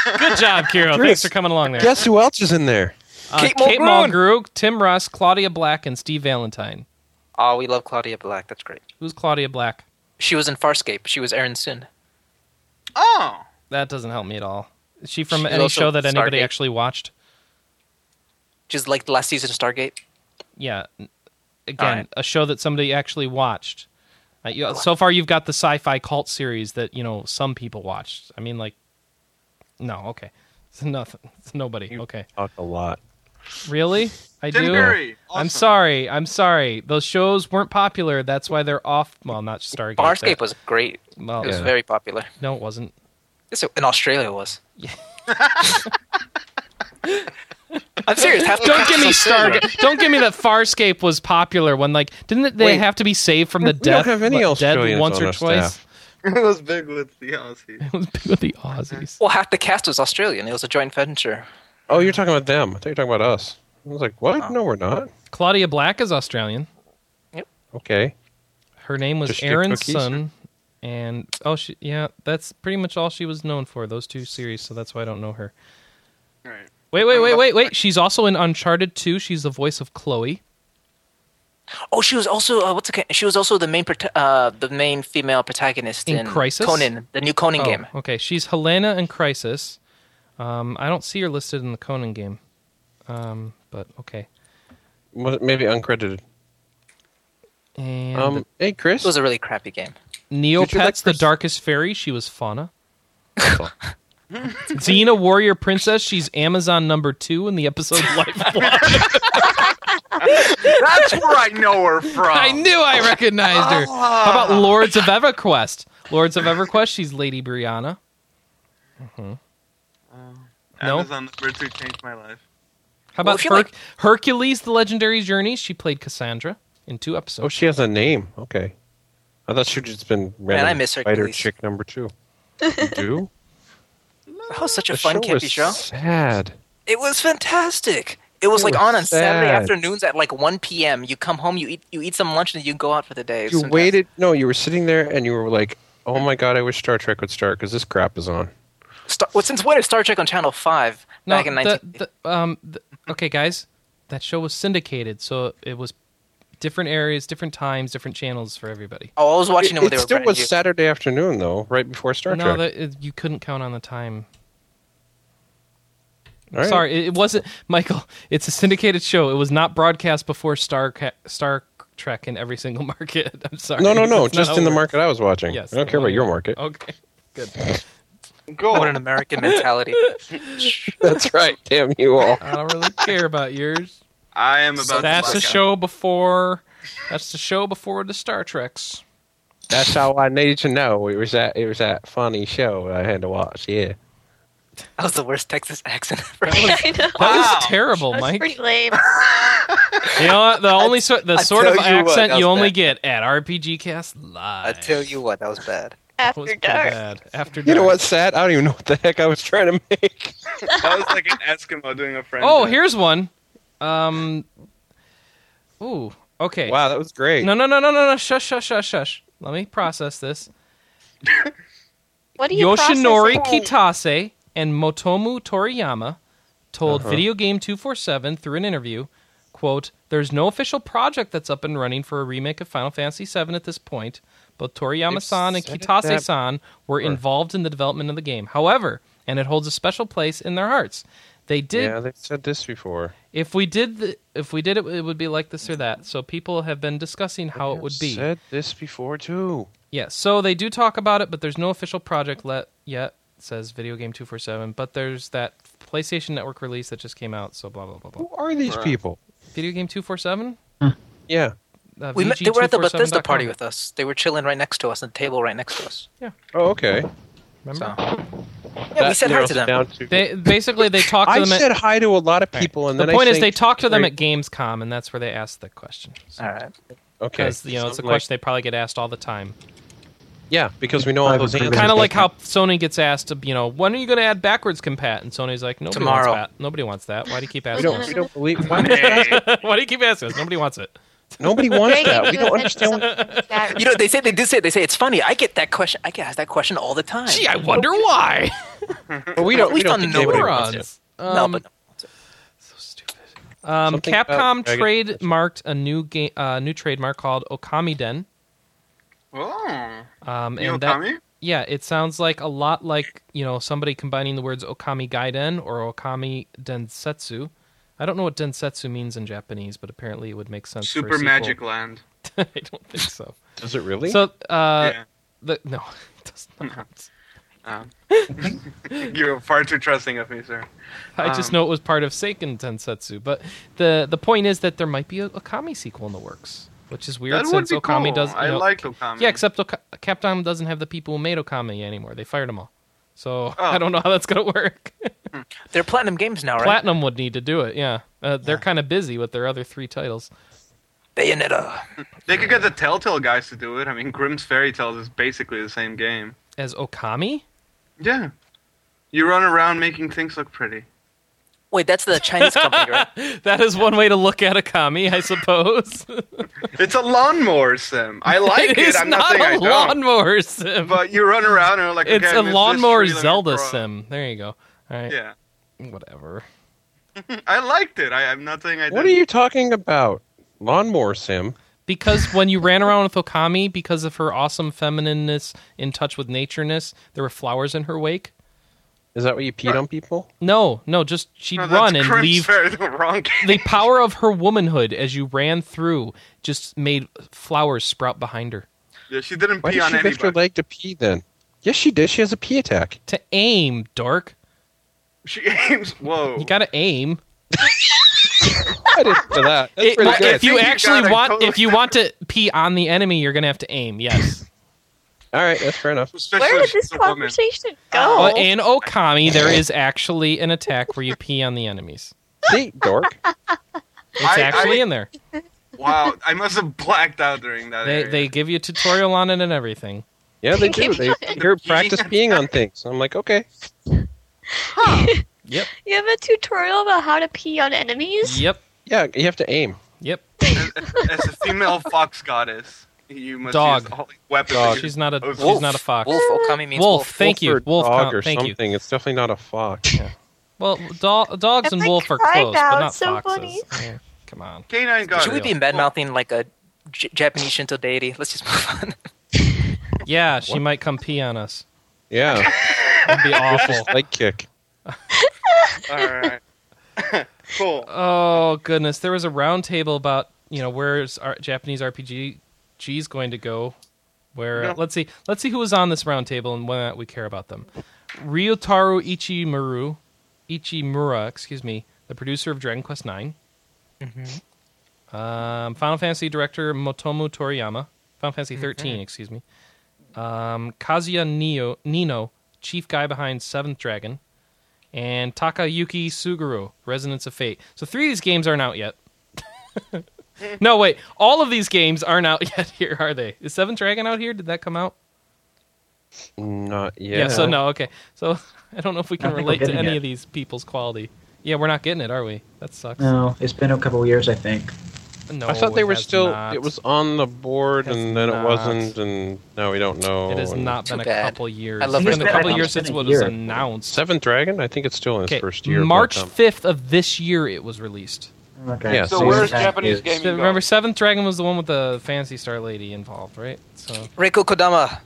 Speaker 3: awesome.
Speaker 1: Good job, Kiro. Thanks for coming along there.
Speaker 3: Guess who else is in there?
Speaker 1: Uh,
Speaker 5: Kate
Speaker 1: Kate
Speaker 5: Mulgrew.
Speaker 1: Mulgrew, Tim Russ, Claudia Black, and Steve Valentine.
Speaker 5: Oh, we love Claudia Black. That's great.
Speaker 1: Who's Claudia Black?
Speaker 5: She was in Farscape. She was Erin Soon.
Speaker 4: [LAUGHS] Oh.
Speaker 1: That doesn't help me at all. Is she from
Speaker 5: She's
Speaker 1: any
Speaker 5: also
Speaker 1: show that anybody
Speaker 5: Stargate.
Speaker 1: actually watched?
Speaker 5: She's like the last season of Stargate.
Speaker 1: Yeah. N- Again,
Speaker 5: All right.
Speaker 1: a show that somebody actually watched. Uh, you, so far, you've got the sci-fi cult series that you know some people watched. I mean, like, no, okay, [LAUGHS] it's nothing. It's nobody. Okay,
Speaker 3: Talk a lot.
Speaker 1: really? I
Speaker 4: Tim
Speaker 1: do.
Speaker 4: Curry.
Speaker 1: I'm
Speaker 4: Awesome.
Speaker 1: sorry. I'm sorry. Those shows weren't popular. That's why they're off. Well, not Stargate.
Speaker 5: Farscape
Speaker 1: That- Oh,
Speaker 5: was great.
Speaker 1: Well,
Speaker 5: It was
Speaker 3: Yeah.
Speaker 5: very popular.
Speaker 1: no, it wasn't. [LAUGHS]
Speaker 5: This in Australia it was. I'm serious. Half the
Speaker 1: Don't
Speaker 5: cops
Speaker 1: give me
Speaker 5: are
Speaker 1: Star.
Speaker 5: serious.
Speaker 1: Don't give me that Farscape was popular when like didn't it- they
Speaker 3: Wait.
Speaker 1: have to be saved from the
Speaker 3: We don't
Speaker 1: death?
Speaker 3: have any
Speaker 1: like, dead
Speaker 3: Australians
Speaker 1: once
Speaker 3: on
Speaker 1: or
Speaker 3: our
Speaker 1: twice. [LAUGHS]
Speaker 3: staff.
Speaker 4: [LAUGHS] it was big with the Aussie.
Speaker 1: It was big with the Aussies.
Speaker 5: Well, half the cast was Australian. It was a joint venture.
Speaker 3: Oh, you're talking about them. I thought you were talking about us. I was like, what? No, we're not.
Speaker 1: Claudia Black is Australian.
Speaker 3: Okay.
Speaker 1: Her name
Speaker 3: Does
Speaker 1: was
Speaker 3: she do
Speaker 1: Aaron
Speaker 3: cookies?
Speaker 1: Sun, and oh, she yeah, that's pretty much all she was known for those two series. So that's why I don't know her.
Speaker 4: Right.
Speaker 1: Wait, wait, wait, wait, wait. She's also in Uncharted 2. She's the voice of Chloe.
Speaker 5: Oh, she was also uh, what's it? She was also the main prota- uh, the main female protagonist
Speaker 1: In
Speaker 5: in,
Speaker 1: Crisis?
Speaker 5: Conan, the new Conan
Speaker 1: Oh,
Speaker 5: game.
Speaker 1: okay. She's Helena in Crisis. Um, I don't see her listed in the Conan game, um, but okay.
Speaker 3: Was it Maybe uncredited.
Speaker 1: And
Speaker 3: Um, hey, Chris.
Speaker 5: It was a really crappy game.
Speaker 1: Neopets,
Speaker 3: Did you like
Speaker 1: the
Speaker 3: Chris-
Speaker 1: Darkest Fairy. She was Fauna. Xena, Warrior Princess. She's Amazon number two in the
Speaker 3: [LAUGHS]
Speaker 1: episode Life. One.
Speaker 4: That's where I know her from.
Speaker 1: I knew I recognized her. How
Speaker 3: Ah.
Speaker 1: about Lords of EverQuest? Lords of EverQuest. She's Lady Brianna. No.
Speaker 4: Amazon number two changed my life.
Speaker 1: How
Speaker 5: Well,
Speaker 1: about
Speaker 5: if you
Speaker 1: Her-
Speaker 5: like-
Speaker 1: Hercules, The Legendary Journey? She played Cassandra in two
Speaker 3: [LAUGHS] oh,
Speaker 1: episodes.
Speaker 3: she has a name. Okay. I thought she'd just been random
Speaker 5: I miss her,
Speaker 3: fighter
Speaker 5: Elise.
Speaker 3: chick number two. You do?
Speaker 5: That was such a
Speaker 3: The
Speaker 5: fun
Speaker 3: show
Speaker 5: campy
Speaker 3: was
Speaker 5: show.
Speaker 3: sad.
Speaker 5: It was fantastic. It was
Speaker 3: It
Speaker 5: like
Speaker 3: was
Speaker 5: on on Saturday
Speaker 3: sad.
Speaker 5: afternoons at like 1 p.m. You come home, you eat you eat some lunch, and you go out for the day.
Speaker 3: You
Speaker 5: Sometimes-
Speaker 3: waited. No, you were sitting there and you were like, oh my God, I wish Star Trek would start because this crap is on.
Speaker 5: Star- well, since when is Star Trek on Channel Five
Speaker 1: No,
Speaker 5: back in
Speaker 1: the-
Speaker 5: 19?
Speaker 1: the- um, the- okay, guys, that show was syndicated, so it was different areas, different times, different channels for everybody.
Speaker 5: oh, I was watching it, when
Speaker 3: It,
Speaker 5: they
Speaker 3: it
Speaker 5: were
Speaker 3: still
Speaker 5: brand
Speaker 3: was
Speaker 5: new.
Speaker 3: Saturday afternoon, though, right before Star
Speaker 1: no,
Speaker 3: Trek.
Speaker 1: that, it- you couldn't count on the time.
Speaker 3: All right.
Speaker 1: Sorry, it, it wasn't Michael. It's a syndicated show. It was not broadcast before Star Ca- Star Trek in every single [LAUGHS] market. I'm sorry.
Speaker 3: No, no,
Speaker 1: [LAUGHS]
Speaker 3: no.
Speaker 1: That's not
Speaker 3: Just
Speaker 1: how
Speaker 3: in
Speaker 1: it
Speaker 3: the
Speaker 1: works.
Speaker 3: market I was watching.
Speaker 1: Yes,
Speaker 3: I don't
Speaker 1: the
Speaker 3: care
Speaker 1: one
Speaker 3: about
Speaker 1: you- [LAUGHS]
Speaker 3: your market.
Speaker 1: Okay, good.
Speaker 4: Go
Speaker 5: What an American
Speaker 3: [LAUGHS]
Speaker 5: mentality.
Speaker 3: That's right. Damn
Speaker 1: [LAUGHS]
Speaker 3: you all.
Speaker 1: I don't really care about yours.
Speaker 4: I am about.
Speaker 5: So
Speaker 4: to
Speaker 1: That's the
Speaker 4: black out. [LAUGHS]
Speaker 1: show before. That's the show before the Star Treks.
Speaker 3: That's all I needed to know. It was that. It was that funny show I had to watch. Yeah.
Speaker 5: That was the worst Texas accent ever.
Speaker 2: [LAUGHS] I know.
Speaker 1: That
Speaker 4: Wow.
Speaker 1: was terrible,
Speaker 2: That's
Speaker 1: Mike.
Speaker 2: pretty lame.
Speaker 1: You know what? The only sort, the
Speaker 5: [LAUGHS] I
Speaker 1: sort
Speaker 5: tell
Speaker 1: of
Speaker 5: you what,
Speaker 1: accent
Speaker 5: that
Speaker 1: you
Speaker 5: was
Speaker 1: only
Speaker 5: bad.
Speaker 1: get at RPG Cast Live.
Speaker 5: [LAUGHS] I tell you what, that was bad.
Speaker 1: That was
Speaker 2: After
Speaker 1: pretty
Speaker 2: dark.
Speaker 1: bad. After dark.
Speaker 3: You know what's sad? I don't even know what the heck I was trying to make.
Speaker 4: That was like an Eskimo doing a friend.
Speaker 1: Oh,
Speaker 4: joke.
Speaker 1: here's one. Um. Ooh. Okay.
Speaker 3: Wow, that was great.
Speaker 1: No, no, no, no, no, no. Shush, shush, shush, shush. Let me process this.
Speaker 2: What do you
Speaker 1: Yoshinori
Speaker 2: processing?
Speaker 1: Kitase and Motomu Toriyama told Video Game 247 through an interview, quote, There's no official project that's up and running for a remake of Final Fantasy VII at this point, but Toriyama-san and
Speaker 3: said that
Speaker 1: Kitase-san were involved in the development of the game. However, and it holds a special place in their hearts. They did
Speaker 3: Yeah, they said this before.
Speaker 1: if we did the, if we did it it would be like this or that. So people have been discussing how it would be.
Speaker 3: Said this before too.
Speaker 1: Yeah, so they do talk about it, but there's no official project let yet. Says Video Game Two Four Seven, but there's that PlayStation Network release that just came out. So blah blah blah blah.
Speaker 3: Who are these people?
Speaker 1: Video Game Two Four Seven. Uh,
Speaker 3: Yeah.
Speaker 5: We met, they were at the Bethesda party with us. They were chilling right next to us, on the table right next to us.
Speaker 3: Oh, okay.
Speaker 1: Remember?
Speaker 5: Yeah, we said hi to them.
Speaker 1: They basically they talked to
Speaker 3: I
Speaker 1: them.
Speaker 3: said
Speaker 1: At,
Speaker 3: hi to a lot of people, and
Speaker 1: the
Speaker 3: then
Speaker 1: point
Speaker 3: I
Speaker 1: is they
Speaker 3: think-
Speaker 1: talked to them at
Speaker 3: Right.
Speaker 1: Gamescom, and that's where they asked the question.
Speaker 5: All right.
Speaker 3: Okay.
Speaker 1: Because you know it's a
Speaker 3: Something like-
Speaker 1: question they probably get asked all the time.
Speaker 3: yeah, because we know all
Speaker 7: Private
Speaker 3: those
Speaker 7: private
Speaker 3: answers.
Speaker 1: Kind of
Speaker 7: Business.
Speaker 1: like how Sony gets asked, you know, when are you going to add backwards compat? And Sony's like, nobody
Speaker 5: Tomorrow.
Speaker 1: wants that. Nobody wants that. Why do you keep
Speaker 3: we
Speaker 1: asking?
Speaker 3: don't.
Speaker 1: us?
Speaker 3: We don't
Speaker 1: [LAUGHS]
Speaker 3: believe. Why not?
Speaker 1: Why do you keep asking us? Nobody wants it.
Speaker 3: Nobody wants that. We don't understand. What,
Speaker 2: [LAUGHS] That-
Speaker 5: You know, they say they did say they say it's funny. I get that question. I get asked that question all the time.
Speaker 1: Gee, I wonder why.
Speaker 3: but we don't.
Speaker 5: We
Speaker 3: We don't
Speaker 5: don't
Speaker 3: think
Speaker 5: know
Speaker 3: anybody
Speaker 5: what
Speaker 3: wants
Speaker 5: it
Speaker 3: it.
Speaker 1: Morons.
Speaker 5: no,
Speaker 1: Um,
Speaker 5: but
Speaker 1: Um,
Speaker 3: Something
Speaker 1: Capcom
Speaker 3: about Dragon-
Speaker 1: trademarked a new game, uh, new trademark called Okamiden.
Speaker 4: Oh,
Speaker 1: Um,
Speaker 4: you know
Speaker 1: and that,
Speaker 4: Tommy?
Speaker 1: yeah, it sounds like a lot like you know somebody combining the words Okami Gaiden or Okami Densetsu. I don't know what Densetsu means in Japanese, but apparently it would make sense. for a
Speaker 4: Super
Speaker 1: sequel.
Speaker 4: Magic Land.
Speaker 1: [LAUGHS] I don't think so.
Speaker 3: Does it really?
Speaker 1: So, uh,
Speaker 4: yeah.
Speaker 1: the, no, [LAUGHS] it
Speaker 4: [LAUGHS]
Speaker 1: does not.
Speaker 4: Um, [LAUGHS] you're far too trusting of me, sir.
Speaker 1: I just
Speaker 4: Um,
Speaker 1: know it was part of Seiken Densetsu. But the the point is that there might be a Okami sequel in the works, which is weird
Speaker 4: that would
Speaker 1: since
Speaker 4: be
Speaker 1: Okami
Speaker 4: cool.
Speaker 1: does. You
Speaker 4: I
Speaker 1: know,
Speaker 4: like Okami.
Speaker 1: Yeah, except Oka- Capcom doesn't have the people who made Okami anymore. They fired them all. So [LAUGHS]
Speaker 4: Oh.
Speaker 1: I don't know how that's going to
Speaker 4: [LAUGHS]
Speaker 1: work.
Speaker 5: They're platinum games now, right?
Speaker 1: Platinum would need to do it. Yeah, uh, they're kind of busy with their other three titles.
Speaker 5: Bayonetta.
Speaker 4: They could get the Telltale guys to do it. I mean, Grimm's Fairy Tales is basically the same game.
Speaker 1: As
Speaker 4: [LAUGHS]
Speaker 1: Okami,
Speaker 4: Yeah. You run around making things look
Speaker 1: [LAUGHS]
Speaker 4: pretty.
Speaker 5: Wait, that's the Chinese company, right?
Speaker 1: that is one way to look at Okami, I suppose.
Speaker 4: It's a lawnmower sim. I [LAUGHS] like
Speaker 1: [LAUGHS]
Speaker 4: it.
Speaker 1: it is
Speaker 4: I'm not,
Speaker 1: not,
Speaker 4: saying I
Speaker 1: a
Speaker 4: don't.
Speaker 1: lawnmower sim.
Speaker 4: But you run around and you're like,
Speaker 1: it's
Speaker 4: okay, I
Speaker 1: a
Speaker 4: missed this
Speaker 1: lawnmower
Speaker 4: tree, let me
Speaker 1: Zelda
Speaker 4: crawl.
Speaker 1: sim. There you go. All right,
Speaker 4: Yeah,
Speaker 1: whatever.
Speaker 4: I liked it. I, I'm not saying I.
Speaker 3: What are
Speaker 4: didn't.
Speaker 3: you talking about? Lawnmower Sim.
Speaker 1: Because when you ran around with Okami, because of her awesome feminineness, in touch with natureness, there were flowers in her wake.
Speaker 3: Is that what you peed on people?
Speaker 1: No, no, just she'd
Speaker 4: No, that's
Speaker 1: run and
Speaker 4: Grimm's
Speaker 1: leave
Speaker 4: Fairy-
Speaker 1: [LAUGHS]
Speaker 4: the wrong game.
Speaker 1: the power of her womanhood as you ran through just made flowers sprout behind her
Speaker 4: Yeah, she didn't
Speaker 3: Why
Speaker 4: pee
Speaker 3: did
Speaker 4: on
Speaker 3: she lift her
Speaker 4: anybody.
Speaker 3: leg to pee then? Yes, she did. She has a pee attack.
Speaker 1: to aim dork
Speaker 4: She aims. Whoa.
Speaker 1: you gotta aim
Speaker 3: I didn't know that. That's
Speaker 1: It-
Speaker 3: pretty
Speaker 1: like,
Speaker 3: good.
Speaker 1: if you
Speaker 4: I think you
Speaker 1: actually
Speaker 4: gotta
Speaker 1: want
Speaker 4: totally-
Speaker 1: if
Speaker 4: [LAUGHS]
Speaker 1: you want to pee on the enemy you're gonna have to aim yes
Speaker 3: All right, that's fair enough.
Speaker 4: Especially
Speaker 2: Where
Speaker 4: if
Speaker 2: did
Speaker 4: she's
Speaker 2: this
Speaker 4: a woman.
Speaker 2: conversation go?
Speaker 4: Uh,
Speaker 1: but in okami there is actually an attack where you pee on the enemies
Speaker 3: See, dork.
Speaker 1: it's
Speaker 4: I-
Speaker 1: actually
Speaker 4: I-
Speaker 1: in there
Speaker 4: Wow, I must have blacked out during that.
Speaker 1: they
Speaker 4: area. [LAUGHS]
Speaker 1: they give you a tutorial on it and everything
Speaker 3: Yeah, they do.
Speaker 1: [LAUGHS]
Speaker 3: They hear practice peeing on things. I'm like, okay.
Speaker 2: [LAUGHS]
Speaker 1: yep
Speaker 2: You have a tutorial about how to pee on enemies?
Speaker 1: yep
Speaker 3: Yeah, you have to aim.
Speaker 1: yep
Speaker 4: as a female fox goddess, you must
Speaker 1: Dog.
Speaker 4: use all the weapons.
Speaker 3: Dog.
Speaker 1: she's not a
Speaker 4: Wolf.
Speaker 1: she's not a fox
Speaker 5: Wolf,
Speaker 1: wolf,
Speaker 5: Okami means wolf.
Speaker 1: thank you
Speaker 3: or
Speaker 1: wolf
Speaker 3: dog
Speaker 1: com-
Speaker 3: or
Speaker 1: thank you
Speaker 3: something. It's definitely not a fox.
Speaker 1: well do- dogs and
Speaker 2: Every
Speaker 1: wolf are
Speaker 2: cry
Speaker 1: close but
Speaker 2: now,
Speaker 1: not
Speaker 2: it's so
Speaker 1: foxes
Speaker 2: funny.
Speaker 1: Yeah, come on
Speaker 4: Canine goddess.
Speaker 5: Should we be bad mouthing like a J- Japanese Shinto deity? Let's just move on.
Speaker 1: Yeah, she might come pee on us.
Speaker 3: Yeah,
Speaker 1: That'd
Speaker 4: [LAUGHS]
Speaker 1: be awful.
Speaker 3: leg kick.
Speaker 4: All right. [LAUGHS] cool.
Speaker 1: Oh goodness, there was a roundtable about you know where's our Japanese RPG G's going to go. Where
Speaker 4: Yeah.
Speaker 1: uh, let's see, let's see who was on this roundtable and whether or not we care about them. Ryotaro Ichimura, Ichimura, excuse me, the producer of Dragon Quest IX. Um, Final Fantasy director Motomu Toriyama, Final Fantasy 13, excuse me. Um, Kazuya Neo, Nino, chief guy behind Seventh Dragon, and Takayuki Suguru, Resonance of Fate. So three of these games aren't out yet. [LAUGHS] no, wait, all of these games aren't out [LAUGHS] yet. Here are they? Is Seventh Dragon out here? Did that come out?
Speaker 3: Not
Speaker 1: [LAUGHS]
Speaker 3: yet.
Speaker 1: Yeah. so no. Okay. So [LAUGHS] I don't know if we can
Speaker 7: think we're
Speaker 1: relate to
Speaker 7: getting
Speaker 1: any
Speaker 7: it.
Speaker 1: of these people's quality. Yeah, we're not getting it, are we? That sucks.
Speaker 7: No, it's been a couple years, I think.
Speaker 1: No,
Speaker 3: I thought they
Speaker 1: it
Speaker 3: were
Speaker 1: has
Speaker 3: still.
Speaker 1: not.
Speaker 3: It was on the board,
Speaker 1: Has
Speaker 3: and then
Speaker 1: not.
Speaker 3: it wasn't, and now we don't know.
Speaker 1: It has
Speaker 3: and-
Speaker 1: not
Speaker 5: Too
Speaker 1: been a
Speaker 5: bad.
Speaker 1: couple years.
Speaker 5: I love
Speaker 1: it's been a
Speaker 5: Respect.
Speaker 1: couple
Speaker 5: It's
Speaker 1: years
Speaker 7: been
Speaker 1: since
Speaker 7: a
Speaker 1: it was
Speaker 7: year.
Speaker 1: announced.
Speaker 3: Seventh Dragon. I think it's still in its
Speaker 1: Okay,
Speaker 3: first year. but,
Speaker 1: March
Speaker 3: um,
Speaker 1: fifth of this year, it was released.
Speaker 7: Okay.
Speaker 3: Yeah, So
Speaker 8: So
Speaker 3: so
Speaker 8: where's Japanese gaming? going?
Speaker 1: Remember, Seventh Dragon was the one with the fancy star lady involved, right? So
Speaker 5: [LAUGHS] Reiko Kodama.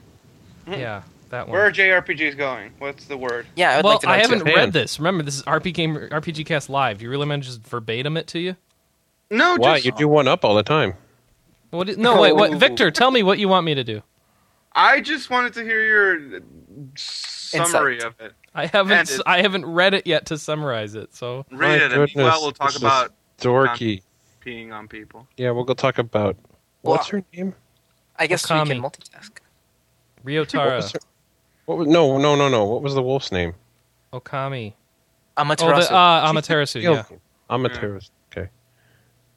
Speaker 1: yeah, that one.
Speaker 4: Where are JRPGs going? What's the word?
Speaker 5: Yeah, Hmm. I would
Speaker 1: well,
Speaker 5: like to know
Speaker 1: I haven't
Speaker 5: too.
Speaker 1: read this. Remember, this is RP game, RPG Cast Live. Do you really meant to just verbatim it to you?
Speaker 4: No,
Speaker 3: Wow,
Speaker 4: just
Speaker 3: you do one up all the time.
Speaker 1: What? [LAUGHS] Is, no, wait, what? Victor, tell me what you want me to do.
Speaker 4: I just wanted to hear your uh, summary
Speaker 5: Insight.
Speaker 4: of it.
Speaker 1: I
Speaker 4: And
Speaker 1: haven't.
Speaker 4: it-
Speaker 1: I haven't read it yet to summarize it. So
Speaker 4: Read
Speaker 3: My
Speaker 4: it, and meanwhile
Speaker 3: goodness,
Speaker 4: we'll talk
Speaker 3: this is
Speaker 4: about
Speaker 3: Dorky.
Speaker 4: peeing on people.
Speaker 3: Yeah, we'll go talk about what's her name.
Speaker 5: I guess we
Speaker 1: Okami.
Speaker 5: can multitask.
Speaker 3: What
Speaker 1: Ryotaro,
Speaker 3: was her? What was, no, no, no, no. What was the wolf's name?
Speaker 1: Okami, oh,
Speaker 5: Amaterasu.
Speaker 1: the, uh, Amaterasu. Yeah,
Speaker 3: Amaterasu. Okay.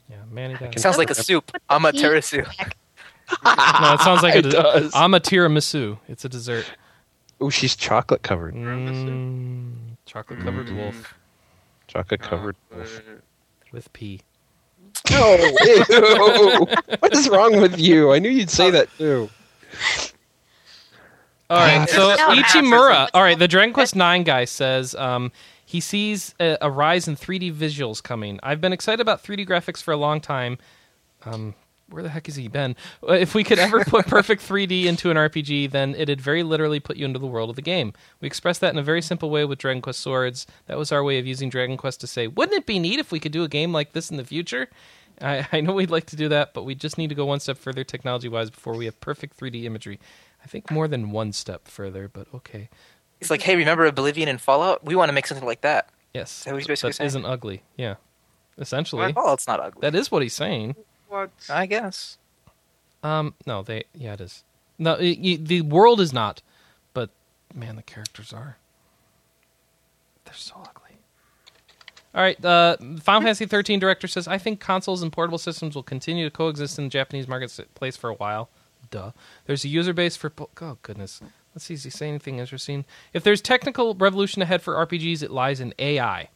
Speaker 1: yeah, Manny.
Speaker 3: I
Speaker 1: Diamond.
Speaker 5: Sounds like a soup. Amaterasu.
Speaker 1: No, it
Speaker 5: [LAUGHS]
Speaker 1: sounds like a
Speaker 3: It does.
Speaker 1: I'm a tiramisu. It's a dessert.
Speaker 3: Oh, Ah, she's chocolate covered.
Speaker 1: Mm, chocolate covered
Speaker 5: Mm-hmm.
Speaker 1: wolf Ah.
Speaker 3: Chocolate covered.
Speaker 4: Uh,
Speaker 1: with pea.
Speaker 3: [LAUGHS] No. ew. Uh, what is wrong with you? I knew you'd say that [LAUGHS] too.
Speaker 1: All right,
Speaker 2: This
Speaker 1: so
Speaker 2: is what
Speaker 1: Ichimura.
Speaker 2: happens.
Speaker 1: All right, the Dragon Quest Nine guy says um, he sees a, a rise in 3D visuals coming. I've been excited about 3D graphics for a long time. Um, where the heck has he been? Uh, If we could ever put perfect 3D into an RPG, then it'd very literally put you into the world of the game. We expressed that in a very simple way with Dragon Quest Swords. That was our way of using Dragon Quest to say, wouldn't it be neat if we could do a game like this in the future? I, I know we'd like to do that, but we just need to go one step further technology wise before we have perfect 3D imagery. I think more than one step further, but okay.
Speaker 5: It's like, hey, remember Oblivion and Fallout? We want to make something like that.
Speaker 1: Yes.
Speaker 5: That was
Speaker 1: but
Speaker 5: basically saying-
Speaker 1: isn't ugly. Yeah. Essentially.
Speaker 5: Fallout's "Oh, not ugly.
Speaker 1: That is what he's saying.
Speaker 4: What?
Speaker 5: I guess.
Speaker 1: Um, no, they, yeah, it is. No, i i the world is not, but man, the characters are. They're so ugly. All right, uh,
Speaker 5: Hmm.
Speaker 1: Final Fantasy 13 director says, I think consoles and portable systems will continue to coexist in the Japanese marketplace for a while. Duh. There's a user base for. Po- oh, goodness. Let's see, is he saying anything interesting? If there's technical revolution ahead for RPGs, it lies in AI.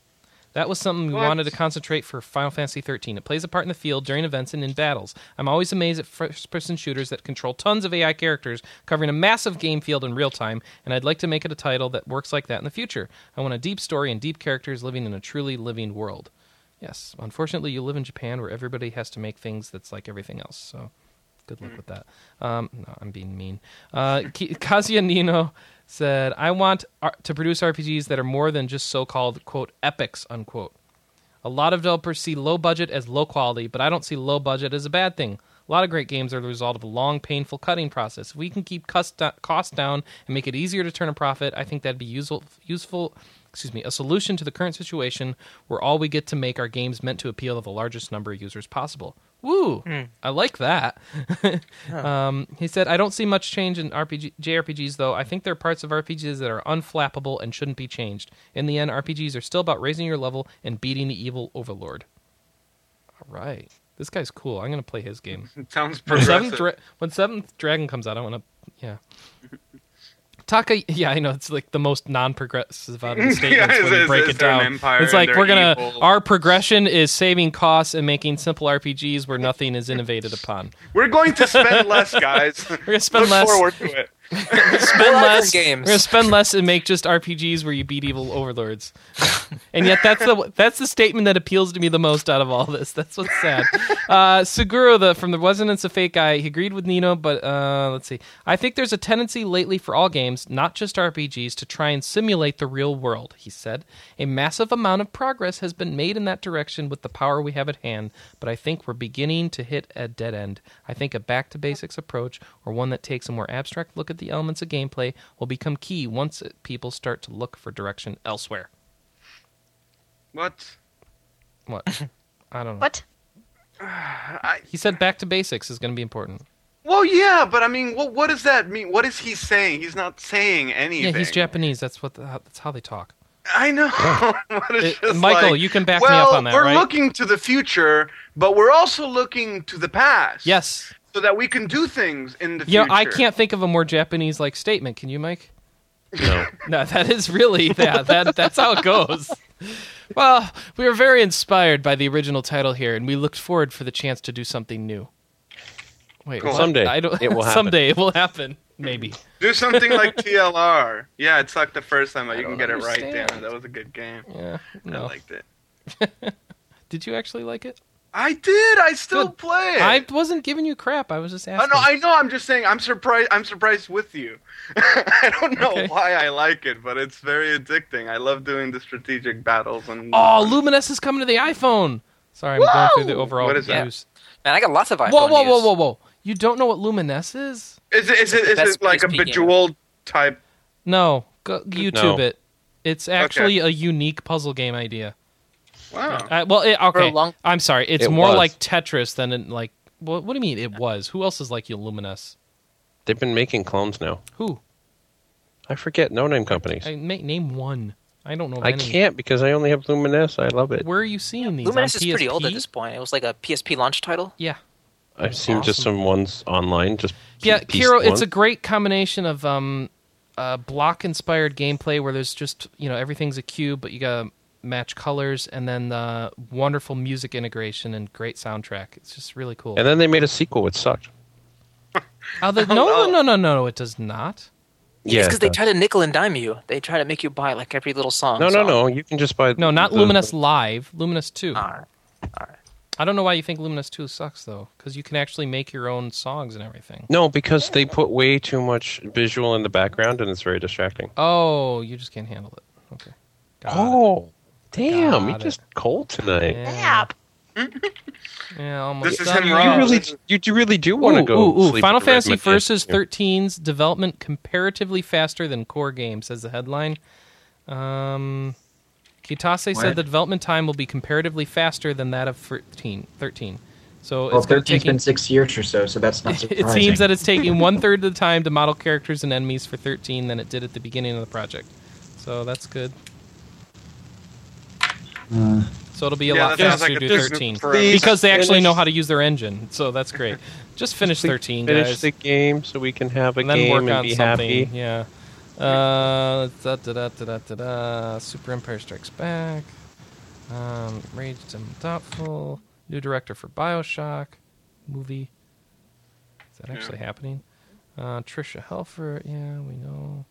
Speaker 1: That was something we
Speaker 4: What?
Speaker 1: wanted to concentrate for Final Fantasy 13. It plays a part in the field during events and in battles. I'm always amazed at first-person shooters that control tons of AI characters, covering a massive game field in real time. And I'd like to make it a title that works like that in the future. I want a deep story and deep characters living in a truly living world. Yes, unfortunately, you live in Japan where everybody has to make things that's like everything else. So, good luck with that. Um, no, I'm being mean. Uh, Ki- Kazuya Nino said, "I want ar- to produce RPGs that are more than just so-called quote epics unquote. A lot of developers see low budget as low quality, but I don't see low budget as a bad thing." A lot of great games are the result of a long, painful cutting process. If we can keep cost do- costs down and make it easier to turn a profit, I think that'd be useful, useful, excuse me, a solution to the current situation where all we get to make our games meant to appeal to the largest number of users possible. Woo! I like that. um, he said, "I don't see much change in RPG JRPGs, though. I think there are parts of RPGs that are unflappable and shouldn't be changed. In the end, RPGs are still about raising your level and beating the evil overlord." All right, this guy's cool. I'm gonna play his game.
Speaker 4: It [LAUGHS] sounds
Speaker 1: [LAUGHS] When seventh,
Speaker 4: progressive.
Speaker 1: dra- when seventh dragon comes out, I want to. Yeah. Taka, yeah, I know it's like the most non-progressive out
Speaker 4: [LAUGHS]
Speaker 1: of the statements
Speaker 4: Yeah,
Speaker 1: when you
Speaker 4: is-
Speaker 1: break
Speaker 4: is
Speaker 1: it
Speaker 4: there an
Speaker 1: down.
Speaker 4: empire
Speaker 1: It's
Speaker 4: and
Speaker 1: like
Speaker 4: they're
Speaker 1: we're gonna
Speaker 4: evil?
Speaker 1: our progression is saving costs and making simple RPGs where nothing is innovated upon.
Speaker 4: We're going to spend less,
Speaker 1: [LAUGHS]
Speaker 4: guys. We're
Speaker 1: gonna spend
Speaker 4: Look
Speaker 1: less.
Speaker 4: Forward to it.
Speaker 1: Spend
Speaker 5: Well, I
Speaker 1: less
Speaker 5: learn games.
Speaker 1: We're gonna spend less and make just RPGs where you beat evil overlords. and yet that's the that's the statement that appeals to me the most out of all this. That's what's sad. Uh, Seguro, the from the Resonance of Fate guy, he agreed with Nino, but uh, let's see. I think there's a tendency lately for all games, not just RPGs, to try and simulate the real world. He said a massive amount of progress has been made in that direction with the power we have at hand, but I think we're beginning to hit a dead end. I think a back to basics approach, or one that takes a more abstract look at the elements of gameplay, will become key once it- people start to look for direction elsewhere.
Speaker 4: What?
Speaker 1: What? I don't know.
Speaker 2: What?
Speaker 4: I,
Speaker 1: He said back to basics is going to be important.
Speaker 4: well, yeah, but I mean, what what does that mean? What is he saying? He's not saying anything.
Speaker 1: Yeah, he's Japanese. That's what the, how, that's how they
Speaker 4: [LAUGHS]
Speaker 1: talk.
Speaker 3: [LAUGHS]
Speaker 4: I know. [LAUGHS] But it's
Speaker 1: Uh,
Speaker 4: just
Speaker 1: Michael,
Speaker 4: like,
Speaker 1: you can back me
Speaker 4: well,
Speaker 1: up on that,
Speaker 4: we're
Speaker 1: right?
Speaker 4: looking to the future, but we're also looking to the past.
Speaker 1: Yes.
Speaker 4: So that we can do things in the
Speaker 1: You know,
Speaker 4: future.
Speaker 1: I can't think of a more Japanese like statement. Can you, Mike?
Speaker 3: No.
Speaker 1: No, that is really that. that that's how it goes. Well, we were very inspired by the original title here, and we looked forward for the chance to do something new. Wait,
Speaker 4: Cool.
Speaker 1: what?
Speaker 3: Someday
Speaker 1: I don't,
Speaker 3: it
Speaker 1: [LAUGHS]
Speaker 3: will happen.
Speaker 1: Someday it will happen.
Speaker 4: [LAUGHS]
Speaker 1: Maybe.
Speaker 4: Do
Speaker 1: [LAUGHS]
Speaker 4: something like TLR. Yeah, it sucked the first time, but you
Speaker 1: don't
Speaker 4: can get it right. Damn
Speaker 1: understand.
Speaker 4: it, that was a good game.
Speaker 1: Yeah.
Speaker 4: I
Speaker 1: No.
Speaker 4: liked it.
Speaker 1: Did you actually like it?
Speaker 4: I did. I still
Speaker 1: Good.
Speaker 4: play. it.
Speaker 1: I wasn't giving you crap. I was just
Speaker 4: Oh,
Speaker 1: asking.
Speaker 4: no, I know. I'm just saying. I'm surprised. I'm surprised with you. [LAUGHS] I don't know
Speaker 1: Okay.
Speaker 4: why I like it, but it's very addicting. I love doing the strategic battles and.
Speaker 1: Oh, Luminous is coming to the iPhone. Sorry, I'm going through the
Speaker 4: Whoa!
Speaker 1: overall
Speaker 4: What is that?
Speaker 1: news.
Speaker 5: Man, I got lots of iPhone
Speaker 1: Whoa, whoa,
Speaker 5: use.
Speaker 1: whoa, whoa, whoa! You don't know what Luminous is?
Speaker 4: is it is it,
Speaker 5: the
Speaker 4: is
Speaker 5: best
Speaker 4: it like a
Speaker 5: PSP game.
Speaker 4: bejeweled type?
Speaker 1: No, go, YouTube
Speaker 3: No.
Speaker 1: it. It's actually a unique puzzle game idea.
Speaker 4: Wow.
Speaker 1: Uh, well, it, okay.
Speaker 5: a long-
Speaker 1: I'm sorry. It's
Speaker 3: It
Speaker 1: more
Speaker 3: was.
Speaker 1: like Tetris than in, like. What, what do you mean? It was. Who else is like you, Luminous?
Speaker 3: They've been making clones now.
Speaker 1: Who?
Speaker 3: I forget no name companies.
Speaker 1: I
Speaker 3: I,
Speaker 1: ma- name one. I don't know. of any.
Speaker 3: can't because I only have Luminous. I love it.
Speaker 1: Where are you seeing these?
Speaker 5: Luminous
Speaker 1: On
Speaker 5: is pretty old at
Speaker 1: PSP?
Speaker 5: this point. It was like a PSP launch title.
Speaker 1: Yeah.
Speaker 3: I've seen just
Speaker 1: Awesome.
Speaker 3: some ones online. Just
Speaker 1: Yeah,
Speaker 3: pieced
Speaker 1: Kiro, it's
Speaker 3: one.
Speaker 1: a great combination of um, uh, block inspired gameplay where there's just, you know, everything's a cube, but you gotta match colors, and then the wonderful music integration and great soundtrack. It's just really cool.
Speaker 3: And then they made a sequel, which sucked.
Speaker 1: Oh, the- no, no, no, no, no, it does not.
Speaker 3: Yeah,
Speaker 5: because
Speaker 3: it
Speaker 5: they
Speaker 3: does.
Speaker 5: try to nickel and dime you. They try to make you buy like every little song.
Speaker 3: No,
Speaker 5: so-
Speaker 3: no, no. You can just buy.
Speaker 1: No, not
Speaker 3: the-
Speaker 1: Luminous Live, Luminous 2.
Speaker 5: Alright.
Speaker 1: I don't know why you think Luminous 2 sucks, though, because you can actually make your own songs and everything.
Speaker 3: No, because they put way too much visual in the background and it's very distracting.
Speaker 1: Oh, you just can't handle it. Okay. Got it.
Speaker 3: Oh, damn! You
Speaker 1: Got it.
Speaker 3: just cold tonight.
Speaker 1: Yeah.
Speaker 2: Yeah.
Speaker 1: yeah, almost.
Speaker 4: This is
Speaker 1: done.
Speaker 4: him
Speaker 1: You
Speaker 4: wrong.
Speaker 3: You really,
Speaker 4: this is-
Speaker 3: you, you really do want to
Speaker 1: Ooh,
Speaker 3: go.
Speaker 1: ooh, ooh.
Speaker 3: sleep
Speaker 1: Final
Speaker 3: with the red
Speaker 1: Fantasy
Speaker 3: man.
Speaker 1: versus 13's development comparatively faster than core game, says the headline. Um, Kitase said
Speaker 7: What?
Speaker 1: the development time will be comparatively faster than that of 13. 13. So
Speaker 7: Well,
Speaker 1: it's gonna
Speaker 7: 13's
Speaker 1: take
Speaker 7: been six years or so, so that's not
Speaker 1: [LAUGHS]
Speaker 7: surprising.
Speaker 1: it seems that it's taking one third of the time to model characters and enemies for 13 than it did at the beginning of the project. So that's good.
Speaker 7: Uh,
Speaker 1: So it'll be a
Speaker 4: Yeah,
Speaker 1: lot
Speaker 4: that sounds
Speaker 1: faster
Speaker 4: like
Speaker 1: to
Speaker 4: a
Speaker 1: do
Speaker 4: business
Speaker 1: 13
Speaker 4: for-
Speaker 3: Please
Speaker 1: because they actually know
Speaker 3: finish-
Speaker 1: how to use their engine. So that's great. Just finish 13,
Speaker 3: Finish
Speaker 1: guys,
Speaker 3: the game so we can have a
Speaker 1: and then
Speaker 3: game
Speaker 1: work
Speaker 3: and
Speaker 1: on
Speaker 3: be
Speaker 1: something.
Speaker 3: happy.
Speaker 1: Yeah. Uh, da, da, da, da, da, da, da. Super Empire Strikes Back. Um, Rage and Doubtful. New director for Bioshock movie. Is that
Speaker 4: Yeah.
Speaker 1: actually happening? Uh, Trisha Helfer. Yeah, we know.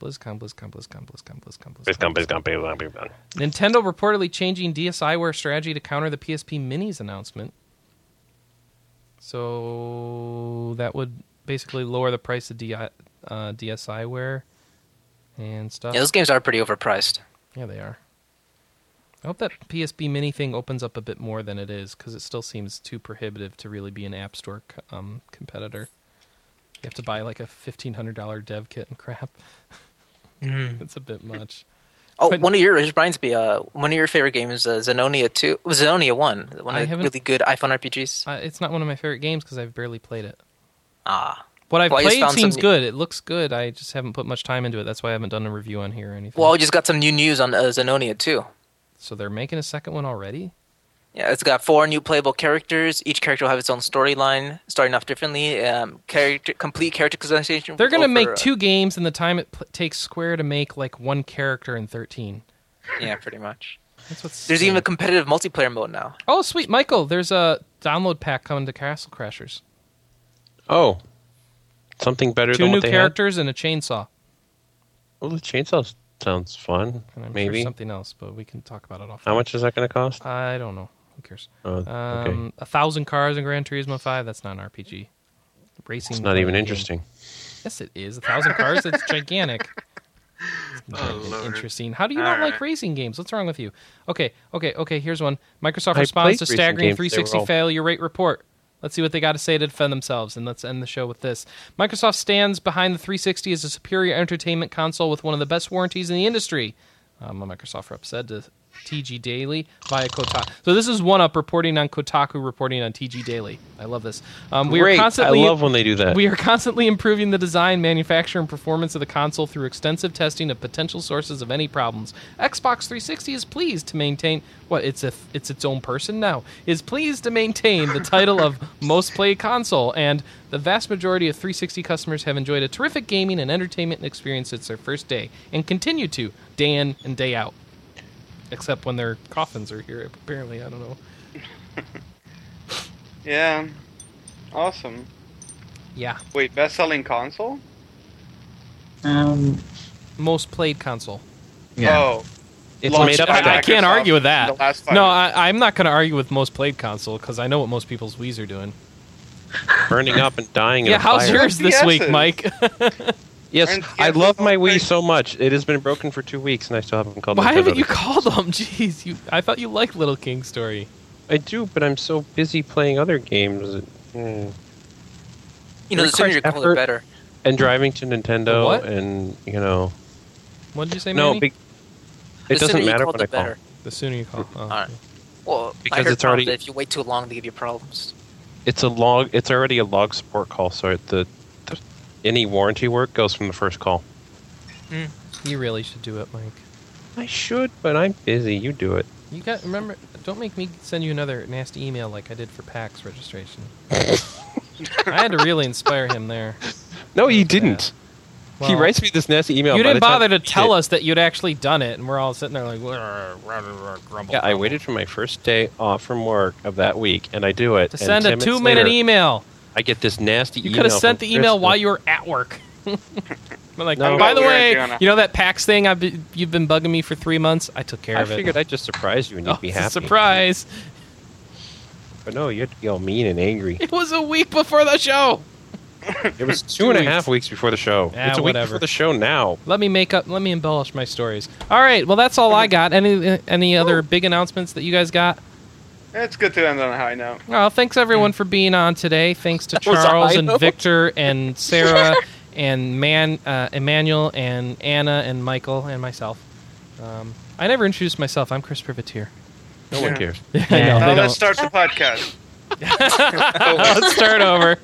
Speaker 1: BlizzCon, BlizzCon, BlizzCon, BlizzCon, BlizzCon, BlizzCon. Nintendo reportedly changing DSiWare strategy to counter the PSP Mini's announcement. So that would basically lower the price of D- uh, DSiWare and stuff.
Speaker 5: Yeah, those games are pretty overpriced.
Speaker 1: Yeah, they are. I hope that PSP Mini thing opens up a bit more than it is because it still seems too prohibitive to really be an App Store c- um, competitor. You have to buy like a fifteen hundred dollar dev kit and crap. [LAUGHS] it's a bit much.
Speaker 5: Oh,
Speaker 1: Mm-hmm. But-
Speaker 5: one of your it reminds me. Uh, one of your favorite games, uh, Zenonia Two, Zenonia One, one
Speaker 1: I
Speaker 5: of the
Speaker 1: haven't-
Speaker 5: really good iPhone RPGs.
Speaker 1: Uh, it's not one of my favorite games because I've barely played it.
Speaker 5: Ah,
Speaker 1: What I've
Speaker 5: Well, I just
Speaker 1: played
Speaker 5: found
Speaker 1: seems
Speaker 5: some-
Speaker 1: good. It looks good. I just haven't put much time into it. That's why I haven't done a review on here or anything.
Speaker 5: well, we just got some new news on uh, Zenonia Two.
Speaker 1: so they're making a second one already.
Speaker 5: Yeah, it's got four new playable characters. Each character will have its own storyline, starting off differently. Um, character complete character customization.
Speaker 1: They're gonna
Speaker 5: over,
Speaker 1: make
Speaker 5: uh,
Speaker 1: two games in the time it pl- takes Square to make like one character in thirteen.
Speaker 5: Yeah, pretty much.
Speaker 1: That's what's
Speaker 5: There's even a competitive multiplayer mode now.
Speaker 1: Oh, sweet, Michael. There's a download pack coming to Castle Crashers.
Speaker 3: Oh, something better
Speaker 1: Two
Speaker 3: than
Speaker 1: new
Speaker 3: what they had.
Speaker 1: characters and a chainsaw.
Speaker 3: Oh, the chainsaw sounds fun.
Speaker 1: And I'm
Speaker 3: Maybe.
Speaker 1: sure something else, but we can talk about it off.
Speaker 3: How much is that going to cost?
Speaker 1: I don't know. Who cares?
Speaker 3: Oh,
Speaker 1: Um,
Speaker 3: okay,
Speaker 1: A thousand cars in Gran Turismo Five. That's not an RPG. Racing.
Speaker 3: it's not even
Speaker 1: game.
Speaker 3: interesting.
Speaker 1: Yes, it is. A thousand cars. It's gigantic. It's not
Speaker 4: [LAUGHS] Oh,
Speaker 1: even
Speaker 4: Lord.
Speaker 1: interesting. How do you
Speaker 4: All
Speaker 1: not like
Speaker 4: right.
Speaker 1: racing games? What's wrong with you? Okay, okay, okay. Here's one. Microsoft
Speaker 3: I
Speaker 1: responds
Speaker 3: played
Speaker 1: to
Speaker 3: racing
Speaker 1: staggering
Speaker 3: games. They were
Speaker 1: 360
Speaker 3: all-
Speaker 1: failure rate report. Let's see what they got to say to defend themselves, and let's end the show with this. Microsoft stands behind the 360 as a superior entertainment console with one of the best warranties in the industry. Um, a Microsoft rep said to TG Daily via Kotaku. So this is one up reporting on Kotaku, reporting on TG Daily. I love this. Um, we
Speaker 3: Great.
Speaker 1: are constantly
Speaker 3: I love when they do that.
Speaker 1: we are constantly improving the design, manufacture, and performance of the console through extensive testing of potential sources of any problems. Xbox 360 is pleased to maintain what it's a it's its own person now is pleased to maintain the title of most played console, and the vast majority of 360 customers have enjoyed a terrific gaming and entertainment experience since their first day, and continue to day in and day out. Except when their coffins are here, apparently. I don't know.
Speaker 4: Yeah. Awesome.
Speaker 1: Yeah,
Speaker 4: Wait, best-selling console?
Speaker 7: um,
Speaker 1: most played console.
Speaker 7: yeah.
Speaker 4: Oh,
Speaker 3: It's
Speaker 4: Launch
Speaker 3: made up.
Speaker 4: by
Speaker 1: I, I can't
Speaker 4: Microsoft
Speaker 1: argue with that.
Speaker 4: in the last five
Speaker 1: no,
Speaker 4: years.
Speaker 1: I, I'm not going to argue with most played console because I know what most people's Wii's are doing.
Speaker 3: burning up and dying. in
Speaker 1: yeah,
Speaker 3: a
Speaker 1: how's
Speaker 3: fire.
Speaker 1: yours this week,
Speaker 4: FPSs.
Speaker 1: Mike?
Speaker 3: Yes,
Speaker 4: Aren't
Speaker 3: I
Speaker 4: you-
Speaker 3: love my Wii so much. It has been broken for two weeks, and I still haven't called.
Speaker 1: Why
Speaker 3: my
Speaker 1: haven't
Speaker 3: brother.
Speaker 1: you called them? Jeez, you, I thought you liked Little King Story.
Speaker 3: I do, but I'm so busy playing other games it- mm.
Speaker 5: You know, the
Speaker 3: requires
Speaker 5: sooner you call
Speaker 3: effort.
Speaker 5: it, better.
Speaker 3: and driving to Nintendo,
Speaker 1: What?
Speaker 3: and you know,
Speaker 1: What did you say,
Speaker 3: no,
Speaker 1: Manny?
Speaker 3: be-
Speaker 5: The
Speaker 3: it doesn't
Speaker 5: sooner you
Speaker 3: matter
Speaker 5: call it,
Speaker 3: when I
Speaker 5: the
Speaker 3: call.
Speaker 5: better.
Speaker 1: the sooner you call. Oh.
Speaker 5: Alright. Well,
Speaker 3: Because
Speaker 5: I heard
Speaker 3: it's already-
Speaker 5: problems that if you wait too long, they give you problems.
Speaker 3: It's a log. It's already a log support call, so it, the, the any warranty work goes from the first call.
Speaker 1: You really should do it, Mike.
Speaker 3: I should, but I'm busy. You do it.
Speaker 1: You got remember. Don't make me send you another nasty email like I did for PAX registration. I had to really inspire him there.
Speaker 3: No, you
Speaker 1: Yeah.
Speaker 3: didn't. he
Speaker 1: Well-
Speaker 3: writes me this nasty email.
Speaker 1: you
Speaker 3: By
Speaker 1: didn't
Speaker 3: the time
Speaker 1: bother
Speaker 3: I
Speaker 1: to
Speaker 3: read
Speaker 1: tell
Speaker 3: it-
Speaker 1: us that you'd actually done it, and we're all sitting there like, "Grr, grr, grr, grumble.
Speaker 3: Yeah, I waited for my first day off from work of that week, and I do it.
Speaker 1: to
Speaker 3: and
Speaker 1: send
Speaker 3: 10
Speaker 1: a
Speaker 3: minutes
Speaker 1: two minute
Speaker 3: later,
Speaker 1: email.
Speaker 3: I get this nasty
Speaker 1: You
Speaker 3: email.
Speaker 1: could have sent
Speaker 3: from
Speaker 1: the email
Speaker 3: Krista.
Speaker 1: while you were at work. [LAUGHS] but like, "Oh,
Speaker 3: No.
Speaker 1: by the
Speaker 4: We're
Speaker 1: way,
Speaker 4: doing a-
Speaker 1: you know that PAX thing? I've been, you've been bugging me for three months. I took care
Speaker 3: I
Speaker 1: of it.
Speaker 3: figured I'd just surprise you and you'd
Speaker 1: [LAUGHS] Oh,
Speaker 3: be
Speaker 1: it's a
Speaker 3: happy.
Speaker 1: surprise!
Speaker 3: But no, you had to be all mean and
Speaker 1: [LAUGHS]
Speaker 3: angry.
Speaker 1: It was a week before the show.
Speaker 3: It was two and a half weeks before the show.
Speaker 1: Ah,
Speaker 3: it's a
Speaker 1: whatever.
Speaker 3: week before the show now.
Speaker 1: Let me make up. Let me embellish my stories. All right. Well, that's all I got. Any uh, any other big announcements that you guys got?
Speaker 4: it's good to end on a high note.
Speaker 1: Well, thanks everyone for being on today. Thanks to
Speaker 3: was a
Speaker 1: Charles
Speaker 3: high
Speaker 1: and
Speaker 3: note.
Speaker 1: Victor and Sarah and Man uh, Emmanuel and Anna and Michael and myself. Um, I never introduced myself. I'm Chris Privateer. [LAUGHS]
Speaker 3: No one cares.
Speaker 1: I know,
Speaker 4: Now
Speaker 1: they
Speaker 4: let's
Speaker 1: don't.
Speaker 4: start the podcast.
Speaker 1: Let's start
Speaker 3: [LAUGHS]
Speaker 1: over.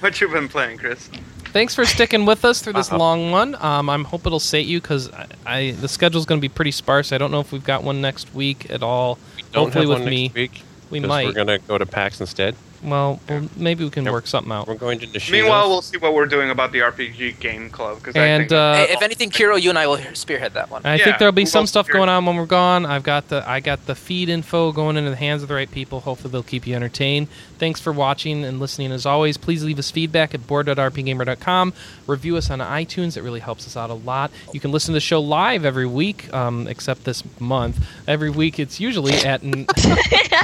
Speaker 4: What you been playing, Chris?
Speaker 1: Thanks for sticking with us through this
Speaker 3: Uh-huh.
Speaker 1: long one. Um, I hope it'll sate you because I, I the schedule's going to be pretty sparse. I don't know if we've got one next week at all.
Speaker 3: Don't
Speaker 1: Hopefully
Speaker 3: have
Speaker 1: with
Speaker 3: one
Speaker 1: me,
Speaker 3: next week.
Speaker 1: we
Speaker 3: 'cause
Speaker 1: might.
Speaker 3: We're gonna go to PAX instead.
Speaker 1: Well, well, maybe we can
Speaker 3: Yep.
Speaker 1: work something out.
Speaker 3: We're going to Nishino.
Speaker 4: Meanwhile, we'll see what we're doing about the RPG game club. 'cause I
Speaker 1: And
Speaker 4: think
Speaker 1: uh,
Speaker 5: Hey, if anything, Kiro, you and I will spearhead that one.
Speaker 1: I
Speaker 4: Yeah,
Speaker 1: think there'll be
Speaker 4: we'll
Speaker 1: some
Speaker 4: both
Speaker 1: stuff
Speaker 4: hear it.
Speaker 1: going on when we're gone. I've got the I got the feed info going into the hands of the right people. Hopefully they'll keep you entertained. Thanks for watching and listening as always. Please leave us feedback at board.rpgamer.com. Review us on iTunes. It really helps us out a lot. You can listen to the show live every week, um, except this month. Every week it's usually at n-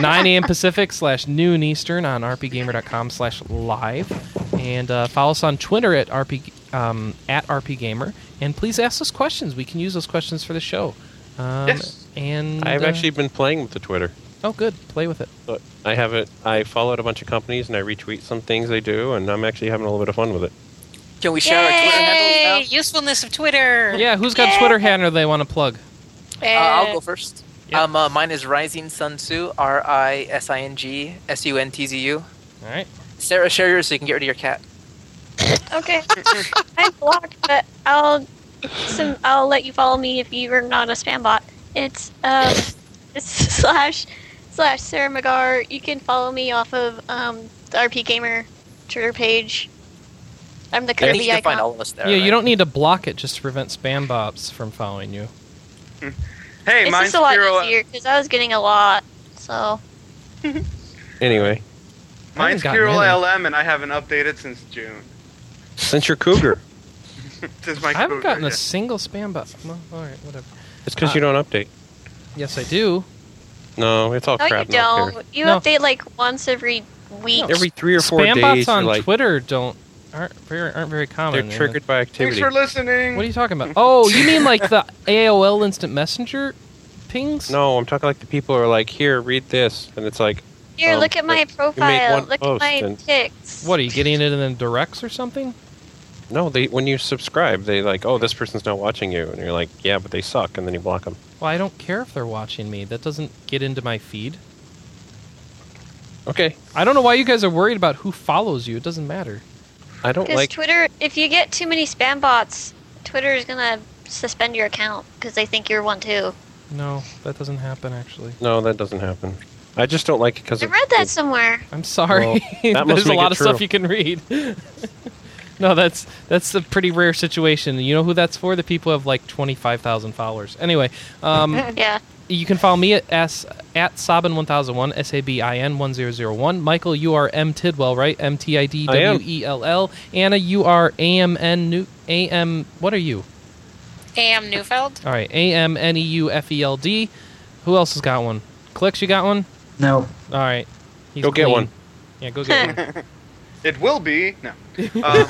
Speaker 1: 9 a.m. Pacific slash noon Eastern on rpgamer.com slash live. And uh, follow us on Twitter at rp um, at rpgamer. And please ask us questions. We can use those questions for the show. Um,
Speaker 4: Yes.
Speaker 1: And
Speaker 3: I've
Speaker 1: uh,
Speaker 3: actually been playing with the Twitter.
Speaker 1: oh, good. Play with it.
Speaker 3: But I have it. I followed a bunch of companies and I retweet some things they do, and I'm actually having a little bit of fun with it.
Speaker 5: Can we share our Twitter
Speaker 6: Yay!
Speaker 5: handles
Speaker 6: Usefulness of Twitter.
Speaker 1: Yeah. Who's got a
Speaker 2: Yeah.
Speaker 1: Twitter handle they want to plug?
Speaker 5: now? Uh, I'll go first.
Speaker 1: Yeah.
Speaker 5: Um, uh, mine is Rising Sun Tzu, R I S I N G S U N T Z U.
Speaker 1: All right.
Speaker 5: Sarah, share yours so you can get rid of your cat.
Speaker 2: Okay. I'm blocked, but I'll some I'll let you follow me if you're not a spam bot. It's um it's [LAUGHS] slash slash Sarah Magar. You can follow me off of um the RP Gamer Twitter page. I'm the
Speaker 5: I think
Speaker 2: Kirby
Speaker 5: you can
Speaker 2: icon.
Speaker 5: find all of us there.
Speaker 1: yeah. You
Speaker 5: right?
Speaker 1: don't need to block it just to prevent spam bots from following you.
Speaker 4: hey,
Speaker 2: it's
Speaker 4: mine's
Speaker 2: just a lot
Speaker 4: Kiro.
Speaker 2: easier because I was getting a lot. So
Speaker 3: Anyway,
Speaker 4: Mine's
Speaker 1: gotten
Speaker 4: Kiro
Speaker 1: any.
Speaker 4: LM, and I haven't updated since June.
Speaker 3: since you're Cougar,
Speaker 4: Since my
Speaker 1: I haven't
Speaker 4: Kruger,
Speaker 1: gotten a
Speaker 4: yeah.
Speaker 1: single spam bot. Well, all right. Whatever.
Speaker 3: it's because
Speaker 1: Uh,
Speaker 3: you don't update.
Speaker 1: Yes, I do.
Speaker 3: No, it's all
Speaker 2: no, you
Speaker 3: Oh, crap. no one
Speaker 2: don't.
Speaker 3: cares.
Speaker 2: You
Speaker 1: No.
Speaker 2: update like once every week.
Speaker 1: No.
Speaker 3: Every three or four
Speaker 1: spam
Speaker 3: days,
Speaker 1: bots on
Speaker 3: you're like,
Speaker 1: Twitter don't aren't very aren't very common.
Speaker 3: they're triggered by
Speaker 4: Thanks
Speaker 3: activity.
Speaker 4: for listening.
Speaker 1: What are you talking about? Oh, you mean like the [LAUGHS] AOL Instant Messenger pings?
Speaker 3: No, I'm talking like the people who are like, here, read this, and it's like,
Speaker 2: Here,
Speaker 3: Um,
Speaker 2: look at my
Speaker 3: but
Speaker 2: profile.
Speaker 3: one
Speaker 2: Look at
Speaker 3: post
Speaker 2: my
Speaker 3: and-
Speaker 2: pics.
Speaker 1: What are you getting it in the directs or something?
Speaker 3: no, they when you subscribe, they like, oh, this person's not watching you, and you're like, yeah, but they suck, and then you block them.
Speaker 1: Well, I don't care if they're watching me. That doesn't get into my feed.
Speaker 3: Okay,
Speaker 1: I don't know why you guys are worried about who follows you. It doesn't matter.
Speaker 3: I don't
Speaker 2: Because
Speaker 3: like.
Speaker 2: Twitter, if you get too many spam bots, Twitter is gonna suspend your account because they think you're one too.
Speaker 1: No, that doesn't happen actually.
Speaker 3: no, that doesn't happen. I just don't like it because
Speaker 2: I read that somewhere.
Speaker 1: I'm sorry.
Speaker 3: Well,
Speaker 1: [LAUGHS]
Speaker 3: that must
Speaker 1: There's a
Speaker 3: make
Speaker 1: lot
Speaker 3: it
Speaker 1: of stuff
Speaker 3: true.
Speaker 1: you can read. [LAUGHS] no, that's that's a pretty rare situation. You know who that's for? The people who have like 25,000 followers. Anyway, [LAUGHS] um,
Speaker 2: Yeah.
Speaker 1: You can follow me at s at sabin one thousand one s a b i n one zero zero one. Michael, you are m tidwell, right? M t i d
Speaker 3: I am.
Speaker 1: w e l l. Anna, you are a m n new a m. What are you?
Speaker 6: Am Newfeld.
Speaker 1: All right, a m n e u f e l d. Who else has got one? Clicks, you got one.
Speaker 7: No,
Speaker 1: All right, He's
Speaker 3: Go get
Speaker 1: clean.
Speaker 3: one.
Speaker 1: Yeah, go get
Speaker 2: [LAUGHS]
Speaker 1: one.
Speaker 4: It will be
Speaker 1: [LAUGHS]
Speaker 4: no. Um,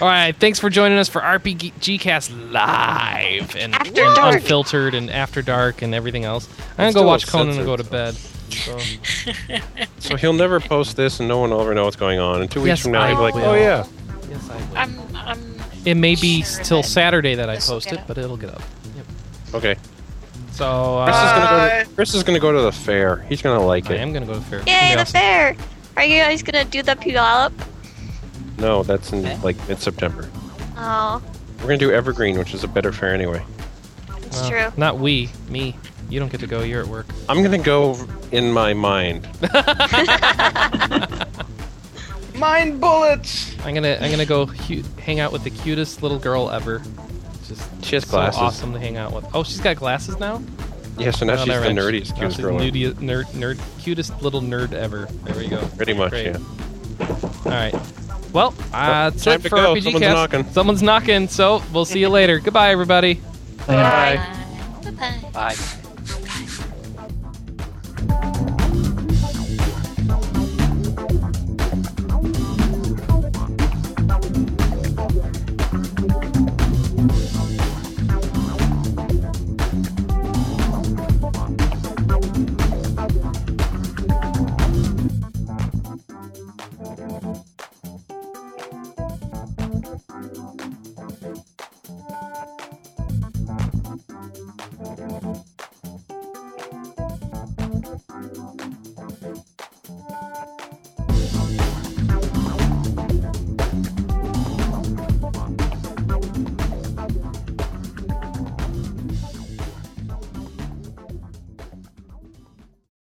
Speaker 1: All right, thanks for joining us for RPG Cast live and,
Speaker 2: After
Speaker 1: and
Speaker 2: dark.
Speaker 1: unfiltered and after dark and everything else. I'm gonna
Speaker 3: It's
Speaker 1: go
Speaker 3: still
Speaker 1: watch Conan and go to
Speaker 3: censored,
Speaker 1: bed. So.
Speaker 3: So he'll never post this, and no one will ever know what's going on. And two weeks
Speaker 1: Yes,
Speaker 3: from now,
Speaker 1: I
Speaker 3: he'll be like,
Speaker 1: will.
Speaker 3: oh yeah,
Speaker 1: Yes, I will.
Speaker 6: I'm. I'm.
Speaker 1: It may be
Speaker 6: Sure,
Speaker 1: till
Speaker 6: but
Speaker 1: Saturday that I
Speaker 6: this'll
Speaker 1: post
Speaker 6: get
Speaker 1: it,
Speaker 6: up.
Speaker 1: but it'll get up.
Speaker 3: okay.
Speaker 1: So uh,
Speaker 3: Chris is, gonna
Speaker 4: Bye.
Speaker 3: go to, Chris is gonna go to the fair. He's gonna like
Speaker 1: I
Speaker 3: it.
Speaker 1: am gonna go to fair.
Speaker 2: Yay, the
Speaker 1: Yes.
Speaker 2: fair! Are you guys gonna do the Puyallup?
Speaker 3: No, that's in like mid-September.
Speaker 2: Oh,
Speaker 3: We're gonna do Evergreen, which is a better fair anyway.
Speaker 2: it's
Speaker 1: Uh,
Speaker 2: true.
Speaker 1: Not we, me. You don't get to go. You're at work.
Speaker 3: I'm gonna go in my mind.
Speaker 4: Mind bullets.
Speaker 1: I'm gonna I'm gonna go hu- hang out with the cutest little girl ever. Just
Speaker 3: She has
Speaker 1: so
Speaker 3: glasses.
Speaker 1: awesome to hang out with. Oh, she's got glasses now. Oh,
Speaker 3: Yeah, so now
Speaker 1: No,
Speaker 3: she's
Speaker 1: never
Speaker 3: the
Speaker 1: mind.
Speaker 3: nerdiest
Speaker 1: Now
Speaker 3: cutest
Speaker 1: she's
Speaker 3: girl.
Speaker 1: the nerdiest- nerd, nerd, cutest little nerd ever. There we go.
Speaker 3: Pretty much,
Speaker 1: Great.
Speaker 3: yeah.
Speaker 1: All right. Well, uh, that's
Speaker 3: time
Speaker 1: it
Speaker 3: to
Speaker 1: for
Speaker 3: go.
Speaker 1: RPG
Speaker 3: Someone's
Speaker 1: Cast.
Speaker 3: knocking.
Speaker 1: Someone's knocking. So we'll see you later. Goodbye, everybody.
Speaker 7: thank-
Speaker 2: Bye. Bye.
Speaker 5: Bye.